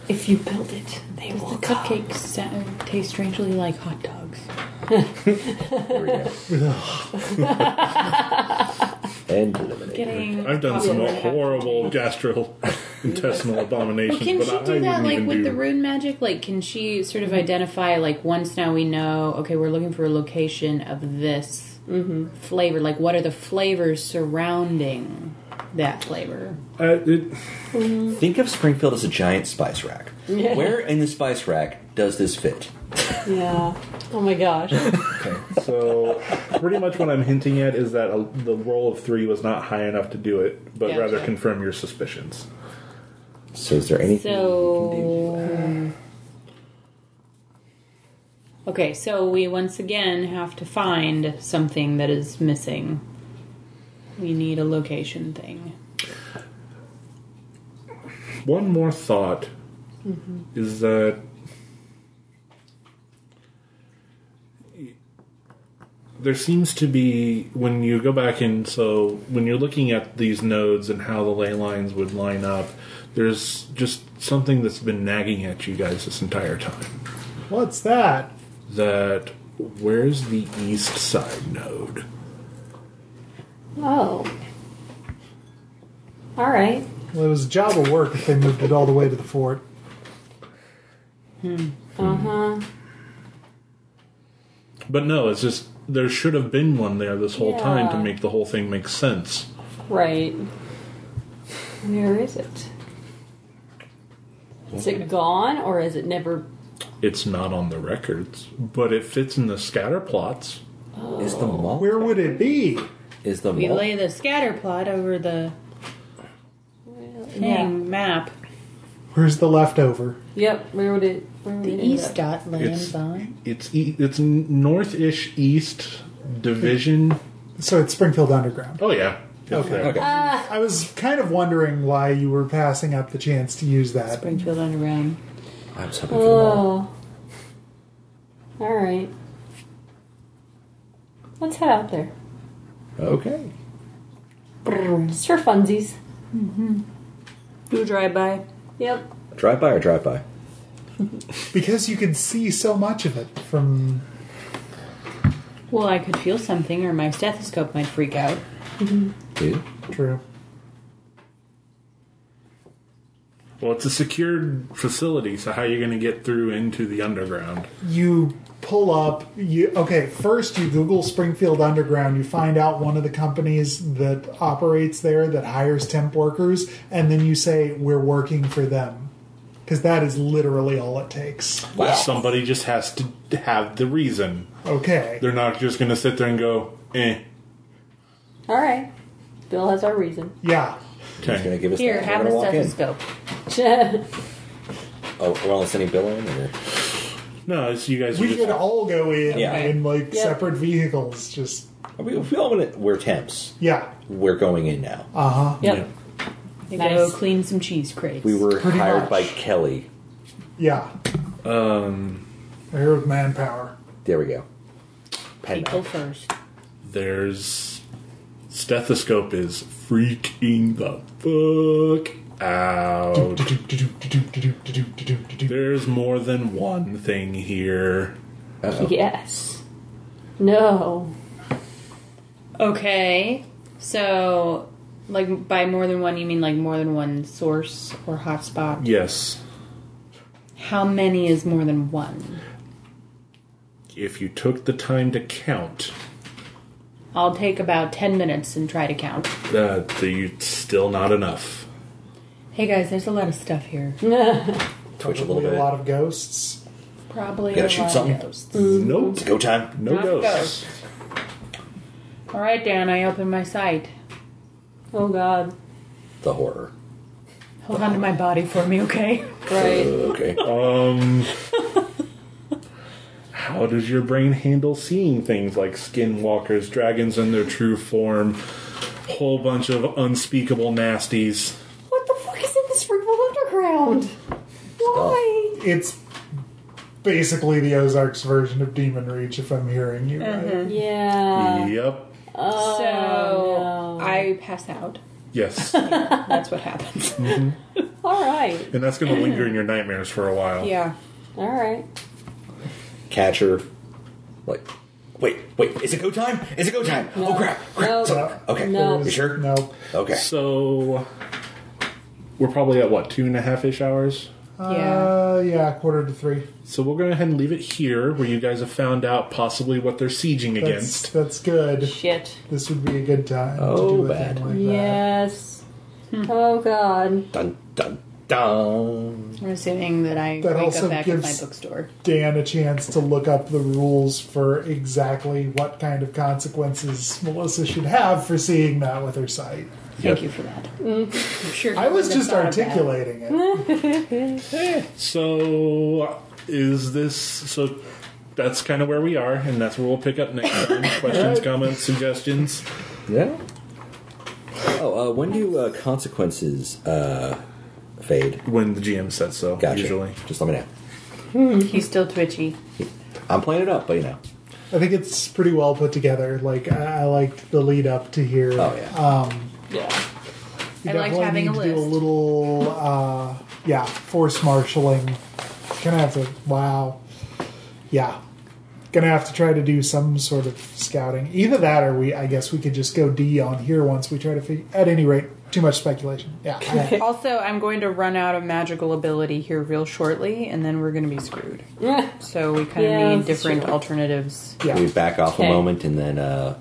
[SPEAKER 5] If you build it, they will come.
[SPEAKER 2] Cupcakes sound, taste strangely like hot dogs.
[SPEAKER 3] There we go. and eliminate.
[SPEAKER 2] Getting
[SPEAKER 1] I've done some
[SPEAKER 2] popular
[SPEAKER 1] horrible gastrointestinal abominations,
[SPEAKER 2] Well, can
[SPEAKER 1] but
[SPEAKER 2] she
[SPEAKER 1] I
[SPEAKER 2] do
[SPEAKER 1] wouldn't
[SPEAKER 2] that like
[SPEAKER 1] even
[SPEAKER 2] with
[SPEAKER 1] do
[SPEAKER 2] the rune magic? Like, can she sort of identify like once now we know? Okay, we're looking for a location of this flavor. Like, what are the flavors surrounding that flavor?
[SPEAKER 1] Uh, it,
[SPEAKER 3] Think of Springfield as a giant spice rack. Where in the spice rack does this fit?
[SPEAKER 5] Yeah. Oh my gosh.
[SPEAKER 1] so pretty much what I'm hinting at is that a, the roll of three was not high enough to do it, but
[SPEAKER 2] Gotcha.
[SPEAKER 1] rather confirm your suspicions.
[SPEAKER 3] So is there anything you can do?
[SPEAKER 2] So, okay, so we once again have to find something that is missing. We need a location thing.
[SPEAKER 1] One more thought is that there seems to be when you go back in. So when you're looking at these nodes and how the ley lines would line up, there's just something that's been nagging at you guys this entire time.
[SPEAKER 4] What's that?
[SPEAKER 1] That where's the east side node?
[SPEAKER 5] Oh. All right.
[SPEAKER 4] Well, it was a job of work if they moved it all the way to the fort.
[SPEAKER 5] Uh huh.
[SPEAKER 1] But no, it's just there should have been one there this whole time to
[SPEAKER 5] Yeah.
[SPEAKER 1] make the whole thing make sense.
[SPEAKER 5] Right. Where is it? Is it gone or is it never?
[SPEAKER 1] It's not on the records, but it fits in the scatter plots.
[SPEAKER 3] Is the mall?
[SPEAKER 4] Where would it be?
[SPEAKER 3] Is the
[SPEAKER 2] We
[SPEAKER 3] mall?
[SPEAKER 2] lay the scatter plot over the thing map.
[SPEAKER 4] Where's the leftover?
[SPEAKER 5] Yep. Where would it? Where would
[SPEAKER 2] The
[SPEAKER 5] it end
[SPEAKER 2] east
[SPEAKER 5] up?
[SPEAKER 2] dot
[SPEAKER 1] It's-
[SPEAKER 2] lands on.
[SPEAKER 1] It's e- it's north-ish east division.
[SPEAKER 4] So it's Springfield Underground.
[SPEAKER 1] Oh yeah, it's
[SPEAKER 4] Okay.
[SPEAKER 1] there.
[SPEAKER 3] Okay.
[SPEAKER 2] Uh,
[SPEAKER 4] I was kind of wondering why you were passing up the chance to use that.
[SPEAKER 2] Springfield Underground.
[SPEAKER 3] I was hoping for the mall.
[SPEAKER 5] Oh. All right. Let's head out there.
[SPEAKER 3] Okay.
[SPEAKER 5] Just for funsies. Mm-hmm.
[SPEAKER 2] Do drive by.
[SPEAKER 5] Yep.
[SPEAKER 3] Drive by or drive by?
[SPEAKER 4] Because you could see so much of it from.
[SPEAKER 2] Well, I could feel something, or my stethoscope might freak out.
[SPEAKER 3] Dude.
[SPEAKER 4] True.
[SPEAKER 1] Well, it's a secured facility, so how are you going to get through into the underground?
[SPEAKER 4] you pull up you okay first you google springfield underground you find out one of the companies that operates there that hires temp workers and then you say we're working for them because that is literally all it takes
[SPEAKER 1] Somebody just has to have the reason.
[SPEAKER 4] okay
[SPEAKER 1] They're not just going to sit there and go, eh.
[SPEAKER 5] All right. Bill has our reason.
[SPEAKER 4] yeah
[SPEAKER 3] He's gonna
[SPEAKER 1] Okay.
[SPEAKER 3] give us
[SPEAKER 2] Here,
[SPEAKER 3] that.
[SPEAKER 2] have
[SPEAKER 3] We're
[SPEAKER 2] a
[SPEAKER 3] gonna walk in.
[SPEAKER 2] stethoscope.
[SPEAKER 3] Oh, we're only sending Bill in. Or?
[SPEAKER 1] No, it's you guys. are
[SPEAKER 4] we
[SPEAKER 1] just-
[SPEAKER 4] could all go in
[SPEAKER 3] Yeah.
[SPEAKER 4] in like separate vehicles just
[SPEAKER 3] Are we, if we all want to, we're temps.
[SPEAKER 4] yeah
[SPEAKER 3] We're going in now.
[SPEAKER 4] uh-huh
[SPEAKER 5] Yep.
[SPEAKER 2] They
[SPEAKER 5] Nice.
[SPEAKER 2] Go clean some cheese crates.
[SPEAKER 3] we were
[SPEAKER 4] Pretty
[SPEAKER 3] hired
[SPEAKER 4] much.
[SPEAKER 3] by Kelly.
[SPEAKER 4] yeah um there with manpower
[SPEAKER 3] There we go. Pen pal.
[SPEAKER 2] people first.
[SPEAKER 1] There's stethoscope is freaking the fuck out. There's more than one thing here.
[SPEAKER 5] Yes. No.
[SPEAKER 2] Okay, so like by more than one, you mean like more than one source or hotspot?
[SPEAKER 1] Yes.
[SPEAKER 2] How many is more than one?
[SPEAKER 1] If you took the time to count,
[SPEAKER 2] I'll take about ten minutes and try to count.
[SPEAKER 1] uh, the, it's still not enough.
[SPEAKER 2] Hey guys, there's a lot of stuff here.
[SPEAKER 3] Twitch a little
[SPEAKER 4] Probably
[SPEAKER 3] bit.
[SPEAKER 4] a lot of ghosts
[SPEAKER 2] Probably
[SPEAKER 3] Gotta
[SPEAKER 2] a
[SPEAKER 3] shoot
[SPEAKER 2] lot
[SPEAKER 3] something.
[SPEAKER 2] of ghosts.
[SPEAKER 1] Nope.
[SPEAKER 3] Go time.
[SPEAKER 1] No
[SPEAKER 2] Not
[SPEAKER 1] ghosts.
[SPEAKER 2] All right, Dan, I open my sight.
[SPEAKER 5] Oh God.
[SPEAKER 3] The horror.
[SPEAKER 2] Hold on to my body for me, okay?
[SPEAKER 5] Right.
[SPEAKER 3] Okay.
[SPEAKER 1] Um. How does your brain handle seeing things like skinwalkers, dragons in their true form, whole bunch of unspeakable nasties?
[SPEAKER 5] What the fuck is in the Springfield Underground? Why?
[SPEAKER 4] it's basically the Ozarks version of Demon Reach, if I'm hearing you right.
[SPEAKER 2] Mm-hmm.
[SPEAKER 5] Yeah.
[SPEAKER 1] yep.
[SPEAKER 5] Oh,
[SPEAKER 2] so I pass out.
[SPEAKER 1] Yes.
[SPEAKER 2] That's what happens.
[SPEAKER 5] All right.
[SPEAKER 1] and that's going to linger in your nightmares for a while.
[SPEAKER 2] yeah.
[SPEAKER 5] All right.
[SPEAKER 3] Catcher. Like,
[SPEAKER 7] Wait, wait, is it go time? Is it go time? Oh crap! crap.
[SPEAKER 5] No.
[SPEAKER 7] it's over. Okay,
[SPEAKER 5] No.
[SPEAKER 7] you sure?
[SPEAKER 4] No.
[SPEAKER 7] Okay.
[SPEAKER 1] So we're probably at what two and a half ish hours.
[SPEAKER 2] yeah.
[SPEAKER 4] Uh, yeah, quarter to three.
[SPEAKER 1] So we'll go ahead and leave it here, where you guys have found out possibly what they're sieging
[SPEAKER 4] That's,
[SPEAKER 1] against.
[SPEAKER 4] that's good.
[SPEAKER 5] Shit.
[SPEAKER 4] This would be a good time to
[SPEAKER 3] Oh,
[SPEAKER 4] do a
[SPEAKER 3] bad.
[SPEAKER 4] thing like that.
[SPEAKER 5] Yes. Oh God.
[SPEAKER 7] Dun dun dun.
[SPEAKER 2] I'm assuming that I
[SPEAKER 4] That
[SPEAKER 2] wake
[SPEAKER 4] also
[SPEAKER 2] up back
[SPEAKER 4] gives-
[SPEAKER 2] at my bookstore.
[SPEAKER 4] Dan a chance to look up the rules for exactly what kind of consequences Melissa should have for seeing that with her sight.
[SPEAKER 2] Thank you for that. I'm Mm-hmm. sure
[SPEAKER 4] I was
[SPEAKER 2] you
[SPEAKER 4] just
[SPEAKER 2] thought of that.
[SPEAKER 4] articulating it.
[SPEAKER 1] So is this so? That's kind of where we are, and that's where we'll pick up next time. Questions, comments, suggestions.
[SPEAKER 3] Yeah. Oh, uh, when do uh, consequences uh, fade?
[SPEAKER 1] When the GM says so,
[SPEAKER 3] Gotcha.
[SPEAKER 1] usually.
[SPEAKER 3] Just let me know.
[SPEAKER 2] He's still twitchy.
[SPEAKER 3] I'm playing it up, but you know.
[SPEAKER 4] I think it's pretty well put together. Like I, I liked the lead up to here.
[SPEAKER 3] Oh, yeah.
[SPEAKER 4] Um,
[SPEAKER 5] Yeah.
[SPEAKER 4] you
[SPEAKER 2] I liked
[SPEAKER 4] definitely
[SPEAKER 2] having
[SPEAKER 4] need
[SPEAKER 2] a
[SPEAKER 4] to do a
[SPEAKER 2] list.
[SPEAKER 4] little, uh, yeah, force marshaling. Gonna have to. Wow. Yeah. Gonna have to try to do some sort of scouting. Either that, or we. I guess we could just go D on here once we try to. Figure, at any rate, too much speculation. Yeah. I-
[SPEAKER 2] Also, I'm going to run out of magical ability here real shortly, and then we're going to be screwed. So we kind of
[SPEAKER 5] Yeah,
[SPEAKER 2] need
[SPEAKER 5] that's
[SPEAKER 2] different
[SPEAKER 5] true.
[SPEAKER 2] alternatives.
[SPEAKER 4] yeah.
[SPEAKER 3] We back off
[SPEAKER 5] Okay.
[SPEAKER 3] a moment and then uh,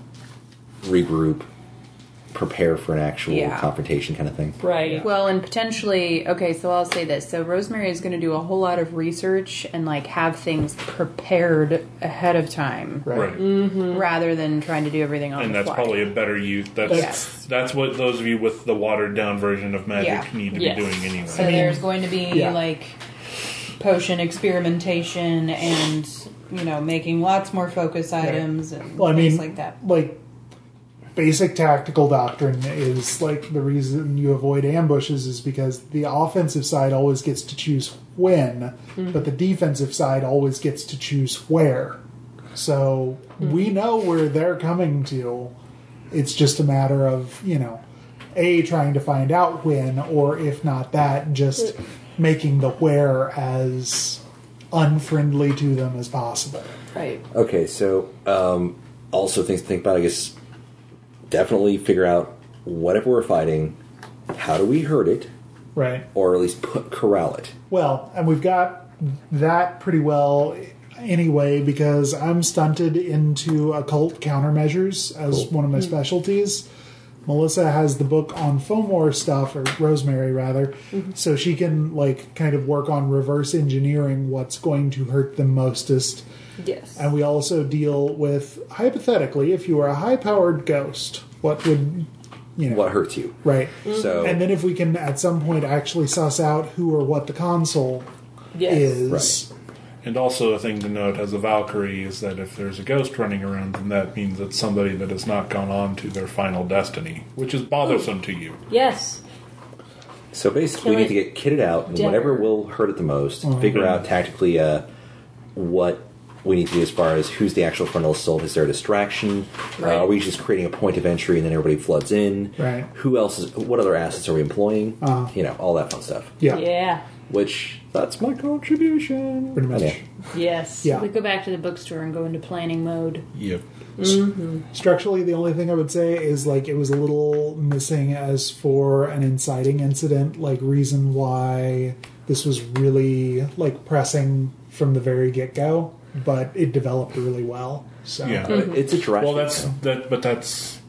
[SPEAKER 3] regroup, prepare for an actual
[SPEAKER 2] Yeah.
[SPEAKER 3] confrontation kind of thing.
[SPEAKER 5] Right.
[SPEAKER 2] Well, and potentially, okay, so I'll say this. So Rosemary is going to do a whole lot of research and like have things prepared ahead of time
[SPEAKER 4] Right.
[SPEAKER 1] Right. Mm-hmm.
[SPEAKER 2] rather than trying to do everything on
[SPEAKER 1] And
[SPEAKER 2] the
[SPEAKER 1] that's
[SPEAKER 2] fly.
[SPEAKER 1] probably a better use. That's
[SPEAKER 2] Yes.
[SPEAKER 1] that's what those of you with the watered down version of magic
[SPEAKER 2] Yeah.
[SPEAKER 1] need to
[SPEAKER 5] Yes.
[SPEAKER 1] be doing anyway.
[SPEAKER 2] So there's going to be
[SPEAKER 4] yeah.
[SPEAKER 2] like potion experimentation and you know making lots more focus items and
[SPEAKER 4] Well, I mean,
[SPEAKER 2] things like that.
[SPEAKER 4] like, basic tactical doctrine is like the reason you avoid ambushes is because the offensive side always gets to choose when,
[SPEAKER 2] Hmm.
[SPEAKER 4] but the defensive side always gets to choose where. So
[SPEAKER 2] Hmm.
[SPEAKER 4] we know where they're coming to. It's just a matter of, you know, A, trying to find out when, or if not that, just
[SPEAKER 2] Hmm.
[SPEAKER 4] making the where as unfriendly to them as possible.
[SPEAKER 5] Right.
[SPEAKER 3] Okay, so um, also things to think about. I guess definitely figure out whatever we're fighting. How do we hurt it,
[SPEAKER 4] Right.
[SPEAKER 3] or at least put, corral it?
[SPEAKER 4] Well, and we've got that pretty well anyway because I'm stunted into occult countermeasures as one of my specialties. Melissa has the book on Fomor stuff, or Rosemary rather, so she can like kind of work on reverse engineering what's going to hurt them mostest.
[SPEAKER 5] Yes.
[SPEAKER 4] And we also deal with hypothetically, if you were a high-powered ghost, what would you know?
[SPEAKER 3] What hurts you?
[SPEAKER 4] Right.
[SPEAKER 3] So
[SPEAKER 4] And then if we can at some point actually suss out who or what the console
[SPEAKER 5] Yes.
[SPEAKER 4] is.
[SPEAKER 1] And also a thing to note as a Valkyrie is that if there's a ghost running around, then that means it's somebody that has not gone on to their final destiny, which is bothersome to you.
[SPEAKER 5] Yes.
[SPEAKER 3] So basically,
[SPEAKER 5] Kill
[SPEAKER 3] we
[SPEAKER 5] it
[SPEAKER 3] need to get kitted out, and
[SPEAKER 5] dead.
[SPEAKER 3] whatever will hurt it the most,
[SPEAKER 4] Mm-hmm.
[SPEAKER 3] figure out tactically uh, what we need to do as far as who's the actual frontal assault, is there a distraction,
[SPEAKER 5] Right.
[SPEAKER 3] uh, are we just creating a point of entry and then everybody floods in,
[SPEAKER 4] Right. Uh-huh.
[SPEAKER 3] Who else is? What other assets are we employing? You know, all that fun stuff.
[SPEAKER 4] Yeah.
[SPEAKER 5] Yeah.
[SPEAKER 3] Which that's my contribution.
[SPEAKER 4] Pretty much.
[SPEAKER 3] Okay.
[SPEAKER 5] Yes.
[SPEAKER 4] Yeah.
[SPEAKER 2] We go back to the bookstore and go into planning mode.
[SPEAKER 1] Yep.
[SPEAKER 4] Structurally, the only thing I would say is like it was a little missing as for an inciting incident, like reason why this was really like pressing from the very get go, but it developed really well. So
[SPEAKER 1] Yeah. Mm-hmm.
[SPEAKER 3] It's a drastic.
[SPEAKER 1] Well, that's that, but that's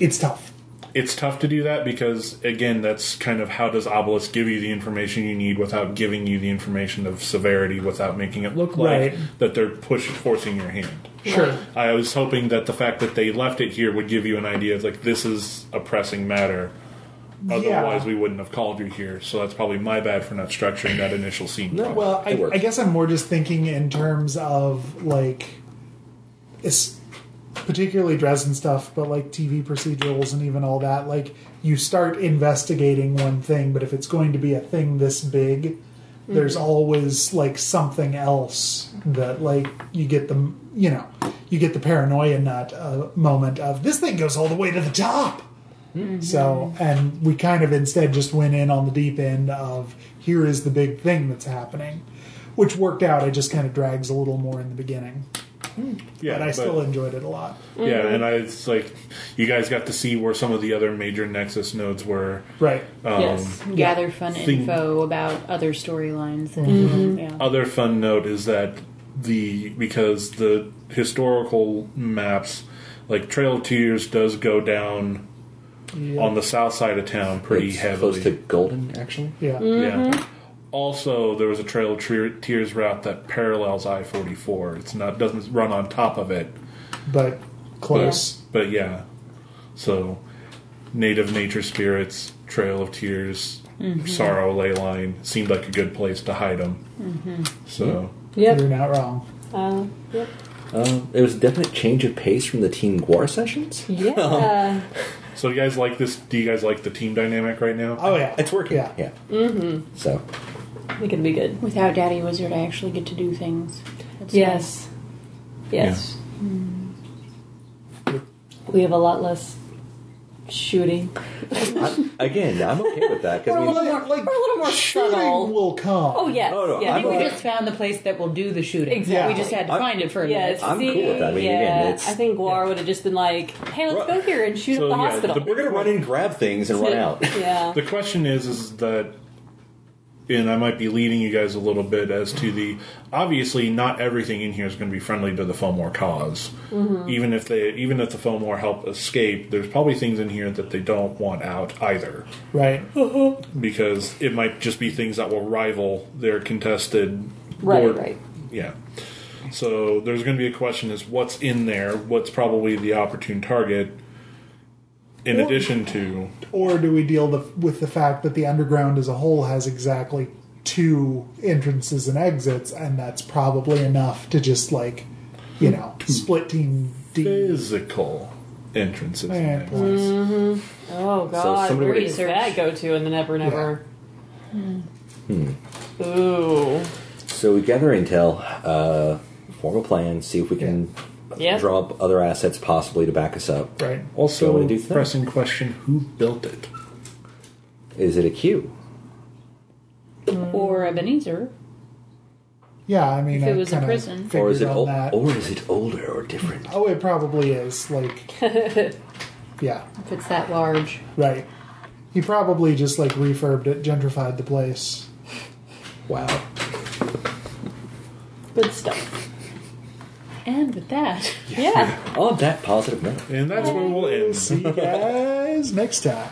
[SPEAKER 4] it's tough.
[SPEAKER 1] it's tough to do that because again, that's kind of how does Obelisk give you the information you need without giving you the information of severity without making it look like
[SPEAKER 4] Right.
[SPEAKER 1] that they're push forcing your hand.
[SPEAKER 4] Sure.
[SPEAKER 1] I was hoping that the fact that they left it here would give you an idea of like this is a pressing matter. Otherwise, we wouldn't have called you here. So that's probably my bad for not structuring that initial scene.
[SPEAKER 3] No,
[SPEAKER 4] Well,
[SPEAKER 3] It
[SPEAKER 4] I,
[SPEAKER 3] worked.
[SPEAKER 4] I guess I'm more just thinking in terms of like, it's particularly dress and stuff, but like TV procedurals and even all that. Like, you start investigating one thing, but if it's going to be a thing this big, there's always like something else that like you get the you know you get the paranoia nut uh, moment of this thing goes all the way to the top. So, and we kind of instead just went in on the deep end of here is the big thing that's happening, which worked out. It just kind of drags a little more in the beginning.
[SPEAKER 1] Yeah,
[SPEAKER 4] but I still enjoyed it a lot.
[SPEAKER 1] Yeah, and I, it's like you guys got to see where some of the other major Nexus nodes were.
[SPEAKER 4] Right.
[SPEAKER 1] Um,
[SPEAKER 5] Yes.
[SPEAKER 2] Gather fun
[SPEAKER 1] Thing-
[SPEAKER 2] info about other storylines. that- Yeah.
[SPEAKER 1] Other fun note is that the because the historical maps, like Trail of Tears, does go down on the south side of town pretty
[SPEAKER 3] It's
[SPEAKER 1] heavily.
[SPEAKER 3] Close to Golden, actually.
[SPEAKER 4] Yeah.
[SPEAKER 5] Mm.
[SPEAKER 1] Yeah. Also, there was a Trail of Tre- Tears route that parallels I forty four. It's not doesn't run on top of it,
[SPEAKER 4] But close.
[SPEAKER 1] but yeah. So, Native Nature Spirits, Trail of Tears, Sorrow Leyline seemed like a good place to hide them. So,
[SPEAKER 5] Yep.
[SPEAKER 4] You're not wrong.
[SPEAKER 5] Uh, yep.
[SPEAKER 3] Uh, it was a definite change of pace from the Team Guar sessions.
[SPEAKER 5] Yeah.
[SPEAKER 1] so you guys like this? Do you guys like the team dynamic right now?
[SPEAKER 4] Oh yeah.
[SPEAKER 3] It's working.
[SPEAKER 4] Yeah.
[SPEAKER 3] Yeah. Mm-hmm. So
[SPEAKER 5] we can be good.
[SPEAKER 2] Without Daddy Wizard, I actually get to do things. That's
[SPEAKER 5] Yes. Yes. Hmm. We have a lot less shooting.
[SPEAKER 3] I, again, I'm okay with that because I
[SPEAKER 5] We're a
[SPEAKER 3] mean,
[SPEAKER 5] little more,
[SPEAKER 4] like,
[SPEAKER 5] we're a little more
[SPEAKER 4] shooting
[SPEAKER 5] subtle.
[SPEAKER 4] will come.
[SPEAKER 5] Oh yes.
[SPEAKER 3] Oh, no,
[SPEAKER 5] yeah.
[SPEAKER 2] nice. I
[SPEAKER 3] I'm
[SPEAKER 2] think we
[SPEAKER 3] a-
[SPEAKER 2] just found the place that will do the shooting.
[SPEAKER 5] Exactly.
[SPEAKER 2] We just had to
[SPEAKER 3] I-
[SPEAKER 2] find it for a
[SPEAKER 5] yeah,
[SPEAKER 2] minute.
[SPEAKER 5] it's-
[SPEAKER 3] I'm cool with that. I mean,
[SPEAKER 5] yeah,
[SPEAKER 3] again, it's-
[SPEAKER 5] I think War would have just been like, "Hey, let's
[SPEAKER 3] Right.
[SPEAKER 5] go here and shoot
[SPEAKER 1] So,
[SPEAKER 5] up the
[SPEAKER 1] yeah,
[SPEAKER 5] hospital."
[SPEAKER 1] the-
[SPEAKER 3] we're gonna run in, grab things, and run out.
[SPEAKER 5] yeah.
[SPEAKER 1] The question is, is that, and I might be leading you guys a little bit as to the obviously not everything in here is going to be friendly to the Fomor because Even if they, even if the Fomor help escape, there's probably things in here that they don't want out either,
[SPEAKER 4] Right.
[SPEAKER 1] because it might just be things that will rival their contested.
[SPEAKER 5] Right,
[SPEAKER 1] board-
[SPEAKER 5] right.
[SPEAKER 1] Yeah. So there's going to be a question: is what's in there? What's probably the opportune target? In addition to
[SPEAKER 4] Or do we deal the, with the fact that the underground as a whole has exactly two entrances and exits, and that's probably enough to just like, you know, split team D.
[SPEAKER 1] physical entrances. and
[SPEAKER 4] Man,
[SPEAKER 1] exits.
[SPEAKER 4] please.
[SPEAKER 5] Oh God,
[SPEAKER 3] somebody
[SPEAKER 5] where
[SPEAKER 3] would-
[SPEAKER 5] does that go to in the Never Never?
[SPEAKER 2] Hmm.
[SPEAKER 5] Hmm. Ooh,
[SPEAKER 3] So we gather intel, uh, form a plan, see if we can
[SPEAKER 5] Yeah.
[SPEAKER 3] draw up other assets possibly to back us up.
[SPEAKER 4] Right.
[SPEAKER 3] Go
[SPEAKER 1] Also,
[SPEAKER 3] and do things.
[SPEAKER 1] pressing question: Who built it?
[SPEAKER 3] Is it a queue?
[SPEAKER 2] Or Ebenezer.
[SPEAKER 4] Yeah, I mean,
[SPEAKER 2] If it
[SPEAKER 4] I
[SPEAKER 2] was a
[SPEAKER 4] kinda
[SPEAKER 2] prison.
[SPEAKER 4] figured
[SPEAKER 3] Or is it
[SPEAKER 4] on
[SPEAKER 3] ol-
[SPEAKER 4] that.
[SPEAKER 3] or is it older or different?
[SPEAKER 4] Oh, it probably is. Like, yeah,
[SPEAKER 2] If it's that large.
[SPEAKER 4] right. He probably just like refurbed it, gentrified the place.
[SPEAKER 3] Wow.
[SPEAKER 5] good stuff.
[SPEAKER 2] And with that,
[SPEAKER 5] Yeah.
[SPEAKER 3] On that positive note.
[SPEAKER 1] And that's where we'll end.
[SPEAKER 4] See you guys next time.